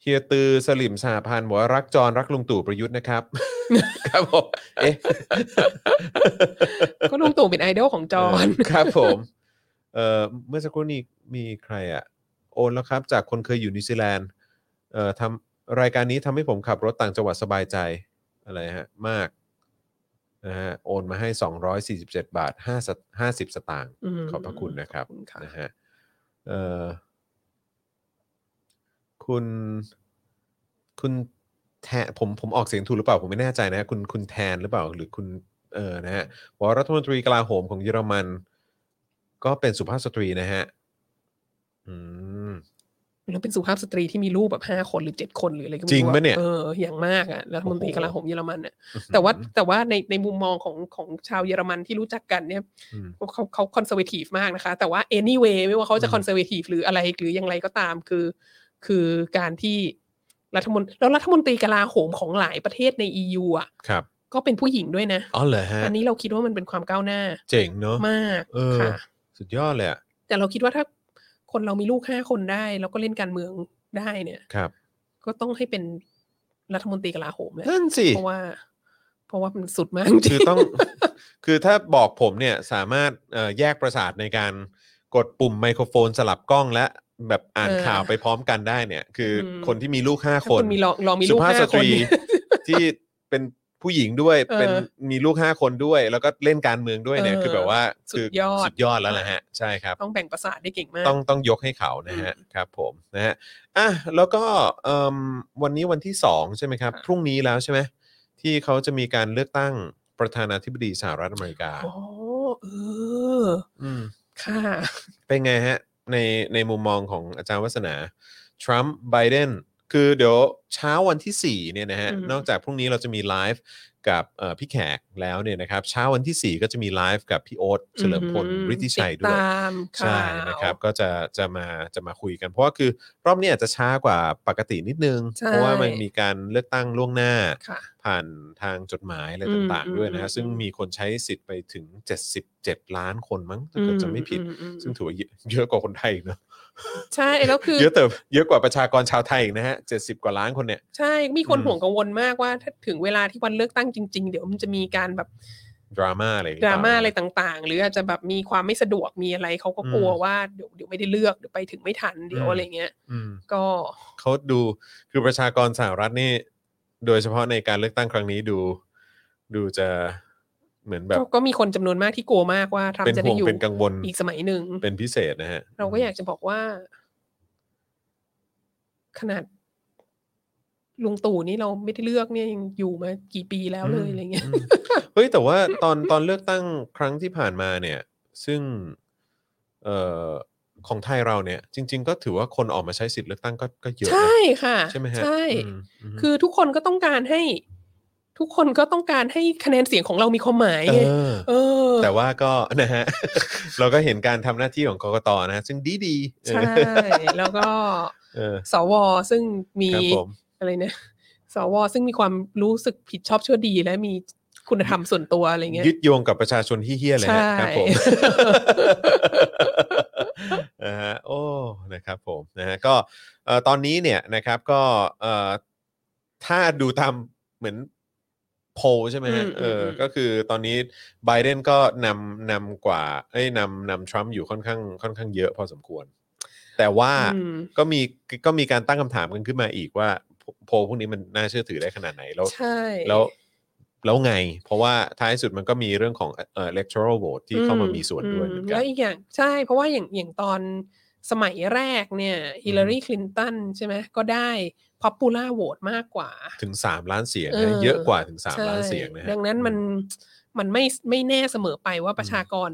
S2: เฮียตือสลิมสหพันธ์บอกว่ารักจรรักลุงตู่ประยุทธ์นะครับ ครับผมเอ๊ะ
S3: ก็ลุงตู่เป็นไอดอลของจอห์น
S2: เครับผมเอ่อเมื่อสักครู่นี้มีใครอะโอนแล้วครับ จากคนเคยอยู่นิวซีแลนด์เอ่อทำรายการนี้ทำให้ผมขับรถต่างจังหวัดสบายใจอะไรฮะ มากนะฮะโอนมาให้ 247 บาท5 50 สตางค์
S3: ม
S2: ขอบพระคุณนะครับ
S3: ขอณค่ะ
S2: นะฮะเอ่อคุณคุณแทนผมผมออกเสียงถูกหรือเปล่า ผมไม่แน่ใจนะ คุณคุณแทนหรือเปล่า หรือคุณเออนะฮะบอกว่ารัฐมนตรีกลาโหมของเยอรมัน ก็เป็นสุภาพสตรีนะฮะ อืม
S3: แล้วเป็นสุภาพสตรีที่มีลูกแบบห้าคนหรือเจ็ดคนหรืออะไรก็ไม่
S2: จริง
S3: อะ
S2: ปะเนี่ย
S3: เอออย่างมากอ่ะรัฐมนตรี
S2: โอ้โห
S3: กลาโหมเยอรมันอ่ะแต่ว่าแต่ว่าในในมุมมองของของชาวเยอรมันที่รู้จักกันเนี่ย
S2: อืม
S3: เขาเขาคอนเซอร์เวทีฟมากนะคะ แต่ว่า anyway ไม่ว่าเขาจะ
S2: อืม
S3: คอนเซอร์เวทีฟหรืออะไรหรืออย่างไรก็ตามคือ คือการที่รัฐมนตรีแล้วรัฐมนตรีกลาโหมของหลายประเทศใน EU อ่ะ
S2: ครับ
S3: ก็เป็นผู้หญิงด้วยนะ
S2: อ๋อเหรอฮะ
S3: อันนี้เราคิดว่ามันเป็นความก้าวหน้า
S2: เจ๋งเนอะ
S3: มาก
S2: เออ
S3: ค่ะ
S2: สุดยอดเลยอะ
S3: แต่เราคิดว่าถ้าคนเรามีลูกห้าคนได้ แล้วก็เล่นการเมืองได้เนี่ย
S2: ครับ
S3: ก็ต้องให้เป็นรัฐมนตรีกลาโหมแหละ
S2: นั่นสิ
S3: เพราะว่า เพราะว่ามันสุดมากจริง
S2: คือต้อง คือถ้าบอกผมเนี่ยสามารถเอ่อแยกประสาทในการกดปุ่มไมโครโฟนสลับกล้องและแบบอ่าน
S3: เออ
S2: ข่าวไปพร้อมกันได้เนี่ย คืออ
S3: ม
S2: คนที่มีลูกห้า
S3: ถ้า
S2: ค
S3: คุ
S2: น
S3: ณมีลองลองมี
S2: สุ
S3: ลูก
S2: ภาพสต
S3: ห้าคน
S2: รี ที่เป็นผู้หญิงด้วย
S3: เออ
S2: เป็นมีลูกห้าคนด้วย แล้วก็เล่นการเมืองด้วยเนี่ย
S3: เออ
S2: คือแบบว่า
S3: สุ
S2: คื
S3: ดยอด
S2: สุดยอดแล้วนะฮะ ใช่ครับ
S3: ต้องแบ่งประสาทได้เก่งมาก
S2: ต้องต้องยกให้เขานะฮะครับผมนะฮะอ่ะแล้วก็เอิ่มวันนี้วันที่ 2 ใช่ไหมครับ
S3: ค่ะ
S2: พรุ่งนี้แล้วใช่ไหมที่เขาจะมีการเลือกตั้งประธานาธิบดีสหรัฐอเมริกา
S3: อ๋อเออ
S2: อืม
S3: ค่ะ
S2: เป็นไงฮะ ในในมุมมองของอาจารย์วัฒนา ทรัมป์ไบเดนคือเดี๋ยวเช้าวันที่ 4 เนี่ยนะฮะ
S3: อืม
S2: นอกจากพรุ่งนี้เราจะมีไลฟ์กับเอ่อพี่แขกแล้วเนี่ยนะครับ เช้าวันที่ 4 ก็จะมีไลฟ์กับพี่โอ๊ตเฉลิมพล
S3: อื
S2: ฤทธิชัยด้ว
S3: ติ
S2: ย
S3: ตาม
S2: ใช่
S3: ข่าว
S2: นะครับก็จะจะมาจะมาคุยกันเพราะว่าคือรอบนี้อาจจะช้ากว่าปกตินิดนึง
S3: ใช่
S2: เพราะว่ามันมีการเลือกตั้งล่วงหน้า
S3: ค่ะ
S2: ผ่านทางจดหมายอะไร
S3: อืม
S2: ต่าง
S3: อื
S2: ๆ
S3: ม
S2: ด้วยนะฮะ
S3: อืม
S2: ซึ่งมีคนใช้สิทธิ์ไปถึง 77 ล้านคนมั้งถ้าเกิดจะไม่ผิด
S3: อือืม
S2: ซึ่งถือว่าเยอะเยอะกว่าคนไทยอีกเนอะ
S3: ใช่แล้วคือ
S2: เยอะเติบเยอะกว่าประชากรชาวไทยอีกนะฮะ 70 กว่าล้านคนเนี่ย
S3: ใช่ มีคน
S2: อืม
S3: ห่วงกังวลมากว่าถ้าถึงเวลาที่วันเลือกตั้งจริง ๆ เดี๋ยวมันจะมีการแบบ
S2: ดราม่าอะไรห
S3: ดราม่าอะไร
S2: เปล่
S3: ต่างๆ หรืออาจจะแบบมีความไม่สะดวกมีอะไรเขาก็
S2: อืม
S3: กลัวว่าเดี๋ยวเดี๋ยวไม่ได้เลือกเดี๋ยวไปถึงไม่ทันเดี๋ย
S2: อื
S3: ว
S2: ม
S3: อะไรเงี้ย
S2: อืม
S3: ก็
S2: เขาดูคือประชากรสหรัฐนี่ โดยเฉพาะในการเลือกตั้งครั้งนี้ดู ดูจะเหมือนแบบ
S3: ก็ก็มีคนจำนวนมากที่กลัวมากว่าทรัม
S2: เป็น
S3: ป์จะ
S2: ห่
S3: ได้
S2: วง
S3: อยู่
S2: เป็นกังวล
S3: อีกสมัยหนึ่ง
S2: เป็นพิเศษนะฮะ
S3: เราก็อยากจะบอกว่า ขนาดลุงตู่นี่เราไม่ได้เลือกเนี่ยยังอยู่มากี่ปีแล้วเลยอะไรเงี้ย
S2: มมเฮ้ยแต่ว่าตอน ตอนเลือกตั้งครั้งที่ผ่านมาเนี่ย ซึ่งเอ่อของไทยเราเนี่ย จริง ๆ ก็ถือว่าคนออกมาใช้สิทธิ์เลือกตั้งก็ก็เยอะนะ
S3: ใช่ค่ะ
S2: ใช่ไหมฮะ
S3: ใช่
S2: อืมอืม
S3: คือทุกคนก็ต้องการให้ ทุกคนก็ต้องการให้คะแนนเสียงของเรามีความหมาย
S2: เอ
S3: ไง
S2: อ
S3: เออ
S2: แต่ว่าก็ นะ ฮะ เราก็เห็นการทำหน้าที่ของกกตนะฮะซึ่งดีดีๆเออ
S3: ใช่ แล้วก็
S2: เออ
S3: สวซึ่งมี
S2: ครับผม
S3: อะไรนะสวซึ่งมีความรู้สึกผิดชอบชั่วดีและมีคุณธรรมส่วนตัวอะไรเงี้ย
S2: ยึดโยงกับประชาชนที่เฮี้ยเลยฮะ
S3: ใช่
S2: ครับผม นะฮะโอ้นะครับผมนะฮะก็เอ่อตอนนี้เนี่ยนะครับก็เอ่อถ้าดูตามเหมือนโพลใช่ไหมฮะ
S3: อืมอืม
S2: เอออ
S3: ม
S2: ก็คือตอนนี้ไบเดนก็นำนำกว่าเอ้ยนำนำทรัมป์อยู่ค่อนข้างค่อนข้างเยอะพอสมควร แต่ว่า
S3: อืม
S2: ก็มีก็มีการตั้งคำถามกันขึ้นมาอีกว่าโพลพวกนี้มันน่าเชื่อถือได้ขนาดไหนแล้ว
S3: ใช่
S2: แล้วแล้วไง เพราะว่าท้ายสุดมันก็มีเรื่องของเอ่อ electoral vote ที่เข้ามามีส่วนด้วยเหมือนกั
S3: แล้
S2: น
S3: วอีกอย่างใช่ เพราะว่าอย่างอย่างตอนสมัยแรกเนี่ยฮิลลารีคลินตันใช่ไหมก็ได้พ o อ u l a ล่าโหวตมากกว่า
S2: ถึง 3 ล้านเสียง
S3: เอ
S2: นะ
S3: อ
S2: เยอะกว่าถึง 3
S3: ใช่
S2: ล้านเสียงนะฮะ
S3: ดังนั้นมันมันไม่ไม่แน่เสมอไปว่าประชากร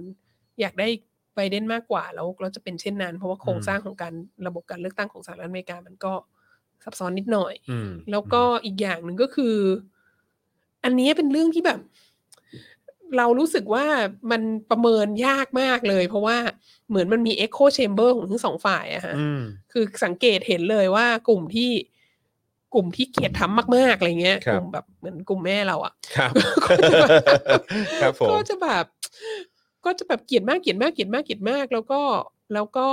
S3: อยากได้ไบเดนมากกว่าแล้วเราจะเป็นเช่นนั้น เพราะว่าโครงสร้างของการระบบการเลือกตั้งของสหรัฐอเมริกามันก็ซับซ้อนนิดหน่อย
S2: อืม
S3: แล้วก็อีกอย่างหนึ่งก็คือ อันนี้เป็นเรื่องที่แบบ เรารู้สึกว่ามันประเมินยากมากเลย เพราะว่าเหมือนมันมีเอ็กโคแชมเบอร์ของทั้งสองฝ่ายอะฮะ
S2: อืม
S3: คือสังเกตเห็นเลยว่ากลุ่มที่กลุ่มที่เกลียดทำมากๆอะไรเงี้ยกลุ่มแบบเหมือนกลุ่มแม่เราอะ
S2: ครับ ครับผม
S3: ก็จะแบบ ก็จะแบบเกลียดมากเกลียดมากเกลียดมากเกลียดมาก แล้วก็แล้วก็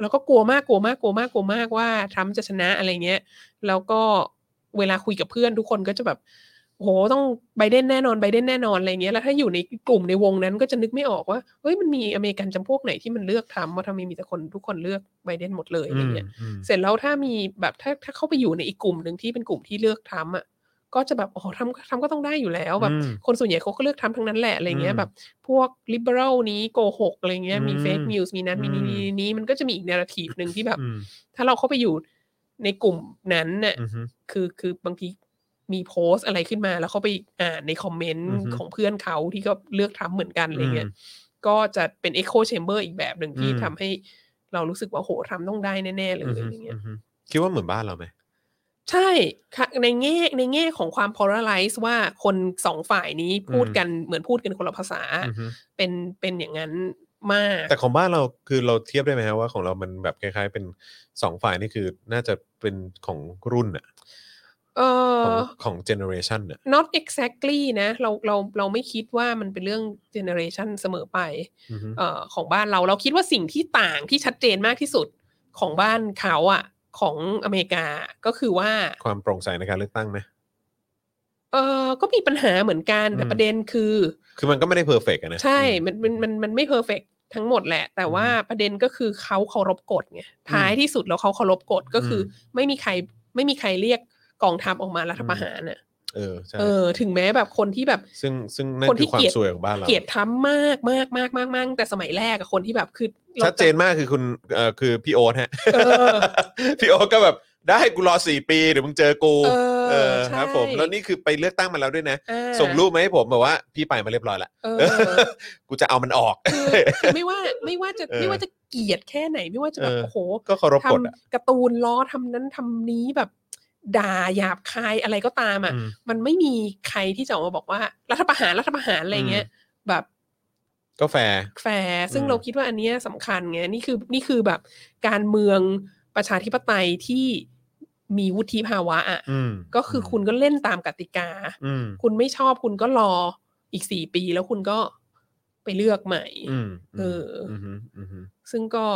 S3: แล้วก็กลัวมากกลัวมากกลัวมากกลัวมากว่าทรัมป์จะชนะอะไรเงี้ย แล้วก็เวลาคุยกับเพื่อนทุกคนก็จะแบบโหต้องไบเดนแน่นอนไบเดนแน่นอนอะไรเงี้ยแล้วถ้าอยู่ในกลุ่มในวงนั้นก็จะนึกไม่ออกว่าเฮ้ยมันมีอเมริกันจำพวกไหนที่มันเลือกทรัมป์ว่าทำไมมีแต่คนทุกคนเลือกไบเดนหมดเลยอะไร
S2: อืม
S3: เงี้ย
S2: อืม
S3: เสร็จแล้วถ้ามีแบบถ้าถ้าเข้าไปอยู่ในอีกกลุ่มหนึ่งที่เป็นกลุ่มที่เลือกทรัมป์อ่ะก็จะแบบโอ้โหทำทำก็ต้องได้อยู่แล้วแบบ
S2: อืม
S3: คนส่วนใหญ่เขาก็เลือกทำทั้งนั้นแหละอะไรเงี้
S2: อื
S3: ย
S2: ม
S3: แบบพวก liberal นี้โกหกอะไรเงี้ยมี
S2: อืม
S3: fake news มีนั้นมีนี้นี้นี้มันก็จะมีอีก narrative หนึ่งที่แบบ
S2: อืม
S3: ถ้าเราเข้าไปอยู่ในกลุ่มนั้นน่ะ
S2: อืม
S3: คือคือบางทีมีโพสต์อะไรขึ้นมา แล้วเขาไปอ่านในคอมเมนต์
S2: อือฮึ
S3: ของเพื่อนเขาที่ก็เลือกทำเหมือนกันอะไรเงี้ย
S2: อืม
S3: ก็จะเป็น echo chamber อีกแบบหนึ่งที่
S2: อืม
S3: ทำให้เรารู้สึกว่าโหทำต้องได้แน่ๆเลย
S2: อืม
S3: อะไรเงี้ย
S2: อืมคิดว่าเหมือนบ้านเราไหม
S3: ใช่ค่ะในแง่ในแง่ของความ polarize ว่าคนสองฝ่ายนี้พูด
S2: อืม
S3: กันเหมือนพูดกันคนละภาษา
S2: อืม
S3: เป็นเป็นอย่างนั้นมาก
S2: แต่ของบ้านเราคือเราเทียบได้ไหมฮะว่าของเรามันแบบคล้ายๆ เป็นสองฝ่ายนี่คือน่าจะเป็นของรุ่นอะ
S3: เอ
S2: ขอ
S3: อ
S2: งของเจเนอเรชันอะ
S3: not exactly นะเราเราเราไม่คิดว่ามันเป็นเรื่อง generation เสมอไป
S2: อืม
S3: เอ่อของบ้านเราเราคิดว่าสิ่งที่ต่างที่ชัดเจนมากที่สุดของบ้านเขาอะของอเมริกาก็คือว่า
S2: ความโปร่งใสในการเลือกตั้งไหม
S3: เออก็มีปัญหาเหมือนกันแต่
S2: อืม
S3: ประเด็นคือ
S2: คือมันก็ไม่ได้เพอร์เฟกต์นะ
S3: ใช่
S2: อื
S3: มันมัน มัน มันไม่เพอร์เฟกทั้งหมดแหละ แต่ว่าประเด็นก็คือเขาเคารพกฎไง ท้ายที่สุดแล้วเขาเคารพกฎก็คืออไม่มีใคร ไม่มีใครเรียกกองทัพออกมารัฐประหารน่ะ
S2: เออใช่
S3: เออ ถึงแม้แบบคนที่แบบ
S2: ซึ่งซึ่งนั่น
S3: คน
S2: คื
S3: ที่
S2: อความ
S3: เกลียด
S2: สวยของบ้านเรา
S3: เกลียดทรัมป์มากมากมากมากมากตั้งแต่สมัยแรกอะคนที่แบบคือรา
S2: ชัดเจนมากคือคุณเออคือพี่โอ๊ตฮะ
S3: เอ อ
S2: พี่โอ๊ตก็แบบได้กูรอสี่ปีเดี๋ยวมึงเจอกู
S3: เออใช่
S2: ครับผมแล้วนี่คือไปเลือกตั้งมาแล้วด้วยนะ
S3: อ่า
S2: ส่งรูปมาให้ผมแบบว่าพี่ไปมาเรียบร้อยละ
S3: เออ
S2: กูจะเอามันออก
S3: คือคือไม่ว่าไม่ว่าจะ
S2: เออ
S3: ไม่ว่าจะเกลียดแค่ไหน ไม่ว่าจะแบบ
S2: เออ
S3: โอ้โห
S2: ก็เคารพ
S3: ท
S2: กฎอ่ะ
S3: ำการ์ตูนล้อทำนั้นทำนี้แบบด่าหยาบคายอะไรก็ตามอ่ะ
S2: อืม
S3: มันไม่มีใครที่จะออกมาบอกว่ารัฐประหารรัฐประหารอะไรเงี้ย แบบ
S2: ก็แฟร์
S3: แฟร์ซึ่ง
S2: อืม
S3: เราคิดว่าอันเนี้ยสำคัญไงนี่คือนี่คือแบบการเมืองประชาธิปไตยที่มีวุฒิภาวะอ่ะ
S2: อืม
S3: ก็คือคุณก็เล่นตามกติกา
S2: อืม
S3: คุณไม่ชอบคุณก็รออีกสี่ปีแล้วคุณก็ไปเลือกใหม่
S2: อืม
S3: เออ
S2: มมอืม
S3: ซึ่งก็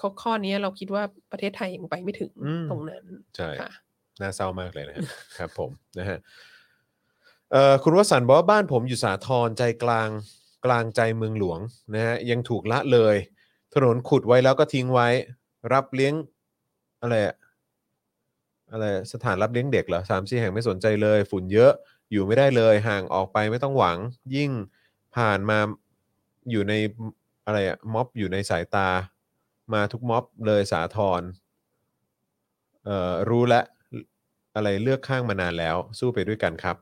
S3: ข้อข้อเนี้ยเราคิดว่าประเทศไทยยังไปไม่ถึง
S2: อืม
S3: ตรงนั้น
S2: ใช่
S3: ค่ะ
S2: น่าเศร้ามากเลยนะฮะ ครับ ผมนะฮะเอ่อคุณวสันต์บอกว่าบ้านผมอยู่สาทรใจกลางกลางใจเมืองหลวงนะฮะยังถูกละเลย ถนนขุดไว้แล้วก็ทิ้งไว้ รับเลี้ยงอะไรอะอะไรอะสถานรับเลี้ยงเด็กเหรอสามสี่แห่งไม่สนใจเลย ฝุ่นเยอะอยู่ไม่ได้เลย ห่างออกไปไม่ต้องหวัง ยิ่งผ่านมาอยู่ในอะไรอะม็อบอยู่ในสายตา มาทุกม็อบเลยสาทรเอ่อรู้และอะไรเลือกข้างมานานแล้ว สู้ไปด้วยกัน ครับ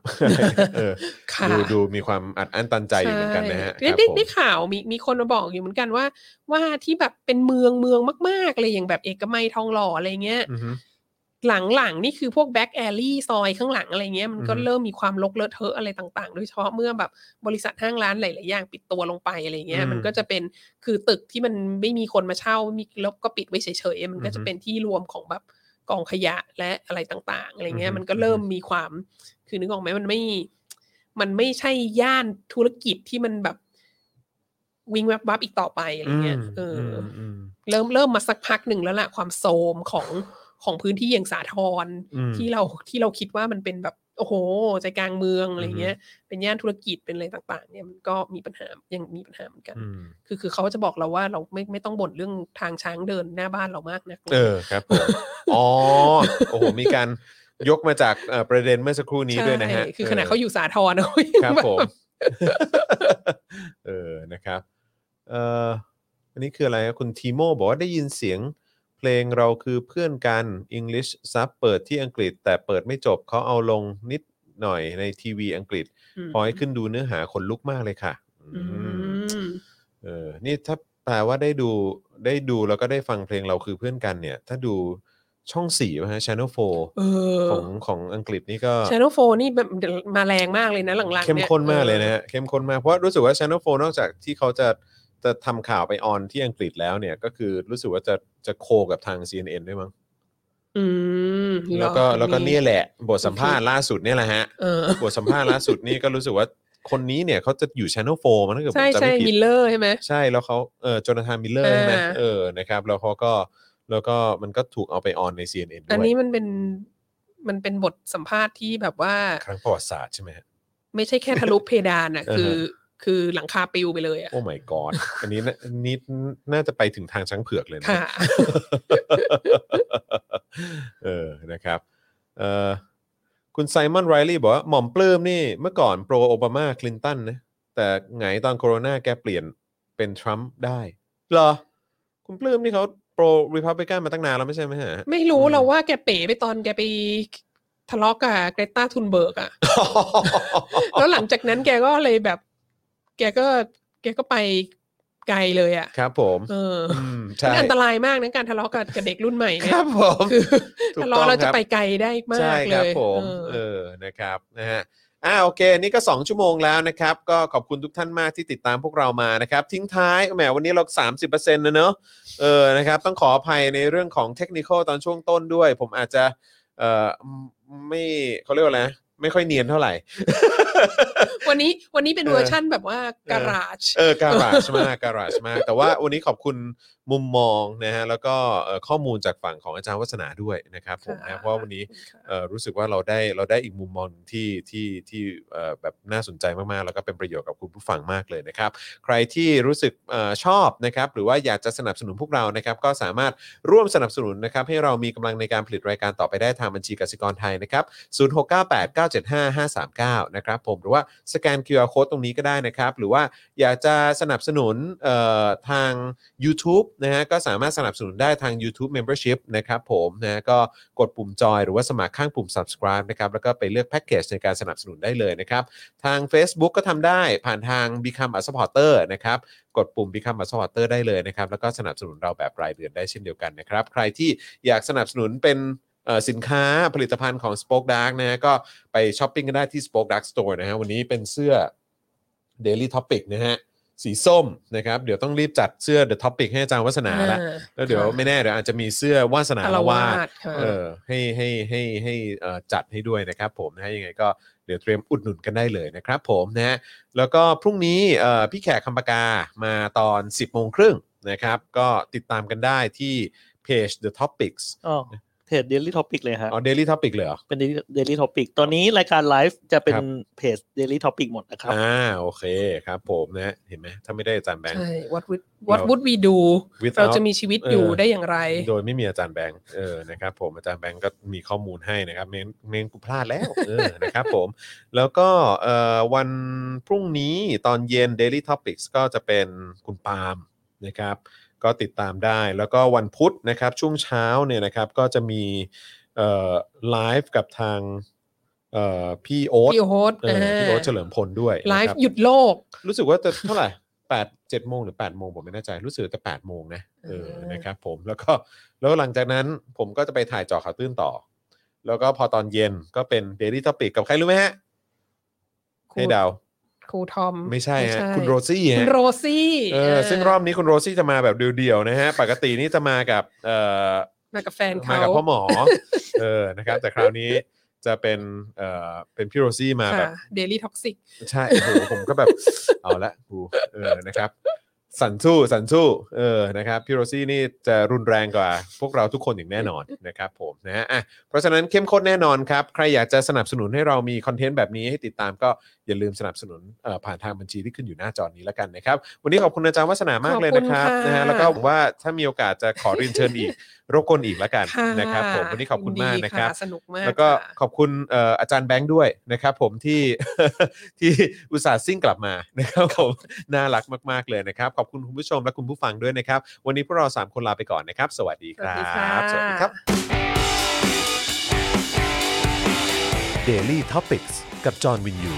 S2: เออ
S3: ค่ะ
S2: ดูดูมีความอัดอั้นตันใจอยู่เหมือนกันนะฮะค
S3: ใช่
S2: รับ
S3: ได้
S2: ผม
S3: ได้ข่าวมีมีคนมาบอกอยู่เหมือนกันว่า ว่าที่แบบเป็นเมืองเมืองมากๆเลยอย่างแบบเอกมัยทองหล่ออะไรเงี้ย
S2: อือฮึ
S3: หลังๆนี่คือพวกแบ็กแอลลี่ซอยข้างหลังอะไรเงี้ยมันก็
S2: อือฮึ
S3: เริ่มมีความลกเลอะเทอะอะไรต่าง ๆ โดยเฉพาะเมื่อแบบบริษัทห้างร้านหลายๆอย่างปิดตัวลงไปอะไรเงี้ย
S2: อืม
S3: มันก็จะเป็นคือตึกที่มันไม่มีคนมาเช่าไม่มีแล้วก็ปิดไว้เฉยๆมันก็
S2: อือฮึ
S3: จะเป็นที่รวมของแบบกองขยะและอะไรต่าง ๆอะไรเงี้
S2: อื
S3: ย
S2: อฮึ
S3: มันก็เริ่มมีความ คือนึกออกไหมมันไม่ มันไม่ใช่ย่านธุรกิจที่มันแบบวิ่งแวบวับอีกต่อไปอะไรเงี้ยเอออ
S2: มอืม
S3: เริ่มเริ่มมาสักพักหนึ่งแล้วล่ะความโทรมของของพื้นที่อย่างสาทร
S2: อืม
S3: ที่เราที่เราคิดว่ามันเป็นแบบโอ้โหใจกลางเมืองอะไรเงี้
S2: อื
S3: ย
S2: อฮึ
S3: เป็นย่านธุรกิจเป็นอะไรต่าง ๆ เนี่ยมันก็มีปัญหายังมีปัญหาเหมือนกัน
S2: อืม
S3: คือคือเขาจะบอกเราว่าเราไม่ไม่ต้องบ่นเรื่องทางช้างเดินหน้าบ้านเรามากนะ
S2: เออครับผมอ๋อโอ้โหมีการยกมาจากเอ่อประเด็นเมื่อสักครู่นี้ด้วยนะฮะ
S3: ใช่คือขนาด
S2: เ
S3: เขาอยู่สาทรนะ เขายัง
S2: ครับ
S3: แบบ
S2: ผม เออ นะครับ เอ่อ อันนี้คืออะไรครับคุณทีโมบอกว่าได้ยินเสียง เพลงเราคือเพื่อนกัน English ซับเปิดที่อังกฤษ แต่เปิดไม่จบเขาเอาลงนิดหน่อยในทีวีอังกฤษ
S3: ม
S2: พอให้ขึ้นดูเนื้อหาขนลุกมากเลยค่ะอื
S3: อื
S2: ม
S3: ม
S2: เออ นี่ถ้าแปลว่าได้ดูได้ดูแล้วก็ได้ฟังเพลงเราคือเพื่อนกันเนี่ย ถ้าดูช่องสี่ป่ะฮะ Channel
S3: เอ
S2: 4
S3: อ
S2: ของของอังกฤษนี่ก็
S3: ชโนโฟนี่แบบมาแรงมากเลยนะหลังๆ
S2: เข้ม
S3: นี่ย
S2: ข้นมากเลย
S3: อ
S2: นะ
S3: อ
S2: ฮะเข้มข้นมากเพราะรู้สึกว่า Channel 4นอกจากที่เขาจะจะทำข่าวไปออนที่อังกฤษแล้วเนี่ย ก็คือรู้สึกว่าจะจะโคกับทาง CNN ด้วยมั้ง
S3: อืม
S2: แล้วก็
S3: หรอ
S2: แล้วก็เนี่ยแหละ บทสัมภาษณ์ล่าสุดเนี่ยแหละฮะ
S3: เออบ
S2: ทสัมภาษณ์ล่าสุดนี่ก็รู้สึกว่าคนนี้เนี่ยเขาจะอยู่ Channel 4มันถ้าเกิดผ
S3: ใช่
S2: มจำ
S3: ใช่
S2: ไม่ผิ
S3: มิ
S2: ด
S3: ลเลอร์ใช่ไหม
S2: ใช่แล้วเขาเออจนธานมิลเลอร์ใช่ไหม
S3: อ่า
S2: เออนะครับ แล้วเขาก็แล้วก็มันก็ถูกเอาไปออนใน CNN ด้
S3: อัน
S2: วย
S3: นี้มันเป็นมันเป็นบทสัมภาษณ์ที่แบบว่า
S2: ครั้งประวัติศาสตร์ใช่ไหมฮะ
S3: ไม่ใช่แค่ทะลุเพดานอ่ะ
S2: อ่าฮะ
S3: คือคือหลังคาปิวไปเลยอ่ะ
S2: โอ้ my god อันนี้น่าอันนี้น่าจะไปถึงทางช้างเผือกเลยนะ
S3: ค่ะ
S2: เออ นะครับ เออคุณไซมอนไรลี่บอกว่า หม่อมปลื้มนี่เมื่อก่อนโปรโอบามาคลินตันนะ แต่ไงตอนโคโรนาแกเปลี่ยนเป็นทรัมป์ได้ เหรอ คุณปลื้มนี่เขาโปรร p พับ l ิกันมาตั้งนานแล้วไม่ใช่ไหม ฮะ
S3: ไม่รู้
S2: อืม
S3: เราว่าแกเป๋ไปตอนแกไปทะเลาะกับเกรตาทุนเบิร์กอ่ะ แล้วหลังจากนั้นแกก็เลยแบบ แกก็แกก็ไปไกลเลยอ่ะ
S2: ครับผม
S3: เออ
S2: อืม
S3: มั
S2: ใช่
S3: นอันตรายมากนะการทะเลาะกับกับเด็กรุ่นใหม่
S2: ค
S3: เนี่ย
S2: รับผม
S3: คือ
S2: ถูก
S3: ทะ
S2: ต้อ
S3: เลาะ
S2: ง
S3: เรา
S2: ค
S3: จะ
S2: รับ
S3: ไปไกลได้มาก
S2: ใช่ค
S3: เล
S2: รับ
S3: ย
S2: ผม
S3: เอ
S2: เอ
S3: อ
S2: อ นะครับ นะฮะ อ่า โอเค นี่ก็ 2 ชั่วโมงแล้วนะครับ ก็ขอบคุณทุกท่านมากที่ติดตามพวกเรามานะครับ ทิ้งท้าย แหม วันนี้เรา 30%นะเนอะเออ นะครับ ต้องขออภัยในเรื่องของเทคนิคอลตอนช่วงต้นด้วย ผมอาจจะ เอ่อ ไม่เขาเรียกว่าอะไรนะไม่ค่อยเนียนเท่าไหร่
S3: วันนี้วันนี้เป็น
S2: เออ
S3: เวอร์ชั่นแบบว่า
S2: เออ
S3: การาจ
S2: เออการาชมากการาชมาก แต่ว่าวันนี้ขอบคุณมุมมองนะฮะ แล้วก็เอ่อข้อมูลจากฝั่งของอาจารย์วัฒนาด้วยนะครับผมนะ
S3: ค่ะ
S2: เพราะว่าวันนี้ เอ่อรู้สึกว่าเราได้เราได้อีกมุมมองหนึ่งที่ที่ที่เอ่อแบบน่าสนใจมากๆ แล้วก็เป็นประโยชน์กับคุณผู้ฟังมากเลยนะครับ ใครที่รู้สึกเอ่อชอบนะครับ หรือว่าอยากจะสนับสนุนพวกเรานะครับ ก็สามารถร่วมสนับสนุนนะครับ ให้เรามีกำลังในการผลิตรายการต่อไปได้ทางบัญชีกสิกรไทยนะครับ 0698975539 นะครับผมหรือว่าสแกน QR Code ตรงนี้ก็ได้นะครับ หรือว่าอยากจะสนับสนุนเอ่อทาง u t u b e นะฮะก็สามารถสนับสนุนได้ทาง YouTube Membership นะครับผมนะก็กดปุ่มจอยหรือว่าสมัครข้างปุ่ม subscribe นะครับแล้วก็ไปเลือกแพ็กเกจในการสนับสนุนได้เลยนะครับ ทาง Facebook ก็ทำได้ผ่านทาง Become a supporter นะครับ กดปุ่ม Become a supporter ได้เลยนะครับ แล้วก็สนับสนุนเราแบบรายเดือนได้เช่นเดียวกันนะครับ ใครที่อยากสนับสนุนเป็นเอ่อสินค้าผลิตภัณฑ์ของ Spoke Dark นะฮะก็ไปช้อปปิ้งกันได้ที่ Spoke Dark Store นะฮะวันนี้เป็นเสื้อ Daily Topic นะฮะสีส้มนะครับ เดี๋ยวต้องรีบจัดเสื้อ The Topic ให้อาจารย์วัฒนาละแล้วเดี๋ยวไม่แน่เดี๋ยวอาจจะมีเสื้อวาสนา
S3: อาร
S2: ละ
S3: วาว
S2: าด
S3: สค่ะ
S2: เออให้ให้ให้ให้เอ่อจัดให้ด้วยนะครับผมนะฮะยังไงก็เดี๋ยวเตรียมอุดหนุนกันได้เลยนะครับผมนะฮะแล้วก็พรุ่งนี้เอ่อพี่แขกคำปากามาตอน 10โมงครึ่งนะครับ ก็ติดตามกันได้ที่เพจ The Topics
S4: อ๋อเพจ Daily Topic เลยฮะ
S2: อ๋อ Daily Topic เลยเหรอ
S4: เป็น Daily- Daily Topic ตอนนี้รายการไลฟ์จะเป็น
S2: ครับ
S4: เพจ Daily Topic หมดนะครับ
S2: อ่าโอเคครับผมนะฮะเห็นไหมถ้าไม่ได้อาจารย์แบงค์
S3: ใช่ what would what
S2: เรา
S3: would we do
S2: without
S3: เราจะมีชีวิตอยู่
S2: เออ
S3: ได้อย่างไร
S2: โดยไม่มีอาจารย์แบงค์เออนะครับผมอาจารย์แบงค์ก็มีข้อมูลให้นะครับเมนเมนกูพลาดแล้วเอ อนะครับผม แล้วก็เอ่อวันพรุ่งนี้ตอนเย็น Daily Topics ก็จะเป็นคุณปาล์มนะครับ ก็ติดตามได้แล้วก็วันพุธนะครับ ช่วงเช้าเนี่ยนะครับก็จะมีเอ่อไลฟ์กับทางเอ่อพี่โอ๊ต
S3: พี่โอ๊ต
S2: เออพี่โอ๊ตเฉลิมพลด้วย
S3: ไล
S2: นะค
S3: ฟ์
S2: รับ
S3: หยุดโลก
S2: รู้สึกว่าจะ เท่าไหร่แปดเจ็ดโมงหรือแปดโมงผมไม่แน่ใจ รู้สึกจะแปดโมงนะเออ
S3: เออ
S2: นะครับผมแล้วก็แล้วหลังจากนั้นผมก็จะไปถ่ายเจอข่าวตื้นต่อ แล้วก็พอตอนเย็นก็เป็น Daily Topic กับใครรู้ไหมฮะ
S3: ครู
S2: ให้เดา
S3: ครูทอม
S2: ไม่ใช่ฮะคุณโรซี่
S3: คุ
S2: ฮะ
S3: ณโรซี่
S2: เออซึ่งรอบนี้คุณโรซี่จะมาแบบเดียวๆนะฮะ ปกตินี่จะมากับเอ่อ
S3: มากับแฟน
S2: มา
S3: เขา
S2: กับพ่อหมอ เออ นะครับ แต่คราวนี้จะเป็น เอ่อ เป็นพี่โรซี่มาแบบ
S3: เดลี่ท็อกซิก
S2: ใช่โอ้โหผมก็แบบ เอาละกูเออ นะครับ สันสู้ สันสู้ เออ นะครับ พี่โรซี่นี่จะรุนแรงกว่า พวกเราทุกคนอย่างแน่นอนนะครับผมนะฮะอ่ะเพราะฉะนั้นเข้มข้นแน่นอนครับ ใครอยากจะสนับสนุนให้เรามีคอนเทนต์แบบนี้ให้ติดตามก็อย่าลืมสนับสนุนเอ่อผ่านทางบัญชีที่ขึ้นอยู่หน้าจอนี้แล้วกันนะครับ วันนี้ขอบคุณอาจารย์วัฒนามากเลยนะครับ
S3: ขอบคุณ
S2: นะ
S3: ค่ะ
S2: ฮะ แล้วก็ผมว่าถ้ามีโอกาสจะขอเรียนเชิญอีก รบกวนอีกแล้วกันะ นะครับผม วันนี้ขอบคุณมากนะครับ
S3: ยิดีสนุกมาก
S2: แล้วก็
S3: ค่ะ
S2: ขอบคุณเอ่ออาจารย์แบงค์ด้วยนะครับผมที่ ที่อุตส่าห์ซิ่งกลับมา นะครับผม น่ารักมากๆเลยนะครับ ขอบคุณคุณผู้ชมและคุณผู้ฟังด้วยนะครับ วันนี้พวกเรา 3 คนลาไปก่อนนะครับ สวัสดีครับ
S3: สวัสดี
S2: ค
S3: ค่ะ
S2: รับ
S1: Daily t o p i c กกับจอห์นวินยู